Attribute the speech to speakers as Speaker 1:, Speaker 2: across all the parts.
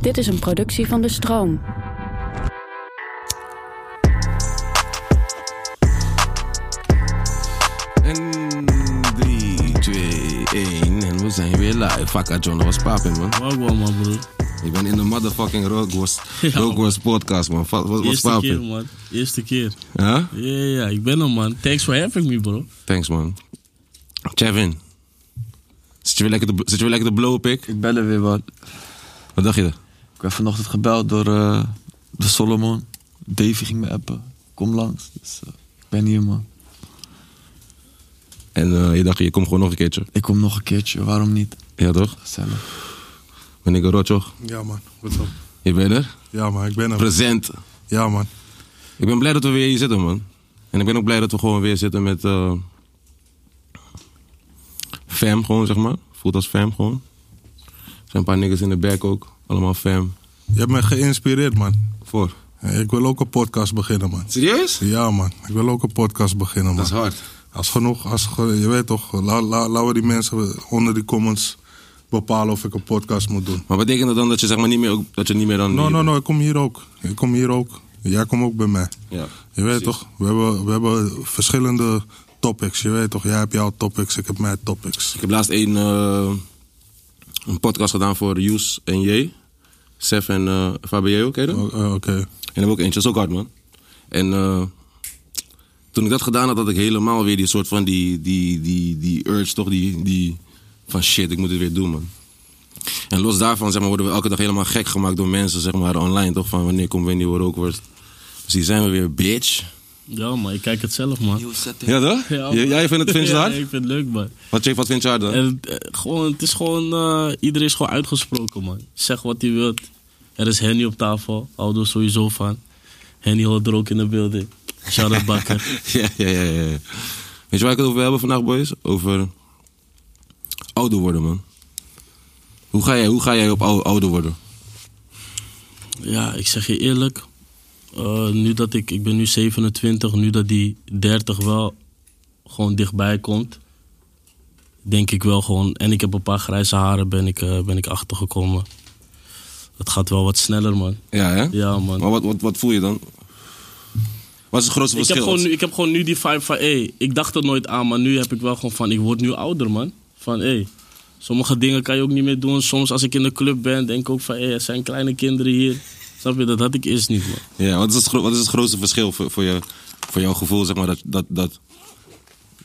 Speaker 1: Dit is een productie van De Stroom.
Speaker 2: En 3, 2, 1 en we zijn weer live. Fakka John, was papen man.
Speaker 3: Wagwan, man, broer.
Speaker 2: Ik ben in de motherfucking Rookworst
Speaker 3: Ja,
Speaker 2: Rookworst podcast man. Wat was
Speaker 3: Eerste keer,
Speaker 2: papen?
Speaker 3: man. Eerste keer.
Speaker 2: Huh?
Speaker 3: Ja, ja, ja, ik ben er, man. Thanks for having me, bro.
Speaker 2: Thanks man. Chevin, zit je weer lekker te, zit je weer lekker te blowen, pik?
Speaker 4: Ik bel er weer wat.
Speaker 2: Wat dacht je er?
Speaker 4: Ik werd vanochtend gebeld door eh, de Solomon. Davy ging me appen. Kom langs. Dus, eh, ik ben hier, man.
Speaker 2: En eh, je dacht, je komt gewoon nog een keertje.
Speaker 4: Ik kom nog een keertje. Waarom niet?
Speaker 2: Ja toch?
Speaker 4: Gezellig.
Speaker 2: Ben ik een rotjoch?
Speaker 5: Ja man, what's up?
Speaker 2: Je bent er?
Speaker 5: Ja man, ik ben er.
Speaker 2: Present.
Speaker 5: Ja man.
Speaker 2: Ik ben blij dat we weer hier zitten, man. En ik ben ook blij dat we gewoon weer zitten met... eh fam gewoon, zeg maar. Voelt als fam gewoon. Er zijn een paar niggas in de back ook. Allemaal fam.
Speaker 5: Je hebt me geïnspireerd man.
Speaker 2: Voor.
Speaker 5: Ik wil ook een podcast beginnen man.
Speaker 2: Serieus?
Speaker 5: Ja man, ik wil ook een podcast beginnen man.
Speaker 2: Dat is hard.
Speaker 5: Als genoeg, als ge- je weet toch, la- la- laten we die mensen onder die comments bepalen of ik een podcast moet doen.
Speaker 2: Maar betekent dat dan dat je zeg maar niet meer, ook- dat je niet meer dan...
Speaker 5: No, no, no, ik kom hier ook. Ik kom hier ook. Jij komt ook bij mij.
Speaker 2: Ja.
Speaker 5: Je weet
Speaker 2: Precies.
Speaker 5: toch, we hebben, we hebben verschillende topics. Je weet toch, jij hebt jouw topics, ik heb mijn topics.
Speaker 2: Ik heb laatst een, eh, een podcast gedaan voor Yous en J. Sef en eh Fabio, ken je dat?
Speaker 5: O- eh, Oké.
Speaker 2: En heb ook eentje, dat is ook hard, man. En eh, toen ik dat gedaan had, had ik helemaal weer die soort van die, die, die, die urge, toch? Die, die van shit, ik moet het weer doen, man. En los daarvan, zeg maar, worden we elke dag helemaal gek gemaakt door mensen, zeg maar, online, toch? Van wanneer komt weer een nieuwe rookworst? Dus hier zijn we weer, bitch.
Speaker 3: Ja, man, ik kijk het zelf, man.
Speaker 4: Nieuwe setting.
Speaker 2: Ja, toch?
Speaker 3: Ja,
Speaker 2: J-
Speaker 3: man.
Speaker 2: jij vindt het, vind je het
Speaker 3: Ja,
Speaker 2: hard?
Speaker 3: ik vind het leuk, man.
Speaker 2: Wat, Jake, wat vind je hard dan?
Speaker 3: En het, eh, gewoon, het is gewoon, eh, iedereen is gewoon uitgesproken, man. Zeg wat hij wilt. Er is Henny op tafel, Aldo is sowieso van. Henny hoort er ook in de beelden. Shout out Bakker.
Speaker 2: ja, ja, ja, ja. ja. Weet je waar ik het over wil hebben vandaag, boys? Over ouder worden, man. Hoe ga jij, hoe ga jij op ou- ouder worden?
Speaker 3: Ja, ik zeg je eerlijk. eh, nu dat ik, ik ben nu 27, nu dat die 30 wel gewoon dichtbij komt, denk ik wel gewoon. En ik heb een paar grijze haren, ben ik, eh, ben ik achtergekomen. Het gaat wel wat sneller, man.
Speaker 2: Ja, hè?
Speaker 3: Ja, man.
Speaker 2: Maar wat, wat, wat voel je dan? Wat is het grootste
Speaker 3: Ik heb,
Speaker 2: verschil?
Speaker 3: gewoon, nu- ik heb gewoon nu die vibe van, hé, ik dacht er nooit aan, maar nu heb ik wel gewoon van, ik word nu ouder, man. Van, hé, sommige dingen kan je ook niet meer doen. Soms als ik in de club ben, denk ik ook van, hé, er zijn kleine kinderen hier. Snap je, dat had ik eerst niet, man.
Speaker 2: Ja, wat is het, gro- wat is het grootste verschil voor, voor, je, voor jouw gevoel, zeg maar, dat, dat, dat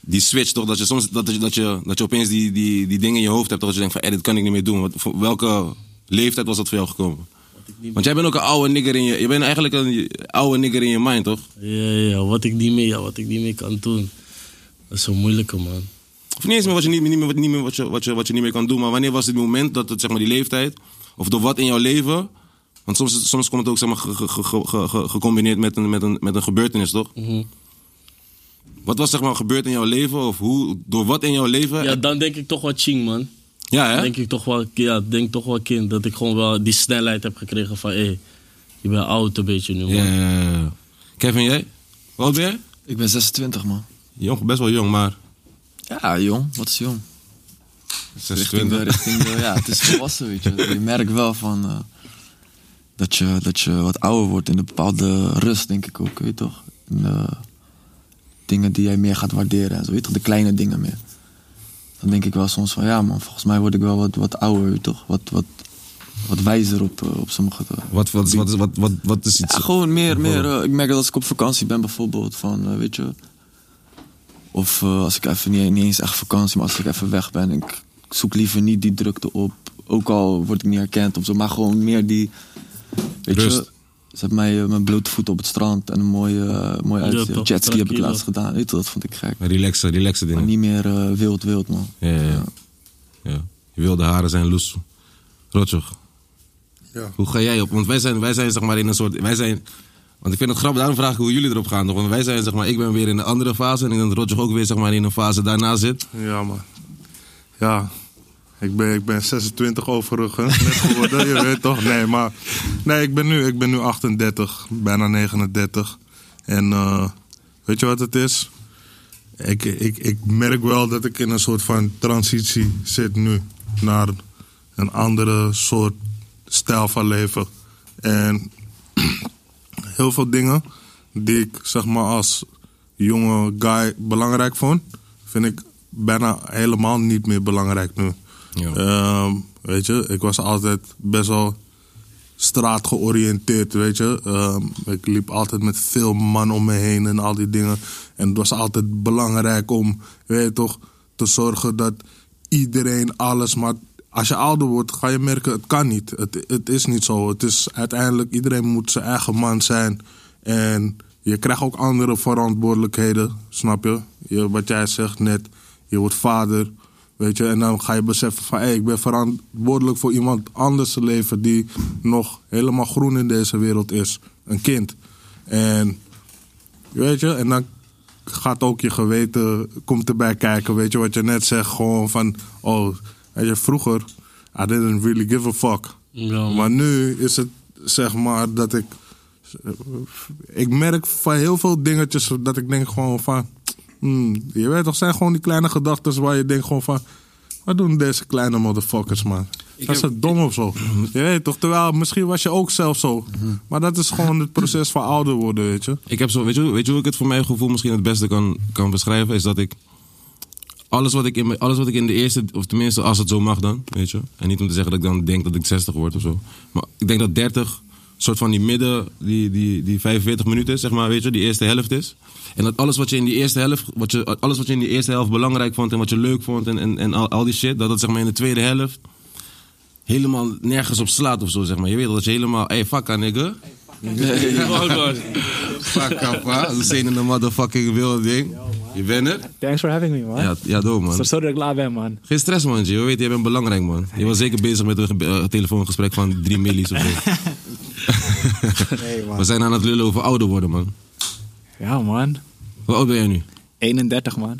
Speaker 2: die switch toch, dat je soms, dat, je- dat, je, dat je opeens die, die, die dingen in je hoofd hebt, toch, dat je denkt van, hé, dit kan ik niet meer doen. Wat, voor welke leeftijd was dat voor jou gekomen? Want jij bent ook een oude nigger in je, je bent eigenlijk een oude nigger in je mind, toch?
Speaker 3: Ja, ja, wat ik niet meer, ja, wat ik niet meer kan doen. Dat is zo moeilijke, man.
Speaker 2: Of niet eens meer wat je niet, niet meer, wat, niet meer wat, je, wat, je, wat je niet meer kan doen. Maar wanneer was het moment dat het, zeg maar, die leeftijd, of door wat in jouw leven. Want soms, soms komt het ook zeg maar, ge- ge- ge- ge- ge- gecombineerd met een, met, een, met een gebeurtenis, toch?
Speaker 3: Mhm.
Speaker 2: Wat was zeg maar, gebeurd in jouw leven? Of hoe, door wat in jouw leven?
Speaker 3: Ja, dan denk ik toch wel ching, man.
Speaker 2: Ja, hè?
Speaker 3: Denk ik toch wel, ja, denk toch wel kind. Dat ik gewoon wel die snelheid heb gekregen van, hé, je bent oud een beetje nu, man.
Speaker 2: Ja, ja, ja, ja. Kevin, jij? Wat ben jij?
Speaker 4: Ik ben 26, man.
Speaker 2: Jong, best wel jong, maar.
Speaker 4: Ja, jong. Wat is jong? Richting, de,
Speaker 2: 26.
Speaker 4: richting de- ja, het is volwassen, weet je. Je merkt wel van... eh, dat, je, dat je wat ouder wordt in een bepaalde rust, denk ik ook, weet je toch? En, eh, dingen die jij meer gaat waarderen en zo, weet je toch? De kleine dingen meer. Dan denk ik wel soms van, ja man, volgens mij word ik wel wat, wat ouder, weet je toch? Wat, wat wat wijzer op, eh, op sommige... eh,
Speaker 2: Wat, wat, wat, wat, wat, wat is iets...
Speaker 4: Ja, gewoon meer, meer. eh, ik merk dat als ik op vakantie ben bijvoorbeeld, van, eh, weet je... Of eh, als ik even, niet, niet eens echt vakantie, maar als ik even weg ben, ik zoek liever niet die drukte op. Ook al word ik niet herkend of zo, maar gewoon meer die... Weet je,
Speaker 2: Rust.
Speaker 4: ze hebben mij eh, mijn blote voeten op het strand en een mooie, eh, mooi uitzicht.
Speaker 3: toch,
Speaker 4: Jetski heb ik
Speaker 3: tranquilo.
Speaker 4: laatst gedaan, weet je, dat vond ik gek.
Speaker 2: Relaxen, relaxen
Speaker 4: Maar
Speaker 2: dingen.
Speaker 4: niet meer eh, wild, wild man.
Speaker 2: Ja, ja, ja. ja. Je wilde haren zijn loes. Rotjoch,
Speaker 5: Ja.
Speaker 2: hoe ga jij op? Want wij zijn, wij zijn zeg maar in een soort... Wij zijn, want ik vind het grappig, daarom vraag ik hoe jullie erop gaan. Toch? Want wij zijn zeg maar, ik ben weer in een andere fase. En ik denk dat Rotjoch ook weer zeg maar in een fase daarna zit.
Speaker 5: Ja, man. Ja. Ik ben, ik ben 26 overigens net geworden, je weet toch? Nee, maar nee, ik, ben nu, ik ben nu 38, bijna 39. En eh, weet je wat het is? Ik, ik, ik merk wel dat ik in een soort van transitie zit nu naar een andere soort stijl van leven. En heel veel dingen die ik zeg maar als jonge guy belangrijk vond, vind ik bijna helemaal niet meer belangrijk nu.
Speaker 2: Ja.
Speaker 5: Ehm, weet je, ik was altijd best wel straatgeoriënteerd, weet je. Ehm, ik liep altijd met veel man om me heen en al die dingen. En het was altijd belangrijk om, weet je toch, te zorgen dat iedereen alles... Maar als je ouder wordt, ga je merken, het kan niet. Het, het is niet zo. Het is uiteindelijk, iedereen moet zijn eigen man zijn. En je krijgt ook andere verantwoordelijkheden, snap je? je wat jij zegt net, je wordt vader... Weet je, en dan ga je beseffen van, hey, ik ben verantwoordelijk voor iemand anders te leven die nog helemaal groen in deze wereld is. Een kind. En, weet je, en dan gaat ook je geweten, komt erbij kijken, weet je, wat je net zegt, gewoon van, oh, weet je, vroeger, I didn't really give a fuck.
Speaker 3: Ja, man.
Speaker 5: Maar nu is het, zeg maar, dat ik, ik merk van heel veel dingetjes dat ik denk gewoon van. hmm, je weet toch, zijn gewoon die kleine gedachten waar je denkt gewoon van. Wat doen deze kleine motherfuckers, man? Dat is het dom of zo. Je weet toch, terwijl misschien was je ook zelf zo. Maar dat is gewoon het proces van ouder worden, weet je.
Speaker 2: Ik heb zo, weet, je, hoe- weet je hoe ik het voor mijn gevoel misschien het beste kan, kan beschrijven? Is dat ik alles wat ik, in, mijn- alles wat ik in de eerste, of tenminste als het zo mag dan, weet je. En niet om te zeggen dat ik dan denk dat ik 60 word of zo. Maar ik denk dat 30, soort van die midden, die, die, die 45 minuten, zeg maar, weet je, die eerste helft is. En dat alles wat je in die eerste helft, wat je, alles wat je in die eerste helft belangrijk vond en wat je leuk vond en, en, en al, al die shit, dat dat zeg maar in de tweede helft helemaal nergens op slaat of zo, zeg maar. Je weet wel dat je helemaal, hey, fuck, ah, nigga. Fuck kappa, dat is een de motherfucking wilde ding. Je bent er?
Speaker 6: Thanks for having me, man.
Speaker 2: Ja, ja doe man.
Speaker 6: Zo- Sorry dat ik laat ben, man.
Speaker 2: Geen stress man, G. je weet, jij bent belangrijk man. Je was zeker bezig met een gebe- eh, telefoongesprek van drie millies of zo.
Speaker 6: Nee,
Speaker 2: We
Speaker 6: man.
Speaker 2: zijn aan het lullen over ouder worden man.
Speaker 6: Ja, man.
Speaker 2: Hoe oud ben jij nu?
Speaker 6: 31, man.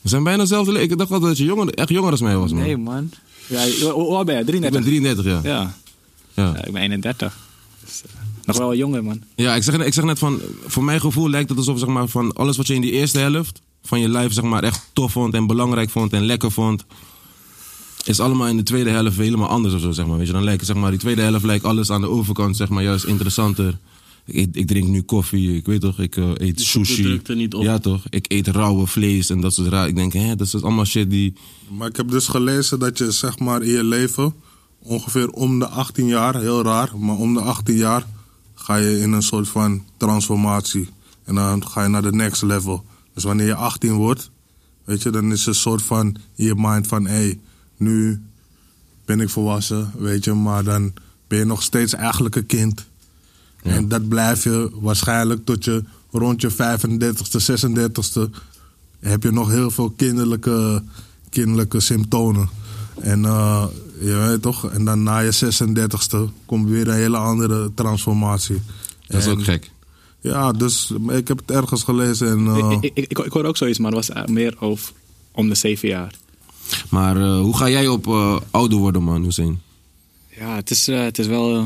Speaker 2: We zijn bijna hetzelfde. le- Ik dacht altijd dat je jonger, echt jonger als mij was man.
Speaker 6: Nee, man. Ja, hoe hoe oud ben je?
Speaker 2: ik ben
Speaker 6: 33?
Speaker 2: 33 jaar. Ja.
Speaker 6: Ja.
Speaker 2: Ja.
Speaker 6: ja, ik ben 31. Dus, eh, nog wel jonger, man.
Speaker 2: ik, zeg, ik zeg net van, voor mijn gevoel lijkt het alsof zeg maar, van alles wat je in die eerste helft van je lijf zeg maar, echt tof vond en belangrijk vond en lekker vond. is allemaal in de tweede helft helemaal anders of zo, zeg maar. Weet je, dan lijkt zeg maar, die tweede helft lijkt alles aan de overkant, zeg maar, juist interessanter. Ik, ik drink nu koffie, ik weet toch, ik eh, eet
Speaker 3: Dus je
Speaker 2: sushi.
Speaker 3: drukt er niet op.
Speaker 2: Ja, toch? Ik eet rauwe vlees en dat soort raar. Ik denk, hè, dat is allemaal shit die.
Speaker 5: Maar ik heb dus gelezen dat je zeg maar in je leven ongeveer om de 18 jaar, heel raar, maar om de 18 jaar ga je in een soort van transformatie. En dan ga je naar de next level. Dus wanneer je 18 wordt, weet je, dan is het een soort van in je mind van hé, hey, nu ben ik volwassen, weet je, maar dan ben je nog steeds eigenlijk een kind. En dat blijf je waarschijnlijk tot je rond je 35ste, 36ste. heb je nog heel veel kinderlijke, kinderlijke symptomen. En eh, je weet toch? En dan na je 36ste komt weer een hele andere transformatie.
Speaker 2: Dat is
Speaker 5: En-
Speaker 2: ook gek.
Speaker 5: Ja, dus ik heb het ergens gelezen. En, eh,
Speaker 2: Oh.
Speaker 6: Ik, ik, ik, ik hoor ook zoiets, maar het was eh, meer over om de zeven jaar.
Speaker 2: Maar eh, hoe ga jij op eh, ouder worden, man, Hussein?
Speaker 6: Ja, het is, eh, het is wel eh,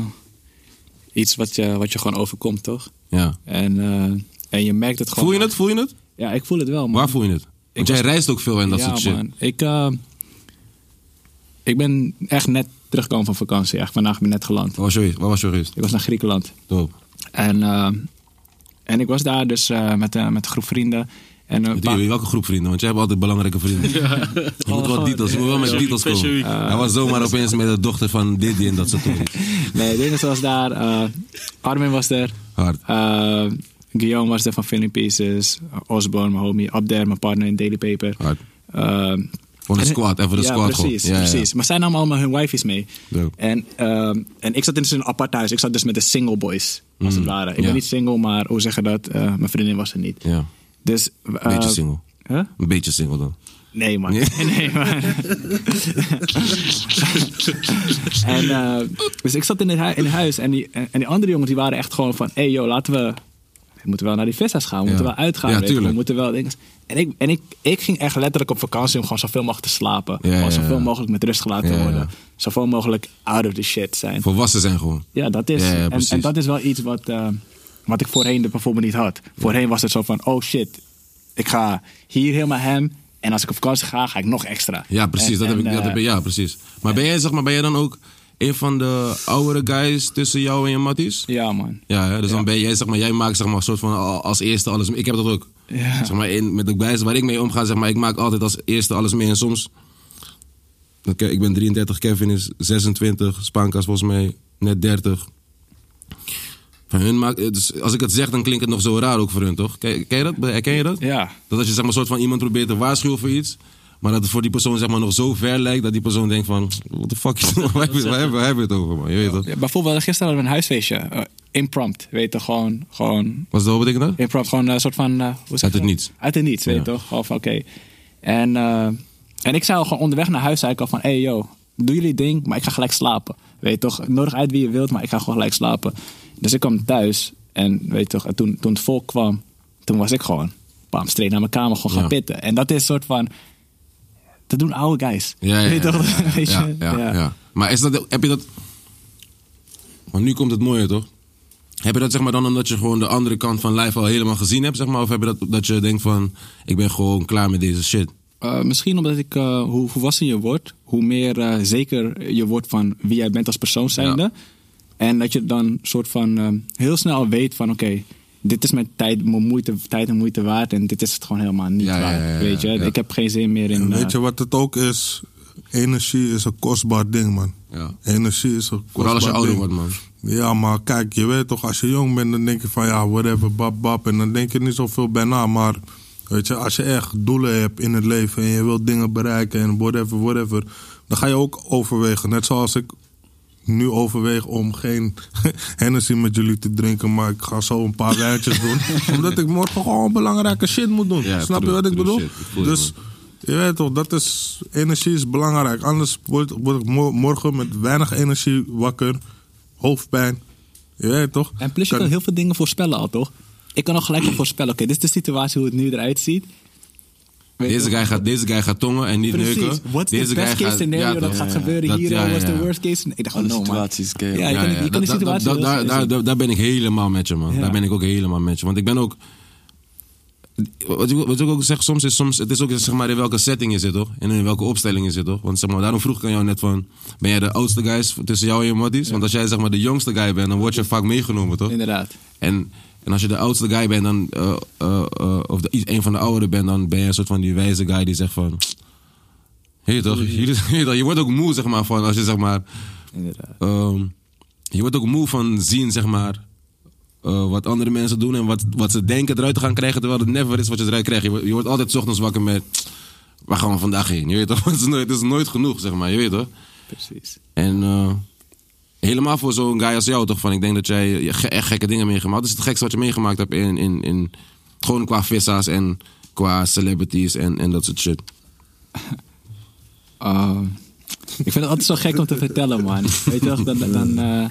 Speaker 6: iets wat je, wat je gewoon overkomt, toch?
Speaker 2: Ja.
Speaker 6: En, eh, en je merkt het gewoon.
Speaker 2: Voel je het? Voel je het?
Speaker 6: Ja, ik voel het wel, man.
Speaker 2: Waar voel je het? Want
Speaker 6: Ik
Speaker 2: jij
Speaker 6: was-
Speaker 2: reist ook veel en dat
Speaker 6: ja,
Speaker 2: soort shit.
Speaker 6: Man. Ik, eh, ik ben echt net teruggekomen van vakantie. Echt vandaag ben ik net geland.
Speaker 2: Waar was je geweest? Waar was je geweest?
Speaker 6: Ik was naar Griekenland.
Speaker 2: Dope.
Speaker 6: En, eh, en ik was daar dus eh, met, eh, met een groep vrienden. En een
Speaker 2: Met
Speaker 6: paar-
Speaker 2: wie? welke groep vrienden? Want jij hebt altijd belangrijke vrienden. Je moet
Speaker 6: Oh,
Speaker 2: wel details, je moet wel met
Speaker 3: Fashion
Speaker 2: details komen.
Speaker 3: week.
Speaker 2: Hij was zomaar opeens met de dochter van Diddy en dat soort dingen.
Speaker 6: Nee, Dennis was daar. eh, Armin was er.
Speaker 2: Hard.
Speaker 6: eh, Guillaume was er van Filling Pieces. Osborne, mijn homie. Abder, mijn partner in Daily Paper.
Speaker 2: Hard.
Speaker 6: Ehm,
Speaker 2: Voor de
Speaker 6: en-
Speaker 2: squad, even de
Speaker 6: ja,
Speaker 2: squad gewoon.
Speaker 6: precies,
Speaker 2: Ja, ja, ja.
Speaker 6: precies. Maar zij namen allemaal hun wifi's mee.
Speaker 2: Dope.
Speaker 6: En, ehm, en ik zat in een apart huis. Ik zat dus met de single boys, als het ware. Ik
Speaker 2: Mm. ja.
Speaker 6: ben niet single, maar hoe zeggen dat? Eh, mijn vriendin was er niet.
Speaker 2: Ja,
Speaker 6: Dus,
Speaker 2: een beetje
Speaker 6: eh,
Speaker 2: single.
Speaker 6: Huh?
Speaker 2: Een beetje single dan.
Speaker 6: Nee, man. Nee, man. en, eh, dus ik zat in het, hui- in het huis en die, en die andere jongens die waren echt gewoon van... Hé, hey, joh, laten we... We moeten wel naar die vistas gaan. We moeten wel uitgaan.
Speaker 2: Ja,
Speaker 6: weet je,
Speaker 2: tuurlijk.
Speaker 6: We moeten wel dingen... En, ik, en ik, ik ging echt letterlijk op vakantie om gewoon zoveel mogelijk te slapen.
Speaker 2: Ja,
Speaker 6: gewoon
Speaker 2: ja,
Speaker 6: zoveel
Speaker 2: ja.
Speaker 6: mogelijk met rust gelaten
Speaker 2: Ja, ja.
Speaker 6: worden. Zoveel mogelijk out of the shit zijn.
Speaker 2: Volwassen zijn gewoon.
Speaker 6: Ja, dat is.
Speaker 2: Ja, ja,
Speaker 6: en,
Speaker 2: precies.
Speaker 6: en dat is wel iets wat, eh, wat ik voorheen er bijvoorbeeld niet had. Voorheen was het zo van: oh shit, ik ga hier helemaal hem. En als ik op vakantie ga, ga ik nog extra.
Speaker 2: Ja, precies.
Speaker 6: En-
Speaker 2: dat heb
Speaker 6: en,
Speaker 2: ik, dat
Speaker 6: eh,
Speaker 2: heb ik, ja, precies. Maar ben, jij, zeg maar ben jij dan ook een van de oudere guys tussen jou en je matties?
Speaker 6: Ja, man.
Speaker 2: Ja, hè, dus dan ben jij, zeg maar, jij maakt zeg maar, soort van al- als eerste alles mee. Ik heb dat ook.
Speaker 6: Ja.
Speaker 2: Zeg maar, in, met de guys waar ik mee omga, zeg maar, ik maak altijd als eerste alles mee. En soms, Oké, ik ben 33, Kevin is 26, Spaankaas volgens mij net 30. Van hun maakt, dus als ik het zeg, dan klinkt het nog zo raar ook voor hun, toch? Ken, ken je dat? Herken je dat?
Speaker 6: Ja.
Speaker 2: Dat als je zeg maar, soort van iemand probeert te waarschuwen voor iets... maar dat het voor die persoon zeg maar, nog zo ver lijkt... dat die persoon denkt van... what the fuck, is waar hebben we waar hebben we het over, man? Je weet dat.
Speaker 6: Ja, Bijvoorbeeld, gisteren hadden we een huisfeestje. eh, imprompt. Weet je, gewoon. gewoon
Speaker 2: Was dat wat betekent dat?
Speaker 6: improv gewoon een soort van... eh, hoe zeg je
Speaker 2: Uit het
Speaker 6: dat?
Speaker 2: niets.
Speaker 6: Uit het niets, weet je toch? Gewoon van, oké. En, eh, en ik zou gewoon onderweg naar huis eigenlijk al van... hey, yo, doe jullie ding, maar ik ga gelijk slapen. Weet je toch? Nodig uit wie je wilt, maar ik ga gewoon gelijk slapen. Dus ik kwam thuis en weet je toch, en toen, toen het volk kwam... Toen was ik gewoon, bam, straight naar mijn kamer, gewoon gaan
Speaker 2: Ja.
Speaker 6: pitten. En dat is een soort van... Dat doen oude guys.
Speaker 2: Ja, ja,
Speaker 6: weet je
Speaker 2: ja,
Speaker 6: toch?
Speaker 2: ja,
Speaker 6: Weet je?
Speaker 2: ja, ja, ja. Maar is dat, heb je dat... Want nu komt het mooie, toch? Heb je dat zeg maar dan omdat je gewoon de andere kant van live al helemaal gezien hebt, zeg maar? Of heb je dat dat je denkt van, ik ben gewoon klaar met deze shit?
Speaker 6: Eh, misschien omdat ik, eh, hoe volwassen je wordt, hoe meer eh, zeker je wordt van wie jij bent als persoon zijnde.
Speaker 2: Ja.
Speaker 6: En dat je dan soort van eh, heel snel weet van oké, dit is mijn tijd, mijn moeite, tijd en moeite waard. En dit is het gewoon helemaal niet
Speaker 2: Ja, ja,
Speaker 6: waard.
Speaker 2: ja, ja,
Speaker 6: weet je,
Speaker 2: ja.
Speaker 6: ik heb geen zin meer in.
Speaker 5: En
Speaker 6: eh,
Speaker 5: weet je wat het ook is? Energie is een kostbaar ding, man.
Speaker 2: Ja.
Speaker 5: Energie is een kostbaar
Speaker 2: Vooral als je ouder
Speaker 5: ding.
Speaker 2: wordt, man.
Speaker 5: Ja, maar kijk, je weet toch, als je jong bent, dan denk je van ja, whatever, bab, bab. En dan denk je niet zoveel bij na. Maar weet je, als je echt doelen hebt in het leven en je wilt dingen bereiken en whatever, whatever, dan ga je ook overwegen. Net zoals ik nu overweeg om geen Hennessy met jullie te drinken, maar ik ga zo een paar wijntjes doen. Omdat ik morgen gewoon belangrijke shit moet doen.
Speaker 2: Ja,
Speaker 5: Snap
Speaker 2: true,
Speaker 5: je wat ik
Speaker 2: true
Speaker 5: bedoel?
Speaker 2: shit. Ik voel je,
Speaker 5: dus. Je weet toch, dat is, energie is belangrijk. Anders word, word ik mo- morgen met weinig energie wakker. Hoofdpijn. Je weet toch?
Speaker 6: En plus je
Speaker 5: Kan-
Speaker 6: kan heel veel dingen voorspellen al, toch? Ik kan al gelijk al voorspellen, oké, dit is de situatie hoe het nu eruit ziet. Weet je
Speaker 2: Deze guy, gaat, deze guy gaat tongen en niet
Speaker 6: Precies.
Speaker 2: neuken.
Speaker 6: Wat is
Speaker 2: Deze
Speaker 6: de
Speaker 2: guy
Speaker 6: best case
Speaker 2: gaat-
Speaker 6: scenario
Speaker 2: ja,
Speaker 6: dat,
Speaker 2: toch?
Speaker 6: gaat gebeuren
Speaker 2: Dat-
Speaker 6: hier?
Speaker 2: ja,
Speaker 6: en Wat is
Speaker 2: ja,
Speaker 6: de
Speaker 2: ja.
Speaker 6: worst case scenario? Ik dacht,
Speaker 4: Alle
Speaker 6: oh, no, man.
Speaker 4: situaties ken je.
Speaker 6: Ja, je
Speaker 2: Ja, ja,
Speaker 6: kan, je kan
Speaker 2: dat-
Speaker 6: de
Speaker 2: dat-
Speaker 6: situatie
Speaker 2: dat-
Speaker 6: heel
Speaker 2: daar,
Speaker 6: snel
Speaker 2: daar,
Speaker 6: zien.
Speaker 2: daar, daar ben ik helemaal met je, man.
Speaker 6: Ja.
Speaker 2: Daar ben ik ook helemaal met je. Want ik ben ook. Wat ik, wat ik ook zeg, soms is, soms, het is ook zeg maar in welke setting je zit, toch? En in welke opstelling je zit, toch? Want zeg maar, daarom vroeg ik aan jou net van... Ben jij de oudste guy tussen jou en je matties? Want als jij zeg maar de jongste guy bent, dan word je vaak meegenomen, toch?
Speaker 6: Inderdaad.
Speaker 2: En, en als je de oudste guy bent, dan, eh, eh, eh, of de, een van de ouderen bent, dan ben je een soort van die wijze guy die zegt van... Hé toch, jullie- hé toch, je wordt ook moe zeg maar van als je zeg maar... Ehm, je wordt ook moe van zien zeg maar eh, wat andere mensen doen en wat, wat ze denken eruit te gaan krijgen, terwijl het never is wat je eruit krijgt. Je, wordt- je wordt altijd 's ochtends wakker met... Waar gaan we vandaag heen? Je weet toch, het is nooit, het is nooit genoeg zeg maar, je weet toch?
Speaker 6: Precies.
Speaker 2: En eh, helemaal voor zo'n guy als jou toch van, ik denk dat jij je ge- echt gekke dingen meegemaakt. Wat is het gekste wat je meegemaakt hebt in, in, in gewoon qua vissa's en qua celebrities en, en dat soort shit.
Speaker 6: Ah, ik vind het altijd zo gek om te vertellen, man. Weet je toch, dan... dan eh,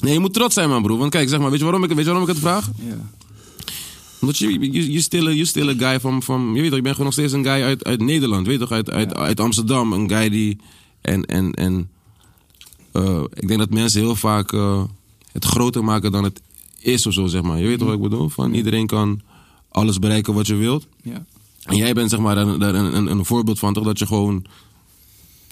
Speaker 2: Nee, je moet trots zijn man broer, want kijk zeg maar, weet je waarom ik, weet je waarom ik het vraag?
Speaker 6: ja.
Speaker 2: Omdat je, je, je, stille, je stille guy van, van, je weet toch, ik ben gewoon nog steeds een guy uit, uit Nederland, weet je toch, uit, uit, uit Amsterdam. Een guy die, en, en, en eh, ik denk dat mensen heel vaak eh, het groter maken dan het is of zo, zeg maar. Je weet toch wat ik bedoel? Van iedereen kan alles bereiken wat je wilt.
Speaker 6: ja.
Speaker 2: En jij bent zeg maar daar een, daar een, een, een voorbeeld van, toch? Dat je gewoon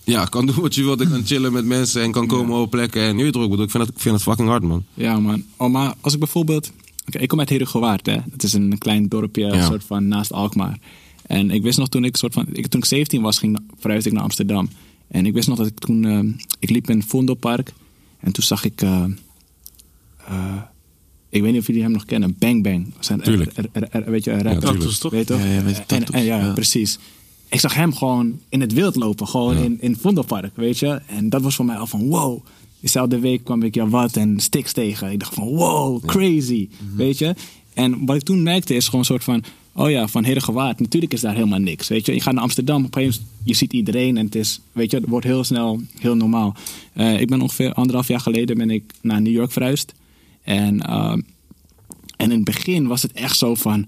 Speaker 2: ja, kan doen wat je wilt en kan chillen met mensen en kan komen op plekken. En je weet toch, wat ik bedoel, ik vind dat, ik vind dat fucking hard, man.
Speaker 6: ja, man. Oh, maar als ik bijvoorbeeld... ik kom uit Herengewaard, hè. Dat is een klein dorpje,
Speaker 2: Ja.
Speaker 6: soort van naast Alkmaar. En ik wist nog toen ik, soort van, ik, toen ik 17 was, ging, verhuisde ik naar Amsterdam. En ik wist nog dat ik toen, eh, ik liep in Vondelpark. En toen zag ik, eh, eh, ik weet niet of jullie hem nog kennen, Bang Bang. Was een,
Speaker 2: Tuurlijk.
Speaker 6: Er, er- er- er- weet je, een rapper.
Speaker 3: Tattoos, toch?
Speaker 6: Weet je toch?
Speaker 4: Ja, ja, weet je,
Speaker 6: en,
Speaker 4: tattoos,
Speaker 6: en ja,
Speaker 4: ja.
Speaker 6: precies. Ik zag hem gewoon in het wild lopen, gewoon in, in Vondelpark, weet je. En dat was voor mij al van wow. Diezelfde week kwam ik ja wat en Stix tegen. Ik dacht van wow, crazy,
Speaker 4: Mhm.
Speaker 6: weet je. En wat ik toen merkte is gewoon een soort van, oh ja, van Herengewaard. Natuurlijk is daar helemaal niks, weet je. Je gaat naar Amsterdam, op een gegeven moment, je ziet iedereen en het is, weet je, het wordt heel snel heel normaal. Eh, ik ben ongeveer anderhalf jaar geleden ben ik naar New York verhuisd. En ehm, en in het begin was het echt zo van...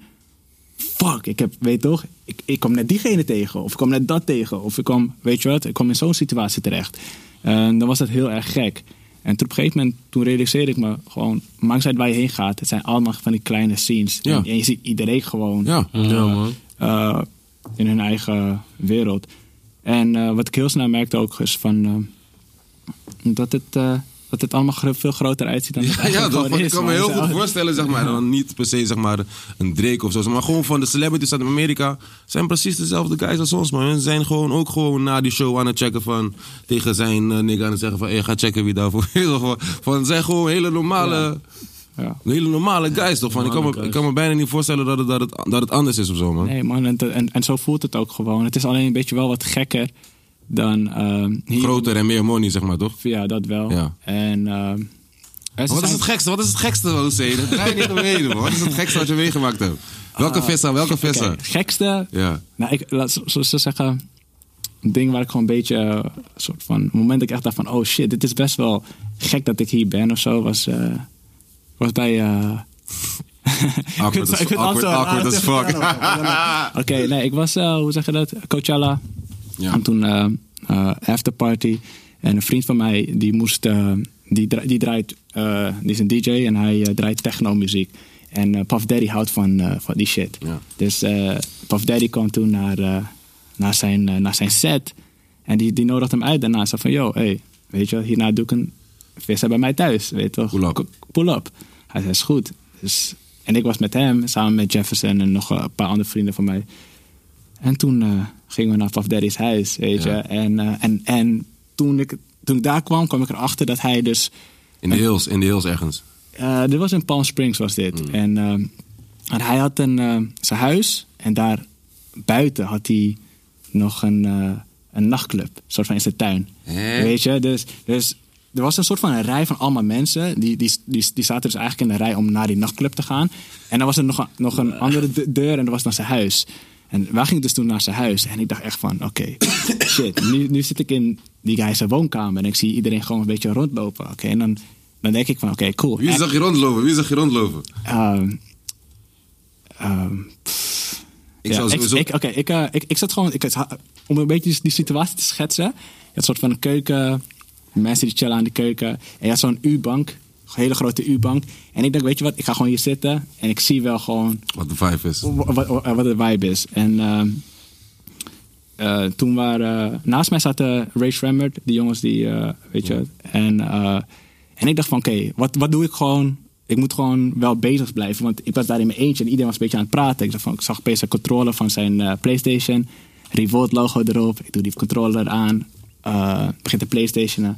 Speaker 6: Fuck, ik heb, weet toch, ik, ik kom net diegene tegen. Of ik kom net dat tegen. Of ik kom, weet je wat, ik kom in zo'n situatie terecht. En dan was dat heel erg gek. En toen op een gegeven moment, toen realiseerde ik me gewoon... Maakt niet uit waar je heen gaat, het zijn allemaal van die kleine scenes.
Speaker 2: Ja.
Speaker 6: En, en je ziet iedereen gewoon
Speaker 2: Ja.
Speaker 3: Ja, man.
Speaker 6: eh, in hun eigen wereld. En eh, wat ik heel snel merkte ook is van... eh, dat, het, eh, dat het allemaal gro- veel groter uitziet dan het
Speaker 2: Ja,
Speaker 6: eigenlijk
Speaker 2: dat
Speaker 6: gewoon
Speaker 2: ik
Speaker 6: is,
Speaker 2: kan me
Speaker 6: man.
Speaker 2: heel goed
Speaker 6: Zo-
Speaker 2: voorstellen, zeg maar. Dan niet per se zeg maar, een Drake of zo. Maar gewoon van de celebrities uit Amerika zijn precies dezelfde guys als ons, man. Hun zijn gewoon ook gewoon na die show aan het checken van... Tegen zijn eh, nigga aan het zeggen van, hey, ga checken wie daarvoor is. Of wat. van, het zijn gewoon hele normale...
Speaker 6: Ja.
Speaker 2: Hele normale guys, toch? Van, ik, kan me,
Speaker 3: guys.
Speaker 2: ik kan me bijna niet voorstellen dat het, dat het, dat het anders is of zo, man.
Speaker 6: Nee, man, en, en, en zo voelt het ook gewoon. Het is alleen een beetje wel wat gekker dan ehm, hier.
Speaker 2: Groter en meer money, zeg maar, toch?
Speaker 6: Ja, dat wel.
Speaker 2: Ja.
Speaker 6: En, ehm, en ze
Speaker 2: Wat is
Speaker 6: zijn-
Speaker 2: het gekste? Wat is het gekste, OC? Dat draai je niet omheen, man. Wat is het gekste wat je meegemaakt hebt? Welke visser? Welke
Speaker 6: Ah, Oké,
Speaker 2: visser?
Speaker 6: het gekste.
Speaker 2: Ja.
Speaker 6: Nou, ik laat zo, zo- zo zeggen. Een ding waar ik gewoon een beetje. eh, soort van. Het moment dat ik echt dacht van. Oh shit, dit is best wel gek dat ik hier ben of zo. Was, eh, was bij. eh, Ik
Speaker 2: Awkward
Speaker 6: vind-
Speaker 2: as,
Speaker 6: ik vind het
Speaker 2: awkward,
Speaker 6: altijd zo
Speaker 2: awkward
Speaker 6: raar.
Speaker 2: as fuck.
Speaker 6: Oké, nee, ik was, eh, hoe zeg je dat? Coachella.
Speaker 2: Ja.
Speaker 6: En toen eh eh afterparty. En een vriend van mij, die moest, eh, die, dra- die draait, eh, die is een DJ en hij eh, draait techno-muziek. En eh, Puff Daddy houdt van, eh, van die shit.
Speaker 2: Ja.
Speaker 6: Dus eh Puff Daddy kwam toen naar, eh, naar, zijn, eh, naar zijn set. En die, die nodigde hem uit daarna. Zei van, yo, hey, weet je wel, hierna doe ik een vissen bij mij thuis. Weet je toch?
Speaker 2: Pull up.
Speaker 6: K- Pull up. Hij zei, is goed. Dus, en ik was met hem, samen met Jefferson en nog een paar andere vrienden van mij. En toen eh, gingen we naar Puff Daddy's huis, weet je.
Speaker 2: Ja.
Speaker 6: En, eh, en, en toen, ik, toen ik daar kwam, kwam ik erachter dat hij dus...
Speaker 2: In de hills, in de hills ergens.
Speaker 6: eh, dit was in Palm Springs, was dit.
Speaker 2: Hmm.
Speaker 6: En, eh, en hij had een, eh, zijn huis en daar buiten had hij nog een, eh, een nachtclub. Een soort van in zijn tuin.
Speaker 2: Hè?
Speaker 6: Weet je, dus, dus er was een soort van een rij van allemaal mensen. Die, die, die, die zaten dus eigenlijk in de rij om naar die nachtclub te gaan. En dan was er nog, een- nog een andere de- deur en dat was naar zijn huis. En wij gingen dus toen naar zijn huis. En ik dacht echt van, oké, shit. Nu, nu zit ik in die guy's woonkamer en ik zie iedereen gewoon een beetje rondlopen. Oké, en dan, dan denk ik van, oké, cool.
Speaker 2: Wie zag je rondlopen? Wie zag je rondlopen?
Speaker 6: Ehm, ehm,
Speaker 2: Ik
Speaker 6: ja,
Speaker 2: zou
Speaker 6: ik,
Speaker 2: sowieso...
Speaker 6: ik, oké, ik, eh, ik, ik zat gewoon, ik, had- om een beetje die, die situatie te schetsen. Je had een soort van een keuken, mensen die chillen aan de keuken. En je had zo'n U-bank, een hele grote U-bank. En ik dacht, weet je wat, ik ga gewoon hier zitten. En ik zie wel gewoon
Speaker 2: Wat de vibe is.
Speaker 6: wa- wa- wa- wat de vibe is. En ehm, eh, toen waren, naast mij zaten Ray Schrammert, die jongens die, eh, weet je. En, eh, en ik dacht van, oké, wat, wat doe ik gewoon? Ik moet gewoon wel bezig blijven, want ik was daar in mijn eentje en iedereen was een beetje aan het praten. Ik, dacht van, ik zag opeens een controller van zijn eh, PlayStation, Revolt logo erop. Ik doe die controller aan, eh, begint de PlayStation.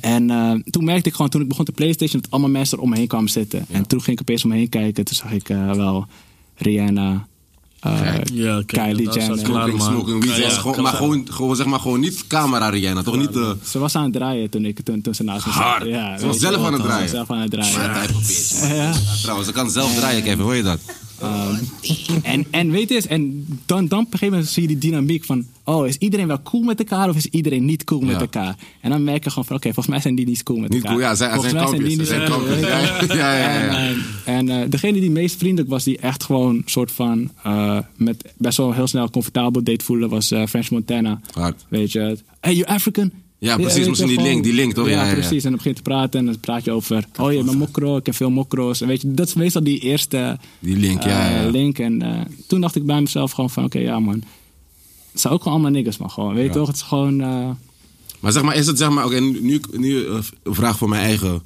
Speaker 6: En eh, toen merkte ik gewoon, toen ik begon te PlayStation, dat allemaal mensen er om me heen kwamen zitten. En toen ging ik opeens om me heen kijken. Toen zag ik eh, wel Rihanna, eh,
Speaker 3: Ja, kijk,
Speaker 6: Kylie
Speaker 3: dat staat
Speaker 6: Jenner.
Speaker 3: klaar.
Speaker 2: Smoking,
Speaker 3: man.
Speaker 2: smoking, weed.
Speaker 3: Ja,
Speaker 2: was
Speaker 3: ja,
Speaker 2: gewoon,
Speaker 3: kan
Speaker 2: maar
Speaker 3: wel.
Speaker 2: gewoon, gewoon, zeg maar gewoon niet camera Rihanna, toch? Niet eh, de...
Speaker 6: Ze was aan het draaien toen, ik, toen, toen ze naast me
Speaker 2: Hard.
Speaker 6: Ja,
Speaker 2: Ze was
Speaker 6: weet je
Speaker 2: zelf
Speaker 6: wel,
Speaker 2: aan het
Speaker 6: ze was
Speaker 2: draaien.
Speaker 6: zelf aan het draaien.
Speaker 2: Ja, type of bitch, man. Ja, Trouwens, ze kan zelf draaien, Kevin. Hoor je dat?
Speaker 6: En, en weet je eens, en dan, dan op een gegeven moment zie je die dynamiek van... oh, is iedereen wel cool met elkaar of is iedereen niet cool met
Speaker 2: Ja.
Speaker 6: elkaar? En dan merk je gewoon van, oké, volgens mij zijn die niet cool met
Speaker 2: Niet
Speaker 6: elkaar.
Speaker 2: cool, ja. Zij
Speaker 6: Volgens
Speaker 2: zijn
Speaker 6: mij
Speaker 2: kampjes. Ze
Speaker 6: die
Speaker 2: zijn
Speaker 6: niet-
Speaker 2: kampjes. Ja, ja, ja. ja, ja.
Speaker 6: En, eh, en eh, degene die meest vriendelijk was, die echt gewoon soort van eh, met best wel heel snel comfortabel deed voelen, was eh, French Montana.
Speaker 2: Hard.
Speaker 6: Weet je het? Hey, you African?
Speaker 2: Ja, precies,
Speaker 6: weet je
Speaker 2: misschien die
Speaker 6: gewoon-
Speaker 2: link, die link, toch?
Speaker 6: Ja,
Speaker 2: Ja, ja, ja.
Speaker 6: precies. En dan begint je te praten en dan praat je over, oh, je bent mokro, ik heb veel mokro's. En weet je, dat is meestal die eerste
Speaker 2: Die link, ja,
Speaker 6: eh,
Speaker 2: ja.
Speaker 6: link. En eh, toen dacht ik bij mezelf gewoon van, oké, ja man. Het zijn ook gewoon allemaal niggers, man. Gewoon, weet je toch? Het is gewoon... eh,
Speaker 2: Maar zeg maar, is het zeg maar... Oké, nu, nu, nu een vraag voor eh, mijn eigen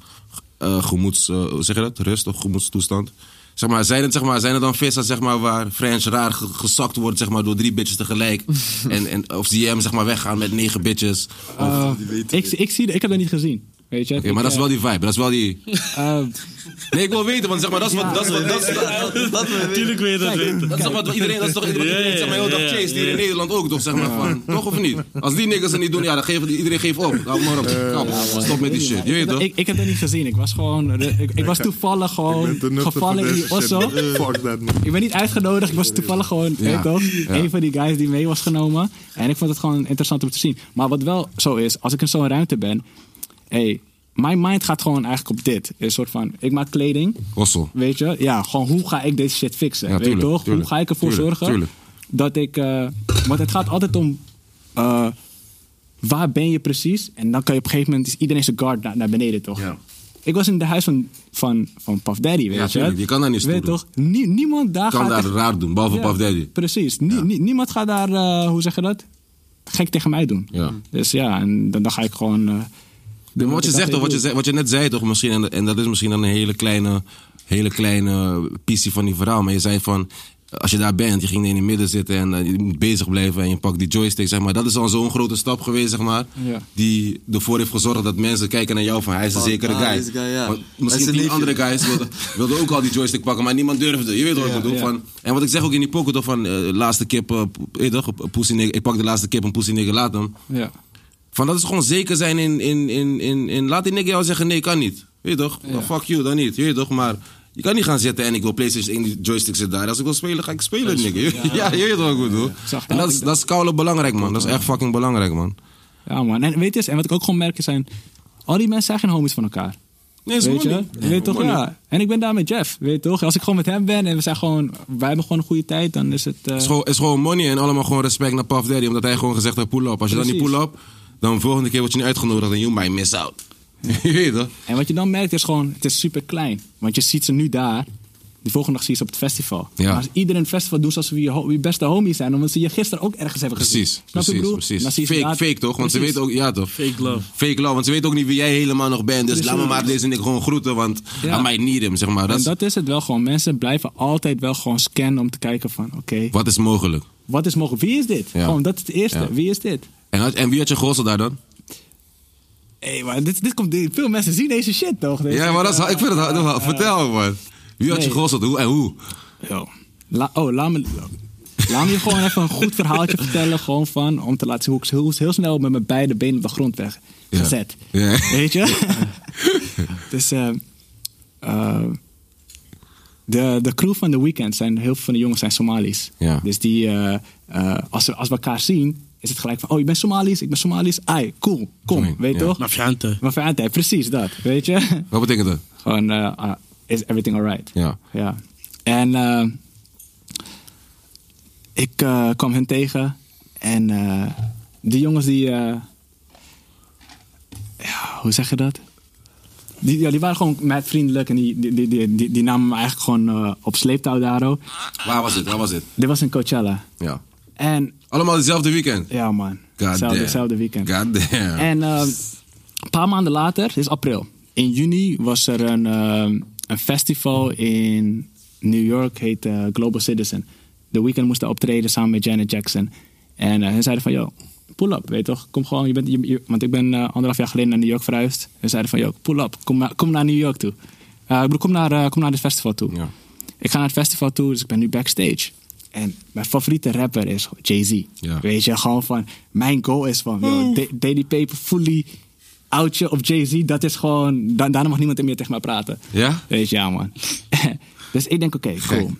Speaker 2: eh, gemoeds, eh, hoe zeg je dat? Rust of gemoedstoestand. Zeg maar, zijn, het, zeg maar, zijn het dan vissen zeg maar, waar French raar ge- gezakt wordt zeg maar, door drie bitches tegelijk? en, en, of die hem zeg maar, weggaan met negen bitches? Oké,
Speaker 6: eh, ik, ik, zie, ik heb dat niet gezien. Weet je?
Speaker 2: maar dat is wel die vibe. Dat is wel die...
Speaker 6: Eh,
Speaker 2: Nee, ik wil weten, want zeg maar, dat is wat... Dat is wat, dat is-
Speaker 3: Tuurlijk wil je dat weten.
Speaker 2: dat is toch wat iedereen, dat is toch iedereen,
Speaker 3: Ja, ja,
Speaker 2: zeg maar, heel
Speaker 3: ja,
Speaker 2: dag
Speaker 3: ja,
Speaker 2: chase, die
Speaker 3: ja.
Speaker 2: in Nederland ook toch, zeg maar, van, toch of niet? Als die niggas het niet doen, ja, dan geeft, iedereen geeft op. Hou maar op, Kap, stop met die shit, je weet toch?
Speaker 6: ik, ik heb dat niet gezien. Ik was gewoon. Ik, ik was toevallig gewoon
Speaker 5: bent de nuchter van
Speaker 6: gevallen in die
Speaker 5: deze shit.
Speaker 6: Osso.
Speaker 5: Fuck that man.
Speaker 6: Ik ben niet uitgenodigd. Ik was toevallig gewoon, weet je toch, een van die guys die mee was genomen. En ik vond het gewoon interessant om te zien. Maar wat wel zo is, als ik in zo'n ruimte ben, hey, mijn mind gaat gewoon eigenlijk op dit. Een soort van, ik maak kleding,
Speaker 2: Hossel.
Speaker 6: weet je. Ja, gewoon hoe ga ik deze shit fixen,
Speaker 2: Ja,
Speaker 6: weet je
Speaker 2: tuurlijk,
Speaker 6: toch?
Speaker 2: tuurlijk,
Speaker 6: hoe ga ik ervoor
Speaker 2: tuurlijk,
Speaker 6: zorgen
Speaker 2: tuurlijk.
Speaker 6: dat ik... eh, want het gaat altijd om... eh, waar ben je precies? En dan kan je op een gegeven moment... is iedereen zijn guard naar, naar beneden, toch? Ik was in de huis van, van, van Puff Daddy, weet
Speaker 2: Ja,
Speaker 6: je.
Speaker 2: tuurlijk, je kan daar niet
Speaker 6: Weet je
Speaker 2: stoer
Speaker 6: toch? Nie- niemand daar
Speaker 2: Kan
Speaker 6: gaat...
Speaker 2: daar
Speaker 6: echt-
Speaker 2: raar doen, behalve
Speaker 6: Ah, Ja,
Speaker 2: Puff Daddy.
Speaker 6: Precies. Nie- nie- niemand gaat daar, eh, hoe zeg je dat? Gek tegen mij doen.
Speaker 2: Ja.
Speaker 6: Dus ja, en dan, dan ga ik gewoon... eh,
Speaker 2: Maar wat je
Speaker 6: ik
Speaker 2: zegt, toch, wat
Speaker 6: altijd
Speaker 2: je,
Speaker 6: doe.
Speaker 2: zei- wat je net zei, toch misschien, en, en dat is misschien dan een hele kleine, hele kleine pissie van die verhaal. Maar je zei van, als je daar bent, je ging in het midden zitten en eh, je moet bezig blijven en je pakt die joystick, zeg maar. Dat is al zo'n grote stap geweest, zeg maar.
Speaker 6: Ja.
Speaker 2: Die ervoor heeft gezorgd dat mensen kijken naar jou van, hij is een
Speaker 4: Van,
Speaker 2: zekere
Speaker 4: ah,
Speaker 2: guy.
Speaker 4: deze guy, ja.
Speaker 2: Want
Speaker 4: Hij is
Speaker 2: misschien
Speaker 4: een
Speaker 2: tien
Speaker 4: liefje.
Speaker 2: andere guys wilden, wilden ook al die joystick pakken, maar niemand durfde. Je weet wat ik bedoel.
Speaker 6: ja.
Speaker 2: Van, en wat ik zeg ook in die pocket, toch, van, eh, laatste kip, eh, po- eh, toch, pussy nigga, ik pak de laatste kip en pussy nigga, laat hem.
Speaker 6: Ja.
Speaker 2: Van dat is gewoon zeker zijn in, in, in, in, in laat die nigga jou zeggen nee, kan niet. Weet je toch? Dan Fuck you, dan niet. Weet je toch? Maar je kan niet gaan zitten en ik wil PlayStation 1, die joystick zit daar. Als ik wil spelen, ga ik spelen, nigga. Ja, je weet wat ik bedoel.
Speaker 6: Zag
Speaker 2: En dat is,
Speaker 6: dat.
Speaker 2: dat is koude belangrijk, man. Dat is echt fucking belangrijk, man.
Speaker 6: ja, man. En weet je, eens, en wat ik ook gewoon merk zijn... Al die mensen zijn geen homies van elkaar.
Speaker 2: Nee, is
Speaker 6: Weet je?
Speaker 2: money.
Speaker 6: Weet je toch?
Speaker 2: Money.
Speaker 6: Ja. En ik ben daar met Jeff, weet je toch? Als ik gewoon met hem ben en we zijn gewoon... Wij hebben gewoon een goede tijd, dan is het... eh,
Speaker 2: is gewoon, is gewoon money en allemaal gewoon respect naar Puff Daddy. Omdat hij gewoon gezegd heeft, pull up. Als je dan niet
Speaker 6: Precies.
Speaker 2: pull up, dan volgende keer word je niet uitgenodigd en you might miss out. je weet toch?
Speaker 6: En wat je dan merkt is gewoon, het is super klein. Want je ziet ze nu daar. De volgende dag zie je ze op het festival.
Speaker 2: Ja.
Speaker 6: Maar als iedereen het festival doet zoals we je, ho- je beste homies zijn. Omdat ze je gisteren ook ergens hebben gezien.
Speaker 2: Precies,
Speaker 6: Snap je wat
Speaker 2: precies,
Speaker 6: ik bedoel?
Speaker 2: precies.
Speaker 6: Dan zie je ze
Speaker 2: Fake,
Speaker 6: later-
Speaker 2: fake toch? Want ze
Speaker 6: Precies.
Speaker 2: weten ook, ja toch?
Speaker 3: Fake love.
Speaker 2: Fake love, want ze weten ook niet wie jij helemaal nog bent. Dus
Speaker 6: Precies.
Speaker 2: laat me maar deze niks gewoon groeten, want
Speaker 6: Ja.
Speaker 2: I might need him, zeg maar. Dat
Speaker 6: En
Speaker 2: is-
Speaker 6: dat is het wel gewoon. Mensen blijven altijd wel gewoon scannen om te kijken van... Oké,
Speaker 2: Wat is mogelijk?
Speaker 6: wat is mogelijk? Wie is dit?
Speaker 2: Ja.
Speaker 6: Gewoon, dat is het eerste.
Speaker 2: Ja.
Speaker 6: Wie is dit?
Speaker 2: En, had- en wie had je geholpen daar dan?
Speaker 6: Hé, maar dit, dit komt... dit- Veel mensen zien deze shit toch? Deze-
Speaker 2: ja, maar dat is, ik vind het, dat is- vertel man. Wie had je
Speaker 6: nee.
Speaker 2: geholpen Hoe- en hoe?
Speaker 6: Yo. La- oh, laat me, laat me je gewoon even een goed verhaaltje vertellen. Gewoon van, om te laten zien hoe ik heel, heel snel met mijn beide benen op de grond weg
Speaker 2: Ja.
Speaker 6: gezet.
Speaker 2: Ja.
Speaker 6: Weet je? dus eh, eh, de, de crew van The Weeknd zijn, heel veel van de jongens zijn Somali's.
Speaker 2: Ja.
Speaker 6: Dus die, eh, eh, als, we, als we elkaar zien, is het gelijk van, oh, je bent Somali's, ik ben Somali's. Ai, cool, kom,
Speaker 2: Nee,
Speaker 6: weet je
Speaker 2: ja.
Speaker 6: toch?
Speaker 3: Mafiante.
Speaker 6: Maar verder, precies dat, weet je?
Speaker 2: Wat betekent dat?
Speaker 6: Gewoon, eh, ah, is everything alright?
Speaker 2: Ja.
Speaker 6: Ja. En eh, ik eh, kwam hen tegen. En eh, die jongens die... eh, ja, hoe zeg je dat? Die, ja, die waren gewoon met vriendelijk. En die, die, die, die, die, die namen me eigenlijk gewoon eh, op sleeptouw daarop.
Speaker 2: Waar was het? Waar was het?
Speaker 6: Dit was in Coachella.
Speaker 2: Ja.
Speaker 6: En
Speaker 2: Allemaal hetzelfde weekend.
Speaker 6: ja man,
Speaker 2: God
Speaker 6: hetzelfde,
Speaker 2: damn.
Speaker 6: hetzelfde weekend.
Speaker 2: God damn.
Speaker 6: En ehm, een paar maanden later, dit is april. In juni was er een, ehm, een festival in New York, heet eh, Global Citizen. The Weeknd moest daar optreden samen met Janet Jackson. En eh, hun zeiden van, yo, pull up, weet je toch? Kom gewoon, je bent, je- je- want ik ben eh, anderhalf jaar geleden naar New York verhuisd. Hun zeiden van, yo, pull up, kom, naar- kom naar New York toe. Eh, ik bedoel, kom naar, eh, kom naar dit festival toe.
Speaker 2: Ja.
Speaker 6: Ik ga naar het festival toe, dus ik ben nu backstage. En mijn favoriete rapper is Jay-Z.
Speaker 2: Ja.
Speaker 6: Weet je, gewoon van... Mijn goal is van... yo, Da- Daily Paper fully outje op Jay-Z. Dat is gewoon... da- daarna mag niemand meer tegen mij praten.
Speaker 2: Ja?
Speaker 6: Weet je, ja man. dus ik denk, oké, cool.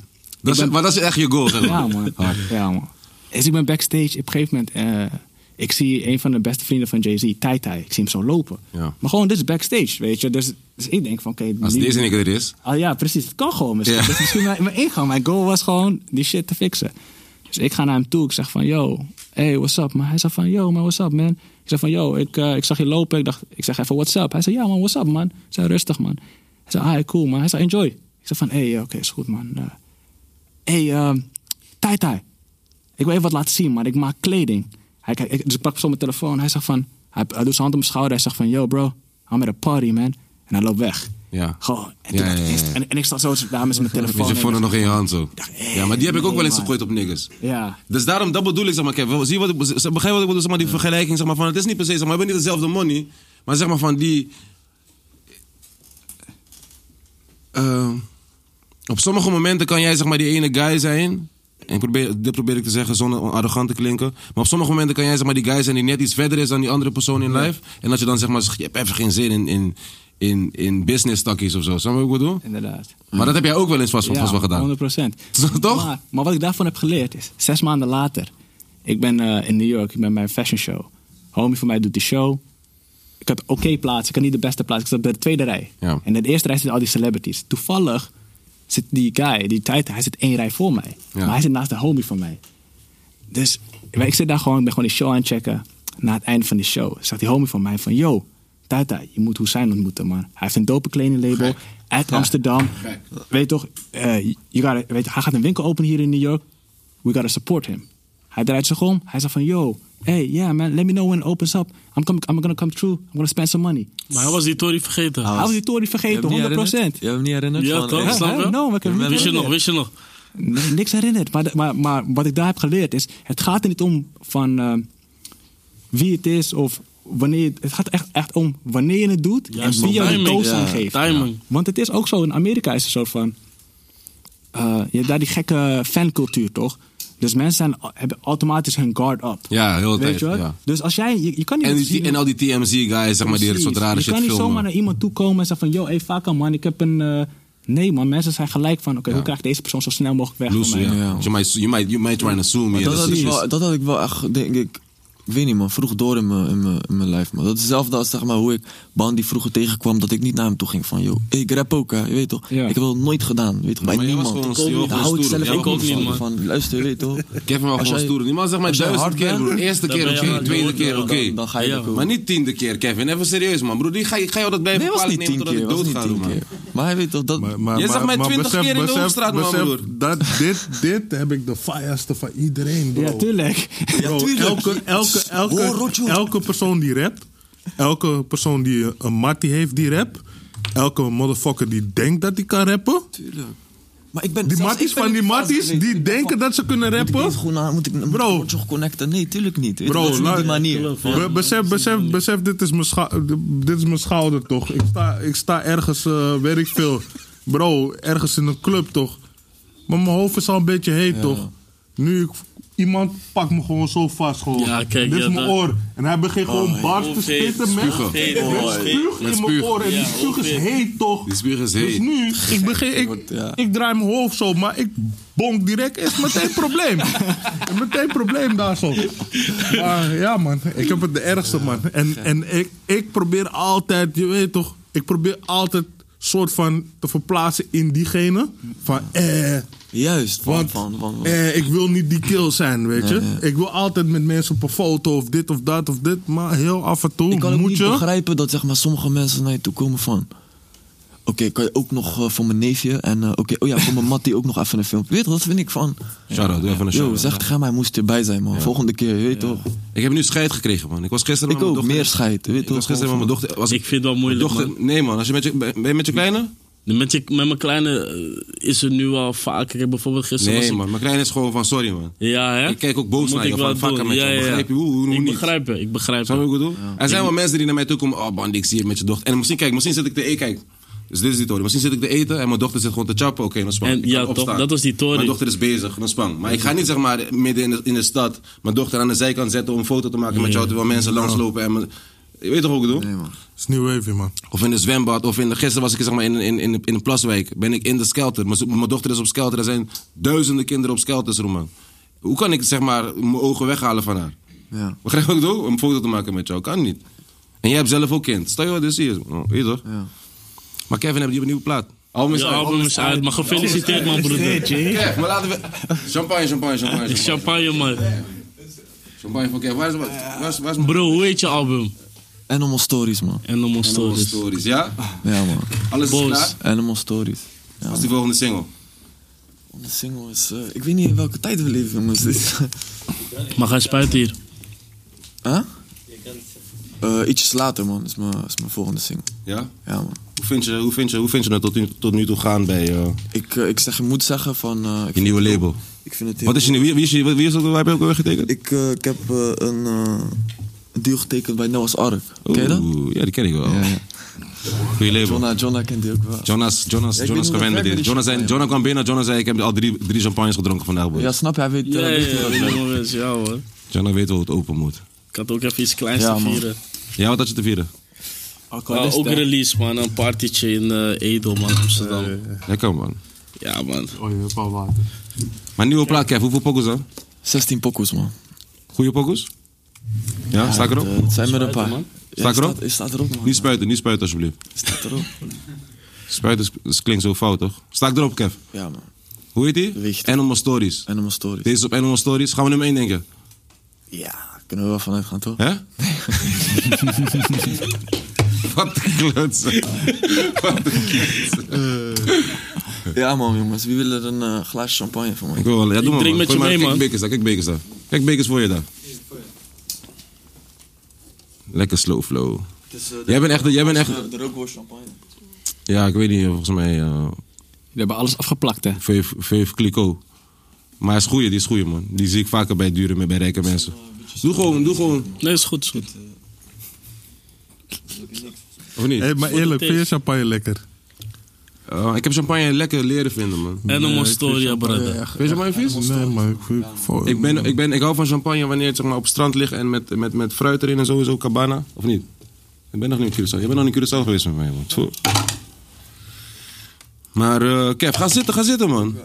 Speaker 2: Dat is, Maar dat is echt je goal, zeg maar.
Speaker 6: Ja man.
Speaker 2: Hard.
Speaker 6: ja man. Dus ik ben backstage. Op een gegeven moment... eh, ik zie een van de beste vrienden van Jay-Z, Tai Tai. Ik zie hem zo lopen.
Speaker 2: Ja.
Speaker 6: Maar gewoon, dit is backstage, weet je. Dus, dus ik denk van, oké...
Speaker 2: Als
Speaker 6: nu-
Speaker 2: deze nigger er is.
Speaker 6: Ah ja, precies. Het kan gewoon misschien.
Speaker 2: Ja.
Speaker 6: Dat is misschien mijn, mijn ingang. Mijn goal was gewoon die shit te fixen. Dus ik ga naar hem toe. Ik zeg van, yo, hey, what's up? Maar hij zegt van, yo, man, what's up, man? Ik zeg van, yo, ik, eh, ik zag je lopen. Ik, dacht, ik zeg even, what's up? Hij zei, ja, man, what's up, man? Ik zei, rustig, man. Hij zei, ah, cool, man. Hij zei, enjoy. Ik zeg van, hey, oké, is goed, man. Eh, hey, ehm Tai Tai. Ik wil even wat laten zien, maar ik maak kleding. Hij, kijkt- ik, dus ik pak zo mijn telefoon. Hij zegt van, hij, hij doet zijn hand op mijn schouder. Hij zegt van, yo bro, I'm at a party man. En hij loopt weg.
Speaker 2: Ja.
Speaker 6: Gewoon. En,
Speaker 2: Ja,
Speaker 6: toen dacht ik,
Speaker 2: ja, ja,
Speaker 6: "Is-
Speaker 2: ja.
Speaker 6: En, en ik zat zo dames met mijn
Speaker 2: Met je
Speaker 6: telefoon.
Speaker 2: vorm
Speaker 6: in.
Speaker 2: nog in je hand zo.
Speaker 6: hey,
Speaker 2: Ja, maar die heb ik ook
Speaker 6: nee,
Speaker 2: wel eens
Speaker 6: man.
Speaker 2: gegooid op niggas.
Speaker 6: Ja.
Speaker 2: Dus daarom, dat bedoel ik, zeg maar, Kevin. Zie je wat ik, begrijp je wat ik bedoel, zeg maar, die vergelijking, zeg maar, van, het is niet per se, zeg maar, we hebben niet dezelfde money, maar zeg maar van die... Eh, op sommige momenten kan jij, zeg maar, die ene guy zijn, en ik probeer, dit probeer ik te zeggen zonder arrogant te klinken, maar op sommige momenten kan jij, zeg maar, die guy zijn die net iets verder is dan die andere persoon in life, en dat je dan, zeg maar, zegt, je hebt even geen zin in, in, in, in business takkies of zo, snap je wat ik bedoel?
Speaker 6: Inderdaad.
Speaker 2: Maar dat heb jij ook wel eens vast,
Speaker 6: Ja,
Speaker 2: vast wel gedaan.
Speaker 6: 100 procent.
Speaker 2: Toch?
Speaker 6: Maar, maar wat ik daarvan heb geleerd is, zes maanden later, ik ben eh, in New York, ik ben bij een fashion show. Homie van mij doet die show. Ik had oké plaats, ik had niet de beste plaats, ik zat bij de tweede rij.
Speaker 2: Ja.
Speaker 6: En in de eerste rij zitten al die celebrities. Toevallig zit die guy, die tijd, hij zit één rij voor mij. Maar hij zit naast de homie van mij. Dus ik zit daar gewoon, ik ben gewoon die show aan het checken. Na het einde van die show zegt die homie van mij van... Yo, Tata, je moet Hussein ontmoeten, man. Hij heeft een dope kledinglabel uit Amsterdam. Weet je toch, eh, you gotta, weet, je, hij gaat een winkel openen hier in New York. We gotta support him. Hij draait zich om. Hij zegt van, yo, hey, yeah man, let me know when it opens up. I'm, coming, I'm gonna come through. I'm gonna spend some money.
Speaker 3: Maar hij was die Tory vergeten.
Speaker 6: Hij was die Tory vergeten, 100%.
Speaker 4: Je hebt hem niet herinnerd?
Speaker 3: Ja,
Speaker 4: van,
Speaker 3: toch?
Speaker 4: hey,
Speaker 3: Snap je?
Speaker 6: hè? No, maar ik heb hem niet
Speaker 3: Wist je nog,
Speaker 6: herinnerd.
Speaker 3: wist je nog.
Speaker 6: Nee, niks herinnerd. Maar, maar, maar wat ik daar heb geleerd is... het gaat er niet om van eh, wie het is of wanneer... het- Het gaat echt, echt om wanneer je het doet
Speaker 3: Juist,
Speaker 6: en wie jou de
Speaker 3: timing.
Speaker 6: toast aan
Speaker 3: Ja,
Speaker 6: geeft.
Speaker 3: timing.
Speaker 6: Want het is ook zo, in Amerika is het zo van... eh, je hebt daar die gekke fancultuur, toch? Dus mensen zijn, hebben automatisch hun guard up.
Speaker 2: Ja, heel de
Speaker 6: Weet
Speaker 2: tijd.
Speaker 6: je wat?
Speaker 2: Ja.
Speaker 6: Dus als jij... Je, je kan niet
Speaker 2: En,
Speaker 6: met-
Speaker 2: die, en al die TMZ-guys, zeg maar, die dit soort
Speaker 6: Precies.
Speaker 2: rare
Speaker 6: Je
Speaker 2: shit
Speaker 6: kan niet zomaar
Speaker 2: filmen.
Speaker 6: naar iemand toe komen en zeggen van... Yo, hey, Faka man, ik heb een... eh, Nee man, mensen zijn gelijk van... Oké, hoe krijg ik deze persoon zo snel mogelijk weg
Speaker 2: Loose,
Speaker 6: van mij?
Speaker 2: ja. You, might, you, might, you might try and assume.
Speaker 4: Maar
Speaker 2: yeah,
Speaker 4: dat,
Speaker 2: that's
Speaker 4: had
Speaker 2: the
Speaker 4: ik
Speaker 2: shit.
Speaker 4: wel, dat had ik wel echt, denk ik, ik weet niet man, vroeg door in mijn, in mijn, in mijn lijf man. Dat is hetzelfde als zeg maar hoe ik Bandy vroeger tegenkwam, dat ik niet naar hem toe ging van, joh, ik rap ook hè, je weet toch.
Speaker 6: Ja.
Speaker 4: Ik heb dat nooit gedaan, je weet toch, bij
Speaker 2: Maar jij was
Speaker 4: niemand.
Speaker 2: gewoon- je was
Speaker 4: Daar
Speaker 2: gewoon
Speaker 4: hou ik
Speaker 2: stoer.
Speaker 4: zelf
Speaker 2: Jij
Speaker 4: ook
Speaker 2: was
Speaker 4: niet
Speaker 2: gewoon
Speaker 4: van,
Speaker 2: stoer,
Speaker 4: van, luister, je weet toch.
Speaker 2: Ik heb hem al
Speaker 4: Als
Speaker 2: gewoon
Speaker 4: jij-
Speaker 2: stoer. Die man zegt maar
Speaker 4: als jij
Speaker 2: duizend
Speaker 4: hard
Speaker 2: keer,
Speaker 4: bent,
Speaker 2: broer. Eerste
Speaker 3: dan
Speaker 2: keer
Speaker 3: ben je
Speaker 2: oké,
Speaker 3: hard.
Speaker 2: tweede
Speaker 3: Dan-
Speaker 2: keer oké.
Speaker 4: dan- dan ga je dat doen.
Speaker 2: Maar niet tiende keer, Kevin. Even serieus, man. Broer, die ga, je- ga je dat blijven
Speaker 4: Nee, het was
Speaker 2: kwalijk
Speaker 4: niet
Speaker 2: nemen
Speaker 4: tien
Speaker 2: totdat
Speaker 4: keer,
Speaker 2: ik
Speaker 4: was
Speaker 2: dood
Speaker 4: niet
Speaker 2: ga,
Speaker 4: tien
Speaker 2: man.
Speaker 4: keer. Maar hij weet toch, dat...
Speaker 5: Maar, maar,
Speaker 2: Jij zag
Speaker 5: maar,
Speaker 2: mij
Speaker 5: maar
Speaker 2: 20
Speaker 5: besef-
Speaker 2: keer in de
Speaker 5: besef-
Speaker 2: hoofdstraat, man,
Speaker 5: besef
Speaker 2: broer.
Speaker 5: Dat, dit, dit heb ik de fireste van iedereen, bro.
Speaker 6: Ja, tuurlijk.
Speaker 5: Bro, elke, elke,
Speaker 4: Hoor,
Speaker 5: elke,
Speaker 4: Rotjoe.
Speaker 5: elke persoon die rapt, elke persoon die een mattie heeft die rap, elke motherfucker die denkt dat hij kan rappen,
Speaker 4: Tuurlijk. Maar ik ben
Speaker 5: die
Speaker 4: zelfs
Speaker 5: matties
Speaker 4: ik ben
Speaker 5: van die
Speaker 4: niet
Speaker 5: matties
Speaker 4: vastgelegd.
Speaker 5: die
Speaker 4: Ik ben
Speaker 5: denken
Speaker 4: van-
Speaker 5: dat ze kunnen
Speaker 4: Moet ik
Speaker 5: rappen.
Speaker 4: eens goed naar, moet ik, moet
Speaker 5: Bro.
Speaker 4: ik toch connecten? Nee, tuurlijk niet. Weet je, dat
Speaker 5: Bro,
Speaker 4: is niet
Speaker 5: la-
Speaker 4: die manier.
Speaker 5: Be- besef, besef, besef, dit is mijn, scha- dit is mijn schouder toch. Ik sta, ik sta ergens, eh, weet ik veel. Bro, ergens in een club toch. Maar mijn hoofd is al een beetje heet toch. Nu, ik, iemand pakt me gewoon zo vast gewoon.
Speaker 3: Ja, kijk,
Speaker 5: dit
Speaker 3: ja,
Speaker 5: is mijn
Speaker 3: dat-
Speaker 5: oor. En hij
Speaker 4: Oh,
Speaker 5: begint gewoon bars te
Speaker 3: Oké,
Speaker 5: spitten met
Speaker 2: spugen.
Speaker 5: met spuug
Speaker 2: Met
Speaker 5: in mijn
Speaker 2: spuug.
Speaker 5: oor. En die
Speaker 3: Ja,
Speaker 5: spuug is
Speaker 3: oké.
Speaker 5: heet toch.
Speaker 2: Die spuug is heet.
Speaker 5: Dus nu, ik, begin, ik,
Speaker 4: ja.
Speaker 5: ik draai mijn hoofd zo, maar ik bonk direct. Is meteen probleem. Is meteen probleem daar zo. Maar ja, man. Ik heb het de ergste, man. En, en ik, ik probeer altijd, je weet toch, ik probeer altijd soort van te verplaatsen in diegene. Van eh.
Speaker 4: Juist, van,
Speaker 5: Want
Speaker 4: van, van, van-
Speaker 5: eh, ik wil niet die kill zijn, weet je.
Speaker 4: Nee, nee.
Speaker 5: Ik wil altijd met mensen op een foto of dit of dat of dit. Maar heel af en toe
Speaker 4: Ik kan ook
Speaker 5: moet
Speaker 4: niet
Speaker 5: je...
Speaker 4: begrijpen dat zeg maar, sommige mensen naar je toe komen van... Oké, kan je ook nog eh, voor mijn neefje en eh, oké, oh ja, voor mijn mattie ook nog even een filmpje. Weet je, dat vind ik van...
Speaker 2: Shout-out, doe even een
Speaker 4: Yo,
Speaker 2: shout-out.
Speaker 4: zeg tegen hem, hij moest erbij zijn, man. Volgende keer, je weet toch.
Speaker 2: Ik heb nu scheid gekregen, man. Ik was gisteren met
Speaker 4: Ik
Speaker 2: mijn
Speaker 4: ook,
Speaker 2: dochter...
Speaker 4: meer scheid, weet
Speaker 2: Ik was
Speaker 4: toch.
Speaker 2: gisteren met mijn dochter... Was
Speaker 3: Ik vind het wel moeilijk,
Speaker 2: dochter,
Speaker 3: man.
Speaker 2: Nee, man. Als je met je, ben je met je kleine?
Speaker 3: Met, je, met mijn kleine eh, is er nu al vaker. Ik Bijvoorbeeld gisteren was
Speaker 2: Nee,
Speaker 3: ik-
Speaker 2: man. Mijn kleine is gewoon van sorry, man.
Speaker 3: Ja, hè?
Speaker 2: Ik kijk ook boos
Speaker 3: Moet
Speaker 2: naar
Speaker 3: ik
Speaker 2: je,
Speaker 3: wel
Speaker 2: van, fuck hem
Speaker 3: doen.
Speaker 2: met je. Begrijp je? Hoe- hoe- hoe
Speaker 3: ik
Speaker 2: niet?
Speaker 3: begrijp je, ik begrijp
Speaker 2: Snap je
Speaker 3: je.
Speaker 2: wat ik bedoel? Er zijn wel mensen die naar mij toe komen. Oh, band, ik zie je met je dochter. En misschien, kijk, misschien zit ik te eten. Kijk, dus dit is die toren. Misschien zit ik te eten en mijn dochter zit gewoon te chappen. Oké, dan spang.
Speaker 3: En
Speaker 2: Ik kan
Speaker 3: ja, toch,
Speaker 2: opstaan.
Speaker 3: dat was die toren.
Speaker 2: Mijn dochter is bezig, dan spang. Maar ik ga niet zeg maar midden in de, in de stad mijn dochter aan de zijkant zetten om een foto te maken met jou terwijl mensen langslopen. En me- je weet toch ook ik bedoel?
Speaker 5: is nieuw even, man.
Speaker 2: Of in de zwembad, of in de, gisteren was ik zeg maar in, in, in, in de plaswijk. Ben ik in de skelter. Mijn, zo- mijn dochter is op skelter. Er zijn duizenden kinderen op skelters, Roman. Hoe kan ik zeg maar mijn ogen weghalen van haar?
Speaker 4: Ja.
Speaker 2: Begrijp je wat ik bedoel? Om een foto te maken met jou. Kan niet. En jij hebt zelf ook kind. Stel je wat, dus hier. Oh, weet je toch?
Speaker 4: Ja.
Speaker 2: Maar Kevin heeft die een nieuwe plaat. Album is
Speaker 3: Je
Speaker 2: uit.
Speaker 3: album is uit, maar gefeliciteerd, man, broeder.
Speaker 2: Kev, maar laten we... Champagne, champagne, champagne. Champagne,
Speaker 3: Champagne, man.
Speaker 2: Champagne van Kev. Waar is, waar is, waar is mijn
Speaker 3: Bro, hoe heet je album?
Speaker 4: Animal stories, man.
Speaker 3: Animal
Speaker 2: Animal
Speaker 3: Stories.
Speaker 2: stories, ja?
Speaker 4: Ja, man.
Speaker 2: Alles is
Speaker 3: Boos.
Speaker 2: klaar?
Speaker 4: Animal stories. Ja,
Speaker 2: Wat
Speaker 4: man.
Speaker 2: is die volgende single?
Speaker 4: De single is... eh, ik weet niet in welke tijd we leven, jongens. Dit is-
Speaker 3: Mag hij spuiten hier?
Speaker 4: Huh? Eh, ietsjes later, man, is mijn, is mijn volgende single.
Speaker 2: Ja?
Speaker 4: Ja, man.
Speaker 2: Hoe vind je, hoe vind je, hoe vind je het tot nu, tot nu toe gaan bij eh,
Speaker 4: Ik, eh, ik, zeg, ik moet zeggen van... eh, ik
Speaker 2: je nieuwe label?
Speaker 4: Ik vind het heel
Speaker 2: Wat is je nieuwe, wie, is je, wie is dat, waar heb je ook alweer getekend?
Speaker 4: Ik, eh, ik heb eh, een eh, een deal getekend bij Noah's Ark. Ken je dat?
Speaker 2: Oeh, Ja, die ken ik wel.
Speaker 4: Ja, ja.
Speaker 2: Goeie label.
Speaker 4: Jonna, Jonna kent die ook wel.
Speaker 2: Jonas, Jonas,
Speaker 4: Ja, ik weet niet hoe
Speaker 2: Jonas
Speaker 4: dat
Speaker 2: gewend met
Speaker 4: werkt
Speaker 2: dit.
Speaker 4: met die
Speaker 2: Jonas, zei-
Speaker 4: champagne.
Speaker 2: Jonas kwam binnen, Jonas zei ik heb al drie, drie champagnes gedronken van Elbow.
Speaker 4: Ja, snap je? Hij weet eh,
Speaker 3: Ja, ja,
Speaker 4: ligt hij
Speaker 3: ja,
Speaker 4: wel.
Speaker 3: ja, jongens, ja hoor.
Speaker 2: Jonas weet hoe het open moet.
Speaker 3: Ik had ook even iets kleins
Speaker 4: Ja,
Speaker 3: te
Speaker 4: man.
Speaker 3: vieren.
Speaker 2: Ja, wat had je te vieren?
Speaker 3: Ah,
Speaker 4: eh,
Speaker 3: ook een release man, een partytje in eh, Edel man, Amsterdam.
Speaker 2: Lekker man.
Speaker 3: Ja man.
Speaker 5: Oh, je hebt al water.
Speaker 2: Maar nieuwe plaat, Kev, hoeveel pokus dan?
Speaker 4: 16 pokoes, man.
Speaker 2: Goeie pokus? Ja, sta ik erop?
Speaker 4: Eh, het zijn er een paar.
Speaker 3: man.
Speaker 4: Ja,
Speaker 2: Sta ik erop?
Speaker 4: staat- Het staat erop, man.
Speaker 2: Niet spuiten, niet spuiten alsjeblieft.
Speaker 4: staat erop.
Speaker 2: Spuiten is- is- klinkt zo fout, toch? Sta ik erop, Kev?
Speaker 4: Ja, man.
Speaker 2: Hoe heet
Speaker 4: Weet je.
Speaker 2: die? Animal Stories.
Speaker 4: Animal Stories.
Speaker 2: Deze op Animal Stories. Gaan we nummer 1 denken?
Speaker 4: Ja, kunnen we wel vanuit gaan, toch?
Speaker 2: Hè? Wat een klutsen. Wat een klutsen.
Speaker 4: Ja, man, jongens. Wie wil er een eh, glaasje champagne van mij?
Speaker 2: Ik wil wel. Ja, doe maar.
Speaker 3: drink met
Speaker 2: Gooi
Speaker 3: je
Speaker 2: maar
Speaker 3: mee, man.
Speaker 2: Kijk bekers daar, kijk bekers daar. Kijk bekers voor je daar. Lekker slow flow. Jij bent echt, jij bent echt...
Speaker 4: De rookworst champagne.
Speaker 2: Ja, ik weet niet, volgens mij... eh
Speaker 6: Jullie hebben alles afgeplakt, hè?
Speaker 2: Veef, Veef Clico. Maar hij is goeie, die is goeie man. Die zie ik vaker bij dure met bij rijke mensen. Doe gewoon, doe gewoon.
Speaker 3: Nee, is goed, is goed.
Speaker 2: Of niet?
Speaker 5: Hé, maar eerlijk, vind je champagne lekker?
Speaker 2: Eh, ik heb champagne lekker leren vinden man.
Speaker 3: Animal Storia, brother.
Speaker 5: echt.
Speaker 2: Vind je mijn vies?
Speaker 5: Nee, maar ik vind... voor-
Speaker 2: Ik, ben, ik, ben, ik hou van champagne wanneer het zeg maar, op het strand ligt en met, met, met fruit erin en sowieso cabana. Of niet? Ik ben nog niet in Curaçao. Jij bent nog niet in Curaçao geweest met mij man. Tfu. Maar eh Kev, ga zitten, ga zitten man.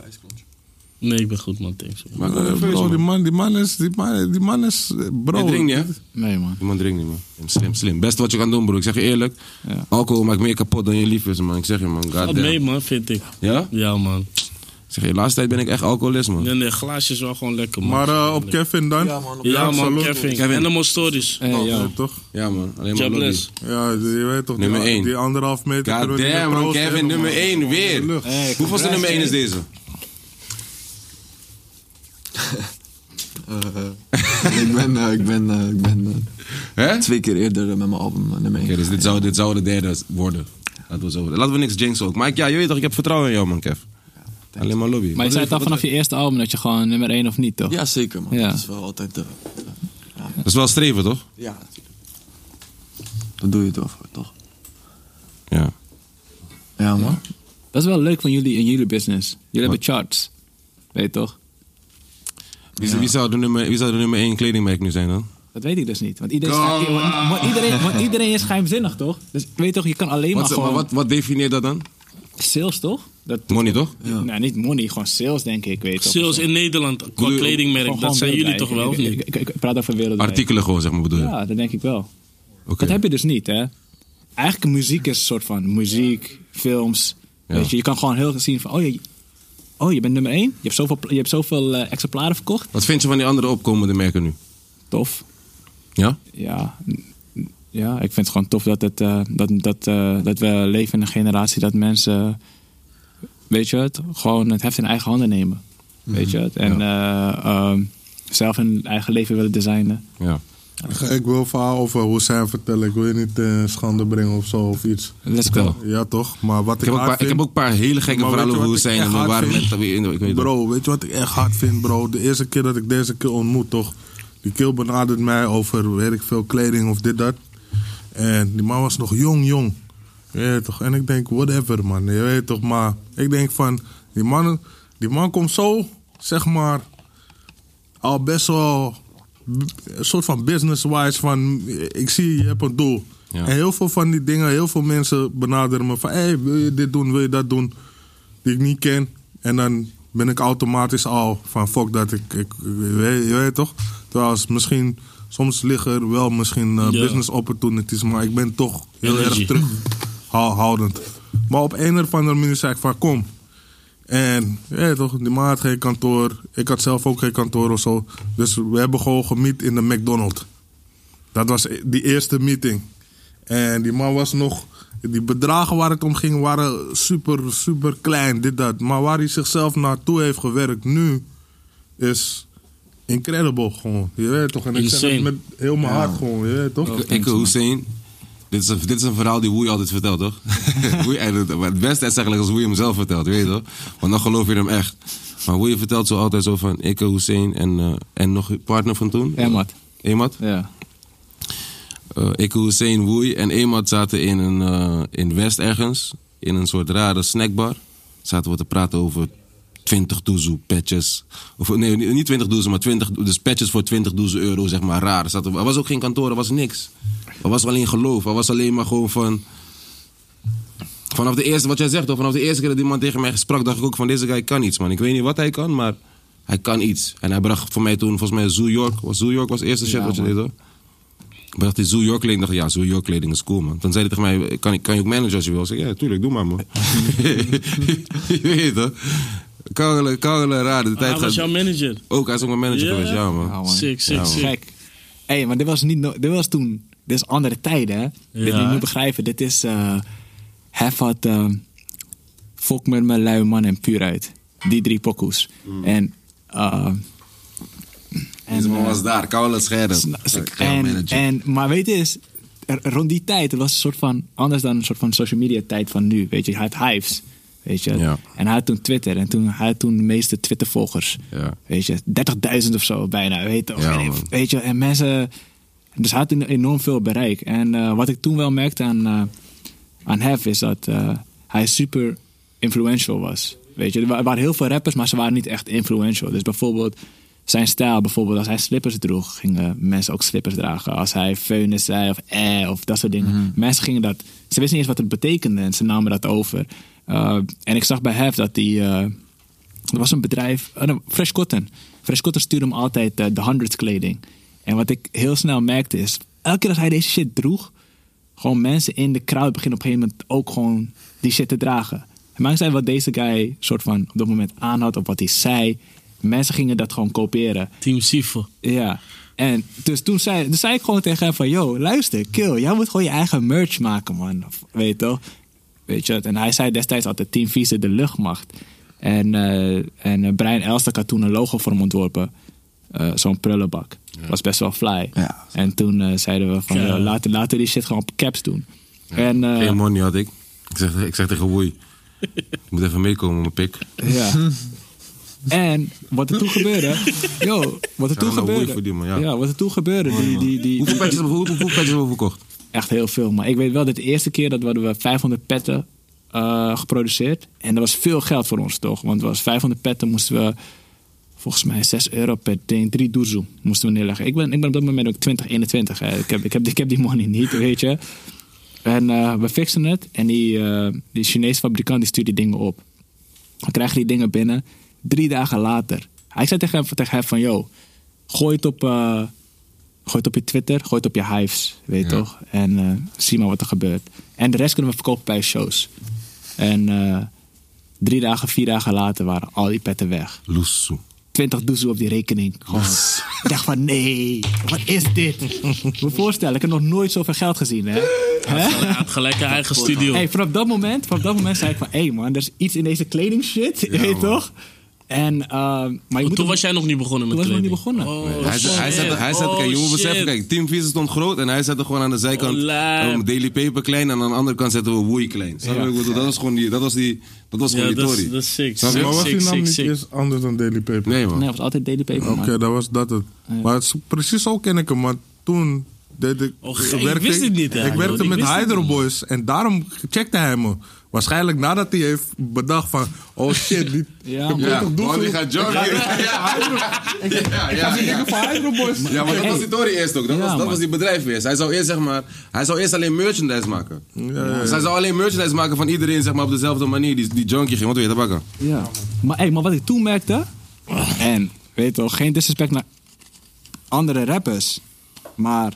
Speaker 3: Nee, ik ben goed man, thanks. man.
Speaker 2: Maak wel
Speaker 5: Eh,
Speaker 2: een feestje,
Speaker 5: Bro, die
Speaker 2: man.
Speaker 5: man, die man is... Die man, die man is... eh, Bro.
Speaker 2: Je drinkt niet hè?
Speaker 6: Nee, man.
Speaker 2: Die man drinkt niet, man. Slim, slim. Beste wat je kan doen, bro. Ik zeg je eerlijk.
Speaker 6: Ja.
Speaker 2: Alcohol maakt meer kapot dan je lief is, man. Ik zeg je, man.
Speaker 3: Gaat
Speaker 2: God
Speaker 3: mee
Speaker 2: damn.
Speaker 3: man, vind ik.
Speaker 2: Ja?
Speaker 3: Ja man.
Speaker 2: Ik zeg je, de laatste tijd ben ik echt alcoholist, man.
Speaker 3: Nee, nee, glaasje is wel gewoon lekker man.
Speaker 5: Maar eh, op Kevin dan?
Speaker 4: Ja, man. op-
Speaker 3: ja man,
Speaker 5: absoluut.
Speaker 3: Kevin.
Speaker 2: Kevin.
Speaker 3: Animal Stories.
Speaker 6: Hey,
Speaker 5: Ja,
Speaker 6: ja.
Speaker 5: toch?
Speaker 2: Ja, man. Alleen maar lollies.
Speaker 3: Jobless.
Speaker 5: Ja, je weet toch.
Speaker 2: Nummer
Speaker 5: die,
Speaker 2: één.
Speaker 5: die anderhalf meter.
Speaker 2: God
Speaker 5: kunnen we niet
Speaker 2: damn,
Speaker 5: meer
Speaker 2: man.
Speaker 5: proosten,
Speaker 2: Kevin,
Speaker 5: man.
Speaker 2: nummer 1
Speaker 5: De
Speaker 2: weer.
Speaker 5: lucht.
Speaker 2: Hoeveelste nummer 1 is deze?
Speaker 4: ik ben, eh, ik ben, eh, ik ben eh,
Speaker 2: Hè? Oké,
Speaker 4: twee keer eerder eh, met mijn album eh, nummer 1.
Speaker 2: dus dit zou, dit zou de derde worden. Laten we, zo. Laten we niks jinxen ook. Maar ik, ja, je weet toch, ik heb vertrouwen in jou, man, Kev. Alleen maar lobby.
Speaker 6: Maar je zei het al vanaf je eerste album dat je gewoon nummer 1 of niet,
Speaker 2: dus-
Speaker 6: toch?
Speaker 4: Ja, zeker, man.
Speaker 6: Ja.
Speaker 4: Dat is wel altijd... eh,
Speaker 2: Dat is wel streven, toch?
Speaker 4: ja, natuurlijk. Dat doe je toch, toch?
Speaker 2: Ja.
Speaker 4: Ja, man.
Speaker 6: Dat is wel leuk van jullie in jullie business. Jullie hebben charts. Weet je toch?
Speaker 2: Wie, wie zou de nummer, wie zou de nummer 1 kledingmerk nu zijn dan?
Speaker 6: Dat weet ik dus niet. Want iedereen, is, want- want iedereen, want iedereen is geheimzinnig, toch? Dus weet je toch, je kan alleen maar
Speaker 2: Wat,
Speaker 6: gewoon...
Speaker 2: maar wat, wat definieert dat dan?
Speaker 6: Sales, toch? Dat,
Speaker 2: Money, toch?
Speaker 6: Nou, niet money, gewoon sales, denk ik, weet je toch? Dus, eh,
Speaker 3: Sales in Nederland, qua
Speaker 2: Doe je-
Speaker 6: Gewoon-
Speaker 3: kledingmerk,
Speaker 6: gewoon
Speaker 3: dat zijn jullie toch
Speaker 6: wereldwijd.
Speaker 3: wel of
Speaker 6: Ik-
Speaker 3: niet?
Speaker 6: Ik, ik- ik praat over wereldwijd.
Speaker 2: Artikelen gewoon, zeg maar, bedoel je?
Speaker 6: Ja, dat denk ik wel.
Speaker 2: Oké.
Speaker 6: Dat heb je dus niet, hè? Eigenlijk muziek is een soort van muziek, films.
Speaker 2: Ja.
Speaker 6: Weet je, je kan gewoon heel zien van, oh je, oh, je bent nummer één. Je hebt zoveel, pla- je hebt zoveel eh, exemplaren verkocht.
Speaker 2: Wat vind je van die andere opkomende merken nu?
Speaker 6: Tof.
Speaker 2: Ja?
Speaker 6: Ja, n- ja ik vind het gewoon tof dat, het, eh, dat, dat, eh, dat we leven in een generatie dat mensen, weet je het, gewoon het heft in eigen handen nemen. Weet je het? En eh, ehm, zelf hun eigen leven willen designen.
Speaker 2: Ja.
Speaker 5: Ga- Ik wil verhaal over Hussein vertellen. Ik wil je niet eh, schande brengen of zo of iets.
Speaker 6: Let's go.
Speaker 5: Ja, toch? Maar wat
Speaker 2: Ik
Speaker 5: ik,
Speaker 2: heb, ook
Speaker 5: hard
Speaker 2: paar, ik
Speaker 5: vind-
Speaker 2: heb ook een paar hele gekke
Speaker 5: Maar weet
Speaker 2: verhalen
Speaker 5: je
Speaker 2: over hoe
Speaker 5: wat
Speaker 2: ze
Speaker 5: ik
Speaker 2: zijn en
Speaker 5: echt
Speaker 2: hoe
Speaker 5: hard
Speaker 2: waar
Speaker 5: vind?
Speaker 2: mensen weer in. Ik weet het niet.
Speaker 5: Bro, weet je wat ik echt hard vind, bro? De eerste keer dat ik deze keer ontmoet, toch? Die keel benadert mij over, weet ik veel, kleding of dit, dat. En die man was nog jong, jong. Je weet toch? En ik denk, whatever, man. Je weet toch? Maar ik denk van, die man, die man komt zo, zeg maar, al best wel b- een soort van business-wise van... Ik zie, je hebt een doel.
Speaker 2: Ja.
Speaker 5: En heel veel van die dingen, heel veel mensen benaderen me van... hey, wil je dit doen, wil je dat doen? die ik niet ken. En dan ben ik automatisch al van fuck dat ik. ik je weet, je weet toch? Terwijl als misschien. Soms liggen er wel misschien eh,
Speaker 3: Ja.
Speaker 5: business opportunities, maar ik ben toch heel
Speaker 3: Energy.
Speaker 5: erg terughoudend. Maar op een of andere manier zei ik van kom. En je weet toch, die maat had geen kantoor. Ik had zelf ook geen kantoor of zo. Dus we hebben gewoon gemiet in de McDonald's. Dat was die eerste meeting. En die man was nog. Die bedragen waar het om ging waren super, super klein, dit, dat. Maar waar hij zichzelf naartoe heeft gewerkt nu, is incredible gewoon. Je weet toch? En ik zeg het
Speaker 3: Insane.
Speaker 5: met heel mijn hart gewoon. Je weet toch?
Speaker 2: Ik, Hussein, dit is, een, dit is een verhaal die Woei altijd vertelt, toch? Woei, en het, maar het beste is eigenlijk als Woei hem zelf vertelt, weet je toch? Want dan geloof je hem echt. Maar Woei vertelt zo altijd zo van, ik, Hussein en, eh, en nog een partner van toen.
Speaker 6: Emad.
Speaker 2: Emad.
Speaker 6: Ja.
Speaker 2: Eh, ik, Hussein, Woei en Emad zaten in, een, eh, in West ergens. In een soort rare snackbar. Zaten we te praten over 20 doezoe patches. Of, nee, niet niet 20 doezoe, maar 20, dus patches voor 20 doezoe euro, zeg maar. Raar. Zaten we- er was ook geen kantoor, er was niks. Er was alleen geloof. Er was alleen maar gewoon van... Vanaf de eerste, wat jij zegt, hoor, vanaf de eerste keer dat die man tegen mij sprak, dacht ik ook van deze guy kan iets, man. Ik weet niet wat hij kan, maar hij kan iets. En hij bracht voor mij toen, volgens mij, Zoo York. Was Zoo York was de eerste shit wat je deed, hoor. Bracht die Zoo York kleding. dacht ik, ja, Zoo York kleding is cool, man. Toen zei hij tegen mij, kan, ik- kan je ook manager als je wil? Ik zei, ja, tuurlijk, doe maar, man. je weet het, Kangelen, kangelen, raar. De tijd
Speaker 3: Hij Ah, was
Speaker 2: gaat...
Speaker 3: jouw manager.
Speaker 2: Ook, hij is ook mijn manager
Speaker 3: Ja.
Speaker 2: geweest, ja, man.
Speaker 6: Ja, man.
Speaker 3: Sick, sick, sick.
Speaker 6: Gek. Hé, maar dit was, niet no- dit was toen... Dit is andere tijden, hè? Dit
Speaker 3: Ja.
Speaker 6: je moet begrijpen. Dit is... eh Hef had... eh, Fok met mijn lui man en puur uit. Die drie pokoes. En... eh,
Speaker 2: Deze man was daar, kangelen, scherp.
Speaker 6: Sna- En, en, maar weet je eens, er- rond die tijd, het was een soort van, anders dan een soort van social media tijd van nu, weet je. Hij had Hives, weet je.
Speaker 2: Ja.
Speaker 6: En hij had toen Twitter en toen, hij had toen de meeste Twitter volgers,
Speaker 2: Ja.
Speaker 6: weet je. 30.000 of zo bijna, weet je.
Speaker 2: Ja,
Speaker 6: En-
Speaker 2: man.
Speaker 6: weet je, en mensen, dus hij had een- enorm veel bereik. En eh, wat ik toen wel merkte aan, eh aan Hef is dat eh, hij super influential was. Weet je, er wa- er waren heel veel rappers, maar ze waren niet echt influential. Dus bijvoorbeeld zijn stijl, bijvoorbeeld als hij slippers droeg, gingen mensen ook slippers dragen. Als hij feunen zei of eh of dat soort dingen. Mensen gingen dat, ze wisten niet eens wat het betekende en ze namen dat over. Eh, en ik zag bij Hef dat hij, eh, er was een bedrijf, eh, no, Fresh Cotton. Fresh Cotton stuurde hem altijd eh, de hundreds kleding. En wat ik heel snel merkte is, elke keer als hij deze shit droeg, gewoon mensen in de crowd beginnen op een gegeven moment ook gewoon die shit te dragen. Het maakt niet uit wat deze guy soort van op dat moment aanhad of wat hij zei. Mensen gingen dat gewoon kopiëren.
Speaker 3: Team Sifo.
Speaker 6: Ja. En dus toen zei, dus zei ik gewoon tegen hem van... Yo, luister, kill. Jij moet gewoon je eigen merch maken, man. Of, weet je toch? Weet je wat? En hij zei destijds altijd Team Vieze de luchtmacht. En, eh, en eh, Brian Elstak had toen een logo voor hem ontworpen. Eh, Zo'n prullenbak. Was best wel fly.
Speaker 4: Ja.
Speaker 6: En toen eh, zeiden we van...
Speaker 3: Ja.
Speaker 6: yo, Laten, laten we die shit gewoon op caps doen. En, eh,
Speaker 2: Geen money had ik. Ik zeg, ik zeg tegen Woei, ik moet even meekomen, mijn pik.
Speaker 6: Ja. En wat er toen gebeurde. Yo, wat er toen
Speaker 2: nou, mooi
Speaker 6: gebeurde.
Speaker 2: voor die man, ja.
Speaker 6: wat er toen gebeurde. Die, die, die,
Speaker 2: Hoeveel
Speaker 6: die-
Speaker 2: petjes hebben hoeveel, hoeveel petjes hebben we verkocht?
Speaker 6: echt heel veel. Maar ik weet wel dat de eerste keer dat we hadden we 500 petten eh, geproduceerd. En dat was veel geld voor ons toch? Want het was 500 petten moesten we volgens mij 6 euro per ding, 3 doezoe moesten we neerleggen. Ik ben, ik ben op dat moment ook 20, 21. Hè. Ik, heb, ik, heb, ik heb die money niet, weet je. En eh, we fixen het. En die, eh, die Chinese fabrikant die stuurt die dingen op. We krijgen die dingen binnen. Drie dagen later. Ik zei tegen hem, tegen hem van, yo, gooi het op... eh, Gooi het op je Twitter, gooi het op je hives, weet je toch? En eh, zie maar wat er gebeurt. En de rest kunnen we verkopen bij shows. En eh, drie dagen, vier dagen later waren al die petten weg.
Speaker 2: Loesoe.
Speaker 6: 20 doezoe op die rekening. Gewoon. Ik dacht van, nee, wat is dit? Moet je voorstellen, ik heb nog nooit zoveel geld gezien, hè?
Speaker 3: Hij had gelijk een eigen studio.
Speaker 6: Hey, vanaf dat moment, vanaf dat moment zei ik van, hé hey man, er is iets in deze kleding shit, weet je toch? En, ehm, maar je
Speaker 3: Oh,
Speaker 6: moet
Speaker 3: toen
Speaker 6: hem-
Speaker 3: was jij nog niet begonnen met
Speaker 6: Toen was ik nog
Speaker 3: kleding.
Speaker 6: niet begonnen.
Speaker 3: Oh,
Speaker 2: hij zette, hij
Speaker 3: shit.
Speaker 2: zette, hij zette,
Speaker 3: Oh,
Speaker 2: kijk, je moet
Speaker 3: shit.
Speaker 2: beseffen, kijk, Team Vieze stond groot en hij zette gewoon aan de zijkant
Speaker 3: Oh, lijp.
Speaker 2: um, Daily Paper klein en aan de andere kant zetten we Woei klein. Snap je wat ik bedoel? Dat was gewoon die, dat was die, dat was
Speaker 3: Ja,
Speaker 2: gewoon die
Speaker 3: dat
Speaker 2: Tory.
Speaker 3: is- dat is sick.
Speaker 2: Snap je?
Speaker 3: Sick,
Speaker 5: Maar was die
Speaker 3: sick,
Speaker 2: nou
Speaker 3: sick,
Speaker 5: naam niet
Speaker 3: sick.
Speaker 5: eerst anders dan Daily Paper?
Speaker 2: Nee
Speaker 6: Nee,
Speaker 2: man.
Speaker 6: het was altijd Daily Paper,
Speaker 5: Oké,
Speaker 6: man.
Speaker 5: dat was dat het. Maar het is precies zo ken ik hem, maar toen deed ik...
Speaker 3: Oh, gek, ik wist het niet, hè,
Speaker 5: Ik
Speaker 3: joh,
Speaker 5: werkte
Speaker 3: ik
Speaker 5: met
Speaker 3: wist het
Speaker 5: Hydro
Speaker 3: niet.
Speaker 5: Boys en daarom checkte hij me. Waarschijnlijk nadat hij heeft bedacht van... Oh shit, die...
Speaker 6: Ja,
Speaker 5: ik heb
Speaker 6: man.
Speaker 2: Ja,
Speaker 5: 20 doezoe.
Speaker 2: oh, die gaat joggen. Ja, ja, ja. ja.
Speaker 5: Van Hydro Boys.
Speaker 2: Ja, maar dat
Speaker 6: Hey.
Speaker 2: was die Tory eerst ook. Dat,
Speaker 6: Ja,
Speaker 2: was, dat
Speaker 6: man.
Speaker 2: was die bedrijf eerst. Hij zou eerst, zeg maar, hij zou eerst alleen merchandise maken. Dus hij zou alleen merchandise maken van iedereen zeg maar, op dezelfde manier. Die, die junkie ging, wat wil je tabakken?
Speaker 6: Ja. Maar, hey, maar wat ik toen merkte. En weet je toch, geen disrespect naar andere rappers. Maar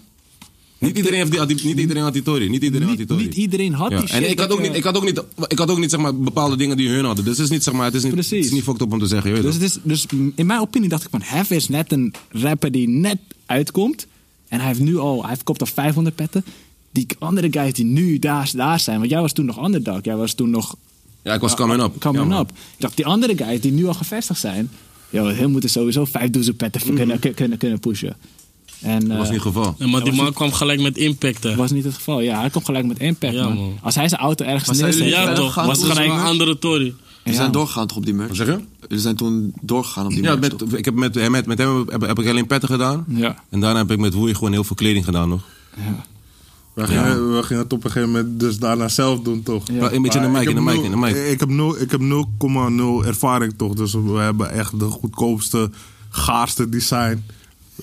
Speaker 2: Niet iedereen, heeft die, had die- niet iedereen had die Tory. Niet iedereen had die
Speaker 6: niet,
Speaker 2: Tory.
Speaker 6: niet iedereen had
Speaker 2: Ja,
Speaker 6: die shit. eh,
Speaker 2: En ik had
Speaker 6: dat
Speaker 2: ook
Speaker 6: je-
Speaker 2: niet, ik had ook niet, ik had ook niet zeg maar, bepaalde dingen die hun hadden. Dus het is niet, zeg maar, het is niet, het
Speaker 6: Precies.
Speaker 2: is niet fucked up om te zeggen. Je weet
Speaker 6: Dus,
Speaker 2: toch?
Speaker 6: het is, dus in mijn opinie dacht ik van Hef is net een rapper die net uitkomt. En hij heeft nu al, hij heeft kopt al 500 petten. Die andere guys die nu daar, daar zijn. Want jij was toen nog underdog. Jij was toen nog
Speaker 2: ja, ik was coming up.
Speaker 6: Ah, coming
Speaker 2: Ja, man.
Speaker 6: up. Ik dacht, die andere guys die nu al gevestigd zijn. Yo, hun moeten sowieso vijf doezen petten kunnen, kunnen, kunnen pushen. En,
Speaker 2: Mhm. Dat was
Speaker 6: eh,
Speaker 2: niet het geval.
Speaker 3: Ja, maar die man kwam gelijk met impact, hè.
Speaker 6: was niet het geval. Ja, hij komt gelijk met impact,
Speaker 3: Ja,
Speaker 6: man.
Speaker 3: man.
Speaker 6: Als hij zijn auto
Speaker 4: Maar
Speaker 6: ergens
Speaker 4: zijn
Speaker 6: neerzet...
Speaker 4: jullie
Speaker 3: Ja,
Speaker 4: verder
Speaker 3: toch?
Speaker 4: gegaan
Speaker 3: Was
Speaker 4: toen ze
Speaker 3: gelijk een
Speaker 4: maar-
Speaker 3: andere tory.
Speaker 4: We
Speaker 6: Ja,
Speaker 4: zijn
Speaker 6: man.
Speaker 4: doorgegaan toch op die merch?
Speaker 2: Wat zeg je?
Speaker 4: Jullie zijn toen doorgegaan op die
Speaker 2: Ja,
Speaker 4: merch, toch?
Speaker 2: met, ik heb met, met, met hem heb, heb ik alleen petten gedaan.
Speaker 6: Ja.
Speaker 2: En daarna heb ik met Woei gewoon heel veel kleding gedaan nog.
Speaker 5: We gingen, we gingen het op een gegeven moment dus daarna zelf doen, toch?
Speaker 6: Ja.
Speaker 2: Een beetje in de
Speaker 5: Maar
Speaker 2: mic,
Speaker 5: ik
Speaker 2: in de
Speaker 5: heb
Speaker 2: mic, in de mic.
Speaker 5: nul- eh, Ik heb nul- ik heb 0,0 ervaring, toch? Dus we hebben echt de goedkoopste, gaarste design.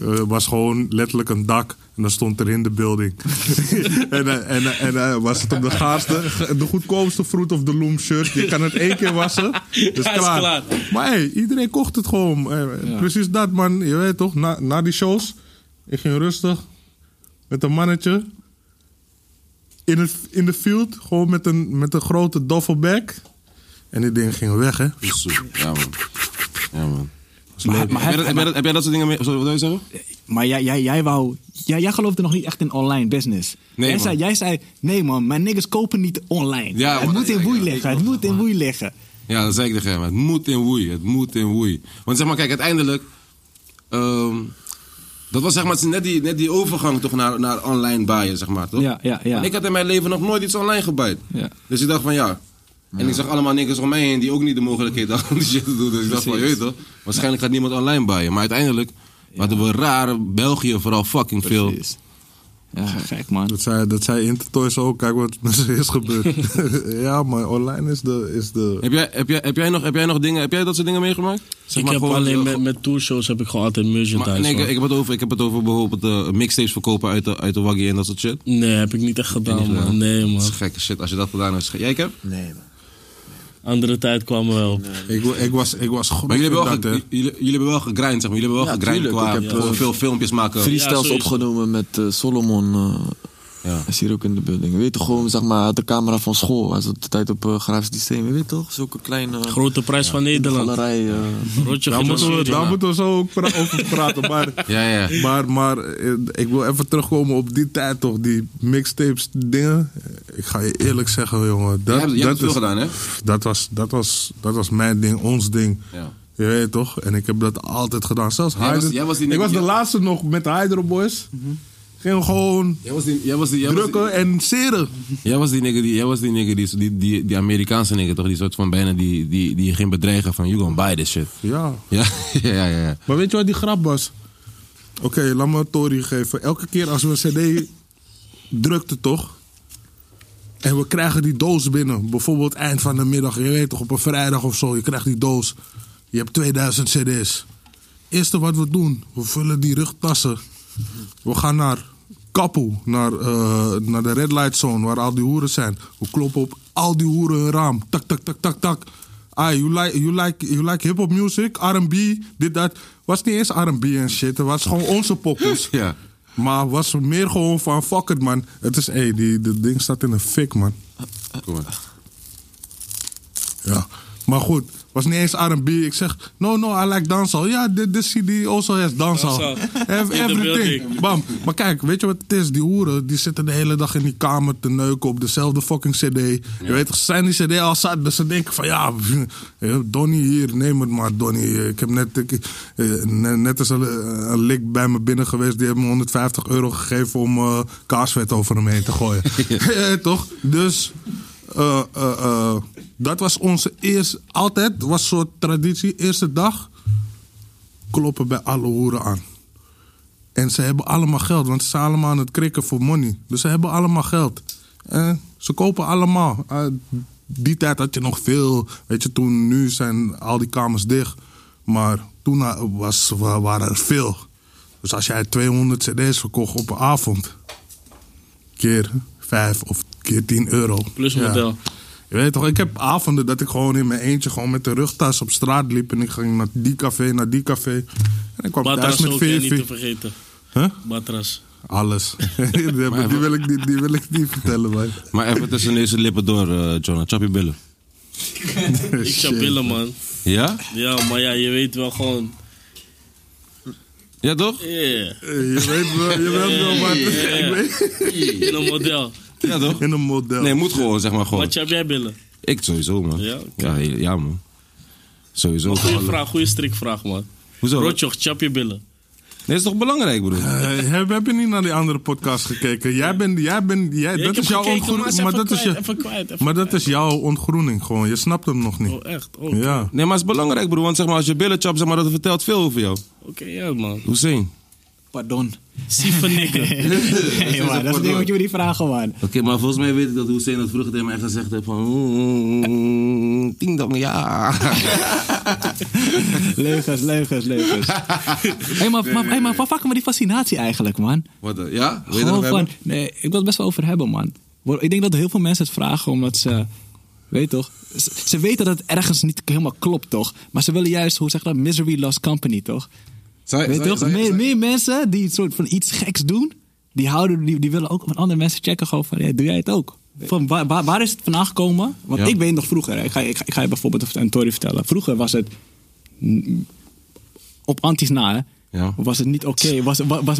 Speaker 5: Eh, was gewoon letterlijk een dak. En dan stond er in de building. en eh, en, eh, en eh, was het op de gaarste, de goedkoopste Fruit of the Loom shirt. Je kan het één keer wassen. Dus
Speaker 3: Ja, is
Speaker 5: klaar.
Speaker 3: klaar.
Speaker 5: Maar hey, iedereen kocht het gewoon. Eh, Precies dat, man. Je weet toch, na, na die shows. Ik ging rustig met een mannetje. In, het, in de field, gewoon met een, met een grote doffelbag. En die dingen gingen weg, hè?
Speaker 2: Zo, Ja, man. Ja, man.
Speaker 6: maar
Speaker 2: heb,
Speaker 6: hij-
Speaker 2: jij dat, heb, jij dat, heb jij dat soort dingen mee? Sorry, wat wil je zeggen?
Speaker 6: Maar jij, jij, jij wou... Jij, jij geloofde nog niet echt in online business.
Speaker 2: Nee,
Speaker 6: jij,
Speaker 2: man.
Speaker 6: zei, jij zei, nee man, mijn niggas kopen niet online.
Speaker 2: Ja,
Speaker 6: het
Speaker 2: man,
Speaker 6: moet in
Speaker 2: ja,
Speaker 6: woei
Speaker 2: ja.
Speaker 6: liggen, het moet in woei liggen.
Speaker 2: Ja, dat zei ik tegen hem. Het moet in woei. Het moet in woei. Want zeg maar, kijk, uiteindelijk. ehm, dat was zeg maar net die, net die overgang toch naar, naar online buyen, zeg maar. Toch?
Speaker 6: Ja, ja, ja.
Speaker 2: Want ik had in mijn leven nog nooit iets online gebuid.
Speaker 6: Ja.
Speaker 2: Dus ik dacht van ja. En ik zag allemaal niks om mij heen die ook niet de mogelijkheid hadden om die shit te doen. Dus ik dacht van, je weet toch, waarschijnlijk gaat niemand online buyen. Maar uiteindelijk hadden we rare België vooral fucking veel.
Speaker 6: Precies. Ja, gek man.
Speaker 5: Dat zei, dat zei Intertoys ook. Kijk wat met ze is gebeurd. ja, maar online is de... Is de
Speaker 2: Heb jij, heb, jij, heb, jij nog, heb jij nog dingen, heb jij dat soort dingen meegemaakt? Zeg
Speaker 3: Ik
Speaker 2: maar
Speaker 3: heb
Speaker 2: gewoon,
Speaker 3: alleen
Speaker 2: eh,
Speaker 3: met, met tourshows heb ik gewoon altijd merchandise.
Speaker 2: Maar, nee, ik,
Speaker 3: man.
Speaker 2: ik, heb het over, ik heb het over bijvoorbeeld eh, mixtapes verkopen uit de, uit de Waggy en dat soort shit.
Speaker 3: Nee, heb ik niet echt gedaan,
Speaker 2: Niet
Speaker 3: man.
Speaker 2: gedaan.
Speaker 3: Nee,
Speaker 2: Dat
Speaker 3: man.
Speaker 2: is gekke shit. Als je dat gedaan hebt, is ge- jij ik heb. Maar
Speaker 4: Nee, man.
Speaker 3: Andere tijd kwam wel op.
Speaker 5: ik, wa- ik was, ik was goed
Speaker 2: jullie hebben, wel
Speaker 5: in dat,
Speaker 2: ge-
Speaker 5: hè.
Speaker 2: jullie, jullie hebben wel gegrind, zeg maar. Jullie hebben wel
Speaker 4: Ja,
Speaker 2: gegrind
Speaker 4: tuurlijk.
Speaker 2: qua
Speaker 4: Ik heb,
Speaker 2: gewoon
Speaker 4: eh,
Speaker 2: veel filmpjes maken.
Speaker 4: Freestyles
Speaker 3: sowieso.
Speaker 4: opgenomen met eh, Solomon. eh,
Speaker 2: Ja.
Speaker 4: Hij is hier ook in de building. Je weet toch gewoon, zeg maar, de camera van school. Hij zat op de tijd op eh Graafs Systeem. Je weet toch, zulke kleine...
Speaker 3: Grote prijs van Nederland.
Speaker 4: Galerij. eh,
Speaker 3: Rotje
Speaker 5: Daar moeten we,
Speaker 3: gemasseerd.
Speaker 5: daar moeten we zo ook pra- over praten. Maar
Speaker 2: Ja, ja.
Speaker 5: Maar, maar eh, ik wil even terugkomen op die tijd toch, die mixtapes dingen. Ik ga je eerlijk zeggen, jongen. Dat,
Speaker 2: Jij hebt- jij hebt
Speaker 5: dat,
Speaker 2: veel
Speaker 5: is-
Speaker 2: gedaan, hè?
Speaker 5: Dat was, dat, was, dat was mijn ding, ons ding.
Speaker 2: Ja.
Speaker 5: Je weet toch? En ik heb dat altijd gedaan. Zelfs
Speaker 2: Jij was-
Speaker 5: Hyder-
Speaker 2: jij was die Mhm.
Speaker 5: Ik
Speaker 2: nigga
Speaker 5: was de
Speaker 2: die-
Speaker 5: laatste nog met de Hydro Boys. Ging gewoon
Speaker 2: Jij was die, jij was die, jij was
Speaker 5: drukken
Speaker 2: die,
Speaker 5: en zeren.
Speaker 2: jij was die nigger, die, jij was die, nigger die, die, die, die Amerikaanse nigger, toch? Die soort van bijna die, die, die je ging bedreigen van, you gonna buy this shit.
Speaker 5: Ja.
Speaker 2: Ja, ja, ja. ja.
Speaker 5: Maar weet je wat die grap was? Oké, laat me een Tory geven. Elke keer als we een CD drukten, toch? En we krijgen die doos binnen. Bijvoorbeeld eind van de middag, je weet toch, op een vrijdag of zo. Je krijgt die doos. Je hebt 2000 CD's. Eerste wat we doen, we vullen die rugtassen. We gaan naar Kapu, naar, eh, naar de Red Light Zone, waar al die hoeren zijn. We kloppen op al die hoeren hun raam. Tak, tak, tak, tak, tak. Ah, you like, you like, you like hip-hop music, RB, dit, dat. Was niet eens RB en shit, het was gewoon onze pokkels.
Speaker 2: Ja.
Speaker 5: Maar was meer gewoon van fuck it man. Het is, hé, hey, die, dat ding staat in een fik man.
Speaker 2: Kom maar.
Speaker 5: Ja. Maar goed, was niet eens R&B. Ik zeg, no, no, I like dancehall. Ja, this, this CD also has dancehall.
Speaker 3: Dancehall.
Speaker 5: Have
Speaker 3: In the
Speaker 5: everything.
Speaker 3: building.
Speaker 5: Bam. Maar kijk, weet je wat het is? Die hoeren, die zitten de hele dag in die kamer te neuken op dezelfde fucking CD. Je weet toch, ze zijn die CD al zat. Dus ze denken van, ja, eh, Donnie hier, neem het maar, Donnie. Ik heb net, ik, eh, ne- net is een, een lik bij me binnen geweest. Die hebben me 150 euro gegeven om eh kaarsvet over hem heen te gooien. Ja, toch? Dus... Eh, eh, eh, dat was onze eerste, altijd was soort traditie, eerste dag kloppen bij alle hoeren aan. En ze hebben allemaal geld, want ze zijn allemaal aan het krikken voor money. Dus ze hebben allemaal geld. En ze kopen allemaal. Eh, die tijd had je nog veel. Weet je, toen, nu zijn al die kamers dicht. Maar toen eh, was, wa- waren er veel. Dus als jij 200 CD's verkocht op een avond, keer 5 of keer 10 euro.
Speaker 3: Plusmodel.
Speaker 5: Ja. Je weet toch, ik heb avonden dat ik gewoon in mijn eentje gewoon met de rugtas op straat liep. En ik ging naar die café, naar die café. En ik kwam
Speaker 3: Batras
Speaker 5: thuis
Speaker 3: ook
Speaker 5: met
Speaker 3: hè, niet te
Speaker 5: Fifi.
Speaker 3: vergeten.
Speaker 5: Huh?
Speaker 3: Batras.
Speaker 5: Alles. die, maar die, wil ik, niet- die wil ik niet vertellen, man.
Speaker 2: Maar even tussen deze lippen door, eh Jonah. Chap je billen.
Speaker 3: Ik zou billen, man.
Speaker 2: Ja?
Speaker 3: Ja, maar ja, je weet wel gewoon.
Speaker 2: Ja, toch?
Speaker 3: Yeah.
Speaker 5: Eh, Je weet wel, je weet wel, man. Ik weet-
Speaker 3: In een model.
Speaker 2: Ja, toch?
Speaker 5: In een model.
Speaker 2: Nee, moet gewoon, zeg maar gewoon.
Speaker 3: Wat heb jij billen?
Speaker 2: Ik sowieso, man.
Speaker 3: Ja,
Speaker 2: Ja,
Speaker 3: oké.
Speaker 2: ja, man. Sowieso.
Speaker 3: Goeie vraag, goede strikvraag, man.
Speaker 2: Hoezo?
Speaker 3: Rotjoch, chap je billen.
Speaker 2: Nee, is toch belangrijk, broer?
Speaker 5: Eh, heb, heb je niet naar die andere podcast gekeken? Jij bent, jij bent, jij,
Speaker 3: Ja, ik
Speaker 5: dat
Speaker 3: heb
Speaker 5: is jouw
Speaker 3: gekeken,
Speaker 5: ontgroening.
Speaker 3: ze
Speaker 5: Maar,
Speaker 3: even
Speaker 5: dat is
Speaker 3: kwijt,
Speaker 5: je-
Speaker 3: even kwijt, even
Speaker 5: maar dat
Speaker 3: kwijt.
Speaker 5: is jouw ontgroening gewoon. Je snapt hem nog niet.
Speaker 3: Oh, echt? Oh, Oké,
Speaker 5: Ja.
Speaker 2: Nee, maar het is belangrijk, broer. Want zeg maar, als je billen chapt, zeg maar, dat vertelt veel over jou.
Speaker 3: ja, man.
Speaker 2: Hussein.
Speaker 6: Pardon.
Speaker 3: Sieven nigger.
Speaker 6: Nee, man, dat is niet wat jullie vragen, man.
Speaker 2: Oké, maar volgens mij weet ik dat Hussein dat vroeger tegen mij gezegd heeft van... Tien dan, ja.
Speaker 6: Leugens, leugens, leugens. Hé, maar, maar, hey, maar waar pakken we die fascinatie eigenlijk, man?
Speaker 2: Wat, eh, ja? Wil je er
Speaker 6: Gewoon
Speaker 2: nog
Speaker 6: van,
Speaker 2: hebben?
Speaker 6: nee, ik wil het best wel over hebben, man. Wo- Ik denk dat heel veel mensen het vragen omdat ze, weet toch, ze, ze weten dat het ergens niet helemaal klopt, toch? Maar ze willen juist, hoe zeg je dat, misery loves company, toch?
Speaker 2: Zou je-
Speaker 6: Weet
Speaker 2: zou
Speaker 6: je
Speaker 2: je-
Speaker 6: toch,
Speaker 2: zou je-
Speaker 6: meer,
Speaker 2: zou je-
Speaker 6: meer mensen die het soort van iets geks doen, die, houden, die, die willen ook van andere mensen checken gewoon van, hey, doe jij het ook? Van, waar, waar, waar is het vandaan gekomen? Want
Speaker 2: Ja.
Speaker 6: ik weet nog vroeger, hè. ik ga, ik, ga, ik ga je bijvoorbeeld een story vertellen. Vroeger was het, mm, op antis na, hè,
Speaker 2: Ja.
Speaker 6: was het niet oké was, was, was, was,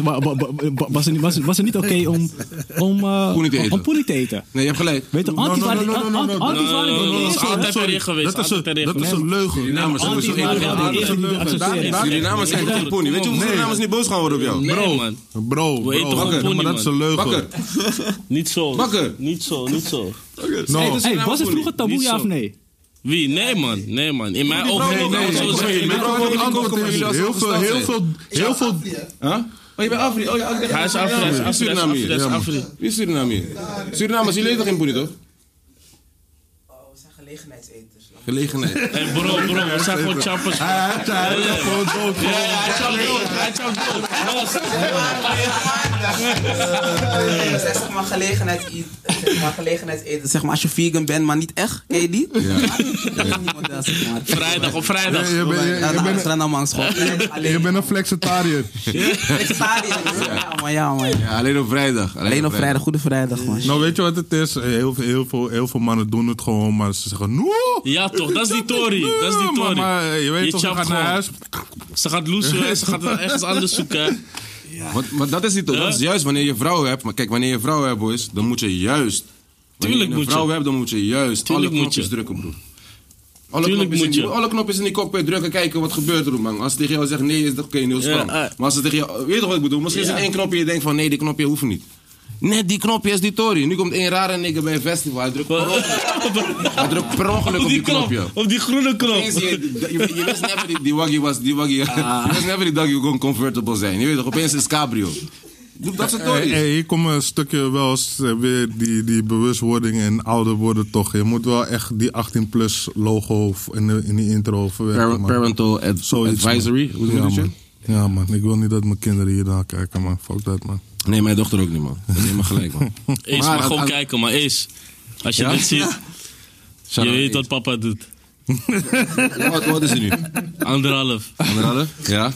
Speaker 6: was, het niet- was, was het niet oké om, om, eh,
Speaker 2: Poenie te
Speaker 6: om-
Speaker 2: eten.
Speaker 6: om poenie te eten?
Speaker 2: Nee, je hebt gelijk.
Speaker 6: Weet je, antis
Speaker 5: no,
Speaker 6: waren
Speaker 5: no, no, no, no,
Speaker 6: an-
Speaker 5: no,
Speaker 6: antis
Speaker 5: no,
Speaker 6: waren
Speaker 3: no, no,
Speaker 6: de
Speaker 3: no,
Speaker 6: eerste.
Speaker 3: no, no, no,
Speaker 6: Antis
Speaker 3: Altijd erin geweest,
Speaker 5: dat is
Speaker 3: altijd
Speaker 5: een,
Speaker 3: erin
Speaker 5: dat is een
Speaker 3: geweest.
Speaker 5: leugen.
Speaker 2: Die namen zijn sowieso
Speaker 6: waren
Speaker 2: één.
Speaker 6: de
Speaker 3: Altijd
Speaker 6: eerste die dat
Speaker 5: Daar-
Speaker 6: accepteren.
Speaker 5: daar-
Speaker 2: Jullie namen zijn geen pony. Weet je hoeveel
Speaker 5: Nee.
Speaker 2: namens niet boos gaan worden op jou?
Speaker 3: Nee,
Speaker 5: Bro,
Speaker 3: man.
Speaker 5: bro,
Speaker 3: We eten
Speaker 5: bro.
Speaker 3: gewoon
Speaker 5: Bakker,
Speaker 3: pony,
Speaker 5: maar dat
Speaker 3: man.
Speaker 5: is een leugen.
Speaker 2: Bakker.
Speaker 3: Niet zo.
Speaker 2: Bakker.
Speaker 3: Niet zo, niet zo.
Speaker 5: No.
Speaker 6: Hey, was het vroeger taboe,
Speaker 3: Niet
Speaker 6: ja
Speaker 3: zo.
Speaker 6: of nee?
Speaker 3: Wie? Nee, man. Nee, man. In mijn ogen
Speaker 2: nee,
Speaker 3: mogen
Speaker 2: nee,
Speaker 3: we
Speaker 2: nee,
Speaker 3: zo
Speaker 2: nee,
Speaker 3: zeggen.
Speaker 2: nee, nee, nee, nee, nee,
Speaker 5: Antwoord
Speaker 2: nee,
Speaker 5: is
Speaker 2: nee,
Speaker 5: heel
Speaker 2: nee,
Speaker 5: veel,
Speaker 2: nee,
Speaker 5: heel
Speaker 2: nee,
Speaker 5: veel, heel veel.
Speaker 2: Huh? Oh, je bent Afri. Oh, ja, ik dacht-
Speaker 3: Hij is Afri, hij is Afri, hij is Afri, hij is Afri.
Speaker 2: Wie is Suriname hier? Surinamers, jullie eten geen pony, toch?
Speaker 7: Oh, we zijn gelegenheidseters.
Speaker 2: Gelegenheid.
Speaker 3: Hey, bro, bro, we zijn gewoon chappers. Ja,
Speaker 5: Hij heeft hij heeft gewoon dood.
Speaker 3: ja, hij chapt dood, hij chapt dood. Los.
Speaker 7: Dat is echt, zeg maar gelegenheid eat- zeg maar gelegenheidseters. Zeg maar als je vegan bent, maar niet echt. Ken je die? Ja. Dat is niet model, zeg maar.
Speaker 3: Vrijdag, op vrijdag.
Speaker 5: Je bent- je-
Speaker 7: Ja,
Speaker 5: je
Speaker 7: nou,
Speaker 5: bent-
Speaker 7: Amsterdam, Amsterdam,
Speaker 5: Je
Speaker 7: Alleen
Speaker 5: bent een flexitariër.
Speaker 7: vegetariër. Ja, man, ja, man.
Speaker 2: Ja, alleen op vrijdag.
Speaker 7: Alleen op vrijdag, goede vrijdag, man.
Speaker 5: Nou, weet je wat het is? Heel veel, heel veel, heel veel mannen doen het gewoon, maar ze zeggen... No,
Speaker 3: Ja, toch, dat is die Tory,
Speaker 5: Tory.
Speaker 3: dat is die
Speaker 5: Maar,
Speaker 3: Tory.
Speaker 5: maar, eh, je weet
Speaker 3: Je
Speaker 5: toch, je
Speaker 3: chapt
Speaker 5: gaat naar
Speaker 3: gewoon.
Speaker 5: huis.
Speaker 3: Ze gaat loesen en ze gaat het ergens anders zoeken.
Speaker 2: Want, want dat is niet toch? Dat is juist wanneer je vrouw hebt. Maar kijk, wanneer je vrouw hebt, boys, dan moet je juist. Wanneer
Speaker 3: Tuurlijk
Speaker 2: je
Speaker 3: moet
Speaker 2: een
Speaker 3: je.
Speaker 2: vrouw hebt, dan moet je juist
Speaker 3: Tuurlijk
Speaker 2: alle
Speaker 3: moet
Speaker 2: knopjes
Speaker 3: je.
Speaker 2: drukken, broer. Alle
Speaker 3: Tuurlijk
Speaker 2: knopjes
Speaker 3: moet
Speaker 2: in,
Speaker 3: je.
Speaker 2: Alle knopjes in die cockpit drukken, kijken wat gebeurt er, man. Als ze tegen jou zegt nee, is dat oké, nul spam.
Speaker 3: Ja, eh.
Speaker 2: Maar als ze tegen jou, weet je toch wat ik bedoel? Misschien is er één knopje en je denkt van nee, die knopje hoeft niet. Net die knopje is die Tory. Nu komt één rare nigger bij een festival. Hij drukt per ongeluk, hij drukt per ongeluk op
Speaker 3: Op
Speaker 2: die
Speaker 3: die knop,
Speaker 2: knopje.
Speaker 3: op die groene knop.
Speaker 2: Opeens je, Ah. je, je wist never die, die waggy was, die waggy. Je wist never die daggy kon comfortable zijn. Je weet toch, opeens is cabrio. Doe dat soort
Speaker 5: Hey,
Speaker 2: tories.
Speaker 5: hey, Eh, hier komt een stukje wel eens eh, weer die, die bewustwording en ouder worden toch. Je moet wel echt die 18 plus logo v- in, de, in die intro verwerken.
Speaker 2: Par-
Speaker 5: man.
Speaker 2: parental ad-
Speaker 5: Zoiets, man.
Speaker 2: advisory. Hoe noem
Speaker 5: ja,
Speaker 2: je dat?
Speaker 5: man. Ja man, ik wil niet dat mijn kinderen hier naar kijken man. Fuck dat man.
Speaker 2: Nee, mijn dochter ook niet, man. Dat is helemaal gelijk, man.
Speaker 3: Eens, maar gewoon kijken, maar eens. Als je
Speaker 2: Ja?
Speaker 3: dit ziet, je weet wat papa doet.
Speaker 2: Wat, wat is hij nu?
Speaker 3: Anderhalf.
Speaker 2: Anderhalf? Ja.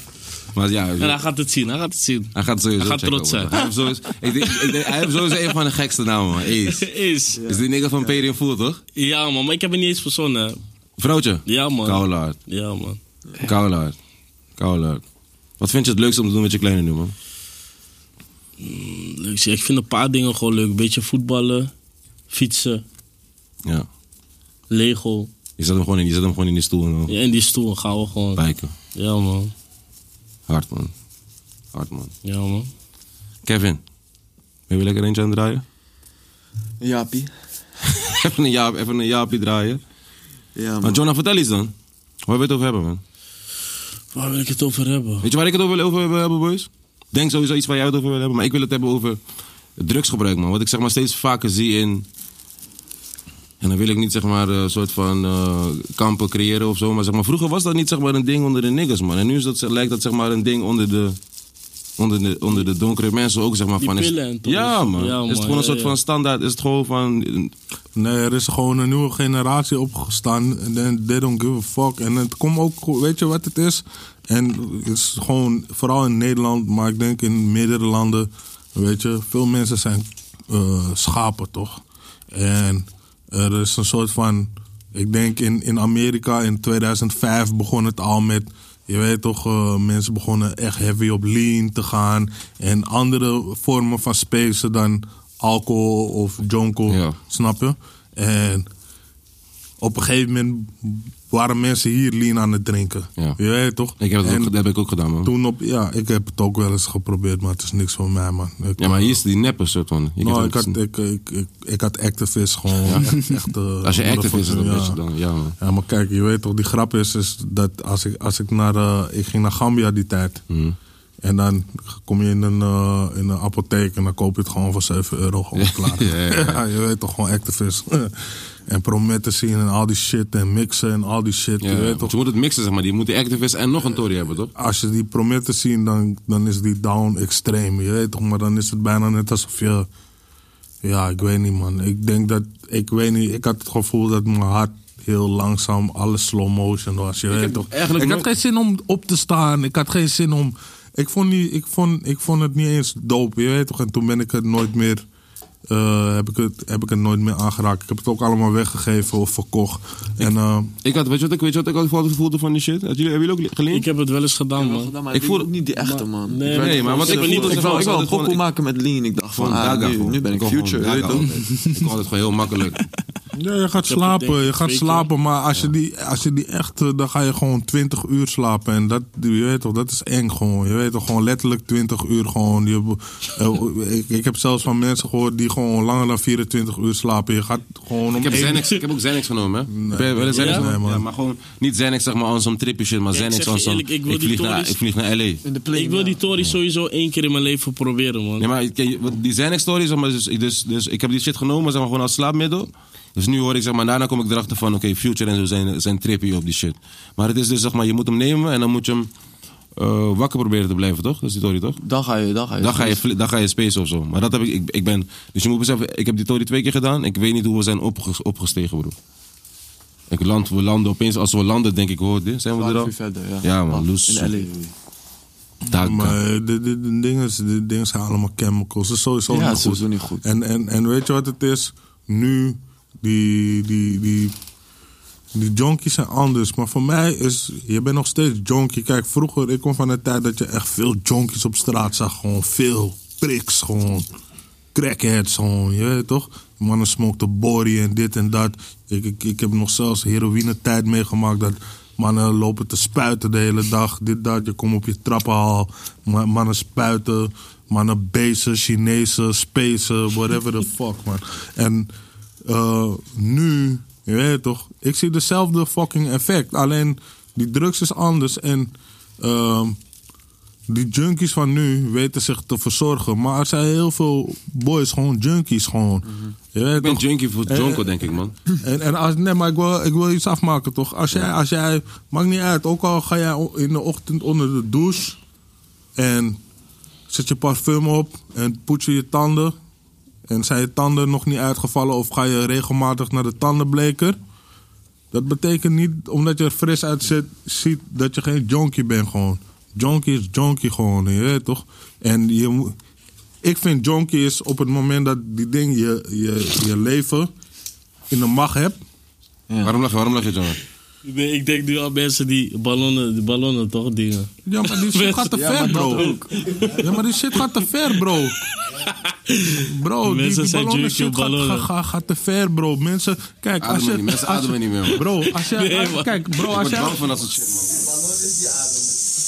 Speaker 2: Maar ja,
Speaker 3: En hij gaat het zien, hij gaat het zien.
Speaker 2: hij gaat sowieso
Speaker 3: Hij gaat
Speaker 2: checken,
Speaker 3: trots
Speaker 2: man.
Speaker 3: zijn.
Speaker 2: Hij heeft sowieso, ik denk, ik denk, hij heeft sowieso een van de gekste namen, man. Ace.
Speaker 3: Is.
Speaker 2: Is die nigger van Perian Fool, toch?
Speaker 3: Ja, man, maar ik heb het niet eens verzonnen. hè.
Speaker 2: Vrouwtje?
Speaker 3: Ja, man.
Speaker 2: Koude hart.
Speaker 3: Ja, man.
Speaker 2: Koude hart. Koude hart. Wat vind je het leukste om te doen met je kleine nu, man?
Speaker 3: Leuk, zeg. Ik vind een paar dingen gewoon leuk. Beetje voetballen, fietsen,
Speaker 2: Ja.
Speaker 3: Lego.
Speaker 2: Je zet hem gewoon in, je zet hem gewoon in die stoel en dan
Speaker 3: Ja, en die stoel gaan we gewoon.
Speaker 2: kijken.
Speaker 3: Ja, man.
Speaker 2: Hard man. Hard man.
Speaker 3: Ja, man.
Speaker 2: Kevin, wil je lekker eentje aan draaien?
Speaker 4: Jaapie.
Speaker 2: even, een jaap, even een jaapje draaien.
Speaker 4: Ja,
Speaker 2: Maar
Speaker 4: man.
Speaker 2: Jonah, vertel iets dan. Waar wil je het over hebben, man?
Speaker 3: Waar wil ik het over hebben?
Speaker 2: Weet je waar ik het over wil over wil hebben, boys? Denk sowieso iets waar jij het over wil hebben, maar ik wil het hebben over het drugsgebruik, man. Wat ik zeg maar steeds vaker zie in. En dan wil ik niet zeg maar een soort van eh, kampen creëren of zo, maar zeg maar vroeger was dat niet zeg maar een ding onder de niggers, man. En nu is dat, lijkt dat zeg maar een ding onder de. Onder de, onder de donkere mensen ook, zeg maar.
Speaker 3: Die
Speaker 2: van, is-
Speaker 3: pillen en toch?
Speaker 2: ja, man.
Speaker 3: Ja,
Speaker 2: Is
Speaker 3: man,
Speaker 2: het gewoon
Speaker 3: ja,
Speaker 2: een soort
Speaker 3: ja.
Speaker 2: van standaard? Is het gewoon van.
Speaker 5: Nee, er is gewoon een nieuwe generatie opgestaan. en They don't give a fuck. En het komt ook, weet je wat het is? En het is gewoon, vooral in Nederland, maar ik denk in meerdere landen, weet je, veel mensen zijn eh, schapen toch? En er is een soort van, ik denk in, in Amerika in 2005 begon het al met je weet toch, eh, mensen begonnen echt heavy op lean te gaan. En andere vormen van spacen dan alcohol of jonko,
Speaker 2: Ja.
Speaker 5: snap je? En op een gegeven moment waren mensen hier lean aan het drinken.
Speaker 2: Ja.
Speaker 5: Je weet toch?
Speaker 2: Ik heb het
Speaker 5: En
Speaker 2: ook, dat heb ik ook gedaan, man.
Speaker 5: toen op, ja, ik heb het ook wel eens geprobeerd, maar het is niks voor mij, man. Ik,
Speaker 2: ja, maar hier is die neppe soort van. Je
Speaker 5: nou, ik
Speaker 2: kunt ook-
Speaker 5: had, ik, ik, ik, ik had activist gewoon. Echt, echt, eh,
Speaker 2: als je active is, dan
Speaker 5: motherfucking,
Speaker 2: weet
Speaker 5: ja.
Speaker 2: je dan. Ja, man.
Speaker 5: Ja, maar kijk, je weet toch, die grap is, is dat als ik, als ik naar, eh, ik ging naar Gambia die tijd.
Speaker 2: Hmm.
Speaker 5: En dan kom je in een, eh, in een apotheek en dan koop je het gewoon voor 7 euro gewoon klaar.
Speaker 2: ja, ja, ja.
Speaker 5: Ja, je weet toch, gewoon activist. en promethazine en al die shit en mixen en al die shit,
Speaker 2: Ja,
Speaker 5: je weet
Speaker 2: want
Speaker 5: toch.
Speaker 2: je moet het mixen, zeg maar. Je moet die activist en nog een Tory hebben, toch?
Speaker 5: Als je die promethazine, dan, dan is die down extreem, je weet toch. Maar dan is het bijna net alsof je, ja, ik weet niet man. Ik denk dat, ik weet niet, ik had het gevoel dat mijn hart heel langzaam, alles slow motion was, je weet
Speaker 2: heb
Speaker 5: toch.
Speaker 2: eigenlijk
Speaker 5: ik had
Speaker 2: nooit-
Speaker 5: geen zin om op te staan. Ik had geen zin om. Ik vond, niet, ik vond, ik vond het niet eens dope, je weet toch? En toen ben ik het nooit meer. eh, heb, ik het, heb ik het nooit meer aangeraakt. Ik heb het ook allemaal weggegeven of verkocht. en eh,
Speaker 2: Ik had, weet je wat ik, weet je wat ik altijd voelde van die shit? Had jullie, hebben jullie ook geleerd?
Speaker 3: Ik heb het wel eens gedaan, man.
Speaker 4: Maar
Speaker 2: Ik
Speaker 4: ik
Speaker 2: voel-
Speaker 4: voel ook niet die echte, man.
Speaker 3: nee,
Speaker 4: ik
Speaker 3: nee,
Speaker 4: weet
Speaker 2: maar
Speaker 4: gewoon,
Speaker 2: wat ik
Speaker 4: voel-
Speaker 2: voelde,
Speaker 4: ik
Speaker 2: zeg
Speaker 4: wou
Speaker 2: maar,
Speaker 4: ik
Speaker 2: altijd
Speaker 4: wou een pokoe
Speaker 2: gewoon-
Speaker 4: maken met Lean. Ik dacht van,
Speaker 2: Gewoon
Speaker 4: ah,
Speaker 2: Gaga
Speaker 4: nu,
Speaker 2: gewoon.
Speaker 4: nu ben ik
Speaker 2: kon gewoon
Speaker 4: Future. weet je
Speaker 2: Gaga
Speaker 4: toch?
Speaker 2: altijd. Ik kon het gewoon heel makkelijk.
Speaker 5: ja, je
Speaker 3: heb
Speaker 5: gaat
Speaker 3: het
Speaker 5: slapen.
Speaker 3: denk ik
Speaker 5: je gaat
Speaker 3: twee keer-
Speaker 5: slapen. Maar als, je die, als je die echte, dan ga je gewoon 20 uur slapen. En dat, je weet toch, dat is eng gewoon. Je weet toch, gewoon letterlijk 20 uur gewoon. Je, eh, ik, ik heb zelfs van mensen gehoord die gewoon langer dan 24 uur slapen. Je gaat gewoon om
Speaker 2: Ik heb,
Speaker 5: één-
Speaker 2: Xanax, ik heb ook Xanax genomen, hè? Nee, ben je wel eens Xanax
Speaker 3: Ja?
Speaker 2: genomen?
Speaker 5: Nee, man.
Speaker 2: Ja, maar gewoon niet Xanax, zeg maar, on some trippy shit, maar
Speaker 3: Ja, ik
Speaker 2: Xanax
Speaker 3: zeg
Speaker 2: on
Speaker 3: je
Speaker 2: some...
Speaker 3: eerlijk, ik wil die
Speaker 2: vlieg naar,
Speaker 3: Tories-
Speaker 2: ik vlieg naar L.A.
Speaker 4: In de plane,
Speaker 3: Ik wil die Tory sowieso één keer in mijn leven proberen, man.
Speaker 2: Nee, maar ik ken je- wat die zijn stories, zeg maar, dus, ik- dus, dus ik heb die shit genomen, zeg maar, gewoon als slaapmiddel. Dus nu hoor ik, zeg maar, daarna kom ik erachter van, oké, Future en zo zijn, zijn trippy op die shit. Maar het is dus, zeg maar, je moet hem nemen en dan moet je hem eh, wakker proberen te blijven, toch? Dat is die story, toch?
Speaker 4: Dan ga je, dan ga je.
Speaker 2: Dan ga, je, fli- dan ga je space of zo. Maar dat heb ik, ik, ik ben... Dus je moet beseffen, ik heb die Tory twee keer gedaan. Ik weet niet hoe we zijn opges- opgestegen, broer. Ik land, we landen opeens, als we landen, denk ik, hoor, dit, zijn we er
Speaker 4: Twaalf
Speaker 2: al?
Speaker 4: uur verder, ja.
Speaker 2: Ja, man, loes.
Speaker 4: In LA.
Speaker 2: Daar kan-
Speaker 5: Maar eh, de, de, de, dingen, de dingen zijn allemaal chemicals. Dat is sowieso
Speaker 4: Ja,
Speaker 5: niet
Speaker 4: het
Speaker 5: goed.
Speaker 4: is sowieso niet goed.
Speaker 5: En, en, en weet je wat het is? Nu, die, die, die, die junkies zijn anders. Maar voor mij is, je bent nog steeds junkie. Kijk, vroeger, ik kom van de tijd dat je echt veel junkies op straat zag. Gewoon veel priks, gewoon crackheads, gewoon, je weet toch? Die Mannen smokten body en dit en dat. Ik, ik, ik heb nog zelfs heroïne tijd meegemaakt dat mannen lopen te spuiten de hele dag. Dit, dat, je komt op je trappenhal. Ma- Mannen spuiten, mannen bezen, Chinezen, spacen, whatever the fuck, man. En eh, nu, je weet toch, ik zie dezelfde fucking effect. Alleen die drugs is anders en ehm, die junkies van nu weten zich te verzorgen. Maar er zijn heel veel boys gewoon junkies gewoon. Je weet
Speaker 2: Mhm. Ik ben
Speaker 5: toch?
Speaker 2: junkie voor
Speaker 5: Eh,
Speaker 2: Jonko, denk ik, man.
Speaker 5: En, en als, nee, maar ik wil, ik wil iets afmaken toch? Als jij, als jij, maakt niet uit, ook al ga jij o- in de ochtend onder de douche en zet je parfum op en poets je je tanden en zijn je tanden nog niet uitgevallen of ga je regelmatig naar de tandenbleker. Dat betekent niet, omdat je er fris uitziet, ziet dat je geen jonkie bent gewoon. Jonkie is jonkie gewoon, je weet toch? En je moet... Ik vind jonkie is op het moment dat die ding je, je, je leven in de mag hebt.
Speaker 2: Waarom lach je, waarom lach je, Jonko?
Speaker 3: Ik denk- ik denk nu aan mensen die ballonnen, die ballonnen toch, dingen.
Speaker 5: Ja, maar die shit gaat te ver, bro. Ja, maar die shit gaat te ver, bro. Bro, die,
Speaker 3: Mensen
Speaker 5: die
Speaker 3: zijn
Speaker 5: ballonnen
Speaker 3: junkie op
Speaker 5: shit gaat,
Speaker 3: ballonnen.
Speaker 5: gaat, gaat- gaat te ver, bro. Mensen, kijk,
Speaker 2: Ademen
Speaker 5: als je...
Speaker 2: niet, mensen
Speaker 5: als je-
Speaker 2: ademen niet meer, man.
Speaker 5: Bro, als je...
Speaker 3: Nee,
Speaker 5: als-
Speaker 3: man.
Speaker 5: kijk, bro,
Speaker 2: Ik
Speaker 5: als
Speaker 2: word
Speaker 5: je...
Speaker 2: bang van dat soort shit, man.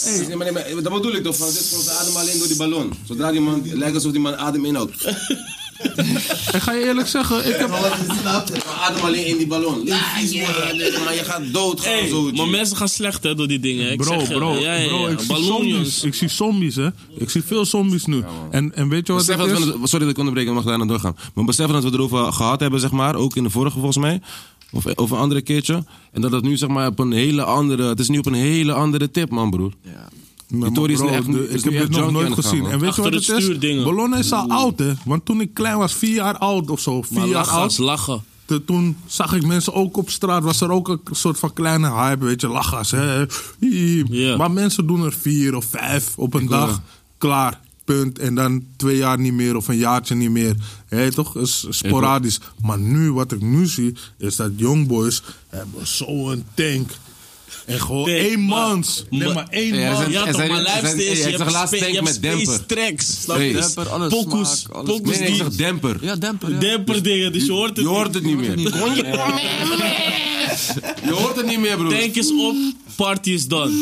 Speaker 2: Hey. Nee, maar nee, maar dat bedoel ik toch? Van, dit is onze adem alleen door die ballon. Zodra die man, het lijkt alsof die man adem inhoudt.
Speaker 5: Ik ga je eerlijk zeggen, ik heb...
Speaker 2: Maar adem alleen in die ballon. Leuk vies worden, leuk, maar je gaat dood gaan
Speaker 3: Hey,
Speaker 2: zo.
Speaker 3: maar mensen gaan slecht hè, door die dingen. hè. Ik
Speaker 5: Bro,
Speaker 3: zeg je,
Speaker 5: bro,
Speaker 3: ja, ja, ja.
Speaker 5: bro, ik zie
Speaker 3: Ballon,
Speaker 5: zombies.
Speaker 3: jongens.
Speaker 5: Ik zie zombies, hè. Ik zie veel zombies nu. en, en weet je wat
Speaker 2: Besef
Speaker 5: het
Speaker 2: dat dus?
Speaker 5: is?
Speaker 2: we, sorry dat ik onderbreek, ik mag daarna doorgaan. Maar besef dat we erover gehad hebben, zeg maar, ook in de vorige volgens mij. Of, of een andere keertje. En dat het nu zeg maar op een hele andere. Het is nu op een hele andere tip, man, broer.
Speaker 5: Maar
Speaker 2: Tory is
Speaker 5: Nou, bro,
Speaker 2: nu echt-
Speaker 5: de-
Speaker 2: is
Speaker 5: ik
Speaker 2: nu
Speaker 5: heb
Speaker 2: echt
Speaker 5: dit nog
Speaker 2: junkie aan
Speaker 5: nooit
Speaker 2: het gaan,
Speaker 5: gezien.
Speaker 2: man.
Speaker 5: en weet
Speaker 3: Achter
Speaker 5: je
Speaker 3: het
Speaker 5: wat het
Speaker 3: stuur
Speaker 5: is?
Speaker 3: dingen.
Speaker 5: Ballon is al oud, hè. Want toen ik klein was, vier jaar oud of zo. Vier
Speaker 3: Maar
Speaker 5: jaar
Speaker 3: lachen,
Speaker 5: oud.
Speaker 3: als lachen.
Speaker 5: Te- toen zag ik mensen ook op straat. Was er ook een soort van kleine hype, weet je, lachgas. Hè? Hi.
Speaker 3: Ja.
Speaker 5: Maar mensen doen er vier of vijf op een dag. Klaar, punt. En dan twee jaar niet meer of een jaartje niet meer. Hé, toch? Is sporadisch. Maar nu, wat ik nu zie, is dat youngboys hebben zo'n tank. En gewoon
Speaker 3: Nee,
Speaker 5: één
Speaker 3: maar-
Speaker 5: mans. Nee, maar één
Speaker 2: Ja, er
Speaker 5: mans.
Speaker 2: zijn-
Speaker 3: Ja,
Speaker 2: er
Speaker 3: toch,
Speaker 2: zijn-
Speaker 3: maar
Speaker 2: er zijn-
Speaker 3: lijfste
Speaker 2: ja,
Speaker 3: is,
Speaker 2: ik
Speaker 3: je
Speaker 2: zeg
Speaker 3: hebt
Speaker 2: laatst
Speaker 3: space- je
Speaker 2: tank
Speaker 3: hebt
Speaker 2: met
Speaker 3: space
Speaker 2: demper.
Speaker 3: tracks. Snap
Speaker 2: Nee.
Speaker 3: je?
Speaker 4: Demper, alles.
Speaker 3: Pokus,
Speaker 4: smaak, alles.
Speaker 3: pokus
Speaker 2: Nee, nee, ik
Speaker 3: die
Speaker 2: zeg demper.
Speaker 4: Ja, demper. Ja.
Speaker 3: demper dingen, dus je hoort het
Speaker 2: Je hoort het niet meer. Je hoort het niet meer, broer.
Speaker 3: Tank is op, party is done.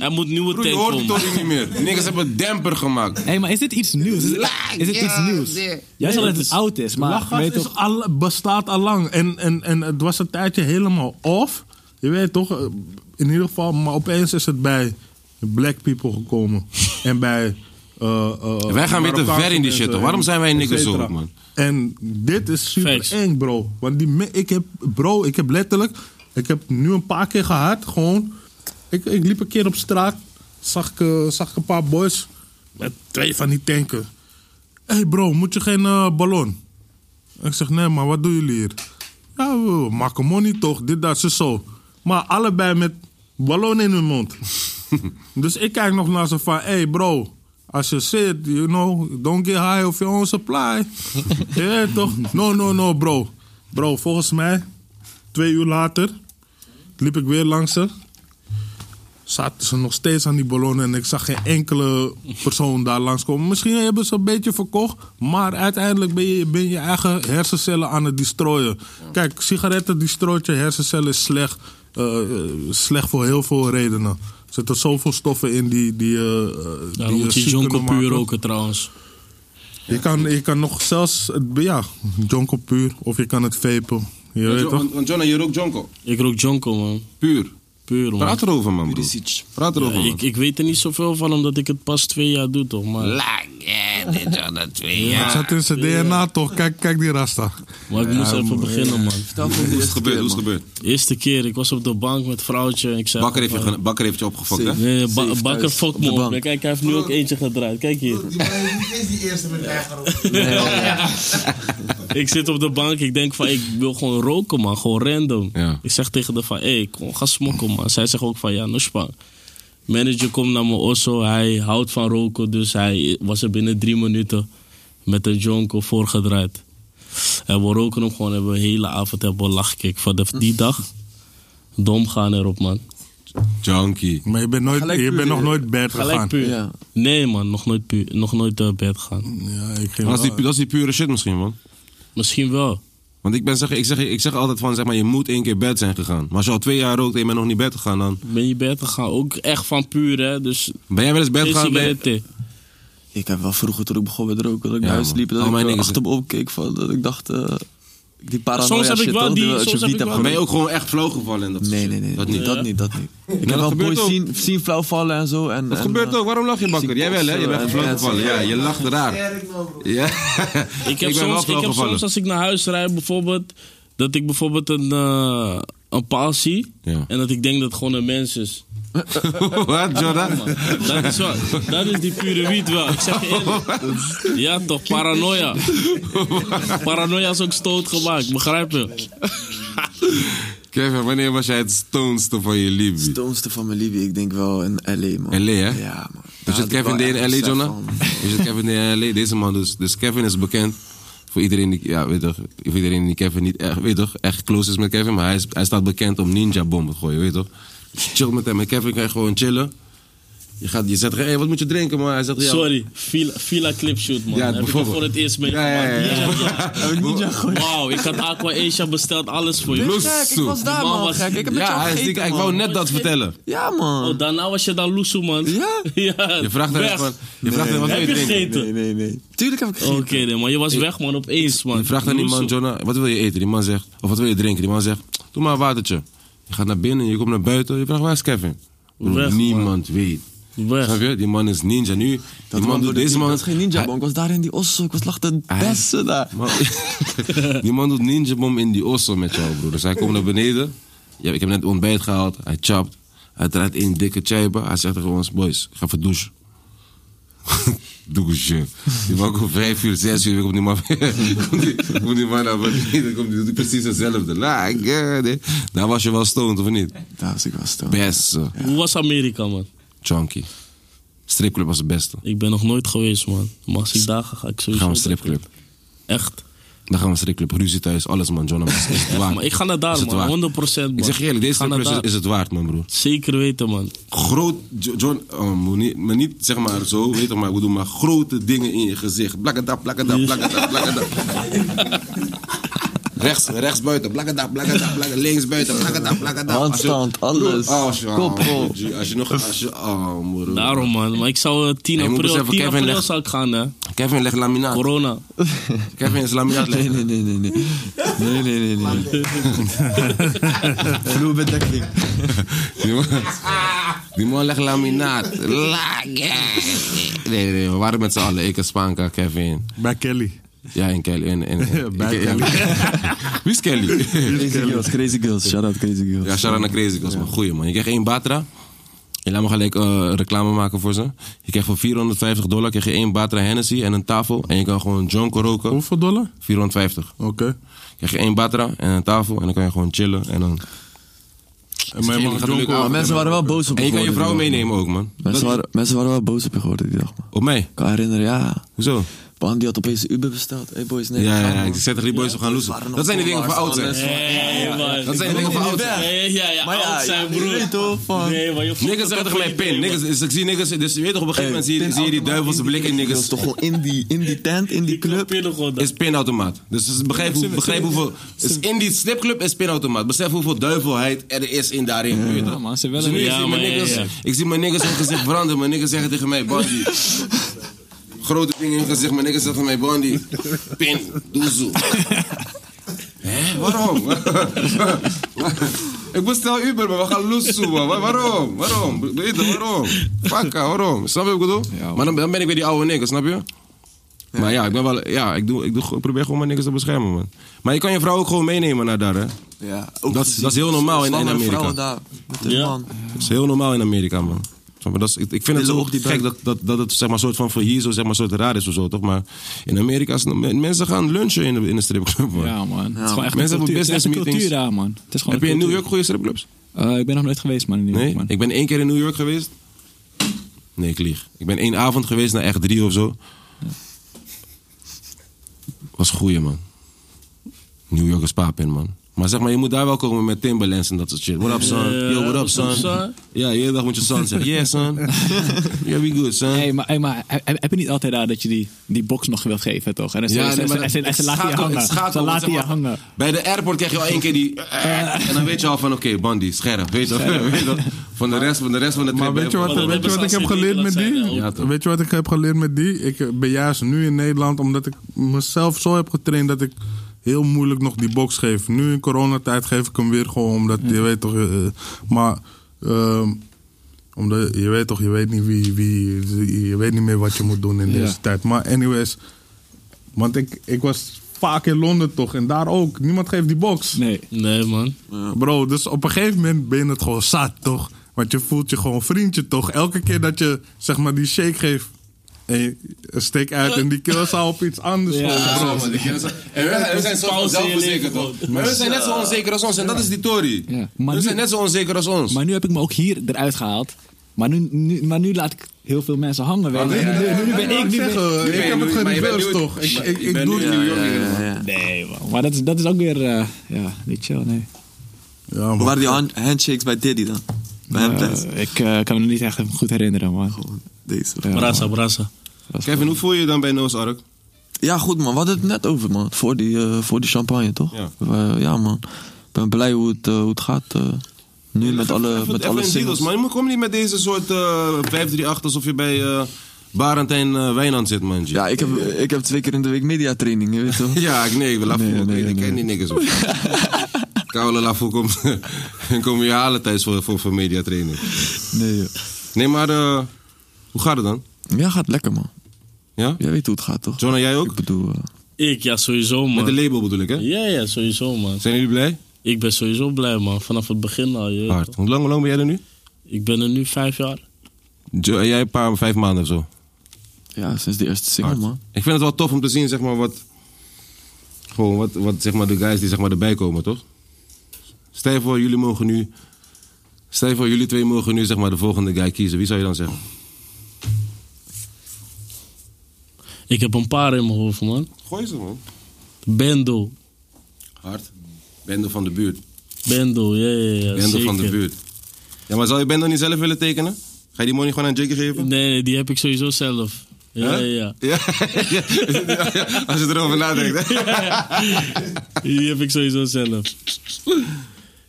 Speaker 3: Er moet nieuwe
Speaker 2: Broer, je
Speaker 3: tank
Speaker 2: hoort het
Speaker 3: komen.
Speaker 2: toch niet meer. Niggas hebben demper gemaakt.
Speaker 6: Hé, maar is dit iets nieuws? Is, is dit iets nieuws? Jij zegt dat het oud is, maar
Speaker 5: Lachgas
Speaker 6: weet
Speaker 5: is
Speaker 6: toch...
Speaker 5: al, bestaat al lang. En, en, en het was een tijdje helemaal off. Je weet toch, eh, in ieder geval, maar opeens is het bij black people gekomen. en bij. eh,
Speaker 2: Wij
Speaker 5: eh,
Speaker 2: gaan weer te
Speaker 5: Marokkaanse
Speaker 2: ver in die shit,
Speaker 5: mensen
Speaker 2: toch? Waarom
Speaker 5: en
Speaker 2: zijn wij
Speaker 5: et
Speaker 2: niggers zo,
Speaker 5: cetera.
Speaker 2: man?
Speaker 5: En dit is super
Speaker 3: Facts.
Speaker 5: eng, bro. Want die, me- ik heb, bro, ik heb letterlijk, ik heb nu een paar keer gehad, gewoon. Ik, ik liep een keer op straat, zag ik, eh, zag ik een paar boys met twee van die tanken. Hé hey bro, moet je geen eh, ballon? Ik zeg, nee, maar wat doen jullie hier? Ja, we maken money toch, dit, dat, zo, zo. Maar allebei met ballon in hun mond. dus ik kijk nog naar ze van, hé hey bro, als je zit, you know, don't get high of your own supply. je weet toch? No, no, no, bro. Bro, volgens mij, twee uur later, liep ik weer langs ze. Zaten ze nog steeds aan die ballonnen en ik zag geen enkele persoon daar langskomen. Misschien hebben ze een beetje verkocht, maar uiteindelijk ben je ben je eigen hersencellen aan het destroyen. Kijk, sigaretten destroyt je hersencellen is slecht, eh, eh, slecht voor heel veel redenen. Er zitten zoveel stoffen in die, die, eh, eh,
Speaker 3: Daar
Speaker 5: die
Speaker 3: moet je
Speaker 5: ziek
Speaker 3: John
Speaker 5: kunnen
Speaker 3: Copuur
Speaker 5: maken.
Speaker 3: roken trouwens.
Speaker 5: Je kan, je kan nog zelfs, het- ja, jonko puur. Of je kan het vapen. Je weet
Speaker 2: Jo-
Speaker 5: toch?
Speaker 2: Want want John en je rookt Jonko.
Speaker 3: Ik rook Jonko, man.
Speaker 2: Puur.
Speaker 3: Puur, man.
Speaker 2: Praat erover, man, broer. Praat
Speaker 3: Ja,
Speaker 2: erover, man.
Speaker 3: ik, ik weet er niet zoveel van, omdat ik het pas twee jaar doe, toch? Maar,
Speaker 5: Het zat in zijn DNA toch? Kijk, kijk die rasta.
Speaker 3: maar ik moest even beginnen, man.
Speaker 4: Vertel van de
Speaker 2: Hoe is het gebeurd?
Speaker 4: eerste
Speaker 2: Hoe
Speaker 4: keer,
Speaker 2: is het
Speaker 4: man.
Speaker 2: gebeurd?
Speaker 3: Eerste keer, ik was op de bank met vrouwtje. en Ik zei
Speaker 2: Bakker heeft je,
Speaker 3: van,
Speaker 2: ge- bakker heeft je opgefokt, hè?
Speaker 4: Zeven.
Speaker 3: Nee, ba
Speaker 4: Safe
Speaker 3: Bakker
Speaker 4: thuis,
Speaker 3: fokt
Speaker 4: op de
Speaker 3: me op.
Speaker 4: bank.
Speaker 3: Kijk, hij heeft nu ook eentje gedraaid. Kijk hier.
Speaker 7: Die man heeft niet eens die eerste met mij geroepen.
Speaker 3: Ik zit op de bank, ik denk van ik wil gewoon roken man, gewoon random.
Speaker 2: Ja.
Speaker 3: Ik zeg tegen de van, hé, hey, kom, ga smokken man. Zij zegt ook van, ja, no span. Manager komt naar mijn osso, hij houdt van roken, dus hij was er binnen drie minuten met een jonko voorgedraaid. En we roken hem gewoon, hebben we een hele avond hebben we lachkick. Van de- die dag, dom gaan erop man.
Speaker 2: Junkie.
Speaker 5: Maar je bent, nooit,
Speaker 4: Gelijk
Speaker 5: je
Speaker 4: puur,
Speaker 5: bent nog
Speaker 4: ja.
Speaker 5: nooit bed
Speaker 3: Gelijk
Speaker 5: gegaan.
Speaker 3: puur.
Speaker 4: Ja.
Speaker 3: Nee man, nog nooit, puur, nog nooit naar bed gaan.
Speaker 5: Ja, ik ging
Speaker 2: Dat is, die,
Speaker 5: wel-
Speaker 2: dat is die pure shit misschien, man.
Speaker 3: Misschien wel.
Speaker 2: Want ik, ben, zeg, ik, zeg, ik zeg altijd van, zeg maar, je moet één keer bed zijn gegaan. Maar als je al twee jaar rookt en je bent nog niet bed gegaan, dan...
Speaker 3: Ben je bed gegaan, ook echt van puur hè. Dus
Speaker 2: Ben jij wel eens bed
Speaker 3: geen
Speaker 2: gegaan? Ben je-
Speaker 3: sigaretten.
Speaker 4: Ik heb wel vroeger toen ik begon met roken, dat ik
Speaker 2: Ja,
Speaker 4: naar huis
Speaker 2: man.
Speaker 4: liep, dat
Speaker 2: Al mijn
Speaker 4: ik eh,
Speaker 2: dingen
Speaker 4: achter me opkeek, van, dat ik dacht, eh, die paranoia
Speaker 3: Soms heb ik
Speaker 4: shit,
Speaker 3: wel
Speaker 4: toch?
Speaker 3: die-
Speaker 4: als je
Speaker 3: soms heb
Speaker 4: wiet
Speaker 3: ik
Speaker 4: hebt
Speaker 3: wel
Speaker 2: ben je
Speaker 4: gerookt.
Speaker 2: ook gewoon echt flow gevallen in dat
Speaker 4: Nee,
Speaker 2: soort
Speaker 4: nee,
Speaker 2: shit?
Speaker 4: nee,
Speaker 2: Dat niet.
Speaker 4: dat niet, dat niet. Ik
Speaker 2: dat
Speaker 4: heb wel
Speaker 2: gebeurt
Speaker 4: boys
Speaker 2: ook.
Speaker 4: zien, zien flauw vallen en zo. En, eh,
Speaker 2: Dat gebeurt ook. Waarom lach je, bakker? Jij wel, hè? Je bent
Speaker 4: Ja,
Speaker 2: gevlogen
Speaker 4: ja,
Speaker 2: gevallen. Ja, je lacht raar.
Speaker 7: Sterk man, bro.
Speaker 2: Ja.
Speaker 3: Ik heb,
Speaker 2: ben wel
Speaker 3: soms, ik
Speaker 2: flauw
Speaker 3: heb
Speaker 2: gevallen.
Speaker 3: soms als ik naar huis rijd bijvoorbeeld, dat ik bijvoorbeeld een, eh, een paal zie
Speaker 2: Ja.
Speaker 3: en dat ik denk dat het gewoon een mens is.
Speaker 2: Wat, Jordan?
Speaker 3: Dat is, wel, dat is die pure wiet wel. Ik zeg je eerlijk. Ja toch, paranoia. Paranoia is ook stoot gemaakt, begrijp je?
Speaker 2: Kevin, wanneer was jij het stoonste van je liefde?
Speaker 4: Stoonste van mijn liefde, ik denk wel in L.A., man.
Speaker 2: LA, hè?
Speaker 4: Ja, man.
Speaker 2: Dus het Kevin D in L.A., Jonah? Is het Kevin D in L.A.? Deze man dus. Dus Kevin is bekend voor iedereen die, ja, weet toch, voor iedereen die Kevin niet echt, weet toch, echt close is met Kevin. Maar hij, is, hij staat bekend om ninja-bommen te gooien, weet toch? Dus chill met hem. En Kevin kan je gewoon chillen. Je, gaat, je zegt, hé, hey, wat moet je drinken, man? Hij zegt, ja,
Speaker 3: Sorry, Villa, Villa Clipshoot man.
Speaker 2: Ja,
Speaker 3: Heb ik er
Speaker 2: bijvoorbeeld.
Speaker 3: voor het eerst mee
Speaker 2: Ja, ja, ja, ja.
Speaker 3: Wauw, ik had Aqua Asia besteld, alles voor je.
Speaker 4: Gek, ik was daar,
Speaker 3: Die man
Speaker 4: man,
Speaker 3: was-
Speaker 4: gek. Ik heb met
Speaker 2: Ja,
Speaker 4: jou
Speaker 2: hij is die-
Speaker 4: gegeten,
Speaker 2: ik wou
Speaker 4: man.
Speaker 2: net dat vertellen.
Speaker 4: Ja, man.
Speaker 3: Oh, daarna was je dan loesoe man.
Speaker 4: Ja?
Speaker 3: ja
Speaker 2: Je vraagt
Speaker 3: weg.
Speaker 2: hem van, je vraagt hem wat wil
Speaker 3: Heb
Speaker 2: je
Speaker 3: je
Speaker 2: drinken?
Speaker 3: gegeten?
Speaker 4: nee, nee. Tuurlijk heb ik
Speaker 3: Oké,
Speaker 4: gegeten.
Speaker 3: nee, man, je was weg, man, opeens, man.
Speaker 2: Je vraagt aan die man, Jonah, wat wil je eten? Die man zegt, of wat wil je drinken? Die man zegt, doe maar een watertje. Je gaat naar binnen, je komt naar buiten, je vraagt, waar is Kevin? Broer,
Speaker 3: Weg, man.
Speaker 2: niemand weet.
Speaker 3: Weg.
Speaker 2: Snap je? Die man is ninja nu. die man doet, deze man...
Speaker 4: Dat is geen ninja,
Speaker 2: Hij-
Speaker 4: man. Ik was daar in die osso. Ik was lachte
Speaker 2: hij-
Speaker 4: beste daar.
Speaker 2: Man- die man doet ninja bom in die osso met jou, broer. Dus hij komt naar beneden. Ja, ik heb net ontbijt gehaald. Hij chapt. Hij draait één dikke tjijba. Hij zegt tegen ons, boys, ik ga even douchen. douchen. Die man komt vijf uur, zes uur, komt die man, komt die, komt die man naar beneden. Komt die, doet precies hetzelfde. La, ik, eh, nee. Daar was je wel stoned, of niet?
Speaker 4: Daar was ik wel stil.
Speaker 2: Best, eh,
Speaker 3: Hoe was Amerika, man?
Speaker 2: chunky. Stripclub was het beste.
Speaker 3: Ik ben nog nooit geweest, man. Maar als ik daar ga, ga ik sowieso...
Speaker 2: Gaan we stripclub.
Speaker 3: Echt.
Speaker 2: Dan gaan we stripclub, ruzie thuis, alles man, John. Is het waard.
Speaker 3: Maar ik ga naar daar,
Speaker 2: Is het waard.
Speaker 3: man. 100 procent, man.
Speaker 2: Ik zeg je eerlijk, deze
Speaker 3: Ik ga naar
Speaker 2: stripclub is,
Speaker 3: daar.
Speaker 2: is het waard, man, broer.
Speaker 3: Zeker weten, man.
Speaker 2: Groot, Jo- John, ehm, hoe niet- maar niet zeg maar zo, weet je maar, ik bedoel, maar grote dingen in je gezicht. Blakkadap, blakkadap, blakkadap, blakkadap. rechts, rechts buiten, blakkadap, blakkadap, blakkadap. Links buiten, blakkadap, blakkadap. Nou, Als je-
Speaker 4: Handstand, alles.
Speaker 2: Oh, als je-
Speaker 4: Kop, goal.
Speaker 2: als je- Als je nog, als je, oh, moeder.
Speaker 3: Daarom, man. Maar ik zou eh, 10
Speaker 2: Hey, je moet
Speaker 3: april,
Speaker 2: beseffen,
Speaker 3: 10
Speaker 2: Kevin
Speaker 3: april
Speaker 2: legt-
Speaker 3: zou ik gaan, hè.
Speaker 2: Kevin legt laminaat.
Speaker 3: Corona.
Speaker 2: Kevin is laminaat
Speaker 4: Nee,
Speaker 2: leggen.
Speaker 4: nee, nee, nee. Nee, nee, nee, nee. nee. Vloerbedekking.
Speaker 2: Die man, die man legt laminaat. La- yeah. Nee, nee, we waren met z'n allen. Ik en Spanka, Kevin.
Speaker 5: Bij Kelly.
Speaker 2: Ja, en Kelly. En, en, en-
Speaker 5: Bij
Speaker 2: ik- ja. Wie is Kelly?
Speaker 4: Crazy girls, crazy girls. Shout out, crazy girls.
Speaker 2: Ja, shout-out naar Crazy Girls, man. Goeie, man. Je krijgt één Batra. Je laat me gelijk eh, reclame maken voor ze. Je krijgt voor 450 dollar krijg je één Batra Hennessy en een tafel. En je kan gewoon jonko roken.
Speaker 5: Hoeveel dollar?
Speaker 2: 450.
Speaker 5: Oké.
Speaker 2: Krijg je één Batra en een tafel. En dan kan je gewoon chillen. En, dan...
Speaker 5: En mijn
Speaker 2: Geen
Speaker 5: man
Speaker 2: gedronken
Speaker 5: Jonko-
Speaker 2: af.
Speaker 4: Maar mensen waren wel boos op
Speaker 2: en je kan je
Speaker 4: geworden
Speaker 2: vrouw
Speaker 4: die dag, man.
Speaker 2: meenemen ook, man. Dat-
Speaker 4: Mensen waren, mensen waren wel boos op je geworden die dag, man.
Speaker 2: Op mij?
Speaker 4: Ik kan herinneren, ja.
Speaker 2: Hoezo?
Speaker 4: Man, die had opeens een Uber besteld. Hey boys, nee.
Speaker 2: Ja, ja, ja.
Speaker 4: man.
Speaker 2: Ik zet er die boys op gaan loesen. Dat zijn de dingen voor oud zijn.
Speaker 3: Hey, man.
Speaker 2: Dat zijn de dingen voor oud zijn.
Speaker 3: Hey, ja, ja,
Speaker 4: Maar ja,
Speaker 3: oud zijn,
Speaker 4: je
Speaker 3: broer.
Speaker 4: weet toch, van-
Speaker 3: Nee, maar je
Speaker 2: Niggas zeggen tegen mij pin. Niggas, dus ik zie niggas, dus je weet toch op een gegeven moment zie je, zie je die duivelse blik in
Speaker 4: Dat is
Speaker 2: niggas.
Speaker 4: toch gewoon in die, in die tent, in die club.
Speaker 2: Is pinautomaat. Dus is- begrijp, hoe, begrijp hoeveel. Is in die snipclub is pinautomaat. Besef hoeveel duivelheid er is in daarin. weet je toch?
Speaker 6: Ja, man, ze
Speaker 2: Dus
Speaker 6: willen
Speaker 2: nu
Speaker 3: Ja,
Speaker 2: zie ik
Speaker 3: maar
Speaker 2: mijn
Speaker 3: ja,
Speaker 2: niggas,
Speaker 3: ja.
Speaker 2: ik zie mijn niggas hun gezicht branden. Mijn niggas zeggen tegen mij, Bandy. Grote dingen in hun gezicht. Mijn niggas zeggen tegen mij, Bandy. Pin, doe zo. Hé, waarom? ik bestel Uber, maar we gaan loesoe, man. Wa- Waarom? Waarom? Weet je, waarom? Fakka, waarom? Snap je wat ik bedoel? maar dan, dan ben ik weer die oude nigger, snap je? Maar ja, ik, ben wel, ja ik, doe, ik, doe, ik probeer gewoon mijn niggas te beschermen, man. Maar je kan je vrouw ook gewoon meenemen naar daar, hè?
Speaker 4: Ja, ook
Speaker 2: Dat is-
Speaker 4: gezien.
Speaker 2: dat is heel normaal in- in
Speaker 4: Zwangere
Speaker 2: Amerika.
Speaker 4: vrouwen daar, met hun
Speaker 3: Ja.
Speaker 4: man.
Speaker 2: Dat is heel normaal in Amerika, man. Zeg maar, dat is, ik, ik vind het
Speaker 4: Pillen
Speaker 2: zo
Speaker 4: op die
Speaker 2: gek
Speaker 4: bank.
Speaker 2: dat, dat, dat het zeg maar, soort van voor hier zo zeg maar, soort raar is of zo, toch? Maar in Amerika is men- mensen gaan lunchen in de, in de stripclub, man. Nou,
Speaker 6: Ja, man. Het is gewoon echt
Speaker 2: Mensen hebben
Speaker 6: een cultuur.
Speaker 2: business
Speaker 6: Het is echt een
Speaker 2: meetings.
Speaker 6: cultuur daar, man. Het is gewoon
Speaker 2: Heb je
Speaker 6: een
Speaker 2: in New
Speaker 6: cultuur.
Speaker 2: York goede stripclubs?
Speaker 6: Eh, ik ben nog nooit geweest, man, in New York,
Speaker 2: Nee?
Speaker 6: man.
Speaker 2: Ik ben één keer in New York geweest. Nee, ik lieg. Ik ben één avond geweest naar echt drie of zo. Was goeie, man. New York is paapin, man. Maar zeg maar, je moet daar wel komen met Timberlands en dat soort shit. What up, son?
Speaker 6: Eh,
Speaker 2: Yo, what up, son? Ja, de hele dag moet je son zeggen. Yeah, son. Yeah, we good, son.
Speaker 6: Hey, maar, hey, maar heb, heb je niet altijd daar dat je die, die box nog wilt geven, toch? En ze,
Speaker 2: Ja,
Speaker 6: ze,
Speaker 2: nee,
Speaker 6: ze-
Speaker 2: maar dat-
Speaker 6: ze- ze- ze
Speaker 2: het
Speaker 6: laten je
Speaker 2: schakel-
Speaker 6: hangen.
Speaker 2: het schakel-
Speaker 6: Ze laten
Speaker 2: zeg
Speaker 6: je
Speaker 2: maar,
Speaker 6: hangen.
Speaker 2: Bij de airport krijg je al één keer die... eh, en dan weet je al van, oké, Bandy, scherp. Weet je wel, weet je wel. Van de rest van de, rest van de trip.
Speaker 5: Maar weet je wat,
Speaker 3: Want dat
Speaker 5: weet je
Speaker 3: hebben
Speaker 5: wat ik
Speaker 3: ze
Speaker 5: heb
Speaker 3: als idee
Speaker 5: geleerd met
Speaker 3: laten
Speaker 5: die?
Speaker 3: zijn, hè,
Speaker 2: ook. Ja, toch.
Speaker 5: weet je wat ik heb geleerd met die? Ik eh, ben juist nu in Nederland omdat ik mezelf zo heb getraind dat ik heel moeilijk nog die box geef. Nu in coronatijd geef ik hem weer gewoon omdat je weet toch. eh, eh, maar ehm, omdat je weet toch, je weet niet wie, wie, je weet niet meer wat je moet doen in
Speaker 6: Ja.
Speaker 5: deze tijd. Maar anyways, want ik, ik was vaak in Londen toch en daar ook. Niemand geeft die box.
Speaker 6: Nee.
Speaker 3: Nee, man.
Speaker 5: Bro, dus op een gegeven moment ben je het gewoon zat, toch? Want je voelt je gewoon vriendje, toch? Elke keer dat je, zeg maar, die shake geeft... en je een steek uit en die kill zou op iets anders
Speaker 6: Ja.
Speaker 5: vallen, bro.
Speaker 2: We zijn zo
Speaker 3: Pauze in je
Speaker 2: zelfverzekerd,
Speaker 3: leven,
Speaker 2: toch? Maar we zijn net zo onzeker als ons. En dat is die Tory.
Speaker 6: Ja. Maar
Speaker 2: We
Speaker 6: nu-
Speaker 2: zijn net zo onzeker als ons.
Speaker 6: Maar nu heb ik me ook hier eruit gehaald. Maar nu, nu, maar nu laat ik heel veel mensen hangen.
Speaker 2: Ah,
Speaker 6: Weet je. Nu, nu- nu ben
Speaker 5: Ik,
Speaker 6: ik... Nu
Speaker 5: zeg,
Speaker 6: ben-
Speaker 5: eh,
Speaker 2: Nu
Speaker 5: ik
Speaker 2: ben je
Speaker 5: heb
Speaker 2: nu-
Speaker 5: het
Speaker 2: maar je bent
Speaker 5: gereverse,
Speaker 2: nu-
Speaker 5: toch? Ik,
Speaker 2: maar
Speaker 5: ik,
Speaker 2: je
Speaker 5: ik
Speaker 2: bent
Speaker 5: doe
Speaker 2: nu
Speaker 5: het
Speaker 2: in New
Speaker 5: niet.
Speaker 2: York inderdaad.
Speaker 6: Nee, man. Maar dat is, dat is ook weer... eh, ja, niet chill, nee.
Speaker 5: Ja,
Speaker 4: Hoe
Speaker 5: man.
Speaker 4: waren die hand- handshakes bij Diddy dan? Bij hem thuis?
Speaker 6: Eh, ik eh, kan me niet echt even goed herinneren, man.
Speaker 4: Gewoon Deze.
Speaker 6: Ja, man.
Speaker 3: Brassa, brassa.
Speaker 6: Dat is
Speaker 2: Kevin, hoe voel je je dan bij Noos Ark?
Speaker 4: Ja, goed man. We hadden het net over man. Voor die, eh, voor die champagne, toch?
Speaker 2: Ja.
Speaker 4: We- ja man. Ik ben blij hoe het, eh, hoe het gaat. eh, nu met alle,
Speaker 2: Even-
Speaker 4: met
Speaker 2: even
Speaker 4: alle
Speaker 2: in
Speaker 4: singles.
Speaker 2: deals, man. Je moet- Kom niet met deze soort eh 538 alsof je bij eh Barentijn eh, Wijnand zit, man. G.
Speaker 4: Ja, ik heb, ik heb twee keer in de week mediatraining, je weet toch?
Speaker 2: Ja, ik, nee, ik wil afvoer.
Speaker 4: Nee, nee,
Speaker 2: ik
Speaker 4: nee,
Speaker 2: ken
Speaker 4: nee.
Speaker 2: die niks. Koude lafoe komt en kom je halen tijdens voor, voor, voor mediatraining.
Speaker 4: Nee, joh.
Speaker 2: Nee, maar eh, hoe gaat het dan?
Speaker 4: Ja, gaat lekker man.
Speaker 2: Ja?
Speaker 4: Jij weet hoe het gaat, toch?
Speaker 2: John en jij ook?
Speaker 4: Ik bedoel, eh,
Speaker 3: Ik, ja, sowieso,
Speaker 2: Met de
Speaker 3: man.
Speaker 2: label bedoel ik, hè?
Speaker 3: Ja, ja, sowieso, man.
Speaker 2: Zijn jullie blij?
Speaker 3: Ik ben sowieso blij, man. Vanaf het begin al, je weet
Speaker 2: Hard.
Speaker 3: toch.
Speaker 2: Hoe lang, hoe lang ben jij er nu?
Speaker 3: Ik ben er nu vijf jaar.
Speaker 2: Jo- en jij een paar, vijf maanden of zo.
Speaker 4: ja, sinds de eerste single
Speaker 2: Hard.
Speaker 4: man.
Speaker 2: Ik vind het wel tof om te zien, zeg maar, wat... Gewoon, wat, wat zeg maar, de guys die zeg maar, erbij komen, toch? Stel je voor, jullie mogen nu... Stel je voor, jullie twee mogen nu, zeg maar, de volgende guy kiezen. Wie zou je dan zeggen?
Speaker 3: Ik heb een paar in mijn hoofd, man.
Speaker 2: Gooi ze, man.
Speaker 3: Bendo.
Speaker 2: Hard. Bende van de buurt.
Speaker 3: Bendo, ja, ja, ja.
Speaker 2: Bende van de
Speaker 3: zeker.
Speaker 2: buurt. Ja, maar zou je Bendo niet zelf willen tekenen? Ga je die money gewoon aan Jiggy geven?
Speaker 3: Nee, nee, die heb ik sowieso zelf. Ja,
Speaker 2: Huh?
Speaker 3: ja,
Speaker 2: Ja, als je erover nadenkt. hè?
Speaker 3: ja. Die heb ik sowieso zelf.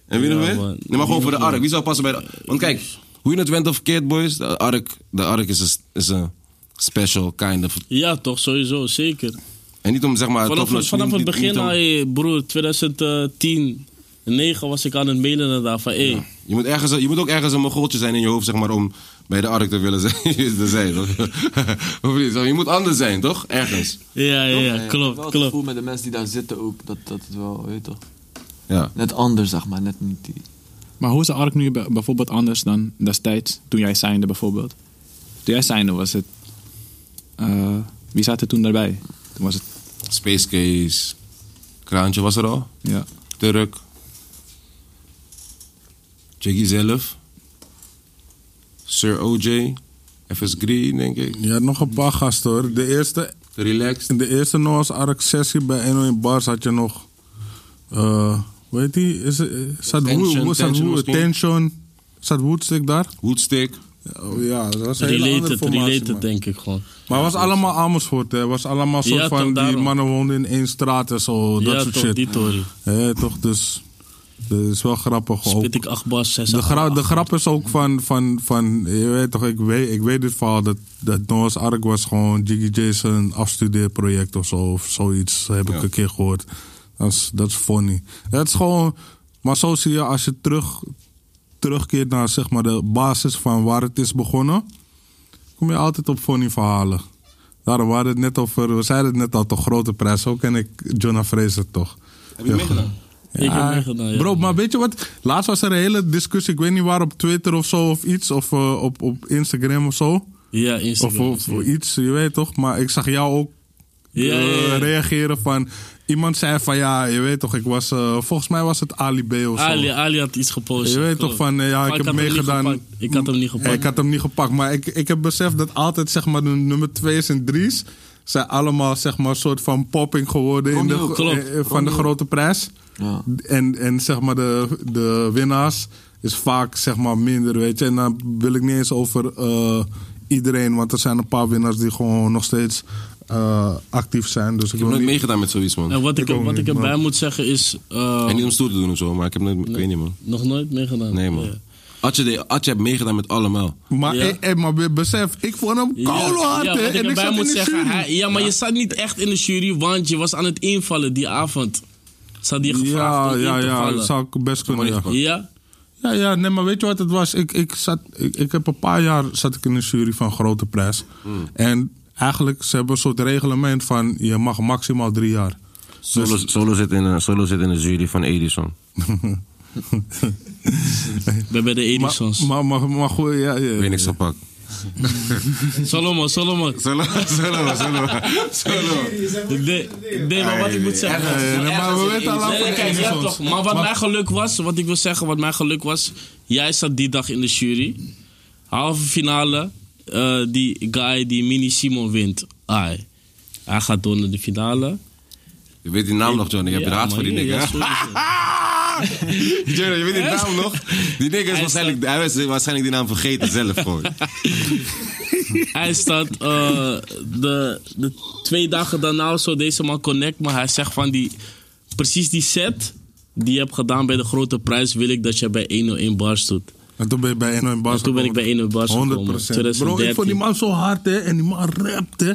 Speaker 2: En wie nog
Speaker 3: Ja,
Speaker 2: meer?
Speaker 3: man.
Speaker 2: Nee, maar gewoon voor de ARK. Wie zou passen bij de... Want kijk, hoe je het went of verkeerd, boys. De ARK, de ARK is, een, is een special kind of...
Speaker 3: Ja, toch, sowieso, zeker.
Speaker 2: En niet om zeg maar...
Speaker 3: Vanaf,
Speaker 2: topnotch-
Speaker 3: vanaf het
Speaker 2: niet- niet
Speaker 3: begin,
Speaker 2: om-
Speaker 3: hey, broer, 2010, 9 was ik aan het mailen naar daar van, hey,
Speaker 2: je, moet ergens, je moet ook ergens een mogoltje zijn in je hoofd, zeg maar, om bij de ARK te willen zijn. te zijn toch? of niet? Zo, Je moet anders zijn, toch? Ergens.
Speaker 3: ja, ja, ja,
Speaker 4: wel
Speaker 3: klopt,
Speaker 4: het
Speaker 3: klopt.
Speaker 4: gevoel met de mensen die daar zitten ook, dat, dat het wel, weet je toch.
Speaker 2: Ja.
Speaker 4: Net anders, zeg maar. Net niet die...
Speaker 6: Maar hoe is de ARK nu bij- bijvoorbeeld anders dan destijds, toen jij zijnde bijvoorbeeld? Toen jij zijnde was het... eh, wie zat er toen daarbij? Toen was het...
Speaker 2: Space Case. Kraantje was er al.
Speaker 6: Ja.
Speaker 2: Turk. Jiggy zelf. Sir OJ. FS Green, denk ik.
Speaker 5: Je had nog een paar gasten hoor. De eerste,
Speaker 2: Relaxed.
Speaker 5: in de eerste Noah's Ark sessie bij Eno in Bars had je nog. eh hoe heet die? Is, eh, zat
Speaker 2: Tension,
Speaker 5: Woe- Woe- zat
Speaker 2: Tension
Speaker 5: Woe-
Speaker 2: misschien?
Speaker 5: Tension. Zat Woodstick daar?
Speaker 2: Hoedstick.
Speaker 5: Oh, ja, dat was een hele andere
Speaker 3: Related,
Speaker 5: formatie.
Speaker 3: related,
Speaker 5: man.
Speaker 3: denk ik gewoon.
Speaker 5: Maar het was allemaal Amersfoort, hè? Het was allemaal soort
Speaker 3: dus- Ja, toch,
Speaker 5: van die
Speaker 3: daarom.
Speaker 5: mannen woonden in één straat en zo. Dat
Speaker 3: ja,
Speaker 5: soort
Speaker 3: toch,
Speaker 5: shit.
Speaker 3: die toren.
Speaker 5: Hè, toch, dus. Dat is wel grappig. ook.
Speaker 3: Spit ik acht bars, zes
Speaker 2: Dus
Speaker 5: De,
Speaker 3: acht,
Speaker 5: gra-
Speaker 3: acht.
Speaker 5: de grap is ook van, van, van je weet toch, ik weet, ik weet het verhaal dat, dat Noah's Ark was gewoon Jiggy J's een afstudeerproject of zo, of zoiets heb ik een keer gehoord. Dat is, dat is funny. Het is gewoon, maar zo zie je als je terug, terugkeert naar zeg maar de basis van waar het is begonnen, kom je altijd op funny verhalen. Daarom we hadden het net over, we zeiden het net al, toch grote prijs, ook en ik Jonah Fraser toch.
Speaker 2: Heb je meegedaan?
Speaker 3: Ik heb meegedaan, ja.
Speaker 5: Ah, Bro, maar weet je wat? Laatst was er een hele discussie, ik weet niet waar, op Twitter of zo of iets. Of eh, op, op Instagram of zo.
Speaker 3: Ja,
Speaker 5: Of,
Speaker 3: Instagram.
Speaker 5: of iets, je weet toch? Maar ik zag jou ook eh,
Speaker 3: Ja, ja, ja.
Speaker 5: reageren van... Iemand zei van, ja, je weet toch, ik was... eh, volgens mij was het Ali B of zo.
Speaker 3: Ali, Ali had iets gepost.
Speaker 5: Je weet
Speaker 3: klopt.
Speaker 5: toch van, eh, ja,
Speaker 3: Maar
Speaker 5: ik heb
Speaker 3: had hem niet
Speaker 5: meegedaan.
Speaker 3: gepakt. Ik had hem niet gepakt.
Speaker 5: Ik had hem niet gepakt, maar ik, ik heb beseft dat altijd zeg maar de nummer 2's en 3's zijn allemaal zeg maar soort van popping geworden in de,
Speaker 4: Romeo,
Speaker 3: klopt.
Speaker 5: eh, eh, van de grote prijs.
Speaker 4: Ja.
Speaker 5: En, en zeg maar de, de winnaars is vaak zeg maar minder, weet je. En dan wil ik niet eens over eh, iedereen, want er zijn een paar winnaars die gewoon nog steeds eh, actief zijn. Dus ik,
Speaker 2: Ik heb
Speaker 5: wil
Speaker 2: nooit
Speaker 5: niet-
Speaker 2: meegedaan met zoiets, man.
Speaker 3: En wat ik,
Speaker 5: Ik ook
Speaker 3: wat
Speaker 5: niet,
Speaker 3: ik erbij
Speaker 5: maar-
Speaker 3: moet zeggen is... eh,
Speaker 2: En niet om stoer te doen of zo, maar ik heb nooit... Ik weet niet, man.
Speaker 3: Nog nooit meegedaan.
Speaker 2: Nee, man.
Speaker 3: Ja.
Speaker 2: Atje, deed- Atje hebt meegedaan met allemaal.
Speaker 5: Maar,
Speaker 3: Ja.
Speaker 5: eh, eh, maar be- besef, ik vond hem koude hard,
Speaker 3: ja,
Speaker 5: hè.
Speaker 3: wat ik
Speaker 5: En ik
Speaker 3: erbij
Speaker 5: zat in
Speaker 3: moet
Speaker 5: de
Speaker 3: zeggen,
Speaker 5: jury.
Speaker 3: hij- ja, maar je zat niet echt in de jury, want je was aan het invallen die avond. Zat je gevraagd
Speaker 5: Ja,
Speaker 3: om
Speaker 5: ja,
Speaker 3: in te
Speaker 5: ja,
Speaker 3: vallen.
Speaker 5: dat zou ik best kunnen, ja.
Speaker 3: Ja?
Speaker 5: Ja, ja, nee, maar weet je wat het was? Ik, ik, zat, ik, ik heb een paar jaar zat ik in de jury van Grote Prijs. En eigenlijk, ze hebben een soort reglement van... je mag maximaal drie jaar.
Speaker 2: Solo, solo, zit, in, eh, solo zit in de jury van Edison.
Speaker 3: Bij, bij de Edisons.
Speaker 5: Maar, maar, maar, maar goed, ja, ja.
Speaker 2: Weer niks gepakt.
Speaker 3: Solomon, Solomon.
Speaker 2: Solo, solo, solo. solo.
Speaker 3: Nee, nee, maar wat ik moet zeggen...
Speaker 5: nee, nee, maar we
Speaker 3: Nee,
Speaker 5: weten allemaal
Speaker 3: nee,
Speaker 5: van de
Speaker 3: kijk, ja,
Speaker 5: Edisons.
Speaker 3: toch. Maar wat mijn geluk was, wat ik wil zeggen, wat mijn geluk was... Jij zat die dag in de jury. Halve finale. eh, die guy die Mini Simon wint. Ai. Hij gaat door naar de finale.
Speaker 2: Je weet die naam nog, Johnny. Je hebt
Speaker 3: Ja,
Speaker 2: raad
Speaker 3: man,
Speaker 2: voor die
Speaker 3: ja,
Speaker 2: nigger.
Speaker 3: ja,
Speaker 2: hè?
Speaker 3: sowieso.
Speaker 2: Johnny, je weet die naam nog? Die nigger is
Speaker 3: Hij
Speaker 2: waarschijnlijk, hij is waarschijnlijk die naam vergeten zelf gewoon.
Speaker 3: hij staat eh, de, de twee dagen daarna of zo, deze man connect me. Hij zegt van die, precies die set die je hebt gedaan bij de grote prijs, wil ik dat je bij 101 bars doet.
Speaker 5: En toen ben je bij 1 in Bas
Speaker 3: En toen ben ik bij 101 bars gekomen.
Speaker 5: 100%. Bro, ik vond die man zo hard, hè. En die man rapt, hè.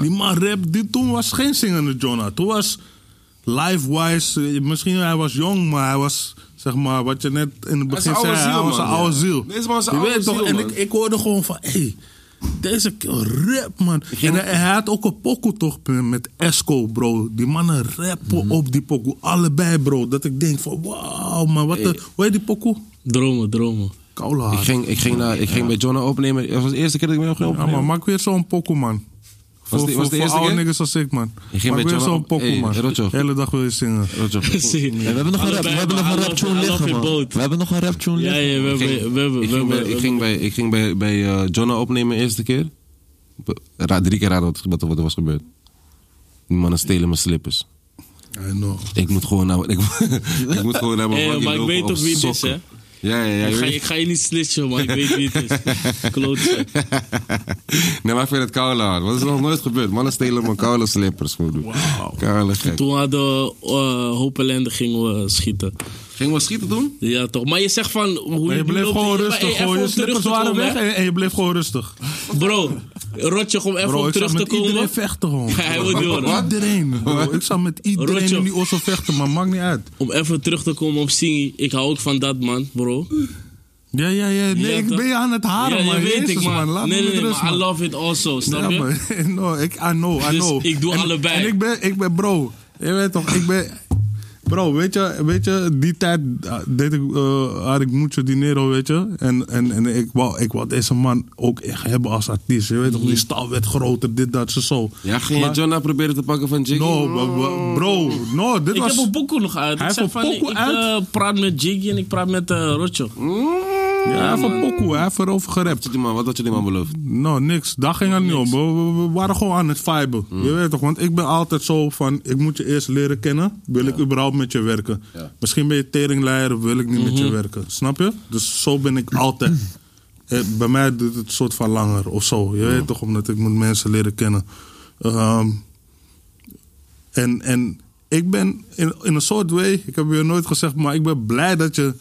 Speaker 5: Die man rapt. Die, toen was geen zingende Jonah. Toen was live-wise... eh, Misschien hij was jong, maar hij was... Zeg maar, wat je net in het
Speaker 2: Hij is een
Speaker 5: begin zei.
Speaker 2: oude ziel,
Speaker 5: Hij was een
Speaker 2: man.
Speaker 5: oude
Speaker 2: Ja.
Speaker 5: ziel.
Speaker 2: Deze man is een
Speaker 5: Je
Speaker 2: oude
Speaker 5: weet toch?
Speaker 2: ziel,
Speaker 5: En
Speaker 2: man.
Speaker 5: ik, ik hoorde gewoon van... Hey, deze kerel rap, man. En hij, hij had ook een pokoe toch met Esco, bro. Die mannen rappen
Speaker 3: Mhm.
Speaker 5: op die pokoe. Allebei, bro. Dat ik denk van, wauw, man. Wat een- hoe heet die pokoe?
Speaker 3: Dromen, dromen.
Speaker 2: Ik
Speaker 5: Koude hart.
Speaker 2: ging, ik ging, naar, ik ging bij Jonah opnemen. Dat was de eerste keer dat ik mee ging
Speaker 5: Ja,
Speaker 2: opnemen.
Speaker 5: maar maak weer zo'n pokoe, man.
Speaker 2: die-
Speaker 5: Voor,
Speaker 2: was
Speaker 5: voor,
Speaker 2: de
Speaker 5: voor
Speaker 2: eerste
Speaker 5: oude
Speaker 2: keer?
Speaker 5: niggas als ik, man.
Speaker 2: Je ging
Speaker 5: Maak
Speaker 2: met
Speaker 5: weer
Speaker 2: Jonah
Speaker 5: zo'n
Speaker 2: op-
Speaker 5: pokoe,
Speaker 2: Hey,
Speaker 5: man.
Speaker 2: Rotjoch.
Speaker 5: De hele dag wil je zingen.
Speaker 2: Roger,
Speaker 3: Zie.
Speaker 4: Ja, we hebben nog een rap, we
Speaker 3: Allebei,
Speaker 4: hebben nog een
Speaker 3: I
Speaker 4: rap
Speaker 3: love-
Speaker 4: tune
Speaker 3: I love
Speaker 4: liggen,
Speaker 3: your
Speaker 4: man.
Speaker 3: boat.
Speaker 4: We hebben nog een rap tune
Speaker 3: Ja,
Speaker 4: liggen.
Speaker 3: ja, we hebben,
Speaker 2: Ik
Speaker 3: we hebben, we
Speaker 2: ging bij-
Speaker 3: hebben-
Speaker 2: ik ging bij, ik ging bij, bij eh, Jonah opnemen de eerste keer. Ra- Drie keer raden wat, wat, wat er was gebeurd. Die mannen stelen mijn slippers.
Speaker 5: I know.
Speaker 2: Ik moet gewoon naar, ik, ik moet gewoon naar mijn
Speaker 3: Hey,
Speaker 2: bakje
Speaker 3: maar ik
Speaker 2: lopen
Speaker 3: weet
Speaker 2: of
Speaker 3: toch wie het is,
Speaker 2: sokken.
Speaker 3: hè?
Speaker 2: Ja, ja, ja.
Speaker 3: Ik
Speaker 2: je
Speaker 3: ga,
Speaker 2: weet-
Speaker 3: ik ga je niet snitchen, man. Ik weet wie het is. Klootzak.
Speaker 2: nee, maar ik vind het koude hard. Wat is er nog nooit gebeurd? Mannen stelen mijn koude slippers. Wow. Koude gek.
Speaker 3: Toen hadden we eh, Hoop Ellende gingen we schieten.
Speaker 2: Ging we schieten toen?
Speaker 3: Ja, toch. Maar je zegt van... Hoe
Speaker 5: Maar je
Speaker 3: nu
Speaker 5: bleef
Speaker 3: loopt-
Speaker 5: gewoon
Speaker 3: maar, hey,
Speaker 5: rustig.
Speaker 3: even
Speaker 5: Gewoon, je
Speaker 3: om terug
Speaker 5: slippers
Speaker 3: te
Speaker 5: waren
Speaker 3: komen,
Speaker 5: weg
Speaker 3: hè.
Speaker 5: en, en je bleef gewoon rustig.
Speaker 3: Bro, Rotjoch, om even
Speaker 5: Bro,
Speaker 3: om
Speaker 5: ik
Speaker 3: terug
Speaker 5: zag
Speaker 3: te
Speaker 5: met iedereen
Speaker 3: komen.
Speaker 5: vechten gewoon.
Speaker 3: Hij wil door, hè?
Speaker 5: Wat? Iedereen. Bro, ik zag met iedereen
Speaker 3: Rotjoch.
Speaker 5: in die osso vechten, maar maakt niet uit.
Speaker 3: Om even terug te komen op Singy. Ik hou ook van dat, man, bro.
Speaker 5: Ja, ja, ja. Nee,
Speaker 3: Ja,
Speaker 5: ik
Speaker 3: toch?
Speaker 5: ben je aan het haren,
Speaker 3: ja,
Speaker 5: man.
Speaker 3: je weet
Speaker 5: Jezus,
Speaker 3: ik, man.
Speaker 5: Laat
Speaker 3: nee, nee,
Speaker 5: me met
Speaker 3: nee,
Speaker 5: rust,
Speaker 3: maar I
Speaker 5: man.
Speaker 3: love it also, snap
Speaker 5: Ja,
Speaker 3: je?
Speaker 5: Nou, maar, no, ik, I know, I
Speaker 3: Dus
Speaker 5: know.
Speaker 3: ik doe
Speaker 5: en,
Speaker 3: allebei.
Speaker 5: En ik ben, ik ben bro. Je weet toch, ik ben... Bro, weet je, weet je die tijd eh, deed ik, eh, had ik mucho dinero, weet je. En, en, en ik, wou, ik wou deze man ook echt hebben als artiest. Je weet
Speaker 3: Mm.
Speaker 5: toch, die stal werd groter, dit, dat, zo, zo.
Speaker 2: Ja, ging je
Speaker 5: Maar-
Speaker 2: Jonna proberen te pakken van Jiggy?
Speaker 5: No, b- b- bro, no, dit
Speaker 3: Ik
Speaker 5: was...
Speaker 3: heb een pokoe nog uit.
Speaker 5: Hij
Speaker 3: ik
Speaker 5: heeft
Speaker 3: zei
Speaker 5: een
Speaker 3: van,
Speaker 5: pokoe
Speaker 3: ik, ik,
Speaker 5: uit?
Speaker 3: eh, praat met Jiggy en ik praat met eh Rotjoch.
Speaker 5: Ja, van pokoe, hij heeft erover
Speaker 2: Wat
Speaker 5: gerapt.
Speaker 2: had je die man- Wat had je die man beloofd?
Speaker 5: Nou, niks. Daar ging het niet om. We, we- we waren gewoon aan het viben. Je weet toch, want ik ben altijd zo van... Ik moet je eerst leren kennen. Wil ik überhaupt met je werken? Misschien ben je teringleier, wil ik niet met je werken. Snap je? Dus zo ben ik altijd. Eh, Bij mij doet het een soort van langer of zo. Je weet toch, omdat ik moet mensen leren kennen. Ehm, en, en ik ben in, in een soort way, ik heb je nooit gezegd, maar ik ben blij dat je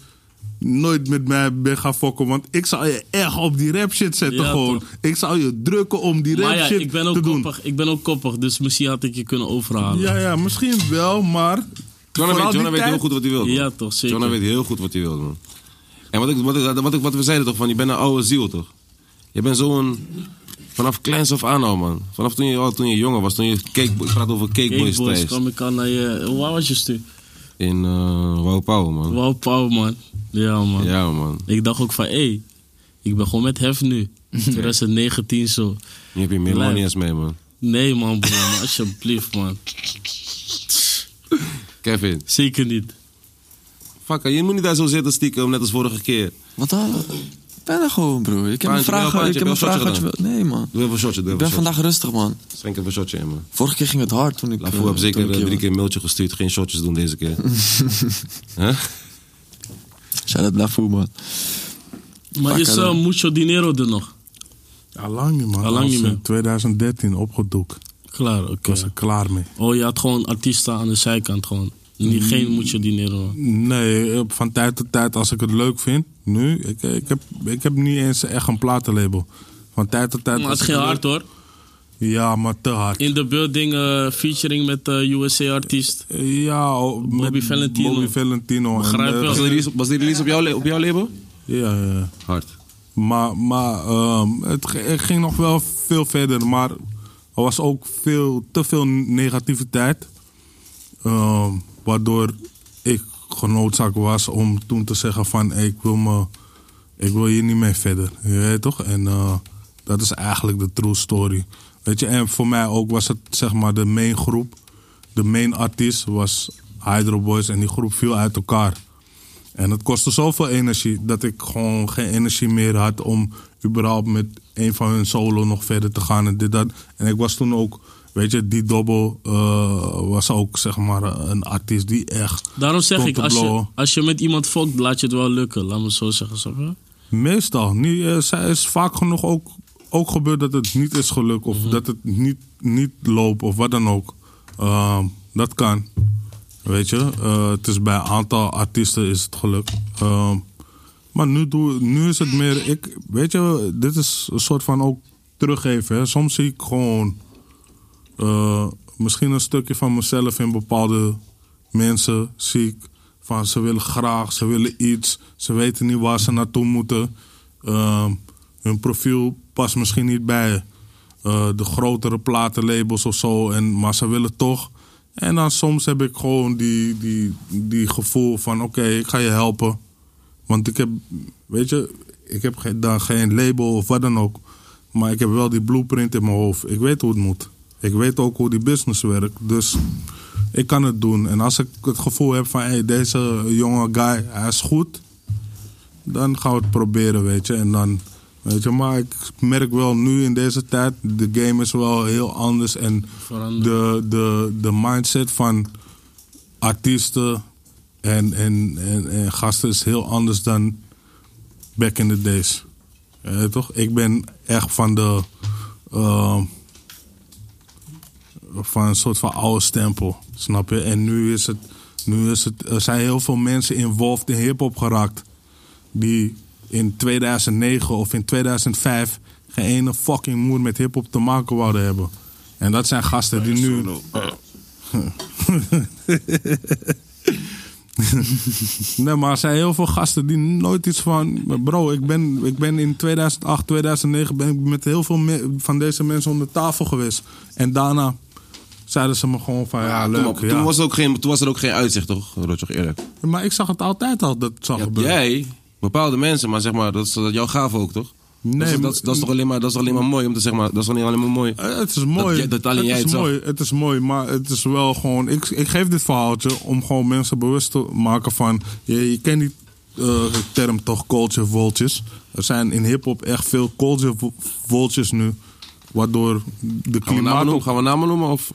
Speaker 5: nooit met mij bent gaan fokken. Want ik zou je echt op die rap shit zetten
Speaker 3: Ja,
Speaker 5: gewoon.
Speaker 3: toch.
Speaker 5: Ik zou je drukken om die rap
Speaker 3: Maar ja,
Speaker 5: shit
Speaker 3: ik ben ook
Speaker 5: te doen.
Speaker 3: koppig. Ik ben ook koppig, dus misschien had ik je kunnen overhalen.
Speaker 5: Ja, ja, misschien wel, maar...
Speaker 2: Jonna
Speaker 5: vooral
Speaker 2: weet,
Speaker 5: die
Speaker 2: Jonna weet
Speaker 5: tijd-
Speaker 2: heel goed wat hij wil. man.
Speaker 3: Ja, toch, zeker.
Speaker 2: Jonna weet heel goed wat hij wil, man. En wat, ik, wat, ik- wat, ik, wat we zeiden toch, van je bent een oude ziel, toch? Je bent zo'n... Vanaf kleins af aan al, man. Vanaf toen je, al toen je jonger was, toen je... Cake, ik praat over Cakeboys
Speaker 3: Gameboys
Speaker 2: thuis.
Speaker 3: kwam ik aan naar je... Hoe oud was je stu?
Speaker 2: In eh Wauw Pauw, man.
Speaker 3: Wauw, pauw, man. Ja, man.
Speaker 2: Ja, man.
Speaker 3: Ik dacht ook van, hé, hey, ik ben gewoon met hef nu. 2019 zo.
Speaker 2: Nu heb je Melonias mee, man.
Speaker 3: Nee, man, bro, man, alsjeblieft, man.
Speaker 2: Kevin,
Speaker 3: Zeker niet.
Speaker 2: fucker, je moet niet daar zo zitten stiekem, net als vorige keer.
Speaker 4: Wat dan? Ik ben er gewoon, broer. Ik heb
Speaker 2: Paantje,
Speaker 4: een vraag.
Speaker 2: wel, paantje,
Speaker 4: Ik heb
Speaker 2: wel
Speaker 4: een vraag
Speaker 2: shotje
Speaker 4: wat je wil. Nee, man.
Speaker 2: Doe even een shotje, doe
Speaker 4: Ik
Speaker 2: even
Speaker 4: ben
Speaker 2: een shotje.
Speaker 4: vandaag rustig, man.
Speaker 2: Schenk even een shotje in, man.
Speaker 4: Vorige keer ging het hard toen ik.
Speaker 2: Lafoe heb
Speaker 4: eh,
Speaker 2: zeker
Speaker 4: toen ik
Speaker 2: eh,
Speaker 4: hier
Speaker 2: drie
Speaker 4: was.
Speaker 2: keer een mailtje gestuurd. Geen shotjes doen deze keer. Huh?
Speaker 4: Shout out Lafoe, man.
Speaker 3: Maar is eh, mucho dinero er nog?
Speaker 5: Ja, lang niet, man.
Speaker 3: Al lang
Speaker 5: Als
Speaker 3: niet
Speaker 5: in
Speaker 3: meer.
Speaker 5: 2013 opgedoekt.
Speaker 3: Klaar, oké.
Speaker 5: Ik was er klaar mee.
Speaker 3: Oh, je had gewoon artiesten aan de zijkant gewoon. Niet,
Speaker 5: Mm.
Speaker 3: Geen mucho dinero. man.
Speaker 5: Nee, eh, van tijd tot tijd als ik het leuk vind. Nu, ik, eh, ik, heb, ik heb niet eens echt een platenlabel. Van tijd tot tijd...
Speaker 3: Maar
Speaker 5: als
Speaker 3: het
Speaker 5: ik
Speaker 3: ging hard
Speaker 5: leuk-
Speaker 3: hoor.
Speaker 5: Ja, maar te hard.
Speaker 3: In de building eh, featuring met eh, USA-artiest.
Speaker 5: Ja, o- met
Speaker 3: Valentino.
Speaker 5: Bobby Valentino.
Speaker 3: Begrijp
Speaker 5: en, eh,
Speaker 3: wel.
Speaker 2: Was die release, was die release op, jouw, le- op jouw label?
Speaker 5: ja, ja.
Speaker 2: Hard.
Speaker 5: Maar, maar ehm, het, g- het ging nog wel veel verder. Maar er was ook veel, te veel negativiteit. Ehm, waardoor ik genoodzaakt was om toen te zeggen van... "Hey, ik, wil me, ik wil hier niet mee verder. Je weet toch? En eh, dat is eigenlijk de true story. Weet je, en voor mij ook was het zeg maar de main groep. De main artiest was Hydro Boys. En die groep viel uit elkaar. En het kostte zoveel energie dat ik gewoon geen energie meer had om überhaupt met een van hun solo nog verder te gaan en dit dat. En ik was toen ook, weet je, die dobbel eh, was ook zeg maar een artiest die echt.
Speaker 3: Daarom zeg
Speaker 5: stond
Speaker 3: ik,
Speaker 5: te
Speaker 3: als je,
Speaker 5: blowen.
Speaker 3: als je met iemand fokt, laat je het wel lukken. Laat me zo zeggen. snap je?
Speaker 5: Meestal. Nu eh, zij is vaak genoeg ook, ook gebeurd dat het niet is gelukt of dat het niet, niet loopt of wat dan ook. Ehm, dat kan. Weet je, Eh, het is bij een aantal artiesten is het gelukt. Ehm, maar nu, doe, nu is het meer, ik, weet je, dit is een soort van ook teruggeven. Hè. Soms zie ik gewoon eh, misschien een stukje van mezelf in bepaalde mensen zie ik. Van ze willen graag, ze willen iets, ze weten niet waar ze naartoe moeten. Ehm, hun profiel past misschien niet bij eh, de grotere platenlabels of zo, en, maar ze willen toch. En dan soms heb ik gewoon die, die, die gevoel van: oké, ik ga je helpen. Want ik heb, weet je, ik heb ge- dan geen label of wat dan ook. Maar ik heb wel die blueprint in mijn hoofd. Ik weet hoe het moet. Ik weet ook hoe die business werkt. Dus ik kan het doen. En als ik het gevoel heb van, hé, hey, deze jonge guy, hij is goed. Dan gaan we het proberen, weet je. En dan, weet je, maar ik merk wel nu in deze tijd, de game is wel heel anders. En
Speaker 3: Veranderd.
Speaker 5: de, de, de mindset van artiesten en, en, en, en gasten is heel anders dan back in the days. Eh, toch? Ik ben echt van de. eh, van een soort van oude stempel. Snap je? En nu is het. Nu is het er zijn heel veel mensen involved in hip-hop geraakt. Die in 2009 of in 2005 geen ene fucking moer met hip-hop te maken wouden hebben. En dat zijn gasten die nu. Nee, maar er zijn heel veel gasten die nooit iets van. Bro, ik ben, ik ben in 2008, 2009 ben ik met heel veel me- van deze mensen om de tafel geweest. En daarna zeiden ze me gewoon van ja,
Speaker 2: Ja,
Speaker 5: leuk.
Speaker 2: kom op.
Speaker 5: ja.
Speaker 2: Toen, was er ook geen, toen was er ook geen uitzicht, toch? Rotjoch, eerlijk.
Speaker 5: Maar ik zag het altijd al dat het zou
Speaker 2: Ja,
Speaker 5: gebeuren.
Speaker 2: jij, bepaalde mensen, maar zeg maar, dat is dat is jouw gave ook, toch?
Speaker 5: Nee,
Speaker 2: dat, is, dat,
Speaker 5: maar-
Speaker 2: is- dat is toch alleen maar, dat is toch alleen maar mooi om te zeggen, maar dat is alleen, alleen maar mooi.
Speaker 5: Eh, Het is mooi.
Speaker 2: jij- dat alleen jij
Speaker 5: het
Speaker 2: het
Speaker 5: is
Speaker 2: zag.
Speaker 5: mooi. Het is mooi, maar het is wel gewoon. Ik, ik geef dit verhaaltje om gewoon mensen bewust te maken van. Je, je kent die eh, term toch, culture vultures. Er zijn in hip-hop echt veel culture vu- vultures nu. Waardoor de
Speaker 2: Gaan we, namen
Speaker 5: klimaat.
Speaker 2: noemen, gaan we namen noemen of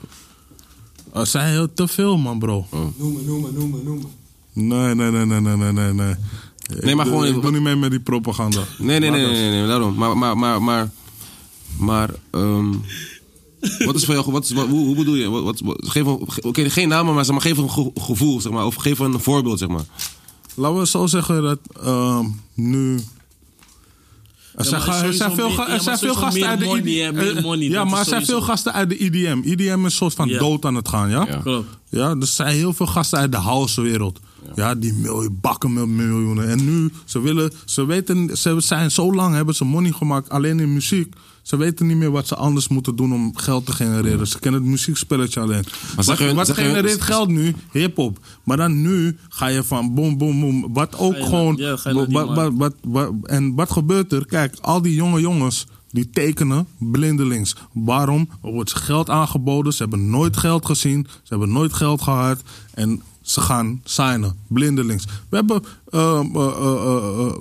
Speaker 5: Er zijn heel te veel, man, bro.
Speaker 2: Oh.
Speaker 7: Noemen, noemen, noemen, noemen.
Speaker 5: Nee, nee, nee, nee, nee, nee, nee. Nee,
Speaker 2: Nee, maar
Speaker 5: Ik doe-
Speaker 2: gewoon-
Speaker 5: Ik doe niet mee met die propaganda.
Speaker 2: Nee, nee,
Speaker 5: Maar
Speaker 2: nee,
Speaker 5: dat-
Speaker 2: nee, nee, nee, daarom. Maar, maar, maar, maar, maar ehm, wat is voor jou, wat is, wat, hoe, hoe bedoel je? Wat, wat, wat- geef een, ge- oké, geen namen, maar, zeg maar geef een ge- gevoel, zeg maar, of geef een voorbeeld, zeg maar.
Speaker 5: Laten we zo zeggen dat ehm, nu. Er zijn, ga- er
Speaker 3: sowieso
Speaker 5: zijn veel,
Speaker 3: meer-
Speaker 5: ga-
Speaker 3: ja,
Speaker 5: er
Speaker 3: maar
Speaker 5: zijn veel
Speaker 3: sowieso
Speaker 5: gasten
Speaker 3: meer
Speaker 5: uit de
Speaker 3: money,
Speaker 5: IDM.
Speaker 3: hè, meer money,
Speaker 5: ja,
Speaker 3: dat
Speaker 5: maar er
Speaker 3: is
Speaker 5: zijn veel
Speaker 3: sowieso.
Speaker 5: gasten uit de IDM. IDM is een soort van
Speaker 3: Ja.
Speaker 5: dood aan het gaan, ja?
Speaker 2: Ja.
Speaker 5: Ja,
Speaker 3: Klopt.
Speaker 5: er zijn heel veel gasten uit de housewereld. Ja. die miljoen, bakken met miljoenen. En nu, ze willen, ze weten, ze zijn zo lang hebben ze money gemaakt alleen in muziek. Ze weten niet meer wat ze anders moeten doen om geld te genereren. Ze kennen het muziekspelletje alleen.
Speaker 2: Maar
Speaker 5: wat
Speaker 2: zeg je-
Speaker 5: wat
Speaker 2: zeg je-
Speaker 5: genereert geld nu? Hip-hop. Maar dan nu ga je van boom, boom, boom. Wat ook
Speaker 3: Ga je
Speaker 5: gewoon.
Speaker 3: naar- ja, ga je naar die
Speaker 5: wat- wat- wat- wat- en wat gebeurt er? Kijk, al die jonge jongens die tekenen blindelings. Waarom? Er wordt ze geld aangeboden. Ze hebben nooit geld gezien. Ze hebben nooit geld gehad. En ze gaan signen, blindelings. We hebben, ehm, eh, eh, eh, eh,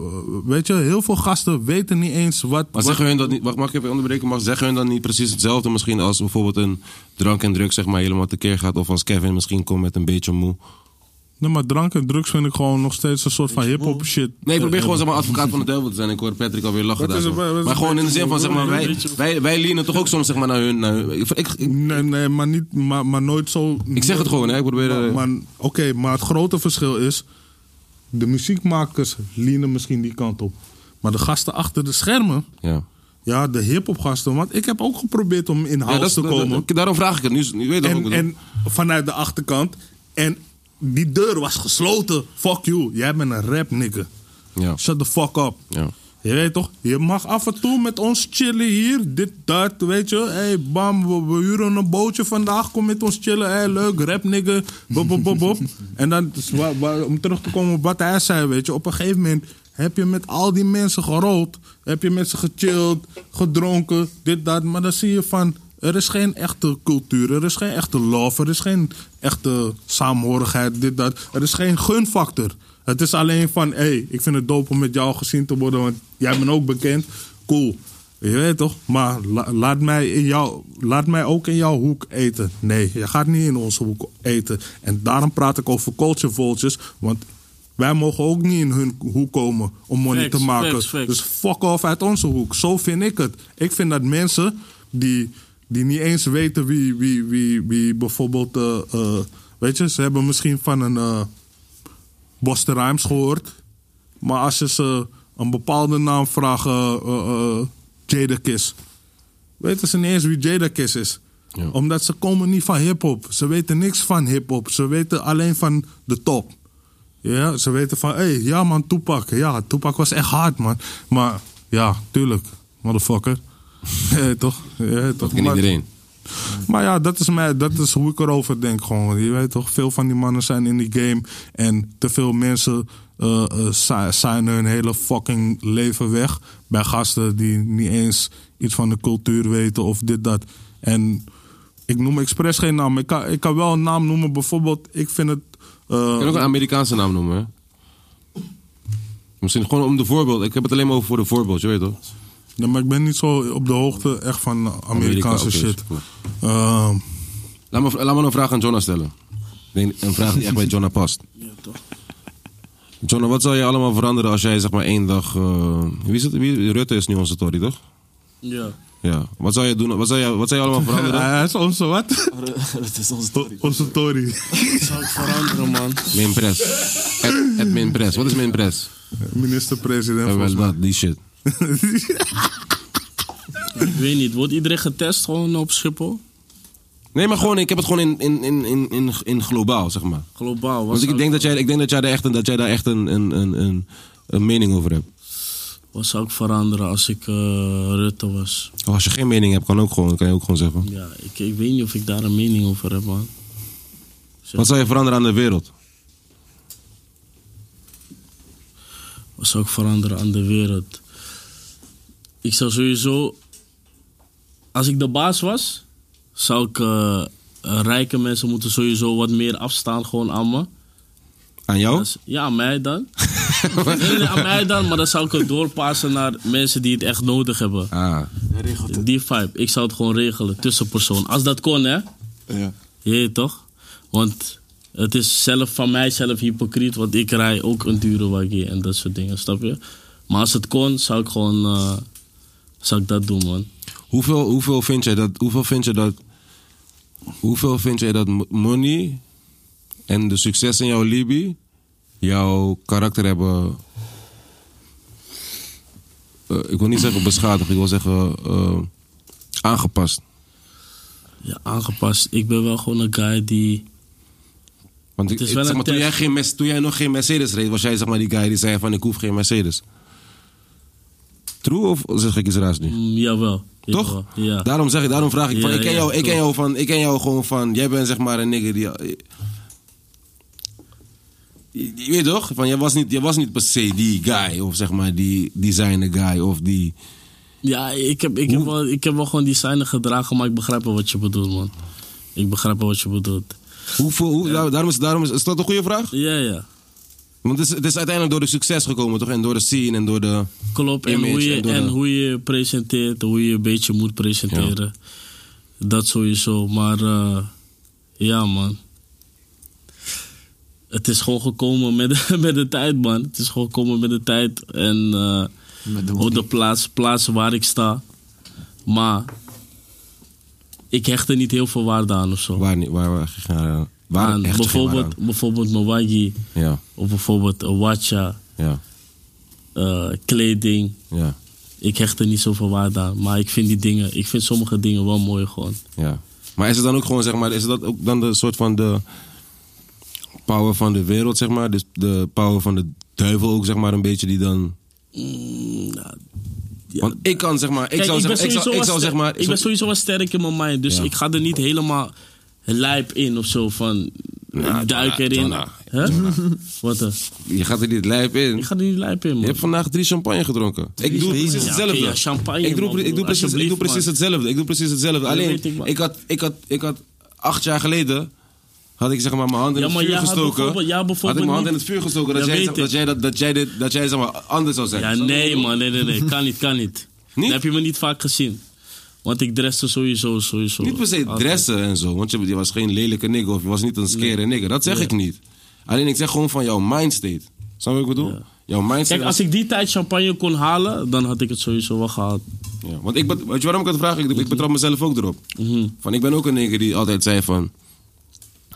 Speaker 5: weet je, heel veel gasten weten niet eens wat.
Speaker 2: Maar
Speaker 5: wat-
Speaker 2: zeggen hun dat niet, wacht, mag ik even onderbreken, maar zeggen hun dan niet precies hetzelfde misschien als bijvoorbeeld een drank en druk, zeg maar, helemaal tekeer gaat, of als Kevin misschien komt met een beetje moe.
Speaker 5: Nee, maar drank en drugs vind ik gewoon nog steeds een soort van hip-hop shit.
Speaker 2: Nee, ik probeer
Speaker 5: Eh,
Speaker 2: gewoon zeg maar advocaat van de duivel te zijn. Ik hoor Patrick alweer lachen
Speaker 5: Dat is
Speaker 2: daarvan.
Speaker 5: een- dat is
Speaker 2: Maar
Speaker 5: een
Speaker 2: gewoon in de zin van, zeg maar,
Speaker 5: beetje-
Speaker 2: wij, wij, wij leanen toch ook soms zeg maar naar hun. Naar hun. Ik, ik, ik-
Speaker 5: Nee, nee, maar, niet, maar, maar nooit zo.
Speaker 2: ik zeg het gewoon, hè. Ik probeer... eh,
Speaker 5: Maar, maar- Oké, maar het grote verschil is. De muziekmakers leanen misschien die kant op. Maar de gasten achter de schermen.
Speaker 2: ja.
Speaker 5: Ja, de hip-hop gasten. Want ik heb ook geprobeerd om in
Speaker 2: Ja,
Speaker 5: house
Speaker 2: dat is-
Speaker 5: te
Speaker 2: dat-
Speaker 5: komen.
Speaker 2: dat- daarom vraag ik het. Nu, is- nu weet ik ook
Speaker 5: en,
Speaker 2: wat
Speaker 5: en vanuit de achterkant. En die deur was gesloten. Fuck you. Jij bent een rap, nigger.
Speaker 2: Ja.
Speaker 5: Shut the fuck up.
Speaker 2: Ja.
Speaker 5: Je weet toch, je mag af en toe met ons chillen hier, dit, dat, weet je. Hey, bam, we, we huren een bootje vandaag, kom met ons chillen. Hey, leuk, rap nigga, bop, bop, bop, bop. En dan, dus wa- wa- om terug te komen op wat hij zei, weet je. Op een gegeven moment heb je met al die mensen gerold. Heb je met ze gechilled, gedronken, dit, dat. Maar dan zie je van, er is geen echte cultuur, er is geen echte love, er is geen echte saamhorigheid, dit, dat. Er is geen gunfactor. Het is alleen van, hé, hey, ik vind het dope om met jou gezien te worden, want jij bent ook bekend. Cool. Je weet toch? Maar la- laat, mij in jou, laat mij ook in jouw hoek eten. Nee, je gaat niet in onze hoek eten. En daarom praat ik over culture vultures, want wij mogen ook niet in hun hoek komen om money
Speaker 3: Facts,
Speaker 5: te maken.
Speaker 3: facts, facts.
Speaker 5: Dus fuck off uit onze hoek. Zo vind ik het. Ik vind dat mensen die, die niet eens weten wie, wie, wie, wie bijvoorbeeld. eh, eh, weet je, ze hebben misschien van een eh Boston Rhymes gehoord. Maar als je ze een bepaalde naam vraagt, eh eh, eh, Jada Kiss. Weten ze niet eens wie Jada Kiss is? Omdat ze komen niet van hip-hop. Ze weten niks van hip-hop. Ze weten alleen van de top. Ja, ze weten van, hé, hey, ja man, Toepak. Ja, Toepak was echt hard, man. Maar ja, tuurlijk, motherfucker. Eh, toch? Ja, toch?
Speaker 2: Dat kan
Speaker 5: Maar-
Speaker 2: iedereen.
Speaker 5: maar ja, dat is, mij, dat is hoe ik erover denk gewoon. Je weet toch, veel van die mannen zijn in die game. En te veel mensen eh, eh, sa- signen hun hele fucking leven weg. Bij gasten die niet eens iets van de cultuur weten of dit, dat. En ik noem expres geen naam. Ik kan, ik kan wel een naam noemen. Bijvoorbeeld, ik vind het... eh,
Speaker 2: Je kan ook een Amerikaanse naam noemen, hè? Misschien gewoon om de voorbeeld. Ik heb het alleen maar over voor de voorbeeld, je weet toch?
Speaker 5: ja, maar ik ben niet zo op de hoogte echt van Amerikaanse
Speaker 2: Amerika, oké,
Speaker 5: shit.
Speaker 2: is goed.
Speaker 5: Ehm,
Speaker 2: Laat me, laat me een vraag aan Jonah stellen. Denk- Een vraag die echt bij Jonna past. Jonna, wat zou je allemaal veranderen als jij zeg maar één dag... eh, wie is het? Wie, Rutte is nu onze Tory, toch?
Speaker 3: Ja.
Speaker 2: Ja. Wat zou je doen? Wat zou je, wat zou je allemaal veranderen?
Speaker 5: Hij is onze wat?
Speaker 4: dat is onze story.
Speaker 5: Onze Tory.
Speaker 3: Zou ik veranderen, man?
Speaker 2: Mijn pres. Ed, Ed mijn pres. Wat is mijn pres?
Speaker 5: Minister-president
Speaker 2: Eh,
Speaker 5: volgens
Speaker 2: wel dat, die shit.
Speaker 3: Ik weet niet. Wordt iedereen getest gewoon op Schiphol?
Speaker 2: Nee, maar gewoon, ik heb het gewoon in, in, in, in, in, in globaal, zeg maar.
Speaker 3: Globaal. Wat
Speaker 2: Want ik
Speaker 3: zou
Speaker 2: denk dat jij, ik denk dat jij daar echt, een- dat jij daar echt een, een, een, een, een mening over hebt.
Speaker 3: Wat zou ik veranderen als ik eh, Rutte was?
Speaker 2: Of Oh, als je geen mening hebt, kan, ook gewoon, kan je ook gewoon zeggen.
Speaker 3: Ja, ik, ik weet niet of ik daar een mening over heb, man.
Speaker 2: Wat zou je veranderen aan de wereld?
Speaker 3: Wat zou ik veranderen aan de wereld? Ik zou sowieso... Als ik de baas was, zou ik... eh, eh, rijke mensen moeten sowieso wat meer afstaan gewoon aan me.
Speaker 2: Aan jou?
Speaker 3: Dus- ja, aan mij dan. nee, nee, aan mij dan, maar dan zou ik het doorpassen naar mensen die het echt nodig hebben.
Speaker 2: Ah,
Speaker 3: Die vibe. Ik zou het gewoon regelen, tussenpersoon. Als dat kon, hè.
Speaker 4: Ja.
Speaker 3: Je weet toch? Want het is zelf van mijzelf hypocriet, want ik rij ook een dure waggie en dat soort dingen, snap je? Maar als het kon, zou ik gewoon eh, zou ik dat doen, man.
Speaker 2: hoeveel, hoeveel vind jij dat, hoeveel vind jij dat, hoeveel vind jij dat mo- money en de succes in jouw Libi jouw karakter hebben, eh, ik wil niet zeggen beschadigd, ik wil zeggen eh, aangepast?
Speaker 3: Ja, aangepast. Ik ben wel gewoon een guy die.
Speaker 2: Want ik,
Speaker 3: Het is
Speaker 2: ik-
Speaker 3: wel
Speaker 2: zeg
Speaker 3: een
Speaker 2: maar, toen,
Speaker 3: test.
Speaker 2: jij geen, Mes- toen jij nog geen Mercedes reed, was jij zeg maar, die guy die zei van ik hoef geen Mercedes. True of zeg ik iets raars nu?
Speaker 3: Mm, jawel.
Speaker 2: Toch?
Speaker 3: Jawel, Ja.
Speaker 2: Daarom zeg ik, daarom vraag ik van,
Speaker 3: Ja,
Speaker 2: ik, ken
Speaker 3: ja,
Speaker 2: jou, ik, ken
Speaker 3: klopt.
Speaker 2: jou van, ik ken jou gewoon van, jij bent zeg maar een nigger die... Je, je weet toch? Van, jij, was niet, jij was niet per se die guy of zeg maar die designer guy of die...
Speaker 3: Ja, ik heb, ik, heb
Speaker 2: Hoe-
Speaker 3: wel, ik heb wel gewoon die seinen gedragen, maar ik begrijp wel wat je bedoelt, man. Ik begrijp wel wat je bedoelt.
Speaker 2: Hoeveel, hoe, daar- daarom, is, daarom is, is dat een goede vraag?
Speaker 3: Ja, ja.
Speaker 2: Want het is, het is uiteindelijk door de succes gekomen toch? En door de scene en door de...
Speaker 3: Klopt, en,
Speaker 2: Image
Speaker 3: hoe je,
Speaker 2: en door
Speaker 3: en
Speaker 2: de-
Speaker 3: hoe je presenteert, hoe je een beetje moet presenteren. Dat sowieso, maar eh, ja man. Het is gewoon gekomen met de, met de tijd man. Het is gewoon gekomen met de tijd en eh,
Speaker 4: Met de
Speaker 3: op de plaats, plaats waar ik sta. Maar ik hecht er niet heel veel waarde aan of zo.
Speaker 2: Waar, niet, waar, waar, waar, waar
Speaker 3: Aan
Speaker 2: echt
Speaker 3: bijvoorbeeld, bijvoorbeeld Mawagi
Speaker 2: geen waar aan.
Speaker 3: of bijvoorbeeld eh, Watcha,
Speaker 2: Ja, ja,
Speaker 3: kleding.
Speaker 2: ja,
Speaker 3: Ik hecht er niet zoveel waarde aan. Maar ik vind die dingen, ik vind sommige dingen wel mooi gewoon.
Speaker 2: ja. Maar is het dan ook gewoon, zeg maar, is dat ook dan de soort van de power van de wereld, zeg maar? Dus de power van de duivel ook, zeg maar, een beetje die dan... Want ik kan, zeg maar, ik
Speaker 3: Kijk,
Speaker 2: zou,
Speaker 3: Mm, ik ben
Speaker 2: zeggen, ik
Speaker 3: sowieso
Speaker 2: zou, ik
Speaker 3: wel
Speaker 2: zou zeg
Speaker 3: ster-
Speaker 2: maar...
Speaker 3: ik ben sowieso wel sterk in mijn mind. Dus
Speaker 2: Ja.
Speaker 3: ik ga er niet helemaal lijp in of zo van... ik
Speaker 2: Jonna,
Speaker 3: duik erin.
Speaker 2: Jonna,
Speaker 3: Hè? Wat dan?
Speaker 2: Je gaat er niet lijp in.
Speaker 3: Ik ga er niet lijp in,
Speaker 2: Je
Speaker 3: man.
Speaker 2: hebt vandaag drie champagne gedronken. Ik doe
Speaker 3: champagne.
Speaker 2: precies
Speaker 3: Ja, oké,
Speaker 2: hetzelfde.
Speaker 3: ja, champagne,
Speaker 2: ik, doe,
Speaker 3: man,
Speaker 2: ik,
Speaker 3: broer,
Speaker 2: doe precies, ik doe
Speaker 3: alsjeblieft,
Speaker 2: precies
Speaker 3: man.
Speaker 2: hetzelfde. Ik doe precies hetzelfde. Alleen,
Speaker 3: weet ik, man.
Speaker 2: ik had, ik, had, ik had acht jaar geleden... Had ik zeg maar mijn hand in
Speaker 3: Ja,
Speaker 2: het
Speaker 3: maar
Speaker 2: vuur
Speaker 3: jij had
Speaker 2: gestoken.
Speaker 3: bijvoorbeeld- jij had
Speaker 2: had ik
Speaker 3: bijvoorbeeld
Speaker 2: mijn hand in
Speaker 3: niet-
Speaker 2: het vuur gestoken. Dat
Speaker 3: Ja,
Speaker 2: jij,
Speaker 3: weet
Speaker 2: dat,
Speaker 3: ik.
Speaker 2: jij, dat, dat jij, dit, dat jij zeg maar, anders zou zijn.
Speaker 3: Ja,
Speaker 2: Snap je?
Speaker 3: nee, man. Nee, nee, nee. Kan niet, kan niet.
Speaker 2: Niet?
Speaker 3: Dat heb je me niet vaak gezien. Want ik dresse sowieso, sowieso.
Speaker 2: Niet per se
Speaker 3: altijd.
Speaker 2: dressen en zo. Want je, je was geen lelijke nigger of je was niet een skere nigger. Dat zeg ik niet. Alleen ik zeg gewoon van jouw mindstate. Snap je wat ik bedoel? Jouw mindstate.
Speaker 3: Kijk, als ik die tijd champagne kon halen, dan had ik het sowieso wel gehaald.
Speaker 2: Ja, want ik, bet- weet je waarom ik het vraag? Ik,
Speaker 3: Mhm.
Speaker 2: ik betrap mezelf ook erop. Van, ik ben ook een nigger die altijd zei van...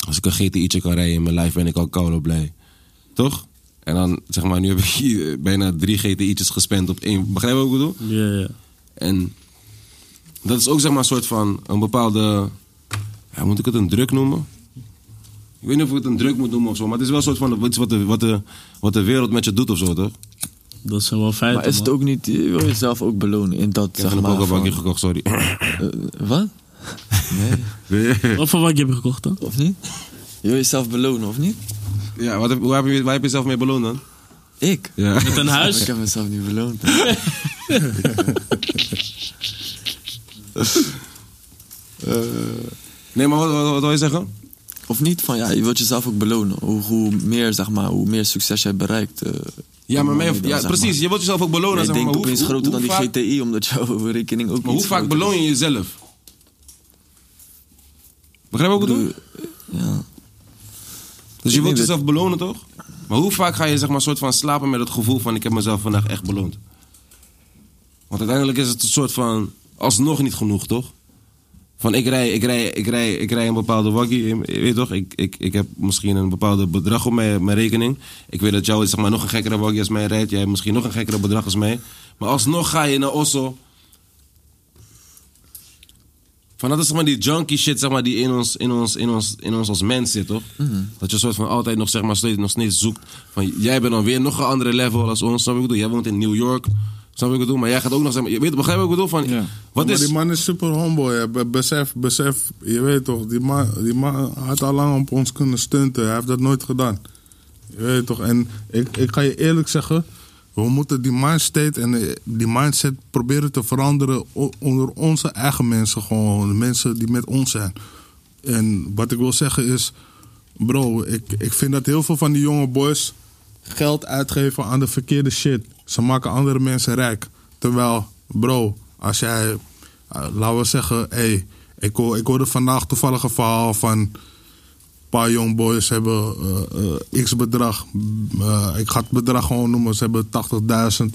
Speaker 2: Als ik een GTI'tje kan rijden in mijn lijf ben ik al koude blij. Toch? En dan, zeg maar, nu heb ik hier bijna drie GTI'tjes gespend op één. Begrijp je wat ik bedoel?
Speaker 3: Ja, ja.
Speaker 2: En dat is ook zeg maar een soort van een bepaalde. Ja, moet ik het een druk noemen? Ik weet niet of ik het een druk moet noemen of zo, maar het is wel een soort van iets wat de, wat de, wat de wereld met je doet of zo, toch?
Speaker 3: Dat zijn wel feiten,
Speaker 4: Maar is het
Speaker 3: man.
Speaker 4: ook niet, je wil jezelf ook belonen in dat,
Speaker 2: Ik heb
Speaker 4: zeg
Speaker 2: een
Speaker 4: maar.
Speaker 2: kokenbakje
Speaker 4: van-
Speaker 2: gekocht, sorry.
Speaker 4: eh, wat? Nee,
Speaker 3: Wat voor waggie heb je gekocht dan?
Speaker 4: of niet? Je wil jezelf belonen, of niet?
Speaker 2: ja, wat heb, hoe heb je, waar heb je zelf mee beloond dan?
Speaker 4: Ik?
Speaker 2: Ja.
Speaker 3: Met een huis?
Speaker 4: Ik heb mezelf niet beloond.
Speaker 2: Nee, maar wat, wat, wat wil je zeggen?
Speaker 4: Eh, Of niet van, ja, je wilt jezelf ook belonen. Hoe, hoe meer, zeg maar, hoe meer succes jij bereikt. eh,
Speaker 2: Ja, maar
Speaker 4: hoe
Speaker 2: mij,
Speaker 4: meer dan,
Speaker 2: ja,
Speaker 4: zeg
Speaker 2: precies.
Speaker 4: maar.
Speaker 2: Je wilt jezelf ook belonen.
Speaker 4: Je
Speaker 2: zeg maar,
Speaker 4: denkt
Speaker 2: maar hoe-
Speaker 4: opeens
Speaker 2: hoe-
Speaker 4: groter dan
Speaker 2: hoe
Speaker 4: die
Speaker 2: vaak-
Speaker 4: GTI, omdat jouw rekening ook
Speaker 2: Maar hoe
Speaker 4: iets
Speaker 2: vaak
Speaker 4: groter
Speaker 2: beloon je jezelf? Begrijp je wat ik bedoel?
Speaker 4: Ja.
Speaker 2: Dus je wilt
Speaker 4: weet
Speaker 2: jezelf belonen, toch? Maar hoe vaak ga je zeg maar soort van slapen met het gevoel van ik heb mezelf vandaag echt beloond? Want uiteindelijk is het een soort van alsnog niet genoeg, toch? Van ik rij, ik rij, ik rij, ik rij een bepaalde waggie, je weet toch? Ik, ik, ik heb misschien een bepaald bedrag op mijn, mijn rekening. Ik weet dat jou zeg maar, nog een gekkere waggie als mij rijdt. Jij hebt misschien nog een gekkere bedrag als mij. Maar alsnog ga je naar Osso. Van dat is zeg maar die junkie shit zeg maar, die in ons, in, ons, in, ons, in ons als mens zit, toch?
Speaker 5: Mhm.
Speaker 2: Dat je een soort van altijd nog, zeg maar, steeds, nog steeds zoekt. Van, jij bent dan weer nog een andere level als ons, snap je wat ik bedoel? Jij woont in New York, snap je wat ik bedoel? Maar jij gaat ook nog, zeg maar, je weet, begrijp je wat ik bedoel? Van, wat
Speaker 5: maar
Speaker 2: is...
Speaker 5: die man is super humble. hè. Be- Besef, besef. Je weet toch, die man, die man had al lang op ons kunnen stunten. Hij heeft dat nooit gedaan. Je weet toch. En ik, ik ga je eerlijk zeggen... We moeten die mindset en eh, die mindset proberen te veranderen o- onder onze eigen mensen. Gewoon de mensen die met ons zijn. En wat ik wil zeggen is... Bro, ik, ik vind dat heel veel van die jonge boys geld uitgeven aan de verkeerde shit. Ze maken andere mensen rijk. Terwijl, bro, als jij, eh, laten we zeggen, hey, ik, hoor, ik hoorde vandaag toevallig een verhaal van een paar young boys hebben eh, eh, x bedrag. eh, ik ga het bedrag gewoon noemen. Ze hebben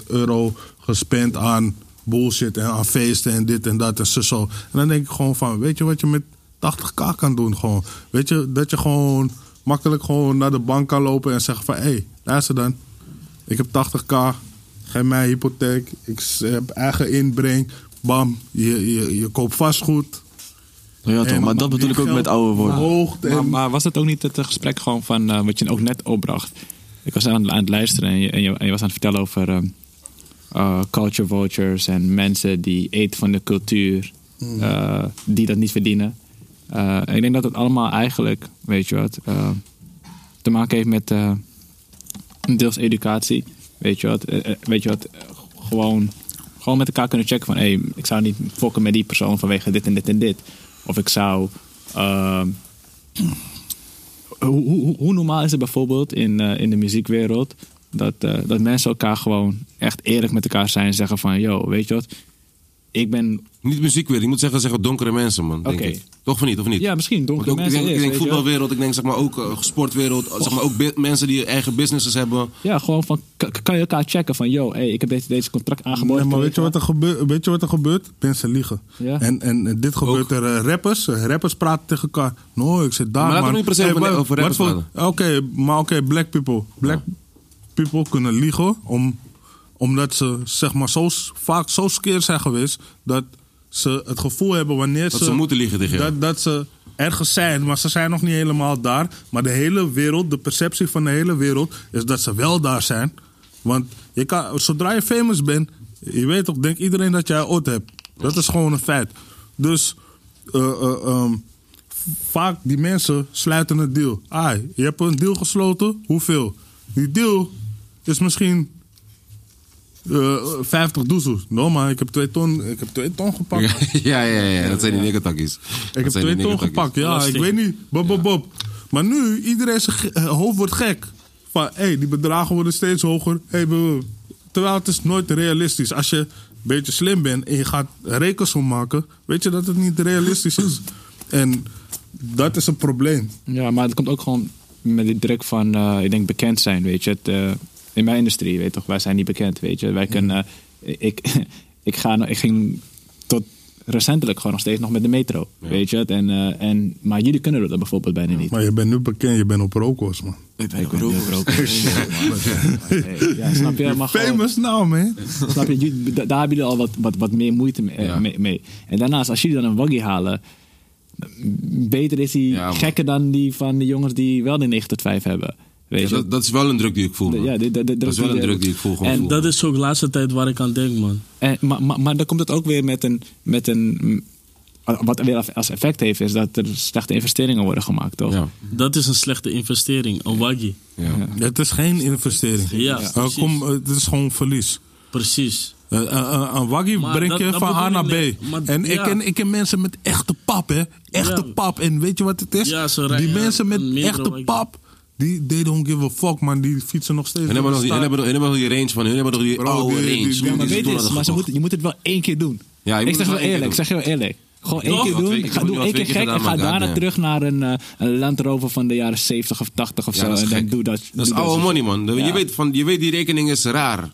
Speaker 5: 80.000 euro gespend aan bullshit en aan feesten en dit en dat en zo, zo. En dan denk ik gewoon van, weet je wat je met 80k kan doen gewoon. Weet je, dat je gewoon makkelijk gewoon naar de bank kan lopen en zeggen van... hé, hey, luister dan, ik heb 80k, geef mij een hypotheek, ik s- heb eigen inbreng. Bam, je, je, je koopt vastgoed.
Speaker 4: Ja, toch,
Speaker 5: En-
Speaker 4: maar dat bedoel ik ook
Speaker 5: geld
Speaker 4: met ouder worden.
Speaker 5: verhoogt en-
Speaker 6: Maar, maar was dat ook niet het eh, gesprek gewoon van eh, wat je ook net opbracht? Ik was aan, aan het luisteren en je, en, je, en je was aan het vertellen over ehm, eh, culture vultures en mensen die eten van de cultuur, eh, die dat niet verdienen. Eh, en ik denk dat het allemaal eigenlijk, weet je wat, eh, te maken heeft met eh, deels educatie. Weet je wat, eh, eh, weet je wat eh, gewoon, gewoon met elkaar kunnen checken van hé, ik zou niet fokken met die persoon vanwege dit en dit en dit. Of ik zou. ehm, Eh, hoe, hoe, hoe normaal is het bijvoorbeeld in, eh, in de muziekwereld dat, eh, dat mensen elkaar gewoon echt eerlijk met elkaar zijn en zeggen van yo, weet je wat, ik ben.
Speaker 2: Niet muziek weer, ik moet zeggen, zeggen donkere mensen, man. denk
Speaker 6: Oké.
Speaker 2: ik. Toch van niet, of niet?
Speaker 6: Ja, misschien
Speaker 2: Want
Speaker 6: donkere
Speaker 2: ook, ik
Speaker 6: mensen.
Speaker 2: denk, ik
Speaker 6: is,
Speaker 2: denk
Speaker 6: weet je wel.
Speaker 2: voetbalwereld, ik denk zeg maar ook eh, sportwereld, zeg maar ook bi- mensen die eigen businesses hebben.
Speaker 6: Ja, gewoon van k- kan je elkaar checken van yo, hey, ik heb deze, deze contract aangeboden.
Speaker 5: Nee, maar weet je, wat er gebeurt, weet je wat er gebeurt? Mensen liegen.
Speaker 6: Ja.
Speaker 5: En, en eh, dit gebeurt er. eh, Rappers, eh, rappers praten tegen elkaar. No, ik zit daar,
Speaker 2: Maar laten we
Speaker 5: man.
Speaker 2: niet per se over-
Speaker 5: wa-
Speaker 2: over rappers
Speaker 5: wat voor- Oké, maar oké, black people. Black people kunnen liegen om, omdat ze zeg maar zo s- vaak zo skeer zijn geweest dat ze het gevoel hebben wanneer
Speaker 2: Dat
Speaker 5: ze...
Speaker 2: ze moeten liegen tegen jou.
Speaker 5: Dat, dat ze ergens zijn, maar ze zijn nog niet helemaal daar. Maar de hele wereld, de perceptie van de hele wereld is dat ze wel daar zijn. Want je kan, zodra je famous bent, je weet toch, denkt iedereen dat jij ooit hebt. Dat is gewoon een feit. Dus eh, eh, ehm, vaak die mensen sluiten een deal. Ah, je hebt een deal gesloten, hoeveel? Die deal is misschien eh, 50 doezel. No man, ik heb twee ton, ik heb twee ton gepakt. man.
Speaker 2: ja, ja, ja, dat zijn die nikkertakkies.
Speaker 5: Ik heb twee ton gepakt, ja, ik weet niet. Bob, bob, bob. Maar nu, iedereen zijn ge- eh, hoofd wordt gek. Van, hé, die bedragen worden steeds hoger. Hey, bob, bob. Terwijl het is nooit realistisch. Als je een beetje slim bent en je gaat rekensom maken... weet je dat het niet realistisch is. En dat is een probleem.
Speaker 6: Ja, maar het komt ook gewoon met die druk van, eh, ik denk, bekend zijn, weet je. Het, eh, in mijn industrie, weet je toch, wij zijn niet bekend, weet je. Wij kunnen, eh, ik, ik, ga, nog- ik ging tot recentelijk gewoon nog steeds nog met de metro, weet je. het. En, eh, en, maar jullie kunnen dat bijvoorbeeld bijna niet.
Speaker 5: Maar je bent nu bekend, je bent op Rokos, man.
Speaker 6: ik ben niet roken. Ja, snap je? Maar gewoon-
Speaker 5: Famous nou, man.
Speaker 6: Snap je? Jullie- da- Daar hebben jullie al wat, wat, wat meer moeite mee, eh, mee, mee. En daarnaast, als jullie dan een waggie halen... m- Beter is die
Speaker 2: man.
Speaker 6: gekker dan die van de jongens die wel de 9 tot 5 hebben. Weet je?
Speaker 2: dat, dat is wel een druk die ik voel.
Speaker 6: De-
Speaker 2: man.
Speaker 6: ja, de- de- de
Speaker 2: dat
Speaker 6: druk
Speaker 2: is wel
Speaker 6: die
Speaker 2: een
Speaker 6: je-
Speaker 2: druk die ik voel. Gewoon
Speaker 6: En
Speaker 2: voel.
Speaker 3: Dat is ook de laatste tijd waar ik aan denk, man.
Speaker 6: En, maar, maar, maar dan komt het ook weer met een... Met een m, wat er weer als effect heeft, is dat er slechte investeringen worden gemaakt, toch?
Speaker 2: Ja.
Speaker 3: Dat is een slechte investering, een waggie.
Speaker 2: Ja.
Speaker 5: Het is geen investering.
Speaker 3: Ja,
Speaker 5: Eh,
Speaker 3: precies.
Speaker 5: kom, eh, het is gewoon verlies.
Speaker 3: Precies.
Speaker 5: Eh, eh, eh, een waggie
Speaker 3: Maar
Speaker 5: breng
Speaker 3: dat-
Speaker 5: je
Speaker 3: dat
Speaker 5: van A naar B.
Speaker 3: bedoel ik niet. Maar-
Speaker 5: en ik,
Speaker 3: ja.
Speaker 5: ken, ik ken mensen met echte pap, hè. Echte
Speaker 3: Ja.
Speaker 5: pap. En weet je wat het is?
Speaker 3: Ja, zo
Speaker 5: die
Speaker 3: rijden
Speaker 5: mensen
Speaker 3: een
Speaker 5: met
Speaker 3: meerdere
Speaker 5: echte
Speaker 3: waggie.
Speaker 5: pap, die they don't give a fuck, man. Die fietsen nog steeds.
Speaker 2: En hebben nog
Speaker 5: door de
Speaker 2: die, en
Speaker 5: stad.
Speaker 2: hebben nog, en hebben nog die range van hun, hebben nog die
Speaker 5: Bro,
Speaker 2: oude
Speaker 5: eh, die- die-
Speaker 2: range.
Speaker 5: die-
Speaker 2: die
Speaker 6: Ja, maar
Speaker 2: ze
Speaker 6: weet
Speaker 2: toen
Speaker 6: je,
Speaker 2: hadden
Speaker 6: maar ze
Speaker 2: gekocht.
Speaker 6: moeten, je moet het wel één keer doen.
Speaker 2: Ja, je
Speaker 6: ik
Speaker 2: moet het
Speaker 6: zeg
Speaker 2: wel
Speaker 6: je
Speaker 2: één
Speaker 6: wel
Speaker 2: keer
Speaker 6: eerlijk, ik
Speaker 2: doen.
Speaker 6: zeg je wel eerlijk. Gewoon één
Speaker 2: heb
Speaker 6: keer
Speaker 2: het al
Speaker 6: doen.
Speaker 2: twee-
Speaker 6: Ik
Speaker 2: ik
Speaker 6: ga
Speaker 2: heb
Speaker 6: doe
Speaker 2: het nu al
Speaker 6: één
Speaker 2: twee
Speaker 6: keer
Speaker 2: keer
Speaker 6: gek en
Speaker 2: gedaan,
Speaker 6: ga
Speaker 2: maar
Speaker 6: daarna
Speaker 2: goddamn.
Speaker 6: terug naar een, eh, een Land Rover van de jaren 70 of 80 of
Speaker 2: Ja,
Speaker 6: zo.
Speaker 2: dat is
Speaker 6: en dan
Speaker 2: gek.
Speaker 6: doe dat.
Speaker 2: Dat is
Speaker 6: doe
Speaker 2: oude money, man. Dat-
Speaker 6: Ja.
Speaker 2: Je, weet van, je weet, die rekening is raar.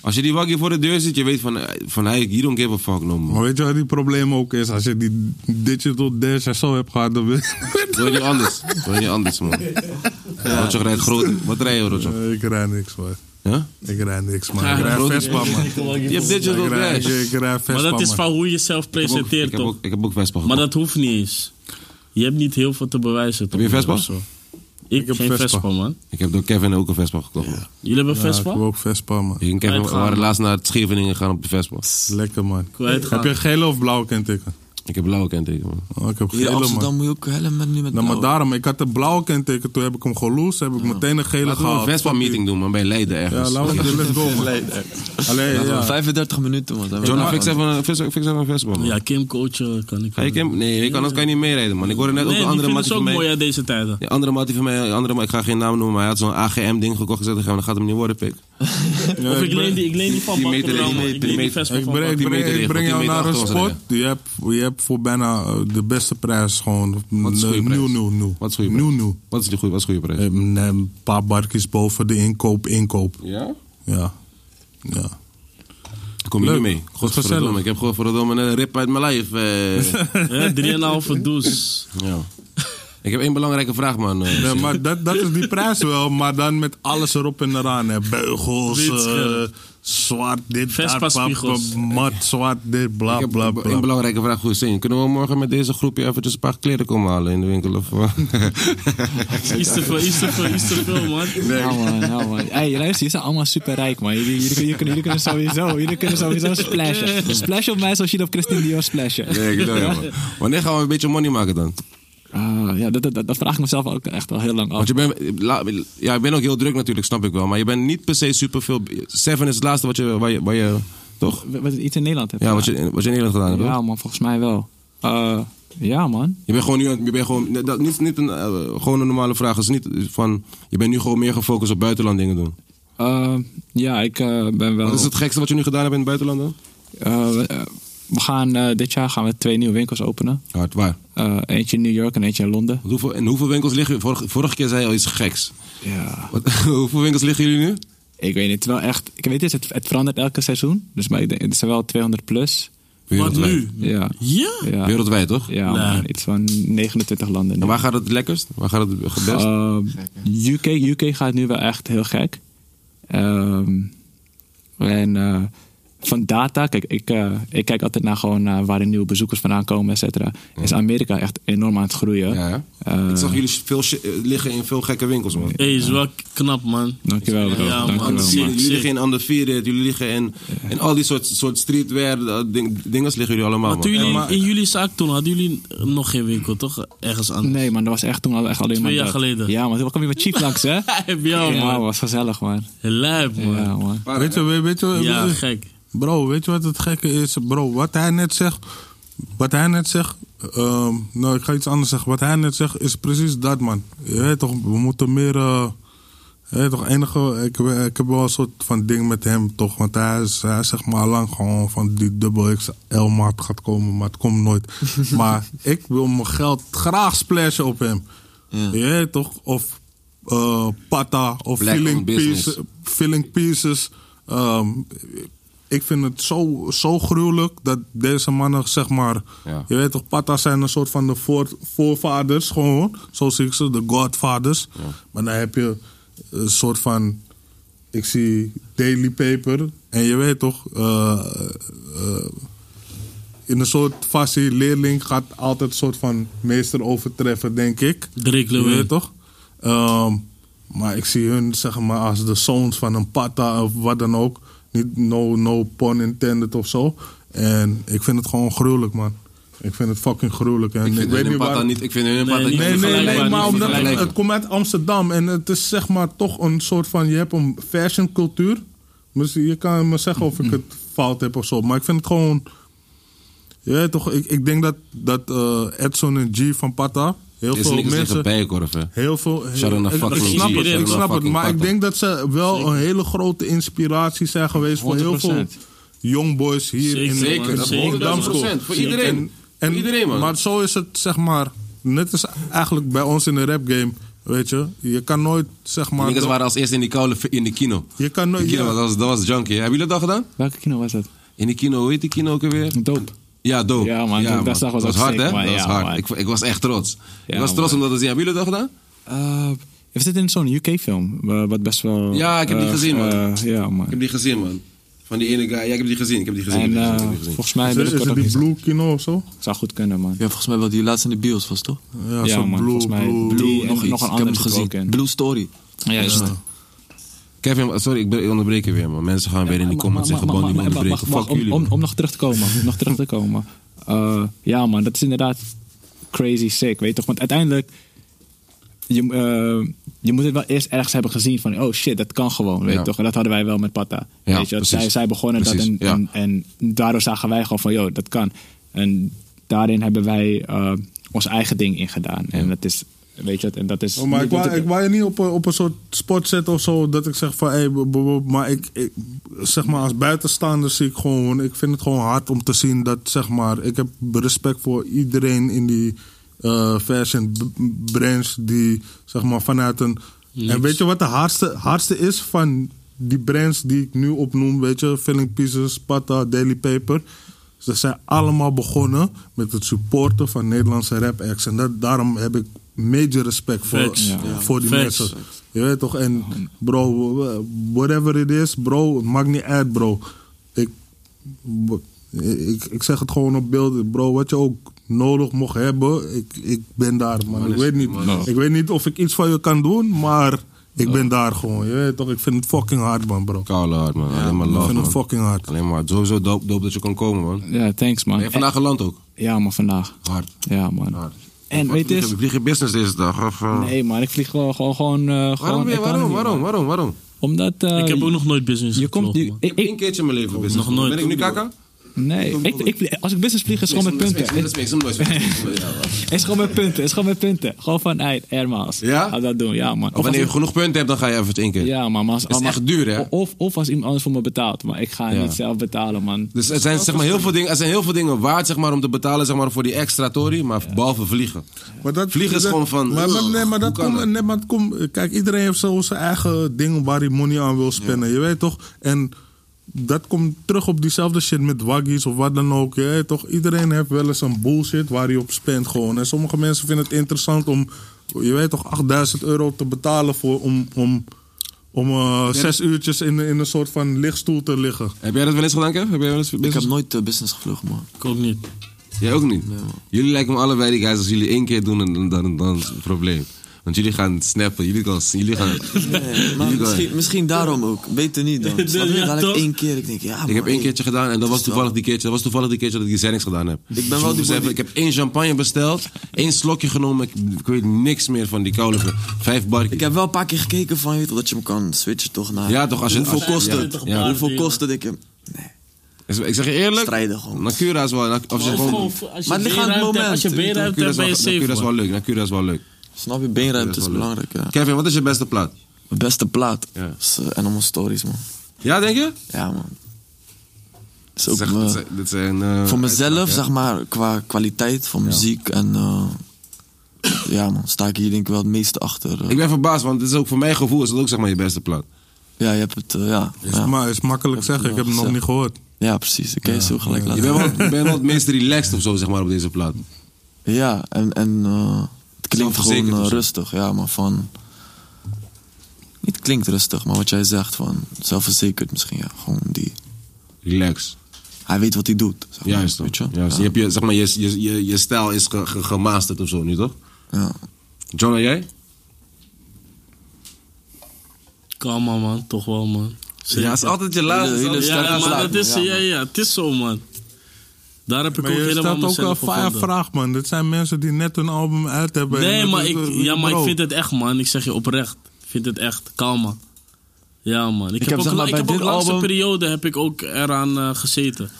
Speaker 2: Als je die waggie voor de deur zit, je weet van, eh, van hey, you don't give a fuck no more.
Speaker 5: Maar weet je wat die probleem ook is? Als je die digital dash en zo hebt gehad, dan wil
Speaker 2: Wil je niet anders? Wil je niet anders, man? Rotjoch rijdt groot. Wat rij je, Rotjoch?
Speaker 5: Eh, Ik rij niks, man.
Speaker 2: Ja?
Speaker 5: Ik rij niks, man. Ik rij Vespa, man.
Speaker 2: Je hebt digital
Speaker 5: Ik rij,
Speaker 2: dash.
Speaker 5: ik, ik rij Vespa,
Speaker 3: Maar dat is
Speaker 5: man.
Speaker 3: van hoe je jezelf
Speaker 2: Ik heb ook-
Speaker 3: presenteert,
Speaker 2: ik heb
Speaker 3: toch?
Speaker 2: ook- Ik heb ook Vespa
Speaker 3: Maar
Speaker 2: gekocht.
Speaker 3: dat hoeft niet eens. Je hebt niet heel veel te bewijzen, toch?
Speaker 2: je Vespa?
Speaker 3: Of zo. Ik, heb
Speaker 5: heb
Speaker 3: geen Vespa.
Speaker 5: Vespa.
Speaker 3: man.
Speaker 2: Ik heb door Kevin ook een Vespa gekocht. man.
Speaker 3: Jullie hebben
Speaker 5: Ja, ik
Speaker 3: Vespa?
Speaker 5: heb ook Vespa, man.
Speaker 2: Ik en Kevin
Speaker 3: Uitgaan,
Speaker 2: waren
Speaker 3: man.
Speaker 2: laatst naar het Scheveningen gegaan op de Vespa.
Speaker 5: Lekker, man.
Speaker 3: Kwijtgaan.
Speaker 5: Heb je gele of blauwe kenteken?
Speaker 2: Ik heb blauwe kenteken, man.
Speaker 5: Oh, ik heb
Speaker 4: Hier
Speaker 5: gele,
Speaker 4: in
Speaker 5: man.
Speaker 4: Amsterdam moet je ook helemaal niet met
Speaker 5: Nou, maar
Speaker 4: blauw.
Speaker 5: daarom, ik had de blauwe kenteken, toen heb ik hem geloosd, heb ik meteen een gele
Speaker 2: Laten we een
Speaker 5: gehaald.
Speaker 2: Vespa-meeting doen, man. Bij Leiden
Speaker 5: Ja,
Speaker 2: ergens.
Speaker 5: laten we doen, let's go, man. Alleen,
Speaker 4: Ja,
Speaker 5: ja.
Speaker 4: 35 minuten, man. Zijn we
Speaker 2: John,
Speaker 4: daar,
Speaker 2: fix
Speaker 4: man.
Speaker 2: even een- fix- fix even een Vespa, man.
Speaker 3: Ja, Kim coachen kan ik
Speaker 2: Ga je campen? Nee, ik, anders kan je niet meerijden, man. Ik hoorde net ook
Speaker 3: Nee,
Speaker 2: een
Speaker 3: die
Speaker 2: andere
Speaker 3: vinden
Speaker 2: mattie van
Speaker 3: ze ook
Speaker 2: mij.
Speaker 3: mooi uit deze tijden.
Speaker 2: Die andere mattie van mij, die andere, ik ga geen naam noemen, maar hij had zo'n AGM-ding gekocht. Ik zei tegen hem, dat gaat hem niet worden, pik.
Speaker 3: Of ik leen die, ik leen die van
Speaker 2: die meter-
Speaker 3: Bakker
Speaker 2: die
Speaker 3: man.
Speaker 2: meter-
Speaker 3: Ik leen die
Speaker 2: die
Speaker 3: Vespa
Speaker 5: Ik
Speaker 3: van
Speaker 5: breng,
Speaker 3: Bakker.
Speaker 5: ik
Speaker 2: die
Speaker 5: breng,
Speaker 2: meter
Speaker 5: ik
Speaker 2: liggen,
Speaker 5: breng
Speaker 2: die
Speaker 5: jou
Speaker 2: meter
Speaker 5: naar
Speaker 2: achter
Speaker 5: een
Speaker 2: ons
Speaker 5: spot.
Speaker 2: rijden.
Speaker 5: Je hebt, je hebt voor bijna eh, de beste prijs gewoon.
Speaker 2: Wat is de
Speaker 5: eh,
Speaker 2: goede prijs?
Speaker 5: Nieuw, nieuw, nieuw.
Speaker 2: Wat is de goede
Speaker 5: Nieuw,
Speaker 2: prijs?
Speaker 5: nieuw.
Speaker 2: Wat is de goede, wat is de goede prijs?
Speaker 5: Eh, nee, Een paar barkjes boven de inkoop, inkoop.
Speaker 2: Ja?
Speaker 5: Ja. Ja.
Speaker 2: Kom je
Speaker 5: Leuk.
Speaker 2: nu mee? Godverdomme,
Speaker 5: Gezellig.
Speaker 2: ik heb gewoon verdomme een rip uit mijn lijf. eh.
Speaker 3: Hè, 3,5 douche.
Speaker 2: ja. Ik heb één belangrijke vraag, man. eh.
Speaker 5: Nee, maar dat, dat is die prijs wel, maar dan met alles erop en eraan. Hè. Beugels,
Speaker 3: Wit scherm.
Speaker 5: eh, zwart, dit,
Speaker 3: Vespa
Speaker 5: dat, pap,
Speaker 3: spiegels.
Speaker 5: pap, mat, zwart, dit,
Speaker 2: ik
Speaker 5: bla,
Speaker 2: heb
Speaker 5: bla,
Speaker 2: één
Speaker 5: bla.
Speaker 2: belangrijke vraag voor Hussein. Kunnen we morgen met deze groepje eventjes een paar kleren komen halen in de winkel? Of,
Speaker 3: Iets te veel, iets te veel, iets te veel, man.
Speaker 6: Nou man, nou man. Hey, luister, jullie zijn allemaal super rijk man. Jullie, jullie, jullie, kunnen, jullie kunnen sowieso, jullie kunnen sowieso splashen. Splash op mij zoals je op Christine Dior splashen.
Speaker 2: nee, ik doe man. Wanneer gaan we een beetje money maken dan?
Speaker 6: Ah, ja, dat, dat, dat vraag ik mezelf ook echt al heel lang
Speaker 5: Ah.
Speaker 6: af.
Speaker 2: Want je bent, la- ja, je bent ook heel druk natuurlijk, snap ik wel. Maar je bent niet per se superveel... Seven is het laatste wat je... Waar je, waar je toch?
Speaker 6: Wat wat iets in Nederland hebt.
Speaker 2: Ja, wat je, wat je in Nederland gedaan hebt,
Speaker 6: Ja
Speaker 2: toch?
Speaker 6: man, volgens mij wel. Eh, ja man.
Speaker 2: Je bent gewoon nu... aan- Je bent gewoon, nee, dat, niet, niet een, eh, gewoon een normale vraag. Het is niet van... Je bent nu gewoon meer gefocust op buitenland dingen doen.
Speaker 6: Eh, ja, ik eh, ben wel...
Speaker 2: Wat is het gekste wat je nu gedaan hebt in het buitenland dan?
Speaker 6: Eh, we- eh, we gaan eh, dit jaar gaan we twee nieuwe winkels openen.
Speaker 2: Hard, waar?
Speaker 6: Eh, eentje in New York en eentje in Londen.
Speaker 2: Want hoeveel, en hoeveel winkels liggen... Vorige, vorige keer zei je al iets geks.
Speaker 6: Ja.
Speaker 2: Wat, hoeveel winkels liggen jullie nu?
Speaker 6: Ik weet niet, het is wel echt... Ik weet het, het, het verandert elke seizoen. Dus maar ik denk, het zijn wel 200 plus.
Speaker 3: Wat
Speaker 2: Wereldwijd.
Speaker 3: nu?
Speaker 6: Ja.
Speaker 3: Hm. Ja?
Speaker 6: Ja, ja,
Speaker 2: Wereldwijd, toch?
Speaker 6: man, iets van 29 landen. nu.
Speaker 2: En waar dus? gaat het lekkerst? Waar gaat het best?
Speaker 6: Eh, UK, UK gaat nu wel echt heel gek. Ehm, en eh, van data, kijk, ik, eh, ik kijk altijd naar gewoon eh, waar de nieuwe bezoekers vandaan komen, et cetera. Is Amerika echt enorm aan het groeien.
Speaker 2: ja, ja.
Speaker 6: Eh,
Speaker 2: Ik zag jullie veel shi- eh, liggen in veel gekke winkels, man.
Speaker 3: Hé, is wel knap, man.
Speaker 6: Dankjewel, bro.
Speaker 3: Ja, man,
Speaker 6: Dankjewel,
Speaker 2: Anders
Speaker 6: man.
Speaker 2: zien jullie
Speaker 3: Sick.
Speaker 2: liggen in Undefeated, jullie liggen in, in al die soort, soort streetwear eh, ding, dingen liggen jullie allemaal.
Speaker 3: Maar toen
Speaker 2: Man.
Speaker 3: jullie in jullie zaak toen hadden jullie nog geen winkel, toch? Ergens anders.
Speaker 6: Nee, man, dat was echt toen al- echt alleen maar.
Speaker 3: Twee jaar
Speaker 6: dat.
Speaker 3: geleden.
Speaker 6: Ja, maar toen kwam je met Chief langs, hè?
Speaker 3: Heb jou,
Speaker 6: Ja,
Speaker 3: man.
Speaker 6: was gezellig, man.
Speaker 3: Lijp,
Speaker 6: Ja,
Speaker 3: man.
Speaker 6: man.
Speaker 5: Weet je, weet je, weet je,
Speaker 3: Ja, gek.
Speaker 5: Bro, weet je wat het gekke is? Bro, wat hij net zegt. Wat hij net zegt. ehm, nou, ik ga iets anders zeggen. Wat hij net zegt is precies dat, man. Je weet toch, we moeten meer. eh, je weet toch, enige. Ik, we- ik heb wel een soort van ding met hem, toch? Want hij is, hij is zeg maar lang gewoon van die dubbel XL-maat gaat komen, maar het komt nooit. maar ik wil mijn geld graag splashen op hem. Je weet toch? Of eh Pata, of
Speaker 2: Black
Speaker 5: Feeling
Speaker 2: on business.
Speaker 5: Pieces. Filling Pieces. ehm, ik vind het zo, zo gruwelijk dat deze mannen, zeg maar...
Speaker 2: Ja.
Speaker 5: Je weet toch, patas zijn een soort van de voor, voorvaders, gewoon. Zo zie ik ze, de godfathers. Maar dan heb je een soort van... Ik zie Daily Paper. En je weet toch... eh, eh, in een soort fassie, leerling gaat altijd een soort van meester overtreffen, denk ik.
Speaker 3: Drake Lewin.
Speaker 5: Je weet toch? Ehm, maar ik zie hun zeg maar als de zoons van een pata of wat dan ook. Niet no, no pun intended of zo. En ik vind het gewoon gruwelijk, man. Ik vind het fucking gruwelijk. En
Speaker 2: Ik
Speaker 5: ik,
Speaker 2: vind
Speaker 5: weet
Speaker 2: hun
Speaker 5: niet
Speaker 2: in Pata
Speaker 5: waar...
Speaker 2: niet. Ik vind hun in
Speaker 3: Nee,
Speaker 2: Pata niet.
Speaker 3: niet
Speaker 5: Nee, nee,
Speaker 3: vergelijkbaar,
Speaker 5: nee,
Speaker 3: niet
Speaker 5: maar omdat het,
Speaker 3: vergelijkbaar.
Speaker 5: het komt uit Amsterdam en het is zeg maar toch een soort van, je hebt een fashion cultuur. Misschien, je kan me zeggen of ik het fout heb of zo, maar ik vind het gewoon, je weet toch, ik, ik denk dat, dat eh, Edson en G van Pata, heel
Speaker 2: Is
Speaker 5: veel
Speaker 2: niks tegen
Speaker 5: mensen,
Speaker 2: bijenkorf, hè?
Speaker 5: heel veel,
Speaker 2: Shout-out naar
Speaker 5: ik, ik
Speaker 2: fucking
Speaker 5: snap
Speaker 3: G,
Speaker 5: het, ik
Speaker 2: shout-out naar
Speaker 5: snap het,
Speaker 2: fucking
Speaker 5: maar ik
Speaker 2: Pata.
Speaker 5: denk dat ze wel een hele grote inspiratie zijn geweest voor heel veel
Speaker 6: 100%.
Speaker 5: young boys hier
Speaker 3: Zeker,
Speaker 5: in
Speaker 3: man,
Speaker 5: in
Speaker 3: zeker.
Speaker 5: Volendam.
Speaker 2: 100% voor
Speaker 5: En-
Speaker 2: iedereen.
Speaker 5: En, En,
Speaker 2: iedereen, man.
Speaker 5: Maar zo is het, zeg maar. Net is eigenlijk bij ons in de rap game. Weet je, je kan nooit, zeg maar.
Speaker 2: Niggas waren als eerste in die koude v- in de kino.
Speaker 5: Je kan nooit-
Speaker 2: In de kino,
Speaker 5: ja.
Speaker 2: dat, was, dat was junkie. hè. Hebben jullie dat al gedaan?
Speaker 6: Welke kino was dat?
Speaker 2: In de kino, hoe heet die kino ook alweer?
Speaker 6: Doop.
Speaker 2: Ja, dope.
Speaker 6: Ja, man, toen ik dat zag was
Speaker 2: dat
Speaker 6: dat
Speaker 2: was hard,
Speaker 6: sick,
Speaker 2: hè?
Speaker 6: man.
Speaker 2: Dat was
Speaker 6: Ja,
Speaker 2: hard.
Speaker 6: man.
Speaker 2: Ik, ik was echt trots. ik
Speaker 6: Ja,
Speaker 2: was trots
Speaker 6: man.
Speaker 2: omdat we zien. Hebben jullie dat gedaan?
Speaker 6: Is dit in zo'n UK-film? Wat best wel.
Speaker 2: Eh, Ja, ik heb die
Speaker 6: eh,
Speaker 2: gezien, man.
Speaker 6: eh, ja,
Speaker 2: Ik
Speaker 6: man.
Speaker 2: heb die gezien, man. Van die ene guy. Ja, ik heb die gezien. Ik heb die gezien.
Speaker 6: En
Speaker 2: ik heb die
Speaker 6: eh,
Speaker 2: gezien, ik heb die gezien.
Speaker 6: volgens mij
Speaker 5: Is het, is
Speaker 6: binnenkort
Speaker 5: het
Speaker 6: ook
Speaker 5: die
Speaker 6: iets.
Speaker 5: Blue Kino of zo?
Speaker 6: Zou goed kunnen, man.
Speaker 4: Ja, volgens mij wel die laatste in de bios was, toch?
Speaker 5: Ja,
Speaker 6: Ja,
Speaker 5: zo
Speaker 6: man,
Speaker 5: Blue,
Speaker 6: volgens mij
Speaker 5: Blue.
Speaker 6: Blue.
Speaker 4: Iets,
Speaker 6: nog- nog een
Speaker 4: ik heb
Speaker 6: andere
Speaker 4: hem
Speaker 6: zit er ook in.
Speaker 4: gezien. Blue Story.
Speaker 6: Juist.
Speaker 2: Kevin, sorry, ik, ben, ik onderbreek je weer, man. Mensen gaan weer in die comments zeggen, Bon, niet onderbreken.
Speaker 6: maar-
Speaker 2: Fuck
Speaker 6: om-
Speaker 2: jullie,
Speaker 6: Om,
Speaker 2: man.
Speaker 6: om nog terug te komen. om nog terug te komen. Eh, ja, man, dat is inderdaad crazy sick, weet je toch? Want uiteindelijk, je, eh, je moet het wel eerst ergens hebben gezien van, oh shit, dat kan gewoon, weet je
Speaker 2: Ja.
Speaker 6: toch? En dat hadden wij wel met Patta.
Speaker 2: Ja,
Speaker 6: weet je, dat
Speaker 2: precies.
Speaker 6: zij, zij begonnen
Speaker 2: Precies,
Speaker 6: dat en,
Speaker 2: ja.
Speaker 6: en, en daardoor zagen wij gewoon van, joh, dat kan. En daarin hebben wij eh, ons eigen ding in gedaan. En dat is, weet Dus je, dat- en dat is.
Speaker 5: Oh, maar ik
Speaker 6: dat-
Speaker 5: wou, ik wou je niet op een, op een soort spot zetten of zo. Dat ik zeg van, hey, b- b- b- maar ik, ik, zeg maar als buitenstaander zie ik gewoon, ik vind het gewoon hard om te zien dat, zeg maar, ik heb respect voor iedereen in die eh, fashion b- branche die, zeg maar, vanuit een... En weet je wat de hardste, hardste is van die brands die ik nu opnoem, weet je, Filling Pieces, Pata, Daily Paper. Ze zijn allemaal begonnen met het supporten van Nederlandse rap acts. En dat, daarom heb ik major respect voor,
Speaker 3: Facts. Ja.
Speaker 5: voor die
Speaker 3: Facts.
Speaker 5: mensen. Je weet toch? En bro, whatever it is, bro, het maakt niet uit, bro. Ik, ik, ik zeg het gewoon op beeld, bro. Wat je ook nodig mocht hebben, ik, ik ben daar, man. Ik weet, niet, ik weet niet of ik iets van je kan doen, maar ik ben daar gewoon. Je weet toch? Ik vind het fucking hard, man, bro.
Speaker 2: Koude hard, man. Alleen maar
Speaker 5: Ik
Speaker 2: love,
Speaker 5: vind het
Speaker 2: man.
Speaker 5: fucking hard.
Speaker 2: Alleen maar sowieso dope, dope dat je kon komen, man.
Speaker 6: Ja, thanks, man.
Speaker 2: Ben je vandaag geland ook?
Speaker 6: Ja, man, vandaag.
Speaker 2: Hard.
Speaker 6: Ja, man.
Speaker 2: hard.
Speaker 6: En
Speaker 2: Wat
Speaker 6: weet je,
Speaker 2: vlieg-
Speaker 6: het is-
Speaker 2: Vlieg je business deze dag? Of, eh,
Speaker 6: Nee, man, ik vlieg gewoon. gewoon, gewoon, eh, gewoon
Speaker 2: waarom, weer?
Speaker 6: ik kan
Speaker 2: waarom,
Speaker 6: het niet,
Speaker 2: waarom,
Speaker 6: man.
Speaker 2: waarom, waarom?
Speaker 6: Omdat. eh,
Speaker 3: Ik heb ook nog nooit business
Speaker 6: Je komt
Speaker 3: gevlogen,
Speaker 6: nu.
Speaker 3: man.
Speaker 6: Ik,
Speaker 2: Eén
Speaker 6: ik,
Speaker 2: keertje in mijn leven business.
Speaker 3: nooit.
Speaker 2: Ben ik nu kaka?
Speaker 6: nee, ik, ik, vlieg- als ik business vlieg, is gewoon met punten. Het is gewoon met punten. Het is gewoon met punten. Gewoon van, hey, Air Miles.
Speaker 2: Ja?
Speaker 6: Ga dat doen, ja, man. Of
Speaker 2: Of wanneer je
Speaker 6: als-
Speaker 2: genoeg punten hebt, dan ga je even één keer.
Speaker 6: ja, man. Maar als,
Speaker 2: is
Speaker 6: maar-
Speaker 2: echt duur, hè?
Speaker 6: Of, of als iemand anders voor me betaalt. Maar ik ga
Speaker 2: Ja.
Speaker 6: niet zelf betalen, man.
Speaker 2: Dus er zijn, zeg maar, heel veel dingen, er zijn heel veel dingen waard zeg maar, om te betalen zeg maar, voor die extra tory, maar behalve vliegen.
Speaker 5: Maar dat,
Speaker 2: Vliegen is
Speaker 5: dat-
Speaker 2: gewoon van,
Speaker 5: Maar, maar- nee,
Speaker 2: ugh,
Speaker 5: maar dat
Speaker 2: hoe kan
Speaker 5: komt.
Speaker 2: dat?
Speaker 5: Nee, maar het komt- Kijk, iedereen heeft zo zijn eigen ding waar hij money aan wil spinnen. Je weet toch? En dat komt terug op diezelfde shit met waggies of wat dan ook. Je weet toch? Iedereen heeft wel eens een bullshit waar hij op spint gewoon. En sommige mensen vinden het interessant om, je weet toch, 8000 euro te betalen voor, om, om, om eh, zes uurtjes in, in een soort van lichtstoel te liggen.
Speaker 2: Heb jij dat wel eens gedaan, Kev? Heb jij wel eens
Speaker 4: Ik heb
Speaker 2: business?
Speaker 4: nooit eh, business gevlogen, man.
Speaker 3: Ik ook niet.
Speaker 2: Jij ook niet? Jullie lijken me allebei die guys, als jullie één keer doen, dan, dan, dan is het een probleem. Want jullie gaan snappen, jullie gaan... Jullie gaan
Speaker 4: Maar
Speaker 2: jullie gaan
Speaker 4: misschien, misschien daarom ook. Beter niet dan.
Speaker 3: Ja,
Speaker 4: Snap je?
Speaker 3: ja,
Speaker 4: Dadelijk
Speaker 3: toch?
Speaker 4: één keer. Ik denk, ja, man,
Speaker 2: ik heb één
Speaker 4: hey.
Speaker 2: keertje gedaan en dat was toevallig die keertje, dat was toevallig die keertje dat ik die niks gedaan heb. Ik
Speaker 4: ben wel die
Speaker 2: beseffen,
Speaker 4: boy
Speaker 2: Ik
Speaker 4: die-
Speaker 2: heb één champagne besteld, één slokje genomen, ik, ik weet niks meer van die koude vijf barkie.
Speaker 4: Ik heb wel een paar keer gekeken van, je weet, wel, dat je hem kan switchen toch naar...
Speaker 2: Ja, toch, als je-
Speaker 4: hoeveel
Speaker 2: als je-
Speaker 4: kost
Speaker 2: ja,
Speaker 4: het?
Speaker 2: toch, ja.
Speaker 4: Hoeveel kost het? Ik heb-
Speaker 2: Dus Ik zeg je eerlijk,
Speaker 4: Strijden gewoon.
Speaker 2: Nakura is wel... Of
Speaker 3: Of
Speaker 2: zeg gewoon,
Speaker 3: Oh, gewoon voor- als je
Speaker 4: Maar het ligt aan het
Speaker 3: beenruimte hebt-
Speaker 4: moment,
Speaker 3: Als je
Speaker 4: weet je
Speaker 3: beenruimte
Speaker 2: Nakura
Speaker 3: hebt,
Speaker 2: is
Speaker 3: ben je
Speaker 2: wel- Nakura is
Speaker 3: safe,
Speaker 2: wel
Speaker 3: man.
Speaker 2: leuk, Nakura is wel leuk.
Speaker 4: Snap je? Beenruimte is belangrijk, ja.
Speaker 2: Kevin, wat is je beste plaat?
Speaker 4: Mijn beste plaat
Speaker 2: Ja.
Speaker 4: is eh, Animal Stories, man.
Speaker 2: Ja, denk je?
Speaker 4: Ja, man. Is ook
Speaker 2: Zeg,
Speaker 4: mijn-
Speaker 2: dit zijn- dit zijn, eh,
Speaker 4: voor mezelf,
Speaker 2: uitspraken, hè?
Speaker 4: zeg maar, qua kwaliteit van muziek en... eh, ja, man. Sta ik hier denk ik wel het meeste achter. eh.
Speaker 2: Ik ben verbaasd, want het is ook voor mijn gevoel is het ook zeg maar je beste plaat.
Speaker 4: Ja, je hebt het... eh, ja,
Speaker 5: Is,
Speaker 4: ja.
Speaker 5: maar, is makkelijk
Speaker 4: Heb ik
Speaker 5: zeggen, ik heb
Speaker 4: wel
Speaker 5: hem nog
Speaker 4: gezegd.
Speaker 5: niet gehoord.
Speaker 4: ja, precies. Ik kan je zo gelijk
Speaker 2: Je
Speaker 4: laten.
Speaker 2: bent wel, je bent wel het meest relaxed of zo zeg maar op deze plaat.
Speaker 4: Ja, en, en eh, het klinkt
Speaker 2: Zelfverzekerd
Speaker 4: gewoon eh,
Speaker 2: of zo.
Speaker 4: rustig, ja, maar van. Niet klinkt rustig, maar wat jij zegt van zelfverzekerd misschien, ja. Gewoon die.
Speaker 2: Relaxed.
Speaker 4: Hij weet wat hij doet. Zeg maar,
Speaker 2: Juist. toch?
Speaker 4: weet je?
Speaker 2: Juist. Je,
Speaker 4: Ja.
Speaker 2: hebt je, zeg maar, je, je, je, je stijl is ge, ge- gemasterd of zo nu toch?
Speaker 4: Ja.
Speaker 2: John en jij?
Speaker 3: Kalma, man. Toch wel, man.
Speaker 2: Ja, het is altijd je laatste.
Speaker 4: Hele- hele
Speaker 2: het is altijd je
Speaker 3: Ja,
Speaker 4: sterke
Speaker 3: maar
Speaker 2: laatste.
Speaker 3: dat is,
Speaker 4: Ja, man.
Speaker 3: ja, ja, het is zo, man. Daar heb ik
Speaker 5: Maar
Speaker 3: ook
Speaker 5: je
Speaker 3: helemaal
Speaker 5: stelt ook een
Speaker 3: mezelf
Speaker 5: fire
Speaker 3: gevonden.
Speaker 5: vraag, man. Dit zijn mensen die net hun album uit hebben. en
Speaker 3: Nee,
Speaker 5: dat-
Speaker 3: maar
Speaker 5: dat-
Speaker 3: ik,
Speaker 5: dat-
Speaker 3: ja, maar ik
Speaker 5: bro.
Speaker 3: vind het echt, man. Ik zeg je oprecht. Ik vind het echt. Kalma. Ja, man. Ik, heb
Speaker 4: heb,
Speaker 3: ook,
Speaker 4: zeg maar,
Speaker 3: ik
Speaker 4: bij
Speaker 3: heb ook
Speaker 4: dit
Speaker 3: langste
Speaker 4: album-
Speaker 3: periode heb ik ook eraan eh, gezeten.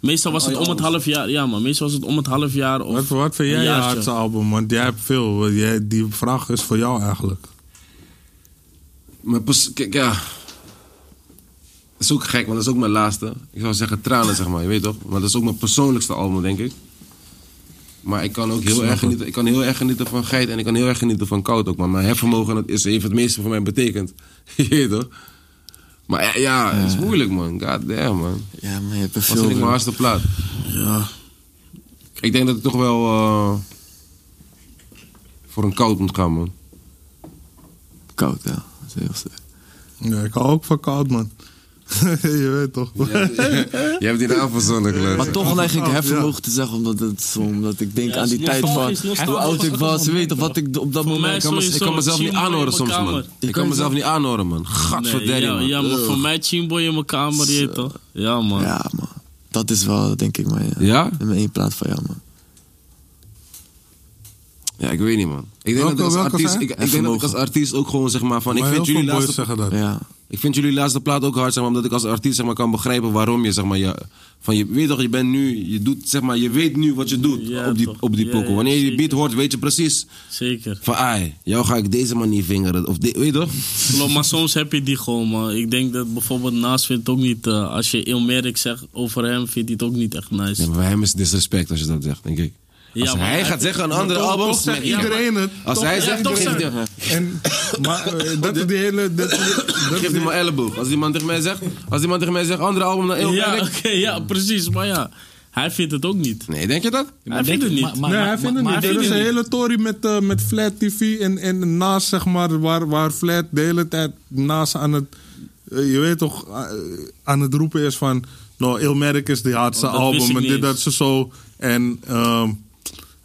Speaker 3: Meestal
Speaker 4: Oh,
Speaker 3: was het om het half jaar. Ja, man. Meestal was het om het half jaar. Of
Speaker 5: Wat, wat vind jij
Speaker 3: een
Speaker 5: je
Speaker 3: jaartje.
Speaker 5: hardste album? Want jij hebt veel. Want Jij, die vraag is voor jou eigenlijk.
Speaker 2: Maar pers- kijk, ja. Dat is ook gek, want dat is ook mijn laatste. Ik zou zeggen tranen, zeg maar, je weet toch? Maar dat is ook mijn persoonlijkste album, denk ik. Maar ik kan ook heel erg, genieten, ik kan heel erg genieten van geit en ik kan heel erg genieten van koud ook. Maar mijn hefvermogen dat is even het meeste voor mij betekent. je weet toch? Maar ja, ja, het is moeilijk man. God damn man.
Speaker 4: Ja, maar je hebt er
Speaker 2: Wat vind ik mijn
Speaker 4: veel...
Speaker 2: hardste plaat? Ja. Ik denk dat ik toch wel eh, voor een koud moet gaan man.
Speaker 4: Koud, ja. Dat is heel sterk.
Speaker 5: Ja, ik hou ook van koud, man. je weet toch?
Speaker 2: Je hebt die naam
Speaker 3: Eh,
Speaker 2: verzonnen gelukkig.
Speaker 4: Maar toch leg ik
Speaker 5: ja.
Speaker 4: hefvermogen te zeggen, omdat, het, omdat ik denk
Speaker 3: Ja,
Speaker 4: aan die
Speaker 3: het is
Speaker 4: tijd van
Speaker 3: nostalgisch,
Speaker 4: hoe
Speaker 3: nostalgisch.
Speaker 4: oud ik was.
Speaker 3: Nostalgisch.
Speaker 4: Weet je wat ik op dat
Speaker 3: Voor
Speaker 4: moment...
Speaker 3: mij
Speaker 2: Ik kan, me-
Speaker 3: sowieso
Speaker 2: ik kan mezelf
Speaker 3: Chimboy
Speaker 2: niet aanhoren
Speaker 3: in mijn
Speaker 2: soms, man.
Speaker 3: kamer.
Speaker 2: Ik kan mezelf niet aanhoren, man.
Speaker 3: Nee,
Speaker 2: Gadverderrie,
Speaker 3: ja,
Speaker 2: man.
Speaker 3: ja, maar voor
Speaker 2: Ugh.
Speaker 3: mij Chimboy in mijn kamer, je weet toch? Ja, man.
Speaker 4: Ja, man. Dat is wel, denk ik, mijn,
Speaker 2: Ja?
Speaker 4: mijn één plaat van jou, man.
Speaker 2: Ja, ik weet niet, man. Ik denk,
Speaker 5: Welke-
Speaker 2: dat, ik als
Speaker 5: welke
Speaker 2: artiest,
Speaker 5: zijn?
Speaker 2: ik, ik denk dat ik als artiest ook gewoon zeg maar van... Ik
Speaker 5: maar heel
Speaker 2: vind,
Speaker 5: veel
Speaker 2: jullie
Speaker 5: boys
Speaker 2: laatste,
Speaker 5: zeggen dat.
Speaker 4: Ja.
Speaker 2: ik vind jullie laatste plaat ook hard, zeg maar, omdat ik als artiest zeg maar, kan begrijpen waarom je zeg maar... Je, van je weet toch, je bent nu... Je, doet, zeg maar, je weet nu wat je doet
Speaker 3: Ja,
Speaker 2: op die,
Speaker 3: toch.
Speaker 2: op die
Speaker 3: Ja,
Speaker 2: pokoe.
Speaker 3: ja,
Speaker 2: Wanneer je die
Speaker 3: zeker.
Speaker 2: beat hoort, weet je precies
Speaker 3: Zeker.
Speaker 2: van... Ai, jou ga ik deze manier vingeren. Of de- weet je toch?
Speaker 3: Klopt, maar soms heb je die gewoon, man. Ik denk dat bijvoorbeeld Naas vindt het ook niet... eh, als je Ilmerik zegt over hem, vindt hij het ook niet echt nice.
Speaker 2: Ja, maar bij hem is het disrespect als je dat zegt, denk ik.
Speaker 3: Ja,
Speaker 2: Als
Speaker 3: maar
Speaker 2: hij
Speaker 3: hij-
Speaker 2: gaat zeggen een
Speaker 3: maar
Speaker 2: andere
Speaker 3: toch-
Speaker 2: album...
Speaker 3: toch zegt
Speaker 2: smack je.
Speaker 5: Iedereen het.
Speaker 2: Als hij
Speaker 3: Ja,
Speaker 2: zegt...
Speaker 3: toch
Speaker 2: geef
Speaker 3: zegt-
Speaker 2: die-
Speaker 5: En, maar eh, dat is die hele... Dat, dat,
Speaker 2: Geef die maar elleboog. Als die man tegen mij zegt, als die man tegen mij zegt, andere album dan Elmerk.
Speaker 3: Ja, oké, ja, precies. Maar ja, hij vindt het ook niet.
Speaker 2: Nee, denk je dat?
Speaker 3: hij vindt het niet.
Speaker 5: nee, hij vindt het niet. Er is een hele tory met, eh, met Flat TV en, en naast, zeg maar, waar, waar Flat de hele tijd naast aan het... eh, je weet toch, eh, aan het roepen is van... Nou, Ilmerk is die hardste
Speaker 3: Oh, dat wist
Speaker 5: album
Speaker 3: ik
Speaker 5: en
Speaker 3: niet
Speaker 5: dit, dat,
Speaker 3: eens.
Speaker 5: ze zo. En ehm,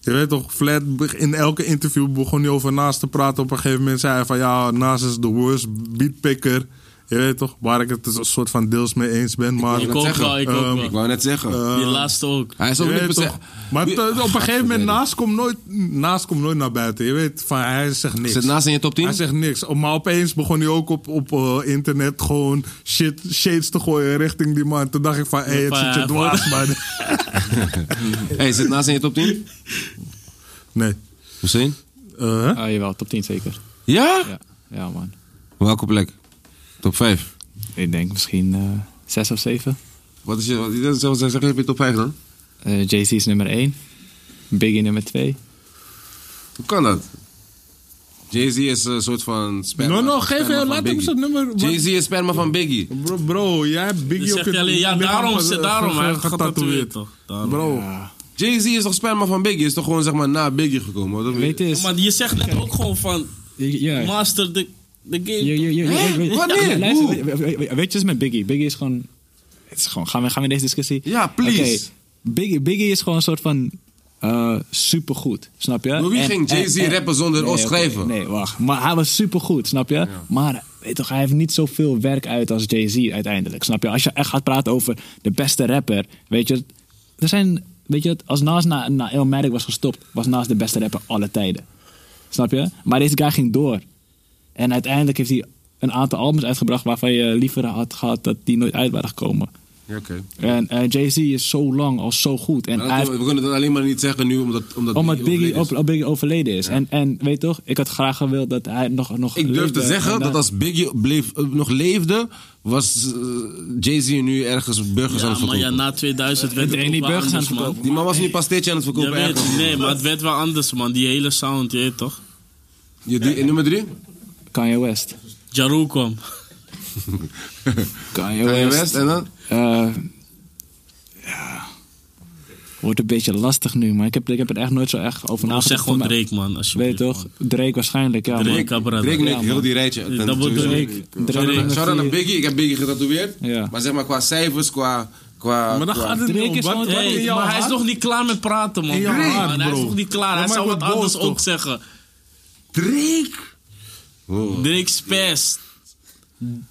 Speaker 5: je weet toch, Flat, be- in elke interview begon hij over naast te praten. Op een gegeven moment zei hij van, ja, naast is de worst beatpicker. Je weet toch, waar ik het dus een soort van deels mee eens ben, maar...
Speaker 3: Ik ook
Speaker 2: zeggen.
Speaker 3: wel, ik ook
Speaker 5: Ehm,
Speaker 3: wel.
Speaker 2: Ik wou net zeggen.
Speaker 3: die laatste ook.
Speaker 2: hij is ook
Speaker 5: Je
Speaker 2: niet
Speaker 5: weet
Speaker 2: per se-
Speaker 5: toch? Maar
Speaker 2: Wie-
Speaker 5: t- op een gegeven moment,
Speaker 2: Gadverdamme.
Speaker 5: naast komt nooit, naast komt nooit naar buiten. Je weet, van, hij zegt niks.
Speaker 2: Zit naast in je top 10?
Speaker 5: Hij zegt niks. Oh, Maar opeens begon hij ook op, op eh, internet gewoon shit, shades te gooien richting die man. Toen dacht ik van, hé, hey, het
Speaker 3: Ja,
Speaker 5: zit je
Speaker 3: van-
Speaker 5: dwars, man.
Speaker 2: hey, zit naast in je top 10?
Speaker 5: Nee.
Speaker 2: Hussein?
Speaker 5: Eh, hè?
Speaker 6: Ah, jawel, top 10 zeker.
Speaker 2: Ja?
Speaker 6: Ja, ja man.
Speaker 2: Welke plek? Top 5.
Speaker 6: Ik denk misschien eh, zes of zeven.
Speaker 2: Wat is je, wat, dat zou ik zeggen, heb je top 5 dan?
Speaker 6: Eh, Jay-Z is nummer 1. Biggie nummer 2.
Speaker 2: Hoe kan dat? Jay-Z is een soort van sperma.
Speaker 5: No, no, geef
Speaker 2: sperma
Speaker 5: hem,
Speaker 2: van
Speaker 5: laat hem
Speaker 2: Biggie.
Speaker 5: zijn nummer. wat-
Speaker 2: Jay-Z is sperma van Biggie.
Speaker 5: Bro, bro, jij hebt
Speaker 3: Dus
Speaker 5: Biggie
Speaker 3: zegt
Speaker 5: op
Speaker 3: hij alleen, ja,
Speaker 5: lichaam
Speaker 3: daarom,
Speaker 5: ge-
Speaker 3: zit- daarom.
Speaker 5: ge-
Speaker 3: Hij heeft
Speaker 5: getatoeëerd.
Speaker 3: getatoeëerd, toch? Daarom.
Speaker 5: Bro,
Speaker 2: Jay-Z is toch sperma van Biggie? Is toch gewoon zeg maar na Biggie gekomen? Wat-
Speaker 6: Weet je eens...
Speaker 3: Maar je zegt net ook gewoon van,
Speaker 2: oh,
Speaker 6: Ja.
Speaker 3: master the, the game.
Speaker 6: Ja, ja, ja, ja, ja, weet-
Speaker 2: Wanneer?
Speaker 6: Ja, luister,
Speaker 2: Hoe?
Speaker 6: weet- weet- weet- Weet je eens met Biggie? Biggie is gewoon... Het is gewoon gaan, we, gaan we in deze discussie?
Speaker 2: Ja, please.
Speaker 6: Oké, Biggie, Biggie is gewoon een soort van... eh supergoed, snap je?
Speaker 2: Maar wie
Speaker 6: En-
Speaker 2: ging Jay-Z
Speaker 6: en- en-
Speaker 2: rappen zonder
Speaker 6: nee,
Speaker 2: ons
Speaker 6: oké,
Speaker 2: schrijven?
Speaker 6: nee, wacht. Maar hij was supergoed, snap je? Maar weet toch, hij heeft niet zoveel werk uit als Jay-Z uiteindelijk, snap je? Als je echt gaat praten over de beste rapper, weet je... Er zijn, weet je, als Nas na, na Illmatic was gestopt, was Nas de beste rapper alle tijden. Snap je? Maar deze guy ging door. En uiteindelijk heeft hij een aantal albums uitgebracht waarvan je liever had gehad dat die nooit uit waren gekomen.
Speaker 2: Ja, Oké.
Speaker 6: En eh, Jay-Z is zo lang al zo goed. En
Speaker 2: Maar
Speaker 6: hij
Speaker 2: dat-
Speaker 6: heeft-
Speaker 2: We kunnen dat alleen maar niet zeggen nu omdat, omdat,
Speaker 6: omdat Biggie,
Speaker 2: overleden is.
Speaker 6: op, op Biggie overleden is. En, en weet toch, ik had graag gewild dat hij nog. nog
Speaker 2: Ik durf
Speaker 6: leefde
Speaker 2: te zeggen
Speaker 6: en
Speaker 2: dat
Speaker 6: dan-
Speaker 2: als Biggie bleef, eh, nog leefde, was eh, Jay-Z nu ergens burgers aan
Speaker 3: Ja,
Speaker 2: het
Speaker 3: maar ja,
Speaker 2: verkopen.
Speaker 3: na 2000 werd het
Speaker 6: Iedereen
Speaker 3: ook
Speaker 6: die
Speaker 3: wel
Speaker 6: burgers aan
Speaker 3: anders,
Speaker 6: het
Speaker 3: man.
Speaker 6: verkopen.
Speaker 2: Die man was nu pasteertje aan het
Speaker 3: Ja,
Speaker 2: verkopen
Speaker 3: weet
Speaker 2: ergens.
Speaker 3: je, nee, maar het werd wel anders, man. Die hele sound, je weet toch?
Speaker 2: Je drie- en nummer drie?
Speaker 6: Kanye West.
Speaker 3: Jaru kwam.
Speaker 6: Kanye
Speaker 2: Kanye
Speaker 6: West.
Speaker 2: West en dan?
Speaker 6: eh, ja. Wordt een beetje lastig nu, maar ik heb, ik heb er echt nooit zo echt
Speaker 3: Nou,
Speaker 6: over nagedacht.
Speaker 3: zeg gewoon
Speaker 6: Maar-
Speaker 3: Drake, man. alsjeblieft,
Speaker 6: Weet toch? Drake waarschijnlijk, ja.
Speaker 3: Drake,
Speaker 6: man.
Speaker 3: Cabrera.
Speaker 2: Drake neemt
Speaker 6: Ja,
Speaker 2: heel
Speaker 6: man.
Speaker 2: die rijtje.
Speaker 3: man. Dat wordt
Speaker 2: Sowieso.
Speaker 3: Drake.
Speaker 6: Drake
Speaker 3: Drake.
Speaker 6: nummer
Speaker 2: Shout-out naar
Speaker 6: vier.
Speaker 2: Biggie. Ik heb Biggie getatoeëerd.
Speaker 6: Ja.
Speaker 2: Maar zeg maar qua cijfers, qua... qua
Speaker 5: maar dan
Speaker 2: qua-
Speaker 5: gaat het
Speaker 6: Drake
Speaker 5: niet om
Speaker 6: is
Speaker 5: wat-
Speaker 6: gewoon-
Speaker 5: wat
Speaker 3: Hey,
Speaker 5: in jouw
Speaker 3: maar hij is
Speaker 5: hart-
Speaker 3: nog niet klaar met praten, man.
Speaker 5: In jouw
Speaker 3: Man,
Speaker 5: hart,
Speaker 3: hij is
Speaker 5: bro.
Speaker 3: nog niet klaar.
Speaker 5: Ja,
Speaker 3: hij
Speaker 5: maar
Speaker 3: zou
Speaker 5: hij
Speaker 3: wat
Speaker 5: wordt
Speaker 3: anders
Speaker 5: boos,
Speaker 3: ook
Speaker 5: toch?
Speaker 3: zeggen.
Speaker 2: Drake!
Speaker 3: Drake Spest.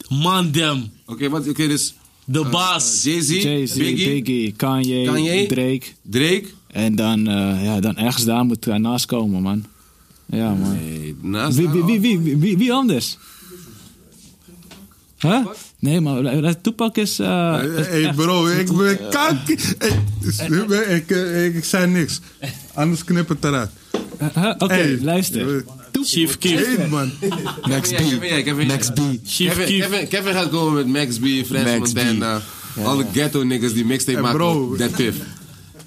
Speaker 3: Man, damn.
Speaker 2: Oké, wat? Oké, dus...
Speaker 3: De baas.
Speaker 2: Jay-Z,
Speaker 6: Jay-Z, Biggie,
Speaker 2: Biggie,
Speaker 6: Kanye,
Speaker 2: Kanye?
Speaker 6: Drake.
Speaker 2: Drake.
Speaker 6: En dan, eh, ja, dan ergens daar moet hij naast komen, man. Ja, man.
Speaker 2: Nee, naast
Speaker 6: Wie, wie, wie, wie, wie, wie anders? Huh? Nee, maar Toepak is... eh,
Speaker 5: Hé hey bro, ik ben kak. Hey, ik, ik, ik zei niks. Anders knip het eruit.
Speaker 6: huh? Oké,
Speaker 5: Hey.
Speaker 6: luister.
Speaker 3: Chief Keef.
Speaker 5: Hey man.
Speaker 4: Max
Speaker 2: Kevin,
Speaker 4: B.
Speaker 2: Kevin, ja, Kevin,
Speaker 4: Max
Speaker 2: ja.
Speaker 4: B.
Speaker 3: Chief
Speaker 2: Kevin,
Speaker 3: Keef.
Speaker 2: Kevin, Kevin gaat komen met Max B, French
Speaker 4: Max B.
Speaker 2: Montana. Alle ghetto niggas die mixtape
Speaker 5: En
Speaker 2: maken.
Speaker 5: bro.
Speaker 2: Bro. Dat piff.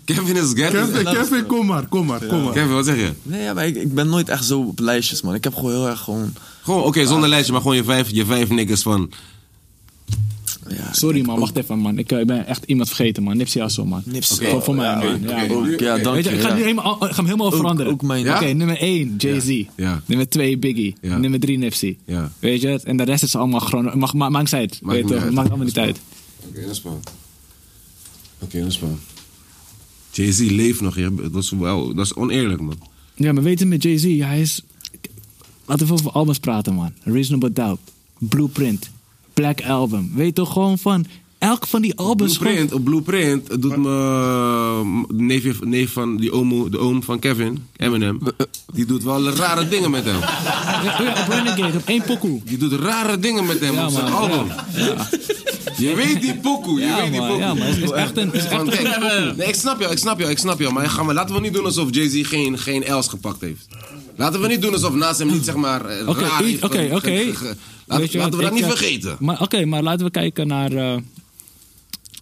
Speaker 2: Kevin is ghetto.
Speaker 5: Kevin, Kevin, kom maar, kom maar, kom maar.
Speaker 2: Kevin, wat zeg je?
Speaker 4: Nee, ja, maar ik, ik ben nooit echt zo op lijstjes, man. Ik heb gewoon heel erg gewoon...
Speaker 2: Gewoon, oké, zonder lijstje, maar gewoon je vijf, je vijf niggas van...
Speaker 4: Ja,
Speaker 6: Sorry man, wacht even man. Ik eh, ben echt iemand vergeten man. Nipsey Hussle man.
Speaker 4: Nipsey
Speaker 6: Voor- voor mij man. Ja,
Speaker 4: eh, Ja,
Speaker 6: man.
Speaker 4: ook, ja, dank
Speaker 6: Weet je,
Speaker 4: je.
Speaker 6: ik ga,
Speaker 4: ja.
Speaker 6: nu helemaal, ik ga hem helemaal veranderen.
Speaker 4: ook mijn-
Speaker 6: Oké, nummer 1, Jay-Z.
Speaker 2: Ja.
Speaker 6: Nummer 2, Biggie.
Speaker 2: Ja.
Speaker 6: Nummer 3, Nipsey.
Speaker 2: Ja.
Speaker 6: Weet je het? En de rest is allemaal gewoon... Mag, ma maakt niet uit.
Speaker 2: Maakt
Speaker 6: Weet je
Speaker 2: niet
Speaker 6: toch?
Speaker 2: uit.
Speaker 6: Maakt allemaal niet uit.
Speaker 2: Oké, dat is Oké, dat is Jay-Z leeft nog, ja. dat, is, wel, dat is oneerlijk, man.
Speaker 6: Ja, maar weet je met Jay-Z? Hij is... Laten we even over albums praten man. Reasonable Doubt. Blueprint. Black Album. Weet je toch gewoon van... Elk van die albums... gewoon-
Speaker 2: Blueprint, op Blueprint eh, doet me eh, neef, neef van die oom, de oom van Kevin, Eminem. Die doet wel rare dingen met hem.
Speaker 6: Ja, ja, op Renegade. Op één pokoe.
Speaker 2: Die doet rare dingen met hem
Speaker 6: Ja,
Speaker 2: op zijn
Speaker 6: man,
Speaker 2: album. Je weet die pokoe, je
Speaker 6: Ja,
Speaker 2: weet die
Speaker 6: man,
Speaker 2: pokoe.
Speaker 6: ja, man, het is echt een- het is echt
Speaker 2: Want
Speaker 6: een
Speaker 2: kijk,
Speaker 6: goede pokoe.
Speaker 2: Nee, ik snap jou, ik snap jou, ik snap jou. Maar, ga maar laten we niet doen alsof Jay-Z geen, geen L's gepakt heeft. Laten we niet doen alsof naast hem niet, zeg maar, eh,
Speaker 6: Oké,
Speaker 2: raar
Speaker 6: i-
Speaker 2: heeft.
Speaker 6: oké,
Speaker 2: ge-
Speaker 6: oké.
Speaker 2: ge- ge-
Speaker 6: Weet
Speaker 2: Laten laten
Speaker 6: je
Speaker 2: we
Speaker 6: wat,
Speaker 2: dat niet
Speaker 6: ik, eh,
Speaker 2: vergeten.
Speaker 6: Maar oké, maar laten we kijken naar... eh,
Speaker 2: Laten we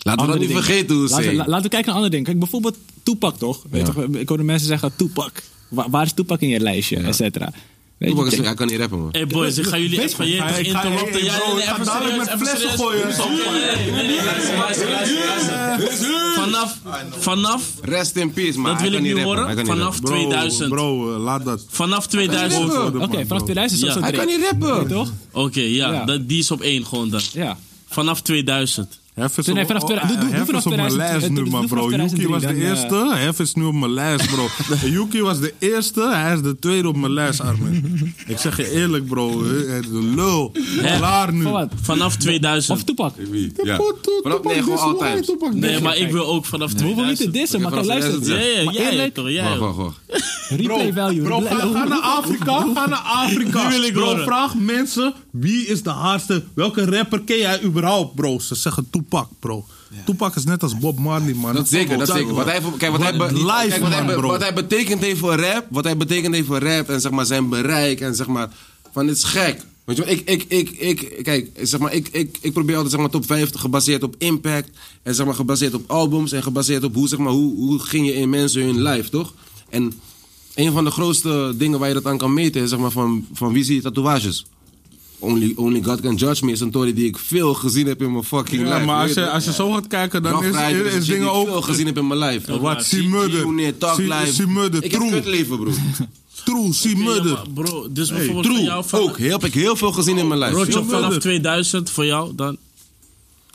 Speaker 2: dat
Speaker 6: andere
Speaker 2: niet
Speaker 6: dingen.
Speaker 2: vergeten,
Speaker 6: Laten,
Speaker 2: Hussein.
Speaker 6: la- laten we kijken naar andere dingen. Kijk, bijvoorbeeld Toepak, toch? Weet je toch? Ik hoorde mensen zeggen, Toepak. Waar, waar is Toepak in je lijstje, et cetera? Weet je,
Speaker 2: Toepak is-
Speaker 6: check-
Speaker 2: Hij kan niet rappen, man.
Speaker 3: Hey boys, ik ga jullie even je
Speaker 5: Hey, ik ga-
Speaker 3: interrupten.
Speaker 5: hey,
Speaker 3: Ja,
Speaker 5: bro,
Speaker 3: nee,
Speaker 5: ik ga
Speaker 3: even
Speaker 5: dadelijk
Speaker 3: serieus,
Speaker 5: met
Speaker 3: even
Speaker 5: flessen
Speaker 3: serieus.
Speaker 5: gooien.
Speaker 3: Stop, man. Vanaf, vanaf,
Speaker 2: Rest in peace, maar
Speaker 3: dat
Speaker 2: hij
Speaker 3: wil ik
Speaker 2: kan niet
Speaker 3: nu
Speaker 2: rappen. Hij
Speaker 3: horen,
Speaker 2: kan niet
Speaker 3: vanaf
Speaker 2: rappen.
Speaker 5: Bro,
Speaker 3: 2000.
Speaker 5: Bro, eh, laat dat.
Speaker 3: Vanaf 2000. Oké,
Speaker 6: Oké, vanaf 2000
Speaker 3: Ja.
Speaker 6: is dat
Speaker 2: Hij
Speaker 6: Drake.
Speaker 2: kan niet rappen.
Speaker 6: toch? Ja.
Speaker 3: ja, dat- die is op één gewoon dan.
Speaker 6: Ja.
Speaker 3: Vanaf 2000.
Speaker 5: Hef is
Speaker 6: Nee, nee, vanaf
Speaker 5: oh,
Speaker 6: 2000 doe- doe-
Speaker 5: Hef
Speaker 6: doe
Speaker 5: is
Speaker 6: vanaf
Speaker 5: op mijn
Speaker 6: 2000,
Speaker 5: lijst
Speaker 6: doe-
Speaker 5: nu,
Speaker 6: doe
Speaker 5: man,
Speaker 6: vanaf
Speaker 5: bro. Yuki
Speaker 6: 2003
Speaker 5: was de
Speaker 6: dan, eh.
Speaker 5: eerste, Hef is nu op mijn lijst, bro. Yuki was de eerste, hij is de tweede op mijn lijst, Armin. Ik zeg je eerlijk, bro. eh, eh, De lul. Klaar nu.
Speaker 6: Van wat?
Speaker 3: Vanaf
Speaker 6: Of
Speaker 3: 2000.
Speaker 6: Toepak.
Speaker 2: Ja. Vanaf, nee,
Speaker 3: dus
Speaker 2: gewoon all times.
Speaker 3: Nee, maar ik wil ook vanaf
Speaker 6: We hoeven niet te
Speaker 3: 2000.
Speaker 6: dissen, maar
Speaker 2: Oké,
Speaker 6: kijk,
Speaker 2: vanaf
Speaker 6: luister.
Speaker 2: 2000.
Speaker 3: Ja, ja,
Speaker 6: Maar
Speaker 3: jij
Speaker 6: eerlijk,
Speaker 3: ook, toch? Jij
Speaker 2: Wacht,
Speaker 3: ook.
Speaker 2: wacht, wacht.
Speaker 6: replay value.
Speaker 5: Bro, ga, ga naar Afrika, ga naar Afrika.
Speaker 3: Die wil ik
Speaker 5: bro,
Speaker 3: horen.
Speaker 5: vraag mensen wie is de hardste, welke rapper ken jij überhaupt, bro? Ze zeggen Tupac, bro. Tupac is net als Bob Marley, man.
Speaker 2: Dat zeker, dat zeker. Wat hij, voor- kijk, wat hij, be-
Speaker 5: live,
Speaker 2: kijk, wat, hij,
Speaker 5: man,
Speaker 2: be-
Speaker 5: bro.
Speaker 2: wat hij betekent heeft voor rap, wat hij betekent heeft voor rap en zeg maar zijn bereik en zeg maar van dit is gek. Weet je, wel, ik, ik, ik, ik, kijk, zeg maar, ik, ik, ik probeer altijd zeg maar top 5 gebaseerd op impact en zeg maar gebaseerd op albums en gebaseerd op hoe zeg maar hoe, hoe ging je in mensen hun live, toch? En een van de grootste dingen waar je dat aan kan meten is zeg maar van, van wie zie je tatoeages? Only, only God Can Judge Me is een tory die ik veel gezien heb in mijn fucking
Speaker 5: Ja,
Speaker 2: life.
Speaker 5: maar als
Speaker 2: weet
Speaker 5: je, als je zo gaat kijken, dan
Speaker 2: Rough
Speaker 5: is,
Speaker 2: Rider een
Speaker 5: is,
Speaker 2: shit die
Speaker 5: dingen
Speaker 2: ik veel
Speaker 5: ook...
Speaker 2: gezien heb in mijn life.
Speaker 5: Wat, see murder.
Speaker 2: Unit, talk
Speaker 5: See-
Speaker 2: life.
Speaker 5: see murder,
Speaker 2: Ik
Speaker 5: true.
Speaker 2: heb het leven, bro.
Speaker 5: True, see
Speaker 3: Ja,
Speaker 5: murder.
Speaker 3: maar Bro, dus
Speaker 5: Hey,
Speaker 3: bijvoorbeeld van jou...
Speaker 2: True.
Speaker 3: van-
Speaker 2: Ook, heel- heb ik heel veel gezien in mijn life.
Speaker 3: Rotje,
Speaker 5: Veel
Speaker 3: vanaf
Speaker 5: verder.
Speaker 3: 2000 voor jou dan.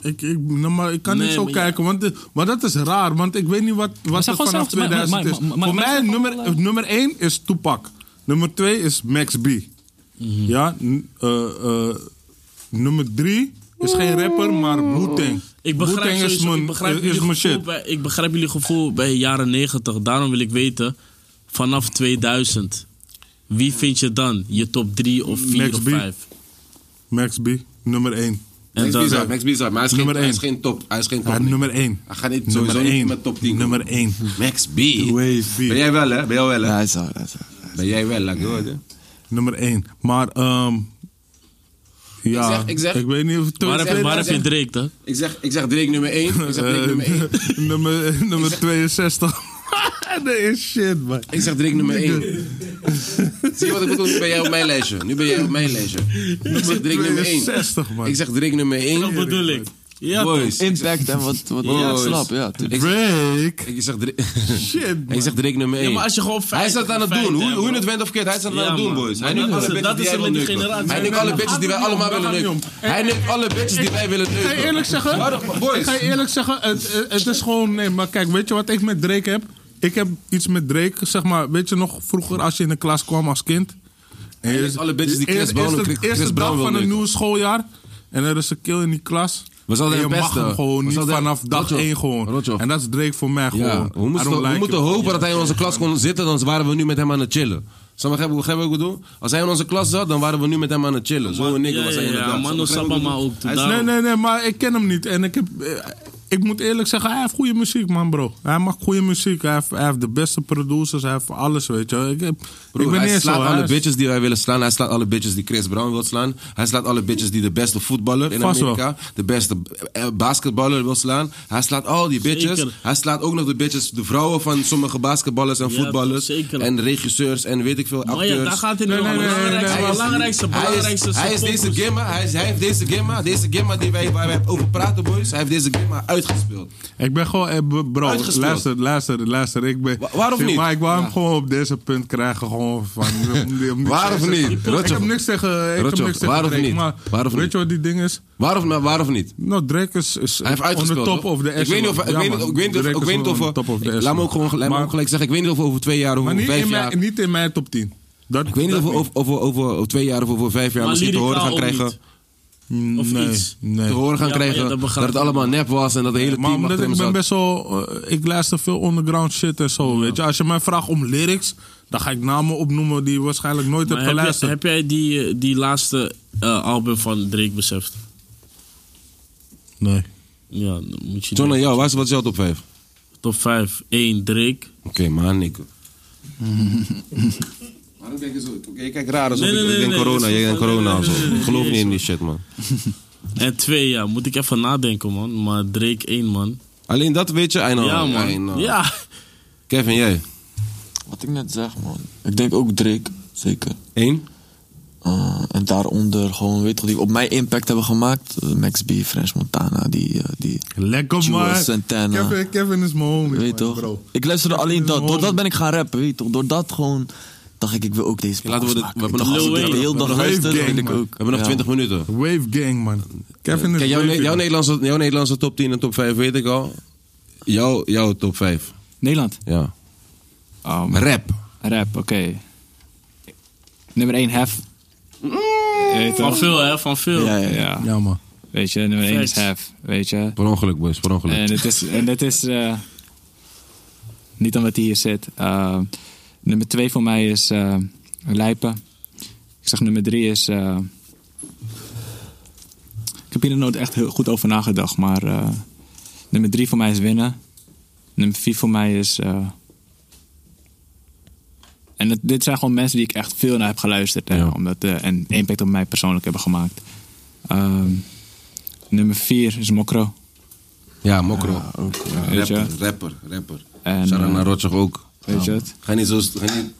Speaker 5: Ik, ik, nou, maar ik kan
Speaker 3: Nee,
Speaker 5: niet zo
Speaker 3: maar ja.
Speaker 5: kijken, want, de- maar dat is raar, want ik weet niet wat, wat
Speaker 6: zeg
Speaker 5: er
Speaker 6: gewoon
Speaker 5: vanaf
Speaker 6: zelf- maar- maar-
Speaker 5: 2000 is.
Speaker 6: maar- maar- maar-
Speaker 5: Voor
Speaker 6: maar-
Speaker 5: mij
Speaker 6: maar-
Speaker 5: nummer,
Speaker 6: maar-
Speaker 5: nummer 1 is Tupac. Nummer 2 is Max B.
Speaker 3: Mhm.
Speaker 5: Ja, n- eh, eh, nummer 3 is geen rapper, maar Wu-Tang.
Speaker 3: Ik begrijp,
Speaker 5: Wu-Tang is
Speaker 3: sowieso-
Speaker 5: mijn,
Speaker 3: ik, begrijp
Speaker 5: is
Speaker 3: jullie
Speaker 5: mijn
Speaker 3: gevoel
Speaker 5: shit.
Speaker 3: bij, ik begrijp jullie gevoel bij jaren 90. Daarom wil ik weten, vanaf 2000, wie vind je dan je top 3 of 4
Speaker 5: Max
Speaker 3: of
Speaker 5: B.
Speaker 3: 5?
Speaker 5: Max B, nummer 1.
Speaker 3: En
Speaker 2: Max
Speaker 3: dan,
Speaker 2: Bizar, Max Bizar. Maar hij is, geen,
Speaker 5: Nummer
Speaker 2: hij is
Speaker 5: één.
Speaker 2: geen top. Hij is geen top.
Speaker 5: Ja,
Speaker 2: nee.
Speaker 5: nummer 1.
Speaker 2: Hij gaat niet sowieso niet met top 10 komen.
Speaker 5: Nummer 1.
Speaker 2: Max B.
Speaker 4: Wave.
Speaker 2: Ben jij wel, hè? Ben jij wel, hè?
Speaker 4: Ja, hij is wel, hij is wel.
Speaker 2: Ben jij wel, hè? Goed, hè?
Speaker 5: Nummer 1. Maar, ehm ja,
Speaker 2: zeg- ik zeg-
Speaker 5: weet niet of het
Speaker 3: waar, heb, je- waar heb je Drake dan?
Speaker 2: Ik zeg, ik zeg Drake nummer 1. Ik zeg Drake nummer 1.
Speaker 5: Eh, nummer, nummer 62. Dat is shit, man.
Speaker 2: Ik zeg Drake nummer 1. Zie je wat ik bedoel? Nu ben jij op mijn lijstje. Nu ben jij op mijn lijstje. Ik zeg Drake nummer 1.
Speaker 5: 62, man.
Speaker 2: Ik zeg Drake nummer 1.
Speaker 3: Dat bedoel ik. Ja,
Speaker 2: Boys.
Speaker 4: Impact en wat... wat
Speaker 2: Boys.
Speaker 4: ja, ik snap, ja. tuurlijk.
Speaker 5: Drake.
Speaker 2: Ik zeg Drake...
Speaker 5: Shit,
Speaker 2: Hij
Speaker 5: man.
Speaker 2: zegt Drake nummer 1.
Speaker 3: Ja, maar als je gewoon feit-
Speaker 2: hij is dat aan het
Speaker 3: feit,
Speaker 2: doen. Hoe,
Speaker 3: hè,
Speaker 2: hoe je
Speaker 3: bro.
Speaker 2: het went of keert, hij is dat
Speaker 3: Ja,
Speaker 2: aan het doen,
Speaker 3: man.
Speaker 2: boys.
Speaker 3: Maar
Speaker 2: hij neemt
Speaker 3: dat is-
Speaker 2: alle bitches
Speaker 3: dat
Speaker 2: die
Speaker 3: is
Speaker 2: hij
Speaker 3: met
Speaker 2: wil
Speaker 3: die
Speaker 2: neuken.
Speaker 3: generatie.
Speaker 2: Hij neemt alle bitches die wij allemaal willen neuken. Hij neemt alle bitches die wij willen neuken.
Speaker 5: Ik ga je eerlijk zeggen,
Speaker 2: Waarom-
Speaker 5: ik
Speaker 2: boys.
Speaker 5: ga je eerlijk zeggen het, het- het is gewoon... Nee, maar kijk, weet je wat ik met Drake heb? Ik heb iets met Drake, zeg maar... Weet je nog vroeger als je in de klas kwam als kind? En je-
Speaker 2: is alle bitches die Chris
Speaker 5: eerst-
Speaker 2: Brown-
Speaker 5: eerste-
Speaker 2: Chris- Chris
Speaker 5: Eerste
Speaker 2: Brown
Speaker 5: dag
Speaker 2: wil
Speaker 5: van een
Speaker 2: neuken.
Speaker 5: nieuw schooljaar... En er is een kill in die klas.
Speaker 2: We zouden
Speaker 5: en je
Speaker 2: hem
Speaker 5: mag
Speaker 2: pesten.
Speaker 5: hem gewoon
Speaker 2: We
Speaker 5: niet
Speaker 2: zouden hem-
Speaker 5: vanaf dag
Speaker 2: Rotjoch.
Speaker 5: 1 gewoon.
Speaker 2: Rotjoch.
Speaker 5: En dat is Drake voor mij gewoon.
Speaker 2: Ja, we
Speaker 5: I
Speaker 2: moesten,
Speaker 5: don't
Speaker 2: we
Speaker 5: like
Speaker 2: moeten
Speaker 5: him.
Speaker 2: hopen dat hij in onze klas kon zitten, anders waren we nu met hem aan het chillen. Snap je begrijp je wat ik bedoel? Als hij in onze klas zat, dan waren we nu met hem aan het chillen. Zo een
Speaker 3: ja,
Speaker 2: nigger was hij
Speaker 3: ja, ja,
Speaker 2: inderdaad.
Speaker 3: Mano
Speaker 2: Snap je wat ik
Speaker 3: Sabama
Speaker 2: bedoel?
Speaker 3: ook.
Speaker 2: Hij is-
Speaker 3: daarom.
Speaker 5: Nee, nee, nee, maar ik ken hem niet. En ik heb, eh, ik moet eerlijk zeggen, hij heeft goede muziek, man, bro. Hij maakt goede muziek. Hij heeft, hij heeft de beste producers. Hij heeft alles, weet je. wel. Ik, heb, ik ben
Speaker 2: hij
Speaker 5: eerst
Speaker 2: slaat
Speaker 5: zo.
Speaker 2: alle
Speaker 5: hij is-
Speaker 2: bitches die wij willen slaan. Hij slaat alle bitches die Chris Brown wil slaan. Hij slaat alle bitches die de beste voetballer in
Speaker 5: Vast wel.
Speaker 2: Amerika, de beste eh, basketballer wil slaan. Hij slaat al die bitches.
Speaker 3: Zeker.
Speaker 2: Hij slaat ook nog de bitches, de vrouwen van sommige basketballers en
Speaker 3: Ja,
Speaker 2: voetballers.
Speaker 3: toch, zeker.
Speaker 2: En regisseurs en weet ik veel,
Speaker 3: Maar
Speaker 2: acteurs.
Speaker 3: ja, daar gaat het niet om.
Speaker 5: nee, nee, nee,
Speaker 3: Belangrijkste,
Speaker 5: nee, nee.
Speaker 3: belangrijkste,
Speaker 2: Hij is,
Speaker 3: belangrijkste.
Speaker 2: hij is deze
Speaker 3: subgroep.
Speaker 2: gamma, hij, is- hij heeft deze gamma, deze gamma die wij, waar wij over praten, boys. Hij heeft deze gamma uitgespeeld.
Speaker 5: Ik ben gewoon, eh, b- bro,
Speaker 2: Uitgespeeld.
Speaker 5: luister, luister, luister. Ik ben,
Speaker 2: Wa- waarom
Speaker 5: Zie,
Speaker 2: niet?
Speaker 5: Maar ik wou hem gewoon op deze punt krijgen. Gewoon van, om- om niks
Speaker 2: Waarom
Speaker 5: te zeggen.
Speaker 2: niet?
Speaker 5: Ik heb
Speaker 2: Rotjoch.
Speaker 5: niks tegen, ik heb
Speaker 2: Rotjoch,
Speaker 5: niks tegen
Speaker 2: waarom
Speaker 5: Drake,
Speaker 2: niet?
Speaker 5: Maar
Speaker 2: Waarom
Speaker 5: weet
Speaker 2: niet?
Speaker 5: je wat die ding is?
Speaker 2: Waarom, nou, waarom niet?
Speaker 5: Nou, Drake is, is
Speaker 2: Hij heeft
Speaker 5: on the
Speaker 2: uitgespeeld.
Speaker 5: top
Speaker 2: toch?
Speaker 5: of the
Speaker 2: ik weet niet of,
Speaker 5: echelon.
Speaker 2: ik
Speaker 5: Ja,
Speaker 2: weet niet,
Speaker 5: man.
Speaker 2: ik weet niet of,
Speaker 5: Drake
Speaker 2: ik
Speaker 5: is
Speaker 2: weet niet of,
Speaker 5: on
Speaker 2: we-
Speaker 5: top of the
Speaker 2: ik- laat me ook
Speaker 5: echelon.
Speaker 2: gewoon, laat me
Speaker 5: Maar-
Speaker 2: ook gelijk zeggen. Ik weet niet of we over twee jaar of
Speaker 5: Maar
Speaker 2: over
Speaker 5: niet
Speaker 2: vijf
Speaker 5: in,
Speaker 2: jaar.
Speaker 5: mijn, niet in mijn top 10. Dat,
Speaker 2: ik weet niet
Speaker 5: dat
Speaker 2: of we over, over, over, over twee jaar of over vijf jaar
Speaker 3: Maar
Speaker 2: misschien te horen
Speaker 3: lyrica
Speaker 2: gaan
Speaker 3: ook
Speaker 2: krijgen.
Speaker 3: niet. Of
Speaker 5: Mm, nee,
Speaker 3: iets.
Speaker 5: Nee.
Speaker 2: Te horen gaan
Speaker 3: Ja, maar ja,
Speaker 2: krijgen
Speaker 3: dat
Speaker 2: dat,
Speaker 3: begrijp
Speaker 2: het
Speaker 3: ik.
Speaker 2: allemaal nep was en dat het hele
Speaker 5: Maar
Speaker 2: team
Speaker 5: omdat
Speaker 2: achter hem
Speaker 5: ik ben
Speaker 2: zat.
Speaker 5: best wel... eh, ik luister veel underground shit en zo, weet je. Als je mij vraagt om lyrics, dan ga ik namen opnoemen die je waarschijnlijk nooit
Speaker 3: Maar
Speaker 5: hebt
Speaker 3: heb, jij,
Speaker 5: geluisterd.
Speaker 3: heb jij die, eh, die laatste eh, album van Drake beseft?
Speaker 5: Nee.
Speaker 3: Ja, dan moet je
Speaker 2: John en
Speaker 3: niet.
Speaker 2: jou, wat is, wat is jouw top 5?
Speaker 3: Top 5, 1 Drake.
Speaker 2: Oké, maar nikke. Waarom kijk je zo? Oké, je kijkt raar alsof
Speaker 3: Nee,
Speaker 2: ik-
Speaker 3: nee,
Speaker 2: ik
Speaker 3: nee,
Speaker 2: denk
Speaker 3: nee,
Speaker 2: corona.
Speaker 3: dat is
Speaker 2: Jij denkt
Speaker 3: niet- nee,
Speaker 2: corona of
Speaker 3: nee,
Speaker 2: zo.
Speaker 3: nee, nee,
Speaker 2: Ik geloof
Speaker 3: nee,
Speaker 2: niet in
Speaker 3: nee,
Speaker 2: die shit, man.
Speaker 3: En 2, ja, moet ik even nadenken, man. Maar Drake 1, man.
Speaker 2: Alleen dat weet je, I know.
Speaker 3: ja,
Speaker 2: I
Speaker 3: man.
Speaker 2: know.
Speaker 3: Ja.
Speaker 2: Kevin, jij?
Speaker 4: Wat ik net zeg, man. Ik denk ook Drake, zeker.
Speaker 2: Eén?
Speaker 4: Eh, en daaronder gewoon, weet je toch, die op mij impact hebben gemaakt. Eh, Max B, French Montana, die... eh, die
Speaker 5: Lekker,
Speaker 4: Jewel
Speaker 5: man.
Speaker 4: Santana.
Speaker 5: Kevin, Kevin is mijn homie,
Speaker 4: weet je
Speaker 5: man,
Speaker 4: toch?
Speaker 5: bro.
Speaker 4: Ik luisterde
Speaker 5: Kevin
Speaker 4: alleen
Speaker 5: is
Speaker 4: dat.
Speaker 5: mijn
Speaker 4: Door dat
Speaker 5: homie.
Speaker 4: ben ik gaan rappen, weet je toch? Door dat gewoon dacht ik, ik wil ook deze
Speaker 2: Ja, laten we
Speaker 4: plaats
Speaker 2: dit- we
Speaker 4: maken,
Speaker 2: hebben
Speaker 4: weet je
Speaker 2: nog
Speaker 4: toch?
Speaker 3: Lil
Speaker 4: Als ik de
Speaker 3: Wayne,
Speaker 4: hele
Speaker 5: man.
Speaker 4: dag
Speaker 5: Wave
Speaker 4: luister, dan
Speaker 5: Gang,
Speaker 4: wil ik
Speaker 5: man.
Speaker 4: ook.
Speaker 2: We hebben nog
Speaker 4: ja.
Speaker 2: 20 minuten.
Speaker 5: Wave gang, man. Kevin is
Speaker 2: Kijk, jouw,
Speaker 5: wavy,
Speaker 2: Ne- jouw,
Speaker 5: man.
Speaker 2: Nederlandse, jouw Nederlandse top 10 en top 5 weet ik al. Jouw, jouw top 5.
Speaker 6: Nederland.
Speaker 2: Ja.
Speaker 6: Oh, man.
Speaker 2: Rap.
Speaker 6: Rap, oké. Nummer 1, Hef.
Speaker 5: Mm.
Speaker 6: Weet je
Speaker 3: Van
Speaker 6: toch?
Speaker 3: veel, hè? Van veel.
Speaker 4: Ja, ja, ja.
Speaker 6: Ja,
Speaker 5: Ja, man.
Speaker 6: weet je, nummer 1 is
Speaker 3: Facts.
Speaker 6: Hef, weet je.
Speaker 2: Per ongeluk, boys. Per ongeluk.
Speaker 6: En dit is, en dit is eh, niet omdat hij hier zit. Eh, nummer 2 voor mij is eh Lijpen. Ik zeg nummer 3 is. eh, ik heb hier er nooit echt heel goed over nagedacht, maar eh, nummer 3 voor mij is winnen. Nummer 4 voor mij is. eh, en het- dit zijn gewoon mensen die ik echt veel naar heb geluisterd. Hè,
Speaker 2: Ja.
Speaker 6: omdat, eh, en impact op mij persoonlijk hebben gemaakt. Ehm, nummer 4 is Mokro.
Speaker 2: ja, mokro.
Speaker 4: Ook, ja.
Speaker 6: Weet je?
Speaker 2: rapper, rapper, rapper.
Speaker 6: En,
Speaker 2: Sarana
Speaker 6: eh,
Speaker 2: Rotjoch ook.
Speaker 6: Weet je het?
Speaker 2: Ga niet zo... Ga niet,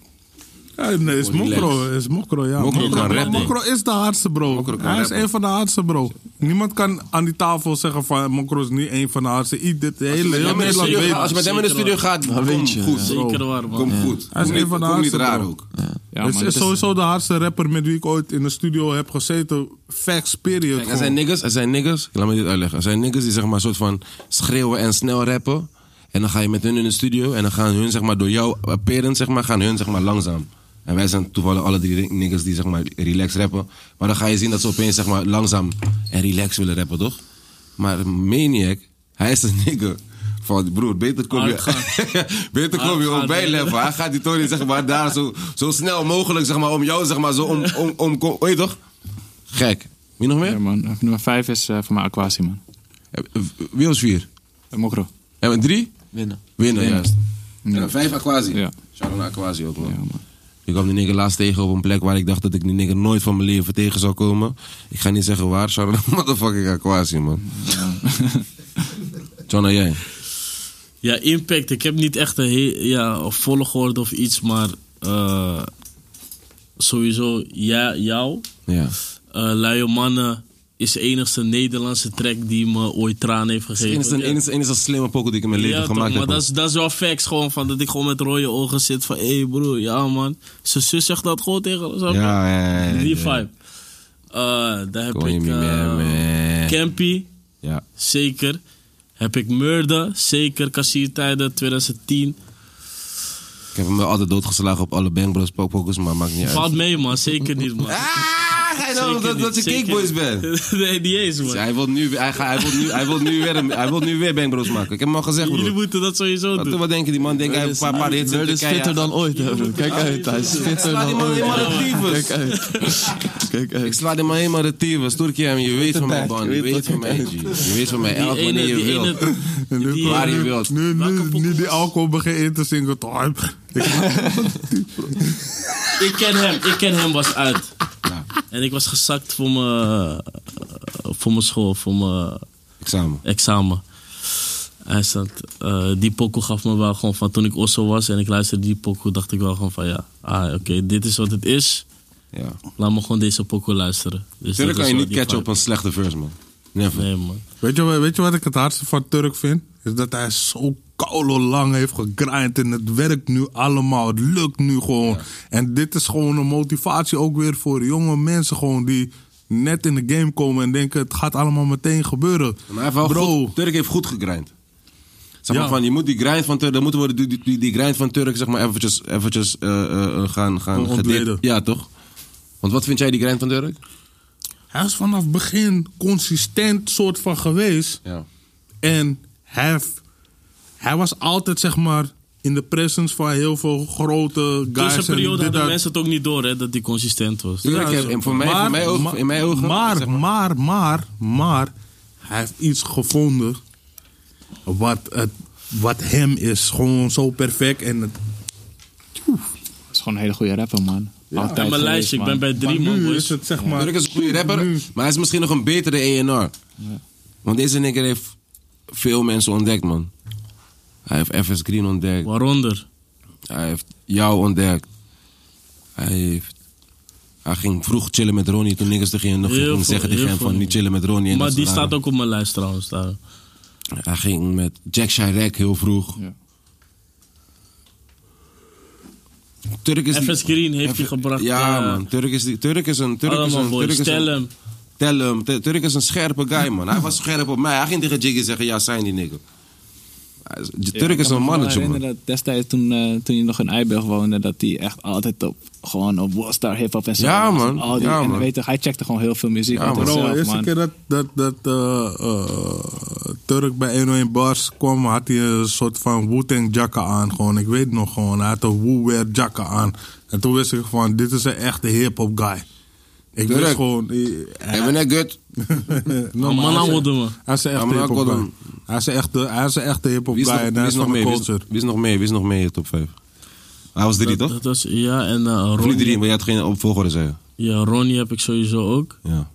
Speaker 5: Ja, nee, is
Speaker 2: Gewoon
Speaker 5: Mokro,
Speaker 2: relaxed.
Speaker 5: is Mokro, ja.
Speaker 2: Mokro kan
Speaker 5: maar
Speaker 2: rappen.
Speaker 5: Mokro is de hardste, bro.
Speaker 2: Mokro kan
Speaker 5: Hij is
Speaker 2: rappen.
Speaker 5: een van de hardste, bro. Niemand kan aan die tafel zeggen van Mokro is niet een van de hardste. Ieder, de hele, heel
Speaker 2: Als je met hem in de
Speaker 5: Nederland
Speaker 2: studio
Speaker 5: weet.
Speaker 2: gaat- als je met hem in de studio gaat,
Speaker 4: Dat weet
Speaker 2: kom
Speaker 4: je,
Speaker 2: goed.
Speaker 3: Zeker waar, man.
Speaker 2: Kom goed.
Speaker 5: Hij is
Speaker 2: Kom
Speaker 5: een
Speaker 2: niet-
Speaker 5: van de
Speaker 2: Kom niet
Speaker 5: hardste,
Speaker 2: raar
Speaker 5: bro.
Speaker 2: ook.
Speaker 6: Ja,
Speaker 5: het
Speaker 6: man,
Speaker 5: is,
Speaker 6: dat is-
Speaker 5: Dus sowieso de hardste rapper met wie ik ooit in de studio heb gezeten. Facts, period.
Speaker 2: Kijk, er
Speaker 5: gewoon.
Speaker 2: zijn niggers, er zijn niggers, laat me dit uitleggen. Er zijn niggers die zeg maar soort van schreeuwen en snel rappen. En dan ga je met hun in de studio en dan gaan hun zeg maar door jouw parents zeg maar, gaan hun zeg maar langzaam. En wij zijn toevallig alle drie niggers die zeg maar relaxed rappen. Maar dan ga je zien dat ze opeens zeg maar langzaam en relaxed willen rappen, toch? Maar Maniac, hij is een nigger. Van broer, beter kom je,
Speaker 3: Hard gaan.
Speaker 2: beter kom je
Speaker 3: Hard
Speaker 2: op
Speaker 3: gaan,
Speaker 2: mijn
Speaker 3: nigger.
Speaker 2: level. Hij gaat die Tony zeg maar daar zo, zo snel mogelijk zeg maar om jou zeg maar zo om, om, om, om weet je toch? Gek. Wie nog meer?
Speaker 6: Ja, man. Of Nummer 5 is eh, voor mij Aquasi, man.
Speaker 2: Wie was vier?
Speaker 6: Eh, Mokro.
Speaker 2: En met drie?
Speaker 4: Winnen.
Speaker 2: Winnen, juist. En dan vijf Aquasi.
Speaker 6: Ja.
Speaker 2: Shout-out naar Aquasi ook, man.
Speaker 6: Ja, man.
Speaker 2: Ik kwam die nigger laatst tegen op een plek waar ik dacht dat ik die nigger nooit van mijn leven tegen zou komen. Ik ga niet zeggen waar. Shout-out naar motherfucking Aquasi, man. John, en jij?
Speaker 3: Ja, impact. Ik heb niet echt een he- ja, volgorde of iets, maar eh, sowieso ja, jou.
Speaker 2: Ja.
Speaker 3: eh Luie Mannen is de enigste Nederlandse track die me ooit tranen heeft
Speaker 2: Het
Speaker 3: gegeven.
Speaker 2: is een, een, een, een slimme pokoe die ik in mijn leven
Speaker 3: ja, toch,
Speaker 2: gemaakt
Speaker 3: maar
Speaker 2: heb.
Speaker 3: dat is, dat is wel facts gewoon van dat ik gewoon met rode ogen zit van hé hey broer, ja man. Zijn zus zegt dat gewoon tegen ons.
Speaker 2: man. ja, ja, ja, ja,
Speaker 3: Die
Speaker 2: ja.
Speaker 3: vibe. Eh, daar heb
Speaker 2: Kon je
Speaker 3: ik
Speaker 2: me
Speaker 3: eh,
Speaker 2: man.
Speaker 3: Campy,
Speaker 2: Ja.
Speaker 3: zeker. Heb ik Murder, zeker. Kassiertijden 2010.
Speaker 2: Ik heb hem wel altijd doodgeslagen op alle Bang Bros pokoes, maar maakt niet uit.
Speaker 3: Valt mee man, zeker niet man.
Speaker 2: Ah, ga je nou
Speaker 3: Zeker
Speaker 2: dat,
Speaker 3: niet,
Speaker 2: dat je
Speaker 3: zeker
Speaker 2: Kickboys
Speaker 3: niet.
Speaker 2: bent?
Speaker 3: nee, niet eens
Speaker 2: Dus
Speaker 3: man.
Speaker 2: hij wil nu, hij, gaat- hij wil nu, hij wil nu weer, een- hij wil nu weer Bang Bros maken. Ik heb hem al gezegd,
Speaker 3: Jullie
Speaker 2: broer.
Speaker 3: moeten dat sowieso
Speaker 2: Wat,
Speaker 3: doen.
Speaker 2: wat denk je, die man denkt hij heeft een paar, paar hits in
Speaker 4: Bird is
Speaker 2: Turkije.
Speaker 4: fitter dan ooit, hè, bro. Kijk uit, hij is fitter
Speaker 2: Laat die
Speaker 4: dan
Speaker 2: man
Speaker 4: ooit.
Speaker 2: helemaal de tyfus.
Speaker 4: Kijk uit. Kijk
Speaker 2: Ik
Speaker 4: uit.
Speaker 2: sla er maar helemaal de tyfus, Turkije, en je weet van mijn
Speaker 4: tijd,
Speaker 2: band,
Speaker 4: je
Speaker 2: je
Speaker 4: weet
Speaker 2: weet van mijn G. Je weet van mijn elk
Speaker 3: Die ene,
Speaker 2: wanneer je
Speaker 3: die
Speaker 2: wilt.
Speaker 3: ene.
Speaker 5: nu,
Speaker 3: die-
Speaker 2: Waar je wilt.
Speaker 5: nu,
Speaker 3: Welke
Speaker 5: nu, nu
Speaker 3: podcast?
Speaker 5: die alcohol begint in te zinken. toch. Ik-
Speaker 3: Ik ken hem, ik ken hem was uit. En ik was gezakt voor mijn, eh, voor mijn school, voor mijn
Speaker 2: Examen.
Speaker 3: examen. Hij stond, eh, die pokoe gaf me wel gewoon van toen ik Osso was en ik luisterde die pokoe, dacht ik wel gewoon van ja, ah, oké, dit is wat het is.
Speaker 2: Ja.
Speaker 3: Laat me gewoon deze pokoe luisteren. Dus
Speaker 2: Turk
Speaker 3: dat
Speaker 2: kan
Speaker 3: is
Speaker 2: je
Speaker 3: wel
Speaker 2: niet
Speaker 3: die
Speaker 2: catchen op
Speaker 3: vibe.
Speaker 2: een slechte verse, man. Never.
Speaker 3: Nee man.
Speaker 5: Weet je, wa- weet je wat ik het hardste van Turk vind? Is dat hij zo lang heeft gegrind en het werkt nu allemaal. Het lukt nu gewoon. En dit is gewoon een motivatie ook weer voor jonge mensen gewoon die net in de game komen en denken het gaat allemaal meteen gebeuren.
Speaker 2: Maar hij heeft wel
Speaker 5: Bro,
Speaker 2: goed- Turk heeft goed gegrind. Zeg maar
Speaker 5: Ja.
Speaker 2: van, je moet die grind van Turk, dan moeten we die, die- die, die grind van Turk zeg maar eventjes, eventjes eh, eh, eh, gaan, gaan
Speaker 5: Gewoon ontleden.
Speaker 2: gedip- Ja, toch? Want wat vind jij die grind van Turk?
Speaker 5: hij is vanaf begin consistent soort van geweest.
Speaker 2: Ja.
Speaker 5: En hij, heeft- hij was altijd zeg maar in de presence van heel veel grote guys.
Speaker 3: Tussen
Speaker 5: en dit,
Speaker 3: periode hadden
Speaker 5: dat.
Speaker 3: mensen het ook niet door hè, dat die consistent was.
Speaker 2: Tuurlijk, ik heb- en voor mij, voor mij ogen-
Speaker 5: maar-
Speaker 2: in mijn ogen.
Speaker 5: Maar,
Speaker 2: zeg maar,
Speaker 5: maar, maar, maar, hij heeft iets gevonden wat, het, wat hem is. Gewoon zo perfect. En het,
Speaker 6: is gewoon een hele goede rapper, man. Altijd
Speaker 3: Mijn
Speaker 6: geweest,
Speaker 3: lijstje, ik
Speaker 6: man.
Speaker 3: ben bij
Speaker 5: maar
Speaker 3: drie man
Speaker 5: nu is
Speaker 3: boys.
Speaker 5: het zeg maar...
Speaker 2: Turk is een goede rapper, maar hij is misschien nog een betere ENR. Want deze nigger heeft veel mensen ontdekt, man. Hij heeft FS Green ontdekt.
Speaker 3: Waaronder?
Speaker 2: Hij heeft jou ontdekt. Hij heeft... Hij ging vroeg chillen met Ronnie toen niks tegen nog
Speaker 3: Heel
Speaker 2: ging
Speaker 3: veel,
Speaker 2: zeggen tegen
Speaker 3: heel
Speaker 2: hem
Speaker 3: veel.
Speaker 2: van niet chillen met Ronnie. en
Speaker 3: Maar
Speaker 2: dat
Speaker 3: die
Speaker 2: soort
Speaker 3: staat
Speaker 2: dingen.
Speaker 3: ook op mijn lijst trouwens daar.
Speaker 2: Hij ging met Jack Chirac heel vroeg.
Speaker 6: Ja.
Speaker 2: Turk is die-
Speaker 3: FS Green heeft
Speaker 2: F-
Speaker 3: je gebracht.
Speaker 2: Ja,
Speaker 3: eh,
Speaker 2: man. Turk is, die, Turk is een... Turk is
Speaker 3: Allemaal
Speaker 2: een, Turk
Speaker 3: boys,
Speaker 2: is een-
Speaker 3: stel hem.
Speaker 2: Tel hem. T- Turk is een scherpe guy, man. Hij was scherp op mij. Hij ging tegen Jiggy zeggen, ja, zijn die nigger. Hij is- Turk is een mannetje,
Speaker 6: Ik
Speaker 2: man.
Speaker 6: kan me wel herinneren dat destijds toen, eh, toen je nog in Eiberg woonde, dat hij echt altijd op gewoon op Warstar hip-hop en zo.
Speaker 2: Ja,
Speaker 6: was.
Speaker 2: man.
Speaker 6: Al die,
Speaker 2: Ja,
Speaker 6: en
Speaker 2: man.
Speaker 6: Weet je, hij checkte gewoon heel veel muziek.
Speaker 2: Ja,
Speaker 6: uit
Speaker 2: man.
Speaker 5: Bro,
Speaker 6: zichzelf,
Speaker 5: de eerste
Speaker 6: man.
Speaker 5: keer dat, dat, dat eh, eh, Turk bij 101 Bars kwam, had hij een soort van Wu-Tang jacka aan. Gewoon. Ik weet nog gewoon, hij had een Wu-Wear jacka aan. En toen wist ik van, dit is een echte hip-hop guy. Ik
Speaker 2: Turk.
Speaker 5: wist gewoon... eh, hij-
Speaker 2: Hebben we net good?
Speaker 5: No,
Speaker 3: Een
Speaker 5: maar
Speaker 3: man
Speaker 5: hij
Speaker 3: aan
Speaker 5: is-
Speaker 3: worden me.
Speaker 5: Hij is een echte
Speaker 2: Ja, maar
Speaker 5: hip-hop
Speaker 2: ook wel
Speaker 5: guy.
Speaker 2: doen.
Speaker 5: Hij is een echte, hij is een echte hip-hop
Speaker 2: Wie is
Speaker 5: guy
Speaker 2: nog,
Speaker 5: en
Speaker 2: wie
Speaker 5: hij
Speaker 2: is
Speaker 5: is
Speaker 2: nog
Speaker 5: van de
Speaker 2: mee? Wie is,
Speaker 5: culture.
Speaker 2: wie is nog mee? Wie is nog mee in je top 5? Hij was drie,
Speaker 3: Dat,
Speaker 2: toch?
Speaker 3: dat was, ja, en eh,
Speaker 2: Of niet
Speaker 3: Ronnie.
Speaker 2: drie, maar je had geen opvolger zeggen.
Speaker 3: Ja, Ronnie heb ik sowieso ook.
Speaker 2: Ja.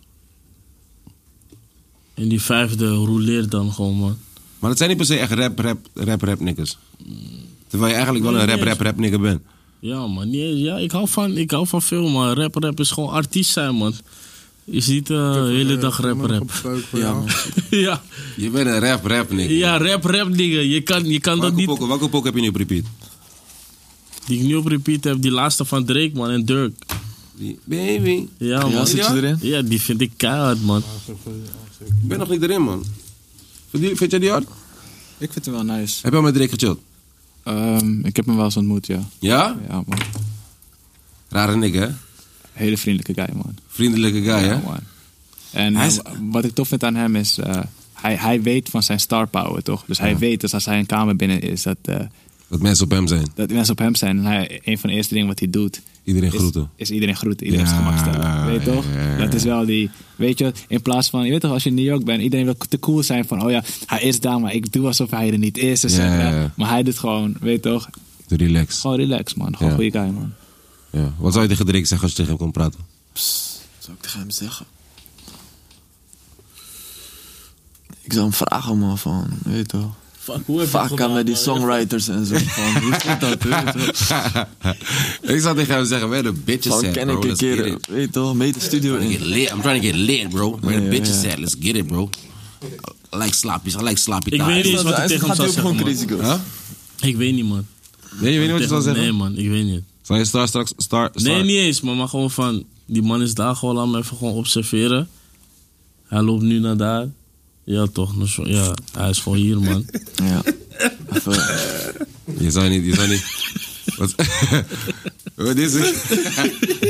Speaker 3: En die vijfde roleert dan gewoon, man.
Speaker 2: Maar dat zijn niet per se echt rap, rap, rap, rap niggers. Terwijl je eigenlijk wel een rap, rap, rap nigger bent.
Speaker 3: Ja, man. Nee, ja, ik, hou van, ik hou van veel, man. Rap, rap is gewoon artiest zijn, man. Je ziet eh, de hele dag rap, rap.
Speaker 5: Ja, man.
Speaker 3: ja.
Speaker 2: Je bent een rap, rap nigger.
Speaker 3: ja, rap, rap dingen. Je kan, je kan dat
Speaker 2: welke,
Speaker 3: niet.
Speaker 2: poko, welke poko heb je nu op repeat?
Speaker 3: Die ik nu op repeat heb, die laatste van Drake, man. En Dirk.
Speaker 2: Die- Baby.
Speaker 3: Ja,
Speaker 4: Ja,
Speaker 3: man.
Speaker 4: zit je erin?
Speaker 3: Ja, die vind ik keihard, man.
Speaker 2: Ik ben nog niet erin, man. Vind je- Vind jij die hard?
Speaker 6: Ik vind hem wel nice.
Speaker 2: Heb je al met Drake gechilled?
Speaker 6: Ehm, ik heb hem wel eens ontmoet, ja.
Speaker 2: Ja?
Speaker 6: Ja, man.
Speaker 2: Rare nigger, hè?
Speaker 6: Hele vriendelijke guy, man.
Speaker 2: Vriendelijke guy, hè?
Speaker 6: man. En
Speaker 2: Hij
Speaker 6: eh,
Speaker 2: is-
Speaker 6: w- wat ik tof vind aan hem is, eh, hij, hij weet van zijn star power, toch? Dus hij weet dat als hij een kamer binnen is, dat, eh,
Speaker 2: Dat mensen op hem zijn.
Speaker 6: dat mensen op hem zijn. En hij, een van de eerste dingen wat hij doet,
Speaker 2: Iedereen
Speaker 6: is,
Speaker 2: groeten.
Speaker 6: is iedereen groeten, iedereen
Speaker 2: Ja,
Speaker 6: ja, gemak stellen. Weet je toch?
Speaker 2: ja, ja, ja.
Speaker 6: Dat is wel die. Weet je, in plaats van, je weet toch, als je in New York bent, iedereen wil te cool zijn van, oh ja, hij is daar, maar ik doe alsof hij er niet is. en zo.
Speaker 2: Ja, ja, ja.
Speaker 6: Maar hij doet gewoon, weet je toch,
Speaker 2: Doe relax.
Speaker 6: gewoon relax, man. Gewoon
Speaker 2: Ja.
Speaker 6: goede guy, man.
Speaker 2: Ja. Wat zou je tegen Drake zeggen als je tegen hem kon praten?
Speaker 4: Zou ik tegen hem zeggen? Ik zou hem vragen, man, van, weet je toch?
Speaker 3: Fuck, hoe heb je
Speaker 4: Vaak
Speaker 3: het
Speaker 4: aan
Speaker 3: gedaan,
Speaker 4: met die
Speaker 3: man?
Speaker 4: songwriters en zo. Van, hoe zit dat, weet je toch?
Speaker 2: ik zou tegen hem zeggen, we're the bitches
Speaker 4: Van,
Speaker 2: set,
Speaker 4: ken
Speaker 2: bro.
Speaker 4: ik een
Speaker 2: Let's get
Speaker 4: keer,
Speaker 2: it.
Speaker 4: weet je toch? Mee de studio
Speaker 2: I'm trying to
Speaker 4: in.
Speaker 2: get lit. I'm trying to get lit, bro. We're the
Speaker 4: Ja,
Speaker 2: bitches
Speaker 4: ja.
Speaker 2: set. Let's get it, bro. I like slappies. I like sloppy
Speaker 3: Ik weet niet eens wat ik tegen hem
Speaker 4: gaat
Speaker 3: zou
Speaker 4: ook gewoon
Speaker 3: zeggen, man.
Speaker 4: crazy girls.
Speaker 2: Huh?
Speaker 3: Ik weet niet, man.
Speaker 2: Nee, je weet niet wat je
Speaker 3: Tegen-
Speaker 2: zal zeggen?
Speaker 3: Nee, man. Ik weet niet.
Speaker 2: Zal je star straks... Star, star?
Speaker 3: Nee, niet eens, maar, maar gewoon van... Die man is daar gewoon, laat me even gewoon observeren. Hij loopt nu naar daar. Ja, toch. nou zo- Ja, hij is gewoon hier, man.
Speaker 4: Ja. Even,
Speaker 2: Je zou niet... Je zou niet... wat... wat is het?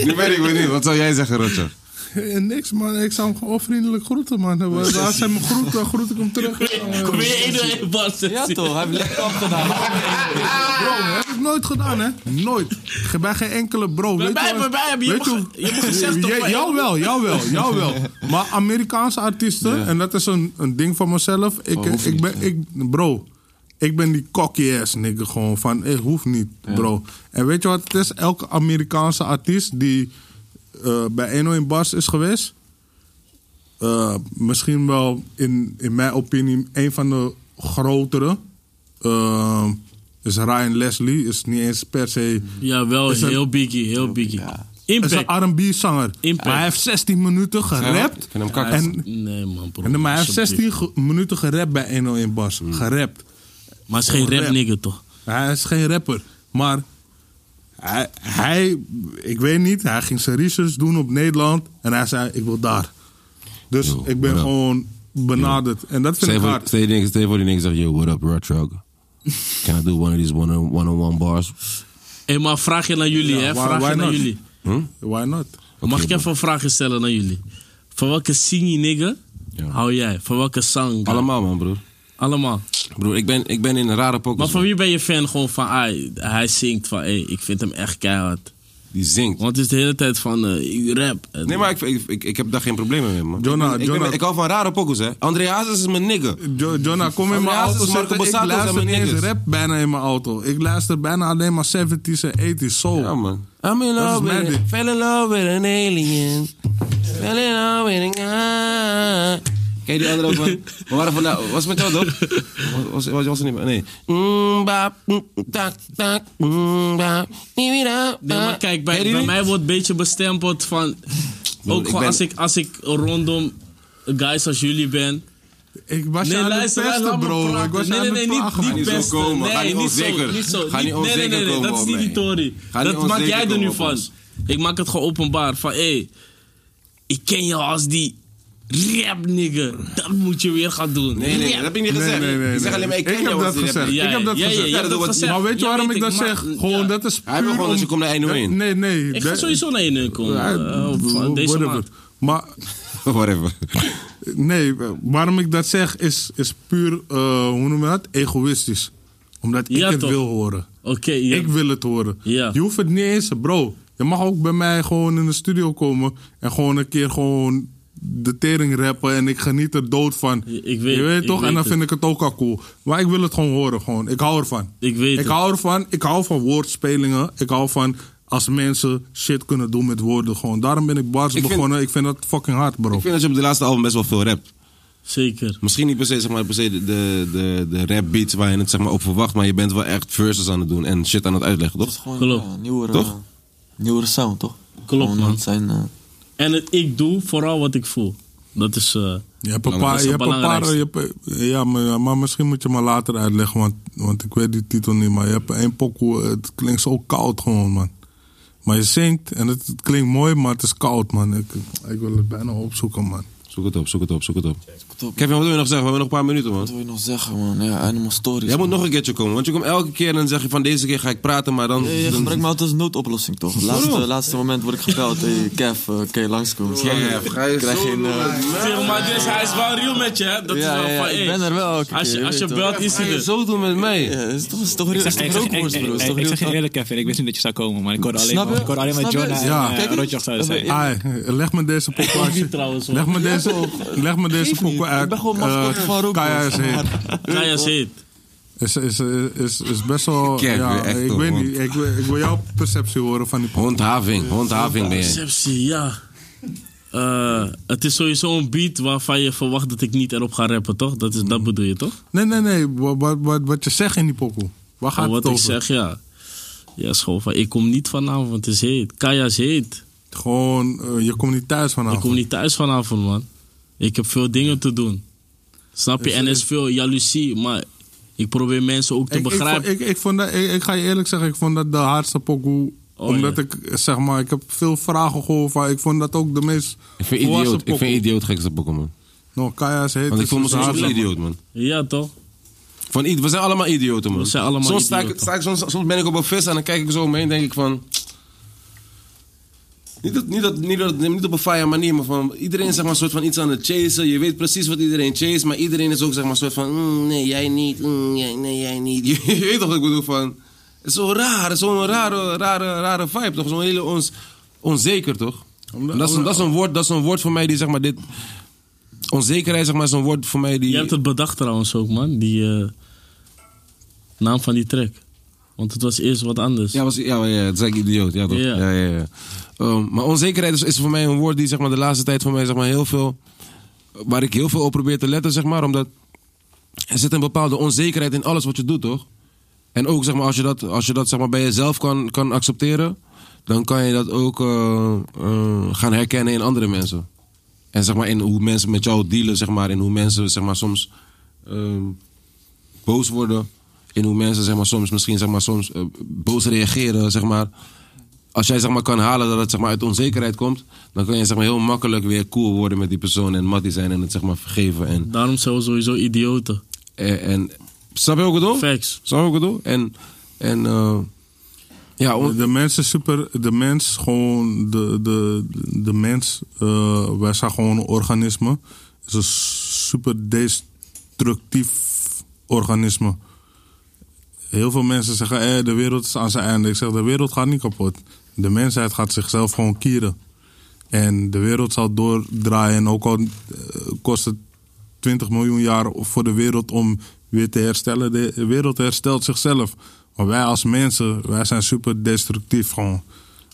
Speaker 2: nu ben ik benieuwd. Wat zou jij zeggen, Roger?
Speaker 5: Eh, Niks, man. Ik zou hem gewoon vriendelijk groeten, man. Waar zijn mijn groeten? Dan groet ik hem terug.
Speaker 3: Kom je 1-1 Barca.
Speaker 7: Ja toch, hij heeft lekker opgedaan.
Speaker 5: Bro, heb ik nooit gedaan, hè? Nooit. Ge- Bij geen enkele bro. Weet je
Speaker 3: bij-
Speaker 5: wat-
Speaker 3: bij- bij- je
Speaker 5: weet
Speaker 3: mag-
Speaker 5: hoe-
Speaker 3: je mag gezegd toch
Speaker 5: Jij-
Speaker 3: bij-
Speaker 5: Jou wel, jou wel, jou wel. Maar Amerikaanse artiesten, en dat is een, een ding van mezelf. Ik,
Speaker 4: Oh, hoeft
Speaker 5: ik
Speaker 4: niet,
Speaker 5: ben,
Speaker 4: ja.
Speaker 5: ik, bro, ik ben die cocky ass nigga gewoon van, ik hoef niet, bro. En weet je wat het is? Elke Amerikaanse artiest die eh, bij 101 Bars is geweest... eh, misschien wel, in, in mijn opinie, een van de grotere... eh, is Ryan Leslie, is niet eens per se...
Speaker 3: Ja, wel
Speaker 5: Is dat-
Speaker 3: heel biggie, heel biggie.
Speaker 5: Is
Speaker 3: Impact.
Speaker 5: een R&B-zanger.
Speaker 3: Impact.
Speaker 5: Maar hij heeft 16 minuten gerapt.
Speaker 2: Ik vind hem kakker.
Speaker 5: En,
Speaker 3: Nee man, bro.
Speaker 5: en, maar hij heeft
Speaker 3: Alsjeblieft.
Speaker 5: 16 ge- minuten gerapt bij 101 Bas.
Speaker 3: Hmm.
Speaker 5: Gerapt.
Speaker 3: Maar het is geen rap
Speaker 5: Rap.
Speaker 3: nigga toch?
Speaker 5: Hij is geen rapper. Maar hij, hij, ik weet niet, hij ging zijn research doen op Nederland. En hij zei, ik wil daar. Dus
Speaker 2: Yo,
Speaker 5: ik ben
Speaker 2: what up?
Speaker 5: gewoon benaderd. En dat
Speaker 2: Stel
Speaker 5: vind ik
Speaker 2: je voor-
Speaker 5: hard.
Speaker 2: stel je nigga- stel je voor die nigga zegt, yo, what up, Rod Rock? Can I do one of these one-on- one-on-one bars?
Speaker 3: Hé, maar vraag je naar jullie, hè?
Speaker 5: why-
Speaker 3: Vraag
Speaker 5: why
Speaker 3: je naar
Speaker 5: not? Hm?
Speaker 3: jullie.
Speaker 5: Why not?
Speaker 3: Mag ik
Speaker 2: bro.
Speaker 3: even een vraagje stellen naar jullie? Van welke singy nigga
Speaker 2: Ja.
Speaker 3: hou jij? Van welke song?
Speaker 2: Allemaal, man, broer.
Speaker 3: Allemaal.
Speaker 2: Broer, ik ben, ik ben in een rare
Speaker 3: Maar
Speaker 2: pokus.
Speaker 3: van
Speaker 2: man.
Speaker 3: wie ben je fan gewoon van, ah, hij zingt van, hé, ik vind hem echt keihard.
Speaker 2: Die zingt.
Speaker 3: Want het is de hele tijd van, eh, ik rap. En-
Speaker 2: Nee, maar ik, ik, ik, ik heb daar geen problemen mee, man.
Speaker 5: Jonah,
Speaker 2: ik, ben- ik, ben-
Speaker 5: Jonah. Oh.
Speaker 2: ik hou van rare pokus, hè. André Hazes is mijn nigger.
Speaker 5: Jo- Jonna, kom in mijn
Speaker 2: Andreas is
Speaker 5: auto
Speaker 2: Marco
Speaker 5: zitten. Ik
Speaker 2: Borsato zijn
Speaker 5: luister
Speaker 2: mijn
Speaker 5: niet eens
Speaker 2: niggas.
Speaker 5: rap bijna in mijn auto. Ik luister bijna alleen maar 70s en 80s soul.
Speaker 2: Ja, man. I'm in
Speaker 5: is
Speaker 2: love
Speaker 5: mijn
Speaker 2: with
Speaker 5: ding.
Speaker 2: Fell in love with an alien. Fell in love with an alien. Ken je die andere ook, man? We waren vandaag... Was het met jou, toch? Was, was, was er niet meer? Nee. Mm, ba, mm, tak, tak, mm, ba, ni, ni, da,
Speaker 3: Nee, maar
Speaker 2: ba.
Speaker 3: kijk,
Speaker 2: Ken
Speaker 3: bij,
Speaker 2: je
Speaker 3: bij
Speaker 2: die?
Speaker 3: mij wordt een beetje bestempeld van... Ook gewoon
Speaker 2: ben-
Speaker 3: als, ik, als ik rondom guys als jullie ben...
Speaker 5: Ik was je
Speaker 3: Nee,
Speaker 5: aan
Speaker 3: luister,
Speaker 5: het
Speaker 3: laat
Speaker 5: pesten,
Speaker 3: me
Speaker 5: bro.
Speaker 3: praten.
Speaker 5: Ik was je
Speaker 3: nee,
Speaker 5: aan
Speaker 3: nee,
Speaker 5: het
Speaker 3: nee, niet,
Speaker 5: plagen,
Speaker 3: niet
Speaker 5: man.
Speaker 2: niet zo
Speaker 3: pesten.
Speaker 2: komen.
Speaker 3: Nee,
Speaker 2: Ga niet
Speaker 3: niet
Speaker 2: onzeker.
Speaker 3: Zo, niet zo.
Speaker 2: Ga
Speaker 3: niet-
Speaker 2: niet
Speaker 3: nee, nee,
Speaker 2: onzeker
Speaker 3: nee, nee,
Speaker 2: komen
Speaker 3: dat
Speaker 2: op
Speaker 3: is niet die
Speaker 2: mij.
Speaker 3: Tory.
Speaker 2: Ga niet
Speaker 3: Dat maak
Speaker 2: onzeker
Speaker 3: jij er nu
Speaker 2: komen op
Speaker 3: van.
Speaker 2: ons.
Speaker 3: Ik maak het gewoon openbaar. Van, hé, hey, ik ken je als die rap nigger. Dat moet je weer gaan doen.
Speaker 2: Nee, nee, nee, dat heb ik niet gezegd.
Speaker 5: Nee, nee, nee,
Speaker 2: ik zeg
Speaker 5: nee.
Speaker 2: alleen maar, ik ken
Speaker 5: Ik heb
Speaker 2: jou
Speaker 5: dat
Speaker 2: als die
Speaker 5: gezegd.
Speaker 2: rapper.
Speaker 5: Ik heb dat gezegd.
Speaker 3: je hebt
Speaker 2: Ja, dat wordt-
Speaker 3: gezegd.
Speaker 5: Maar weet je
Speaker 3: Ja,
Speaker 5: waarom ik dat
Speaker 3: maar-
Speaker 5: zeg?
Speaker 3: ja.
Speaker 5: Gewoon, dat is puur
Speaker 2: Hij wil gewoon dat
Speaker 5: om-
Speaker 2: je komt naar 101.
Speaker 5: Nee, nee.
Speaker 3: Ik ga
Speaker 5: dat-
Speaker 3: sowieso naar je neuk komen.
Speaker 5: Ja,
Speaker 3: eh, op- van
Speaker 5: w-
Speaker 3: deze
Speaker 5: whatever.
Speaker 3: maand.
Speaker 5: Maar
Speaker 2: Whatever.
Speaker 5: nee, waarom ik dat zeg is, is puur, eh, hoe noem je dat? Egoïstisch. Omdat ik
Speaker 3: Ja,
Speaker 5: het
Speaker 3: toch.
Speaker 5: wil horen.
Speaker 3: Oké, ja.
Speaker 5: Ik wil het horen.
Speaker 3: Ja.
Speaker 5: Je hoeft het niet eens, bro. Je mag ook bij mij gewoon in de studio komen en gewoon een keer gewoon de tering rappen en ik geniet er dood van.
Speaker 3: Ja, ik weet-
Speaker 5: je weet
Speaker 3: ik
Speaker 5: toch? en
Speaker 3: weet
Speaker 5: dan
Speaker 3: het.
Speaker 5: vind ik het ook al cool. Maar ik wil het gewoon horen, gewoon. Ik hou ervan.
Speaker 3: Ik weet
Speaker 5: Ik
Speaker 3: het.
Speaker 5: hou ervan. Ik hou van woordspelingen. Ik hou van als mensen shit kunnen doen met woorden, gewoon. Daarom ben ik bars
Speaker 2: Ik vind-
Speaker 5: begonnen. ik vind dat fucking hard, bro.
Speaker 2: Ik vind dat je op de laatste album best wel veel rapt.
Speaker 3: Zeker.
Speaker 2: Misschien niet per se, zeg maar, per se de, de, de, de rap beats waar je het zeg maar, op verwacht, maar je bent wel echt verses aan het doen en shit aan het uitleggen,
Speaker 4: Het
Speaker 2: toch?
Speaker 4: is gewoon eh,
Speaker 3: Klopt.
Speaker 4: een nieuwere,
Speaker 2: Toch?
Speaker 4: nieuwere sound, toch?
Speaker 3: Klopt,
Speaker 4: Gewoon,
Speaker 3: man.
Speaker 4: het Zijn, eh,
Speaker 3: En het, ik doe vooral wat ik voel. Dat is... eh,
Speaker 5: Je hebt een
Speaker 3: Dat
Speaker 5: paar,
Speaker 3: is
Speaker 5: je
Speaker 3: het
Speaker 5: hebt een paar, je hebt- ja, maar, maar misschien moet je maar later uitleggen, want, want ik weet die titel niet. Maar je hebt één pokoe, het klinkt zo koud gewoon, man. Maar je zingt en het, het klinkt mooi, maar het is koud, man. Ik, ik wil het bijna opzoeken, man.
Speaker 2: Zoek het op, zoek het op, zoek het op.
Speaker 4: het op.
Speaker 2: Kevin, wat wil je nog zeggen? We hebben nog een paar minuten,
Speaker 4: wat
Speaker 2: man.
Speaker 4: wil je nog zeggen, man? Ja, Animal Stories.
Speaker 2: Jij moet
Speaker 4: man.
Speaker 2: nog een keertje komen, want je komt elke keer en dan zeg je van deze keer ga ik praten, maar dan...
Speaker 4: Ja, je
Speaker 2: dan-
Speaker 4: gebruikt me altijd als noodoplossing, toch? Laatste, laatste moment word ik gebeld. Hey, Kev, eh, kan je langskomen?
Speaker 2: Kev, ga je
Speaker 4: Krijg
Speaker 2: zo
Speaker 4: je een, eh,
Speaker 3: Zeg maar, dus hij is wel real met je, hè? Dat
Speaker 4: ja,
Speaker 3: is
Speaker 4: ja,
Speaker 3: wel
Speaker 4: ja,
Speaker 3: van,
Speaker 4: ik
Speaker 3: hey,
Speaker 4: ben er wel. elke
Speaker 3: Als
Speaker 4: keer,
Speaker 3: je, als je
Speaker 4: weet toch?
Speaker 3: belt, is
Speaker 2: Ga
Speaker 3: hij
Speaker 2: je
Speaker 3: er.
Speaker 2: zo doen met
Speaker 4: Ja,
Speaker 2: mij?
Speaker 4: is toch, is toch real?
Speaker 6: Ik
Speaker 4: is
Speaker 6: zeg,
Speaker 4: toch real
Speaker 6: ik, zeg- ik-
Speaker 4: koers,
Speaker 6: ik-
Speaker 4: bro? Is
Speaker 6: ik-
Speaker 4: toch
Speaker 6: ik
Speaker 4: real
Speaker 6: zeg je
Speaker 4: koers?
Speaker 6: eerlijk, Kevin, ik wist niet dat je zou komen, maar ik hoorde alleen
Speaker 4: Snap
Speaker 6: maar,
Speaker 4: je?
Speaker 6: ik hoorde alleen maar
Speaker 4: Snap je?
Speaker 6: Jonah en
Speaker 5: Ja.
Speaker 6: eh, Rotjoch zouden
Speaker 4: Snap je?
Speaker 6: zijn.
Speaker 4: Ja.
Speaker 5: Ai, leg me deze pokoe
Speaker 3: Ik niet
Speaker 5: uit.
Speaker 3: trouwens, hoor.
Speaker 5: Leg me deze, leg me deze
Speaker 4: Geef niet.
Speaker 5: pokoe uit.
Speaker 4: Ik ben gewoon mascotte
Speaker 5: Eh,
Speaker 4: van Roep,
Speaker 5: Kaya
Speaker 4: man.
Speaker 5: is heet.
Speaker 3: Kaya zit.
Speaker 5: Is, is, is, is best wel...
Speaker 2: Kev,
Speaker 5: ja,
Speaker 2: echt,
Speaker 5: ik
Speaker 2: hoor,
Speaker 5: weet
Speaker 2: man.
Speaker 5: niet, ik, wil- ik wil jouw perceptie horen van die pokoe.
Speaker 2: Hondhaving, hondhaving ben je.
Speaker 3: Perceptie, ja. Eh, het is sowieso een beat waarvan je verwacht dat ik niet erop ga rappen, toch? Dat, is, dat bedoel je, toch?
Speaker 5: Nee, nee, nee. Wat, wat, wat, wat je zegt in die pokoe. Waar gaat
Speaker 3: Van Oh, wat
Speaker 5: het
Speaker 3: ik
Speaker 5: over?
Speaker 3: zeg, ja. Ja, schoon van, ik kom niet vanavond, het is heet. Kaya is heet.
Speaker 5: Gewoon, eh, je komt niet thuis vanavond.
Speaker 3: Ik kom niet thuis vanavond, man. Ik heb veel dingen te doen. Snap
Speaker 5: Dus,
Speaker 3: je? En er is veel jaloezie, maar ik probeer mensen ook te
Speaker 5: eh, ik, ik vond-
Speaker 3: begrijpen.
Speaker 5: Ik, ik, vond dat, ik, ik ga je eerlijk zeggen, ik vond dat de hardste pokoe.
Speaker 3: Oh,
Speaker 5: omdat
Speaker 3: ja.
Speaker 5: ik, zeg maar, ik heb veel vragen gehoord. Van, ik vond dat ook de meest
Speaker 2: Ik vind
Speaker 5: volwassen
Speaker 2: idioot, ik
Speaker 5: pokoe.
Speaker 2: vind idioot gekste pokken, man.
Speaker 5: Nou, Kaya's heet.
Speaker 2: Want ik
Speaker 5: dus
Speaker 2: voel me
Speaker 5: is haar
Speaker 2: soms een
Speaker 5: dan.
Speaker 2: idioot, man.
Speaker 3: Ja, toch?
Speaker 2: Van, i- we zijn allemaal idioten, man.
Speaker 3: We zijn allemaal
Speaker 2: soms sta ik-
Speaker 3: idioten.
Speaker 2: sta ik, soms, soms ben ik op een vis en dan kijk ik zo omheen en denk ik van... Niet, dat, niet, dat, niet, dat, niet op een fire manier, maar van iedereen is zeg maar, soort van iets aan het chasen. Je weet precies wat iedereen chase, maar iedereen is ook zeg maar soort van mm, nee, jij niet, mm, jij, nee, jij niet. Je, weet toch wat ik bedoel van. Het is zo raar, het is zo'n rare, rare, rare vibe toch? Zo'n hele ons, onzeker toch? En dat, is een, dat, is een woord, dat is een woord voor mij die zeg maar dit. Onzekerheid zeg maar, is een woord voor mij die.
Speaker 3: Je hebt het bedacht trouwens ook, man. Die eh, naam van die track. Want het was eerst wat anders.
Speaker 2: Ja, was, ja, ja, dat zei ik idioot. Ja, toch?
Speaker 3: Ja.
Speaker 2: Ja. Ja, ja, Ehm, maar onzekerheid is, is voor mij een woord die zeg maar, de laatste tijd voor mij zeg maar, heel veel... Waar ik heel veel op probeer te letten, zeg maar. Omdat er zit een bepaalde onzekerheid in alles wat je doet, toch? En ook zeg maar, als je dat, als je dat zeg maar, bij jezelf kan, kan accepteren... dan kan je dat ook eh, eh, gaan herkennen in andere mensen. En zeg maar, in hoe mensen met jou dealen, zeg maar. In hoe mensen zeg maar, soms... ehm, boos worden. In hoe mensen zeg maar, soms misschien zeg maar, soms, eh, boos reageren. Zeg maar. Als jij zeg maar, kan halen dat het zeg maar, uit onzekerheid komt, dan kan je zeg maar, heel makkelijk weer cool worden met die persoon en mattie zijn en het zeg maar, vergeven. En,
Speaker 3: Daarom zijn we sowieso idioten.
Speaker 2: en, en- snap je ook
Speaker 5: Oh.
Speaker 2: het doel?
Speaker 3: Facts.
Speaker 2: Snap je ook het doel? En, en eh, ja, on-
Speaker 5: De mens is super. De mens, gewoon. De, de, de mens, eh, wij zijn gewoon een organisme. is een super destructief organisme. Heel veel mensen zeggen: eh, de wereld is aan zijn einde. Ik zeg: de wereld gaat niet kapot. De mensheid gaat zichzelf gewoon kieren. En de wereld zal doordraaien. En ook al eh, kost het 20 miljoen jaar voor de wereld om weer te herstellen. De wereld herstelt zichzelf. Maar wij als mensen, wij zijn super destructief gewoon.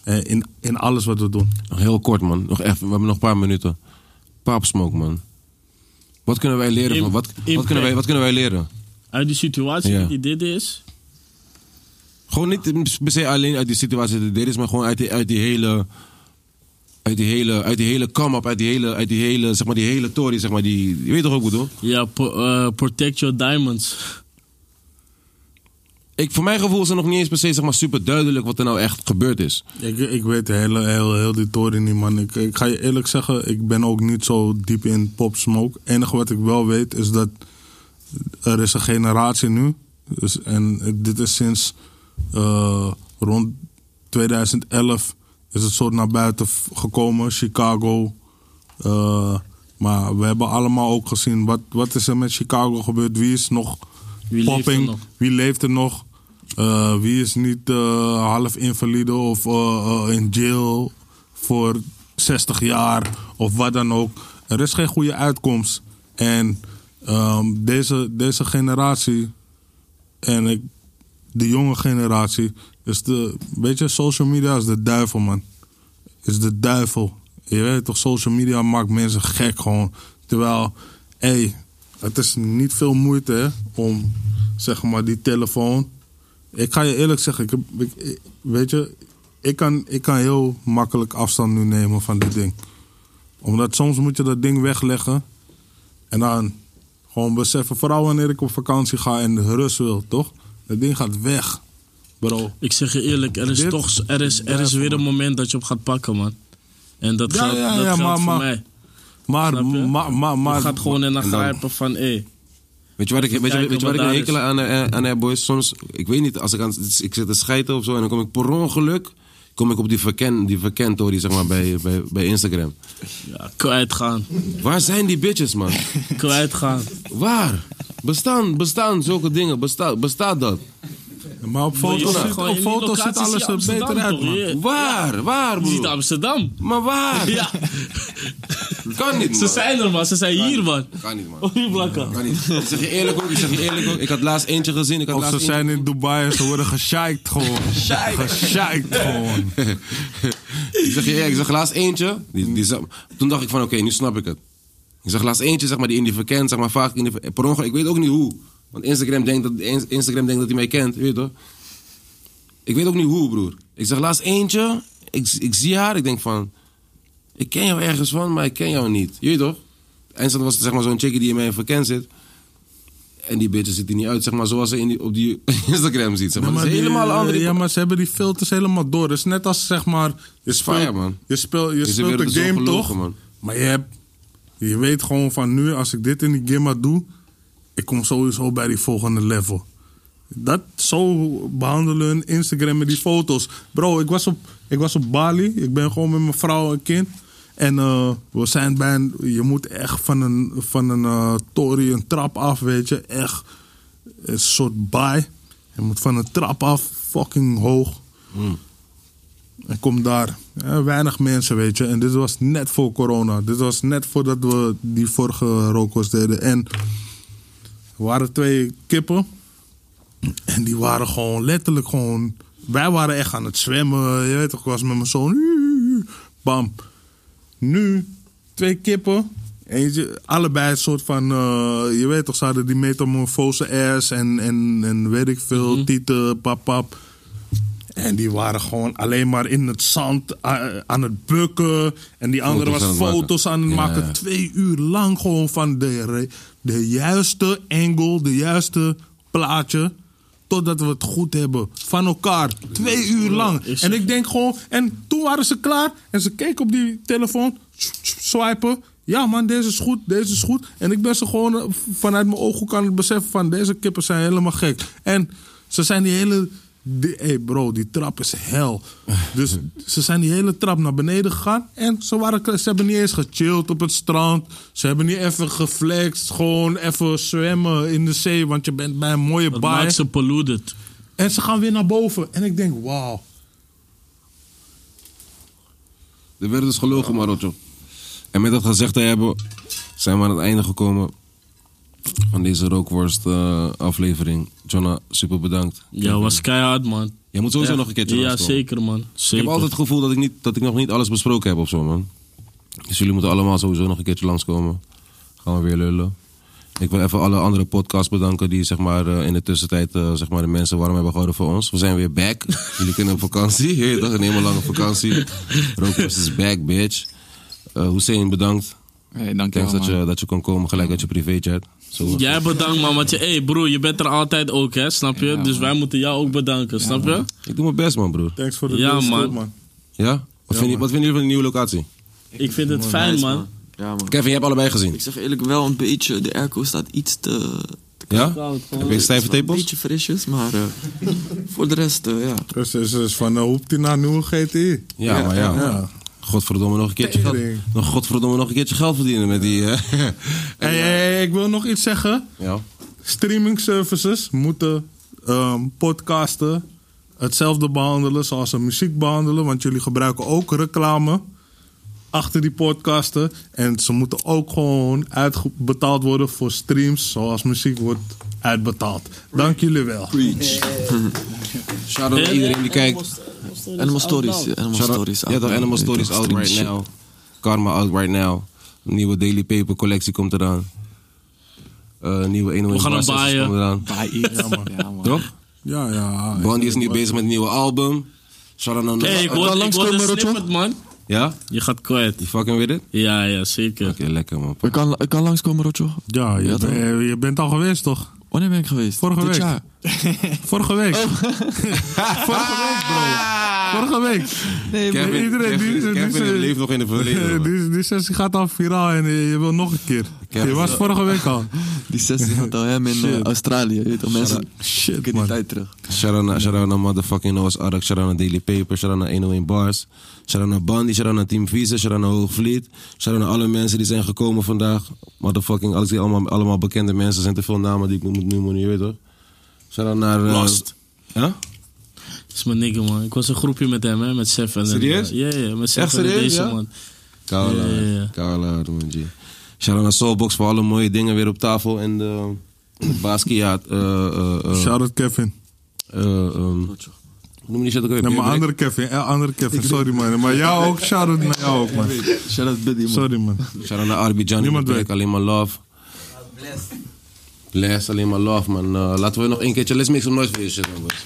Speaker 5: Eh, In, in alles wat we doen.
Speaker 2: nog heel kort man, nog even, we hebben nog een paar minuten. Papsmoke man. Wat kunnen wij leren? Van, wat, wat, kunnen wij, wat kunnen wij leren?
Speaker 3: Uit die situatie
Speaker 2: Ja.
Speaker 3: die dit is.
Speaker 2: Gewoon niet per se alleen uit die situatie dat dit is, maar gewoon uit die, uit die hele. Uit die hele, uit die hele come-up, uit die hele, uit die hele, zeg maar, die hele tory, zeg maar, die, je weet toch ook hoe ik bedoel?
Speaker 3: Ja, po- eh, protect your diamonds.
Speaker 2: Ik, voor mijn gevoel is het nog niet eens per se, zeg maar, super duidelijk wat er nou echt gebeurd is.
Speaker 5: Ik, ik weet heel, heel, heel die toren niet, man. Ik, ik ga je eerlijk zeggen, ik ben ook niet zo diep in Pop Smoke. Het enige wat ik wel weet is dat er is een generatie nu. Dus, en dit is sinds eh, rond 2011 is het soort naar buiten v- gekomen. Chicago. Eh, maar we hebben allemaal ook gezien wat, wat is er met Chicago gebeurd. Wie is nog
Speaker 3: Wie leeft er
Speaker 5: popping?
Speaker 3: nog?
Speaker 5: Wie leeft er nog? Eh, wie is niet eh, half invalide of eh, eh, in jail voor 60 jaar of wat dan ook? Er is geen goede uitkomst. En ehm, deze, deze generatie en ik, de jonge generatie is de. Weet je, social media is de duivel, man is de duivel. Je weet toch, social media maakt mensen gek gewoon. Terwijl, hé, het is niet veel moeite hè, om, zeg maar, die telefoon. Ik ga je eerlijk zeggen, ik, heb- ik- ik- weet je, ik kan, ik kan heel makkelijk afstand nu nemen van dit ding. Omdat soms moet je dat ding wegleggen en dan gewoon beseffen, vooral wanneer ik op vakantie ga en de rust wil, toch? Dat ding gaat weg, bro.
Speaker 3: Ik zeg je eerlijk, er is
Speaker 5: Dit-
Speaker 3: toch er is, er is
Speaker 5: Duivel,
Speaker 3: weer een
Speaker 5: man.
Speaker 3: moment dat je op gaat pakken, man. En dat
Speaker 5: Ja,
Speaker 3: geldt,
Speaker 5: ja,
Speaker 3: dat
Speaker 5: ja,
Speaker 3: geldt
Speaker 5: maar-
Speaker 3: voor
Speaker 5: maar-
Speaker 3: mij.
Speaker 5: Maar,
Speaker 3: Snap je?
Speaker 5: maar, maar, maar,
Speaker 3: je gaat gewoon in een
Speaker 2: en dan-
Speaker 3: grijpen van, hé.
Speaker 2: Weet je wat ik, weet je,
Speaker 3: kijken
Speaker 2: weet je wat ik
Speaker 3: wat
Speaker 2: een
Speaker 3: daar
Speaker 2: hekel
Speaker 3: is.
Speaker 2: aan, eh, aan heb, boys? Soms, ik weet niet, als ik, aan, ik zit te schijten of zo en dan kom ik per ongeluk, kom ik op die verken, die verkentory, zeg maar, bij, bij, bij Instagram.
Speaker 3: ja, kwijtgaan.
Speaker 2: Waar zijn die bitches, man?
Speaker 3: kwijtgaan.
Speaker 2: Waar? Bestaan, bestaan zulke dingen, bestaat bestaat dat?
Speaker 5: Maar op foto's,
Speaker 3: Je ziet
Speaker 5: ziet,
Speaker 3: gewoon
Speaker 5: op
Speaker 3: in die
Speaker 5: foto's ziet
Speaker 3: locaties zie
Speaker 5: alles
Speaker 3: je
Speaker 5: er
Speaker 3: Amsterdam,
Speaker 5: beter uit,
Speaker 3: toch?
Speaker 5: man.
Speaker 3: Je-
Speaker 2: Waar? Waar,
Speaker 3: Je ziet
Speaker 2: broer?
Speaker 3: Amsterdam.
Speaker 2: Maar waar?
Speaker 3: Ja,
Speaker 2: Kan niet,
Speaker 3: ze
Speaker 2: man.
Speaker 3: zijn er, man. Ze zijn hier, man.
Speaker 2: Kan niet, man.
Speaker 3: Op je blakken.
Speaker 2: Kan niet. Ik zeg je eerlijk ook, ik zeg je eerlijk ook. Ik had laatst eentje gezien. Ik had
Speaker 5: Of
Speaker 2: laatst
Speaker 5: ze zijn in Dubai en ze worden geshiked gewoon. Geshiked gewoon.
Speaker 2: eentje- Ik zeg je eerlijk, ik zag laatst eentje. Die, die zag- toen dacht ik van, oké, nu snap ik het. Ik zag laatst eentje, zeg maar, die in die verkent, zeg maar, vaak in die, per ongeluk. Ik weet ook niet hoe. Want Instagram denkt dat, Instagram denkt dat hij mij kent, weet je toch? Ik weet ook niet hoe, broer. Ik zag laatst eentje, ik, ik zie haar, ik denk van... Ik ken jou ergens van, maar ik ken jou niet. Je weet toch? En dat was het, zeg maar, zo'n chickie die in mijn verkent zit. En die bitch ziet er niet uit, zeg maar, zoals ze in die, op die Instagram ziet. Zeg maar. dat is
Speaker 5: die-
Speaker 2: helemaal een andere...
Speaker 5: Ja, maar ze hebben die filters helemaal door. Het is net als zeg maar. Je speelt,
Speaker 2: fire, man.
Speaker 5: Je speelt, je
Speaker 2: Deze
Speaker 5: speelt
Speaker 2: wereld
Speaker 5: de
Speaker 2: is
Speaker 5: game
Speaker 2: ongelogen,
Speaker 5: toch?
Speaker 2: man.
Speaker 5: Maar je, hebt, je weet gewoon van nu, als ik dit in die gimma doe, ik kom sowieso bij die volgende level. Dat zo behandelen hun Instagram met die foto's. Bro, ik was op, ik was op Bali. Ik ben gewoon met mijn vrouw en kind. En eh, we zijn bij een, Je moet echt van een, van een eh, tory een trap af, weet je. Echt een soort baai. Je moet van een trap af, fucking hoog. En kom daar. Eh, weinig mensen, weet je. En dit was net voor corona. Dit was net voordat we die vorige rookos deden. En er waren twee kippen. En die waren gewoon letterlijk gewoon... Wij waren echt aan het zwemmen. Je weet toch, ik was met mijn zoon. Bam. Nu twee kippen. Eentje, allebei een soort van... eh, je weet toch, ze hadden die metamorfose ass en, en, en weet ik veel. Tieten, pap, pap. En die waren gewoon alleen maar in het zand eh, aan het bukken. En die andere
Speaker 2: Foto's aan
Speaker 5: was
Speaker 2: het maken.
Speaker 5: foto's aan het
Speaker 2: Ja,
Speaker 5: maken.
Speaker 2: ja.
Speaker 5: Twee uur lang gewoon van de, re- de juiste angle, de juiste plaatje. Totdat we het goed hebben. Van elkaar. Twee uur lang.
Speaker 3: is-
Speaker 5: En ik denk gewoon. En toen waren ze klaar. En ze keken op die telefoon. Swipen. Ja man, deze is goed. Deze is goed. En ik ben ze gewoon eh, v- vanuit mijn ooghoek aan het beseffen van deze kippen zijn helemaal gek. En ze zijn die hele. Hé hey bro, die trap is hel. Dus ze zijn die hele trap naar beneden gegaan. En ze, waren, klaar. ze hebben niet eens gechilled op het strand. Ze hebben niet even geflext. Gewoon even zwemmen in de zee. Want je bent bij een mooie
Speaker 3: Dat
Speaker 5: baai.
Speaker 3: maakt ze polluted.
Speaker 5: En ze gaan weer naar boven. En ik denk, wauw.
Speaker 2: Er werd dus gelogen, Marotjo. En met dat gezegd te hebben, zijn we aan het einde gekomen van deze Rookworst-aflevering. Jonna, super bedankt.
Speaker 3: Ja, was keihard, man.
Speaker 2: Jij moet sowieso
Speaker 3: Echt.
Speaker 2: nog een keertje
Speaker 3: Ja,
Speaker 2: langskomen.
Speaker 3: zeker, man.
Speaker 2: Ik
Speaker 3: Zeker.
Speaker 2: heb altijd het gevoel dat ik, niet, dat ik nog niet alles besproken heb of zo, man. Dus jullie moeten allemaal sowieso nog een keertje langskomen. Gaan we weer lullen. Ik wil even alle andere podcasts bedanken die zeg maar, eh, in de tussentijd eh, zeg maar, de mensen warm hebben gehouden voor ons. We zijn weer back. jullie kunnen op vakantie. Heer, toch een hele lange vakantie. Rookworst is back, bitch. Eh Hussein, bedankt.
Speaker 6: Hey,
Speaker 2: Thanks
Speaker 6: dankjewel,
Speaker 2: dat
Speaker 6: man.
Speaker 2: je, dat je kon komen gelijk uit je privéchat. Zo.
Speaker 3: Jij bedankt, man. Want je, hey, broer, je bent er altijd ook, hè? Snap je? dus wij moeten jou ook bedanken, snap je?
Speaker 2: Ik doe mijn best, man, broer.
Speaker 5: Thanks voor de
Speaker 3: Ja,
Speaker 5: deals,
Speaker 3: man.
Speaker 5: goed, man.
Speaker 2: Ja? Wat, vinden, wat vinden jullie van de nieuwe locatie?
Speaker 3: Ik vind het fijn,
Speaker 4: Nice,
Speaker 3: man.
Speaker 4: Ja, man.
Speaker 2: Kevin, je hebt allebei gezien.
Speaker 4: Ik zeg eerlijk wel een beetje, de airco staat iets te...
Speaker 2: Ja?
Speaker 3: Koud, gewoon.
Speaker 2: Heb je stijve
Speaker 4: Een
Speaker 2: tepels?
Speaker 4: beetje frisjes, maar eh, voor de rest, eh, ja.
Speaker 5: Dus, dus, dus van, eh, hoept hij naar nieuwe GTI?
Speaker 2: Ja, maar ja.
Speaker 5: Ja.
Speaker 2: Godverdomme nog een keertje geld.
Speaker 5: Tering.
Speaker 2: Nog godverdomme nog een keertje geld verdienen met die. eh,
Speaker 5: Hey, hey, hey, ik wil nog iets zeggen.
Speaker 2: ja.
Speaker 5: Streaming services moeten ehm, podcasten hetzelfde behandelen zoals ze muziek behandelen. Want jullie gebruiken ook reclame achter die podcasten. En ze moeten ook gewoon uitbetaald worden voor streams zoals muziek wordt uitbetaald. Dank jullie wel.
Speaker 2: Shout out naar iedereen die kijkt.
Speaker 4: Animal Stories. ja, Animal
Speaker 2: Shout out-
Speaker 4: Stories.
Speaker 2: Ja, toch Animal
Speaker 4: Weet je,
Speaker 2: Stories out
Speaker 4: stream
Speaker 2: right
Speaker 4: shit.
Speaker 2: now. Karma out right now. Een nieuwe Daily Paper collectie komt eraan. Eh, nieuwe 101
Speaker 3: We gaan hem
Speaker 2: Bar sessies
Speaker 3: baaien.
Speaker 2: komt eraan.
Speaker 6: Ja, man. Ja, man.
Speaker 2: Toch?
Speaker 5: Ja, ja.
Speaker 2: Bondi is nu bezig met een nieuwe album. Shout out naar
Speaker 3: Hey, ik word, ik word een snippet, man.
Speaker 2: Ja?
Speaker 3: Je gaat kwijt.
Speaker 2: Die fucking with it? Oké,
Speaker 3: Ja, ja, zeker.
Speaker 2: lekker man.
Speaker 4: Ik kan, ik kan langskomen, Rotjo.
Speaker 5: Ja, je,
Speaker 4: Ja, toch?
Speaker 5: ben- je bent al geweest toch?
Speaker 4: Wanneer ben ik geweest?
Speaker 5: Vorige
Speaker 4: Dit
Speaker 5: week.
Speaker 4: jaar.
Speaker 5: Vorige week. Vorige week, bro. Vorige week.
Speaker 2: Kevin,
Speaker 5: Ah. iedereen, die-
Speaker 2: Kevin,
Speaker 5: die-
Speaker 2: Kevin
Speaker 5: die-
Speaker 2: leeft nog in de verleden. man.
Speaker 5: Die, die sessie gaat al viraal en eh, je wil nog een keer.
Speaker 2: Kevin.
Speaker 5: Je was vorige week al.
Speaker 4: Die sessie had al hem in eh, Australië. Weet je toch, mensen.
Speaker 5: Shit,
Speaker 4: Ik in die
Speaker 5: man.
Speaker 4: tijd terug.
Speaker 2: Shout-out naar, shout-out naar motherfucking Noah's Ark. Shout-out naar Daily Paper. Shout-out naar 101 Bars. Shout-out naar Bandy. Shout-out naar Team Visa. Shout-out naar Hoogvliet. Shout-out naar alle mensen die zijn gekomen vandaag. Motherfucking, alles die allemaal, allemaal bekende mensen. Er zijn te veel namen die ik moet noemen, je weet toch? Shout-out naar... eh,
Speaker 3: Last.
Speaker 2: Ja?
Speaker 3: Dat is mijn nigga, man. Ik was een groepje met hem, hè, met Sef. En
Speaker 2: Serieus?
Speaker 3: Ja, ja, met Sef
Speaker 2: Echt
Speaker 3: en
Speaker 2: serieus,
Speaker 3: deze,
Speaker 2: ja?
Speaker 3: man.
Speaker 2: Koude
Speaker 3: Ja, ja, ja.
Speaker 2: hard. Koude hard, man. G. Shout-out naar Soulbox voor alle mooie dingen weer op tafel. En de, en de Basquiat. eh eh eh
Speaker 5: Shout out Kevin.
Speaker 2: eh, ehm, hoe noem je die shit ook weer?
Speaker 5: Nee, maar andere Kevin. eh, andere Kevin. Sorry, man. Maar jou ook. Shout out naar jou ook, man.
Speaker 4: Shout-out Biddy, man.
Speaker 5: Sorry, man.
Speaker 2: Shout-out naar Arbidjan.
Speaker 5: Niemand
Speaker 2: Niemand
Speaker 5: weet.
Speaker 2: Alleen maar love.
Speaker 7: Bless.
Speaker 2: Bless, alleen maar love, man. Eh, laten we nog een keertje... Let's make some noise voor je shit, man, boys.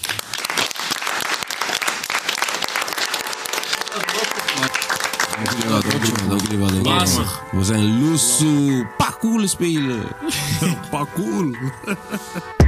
Speaker 2: Dank jullie wel, dank jullie wel, dank jullie wel, dank jullie wel.
Speaker 3: Bazig.
Speaker 2: We zijn Lusu. Pakkoelen spelen.
Speaker 5: Pak cool.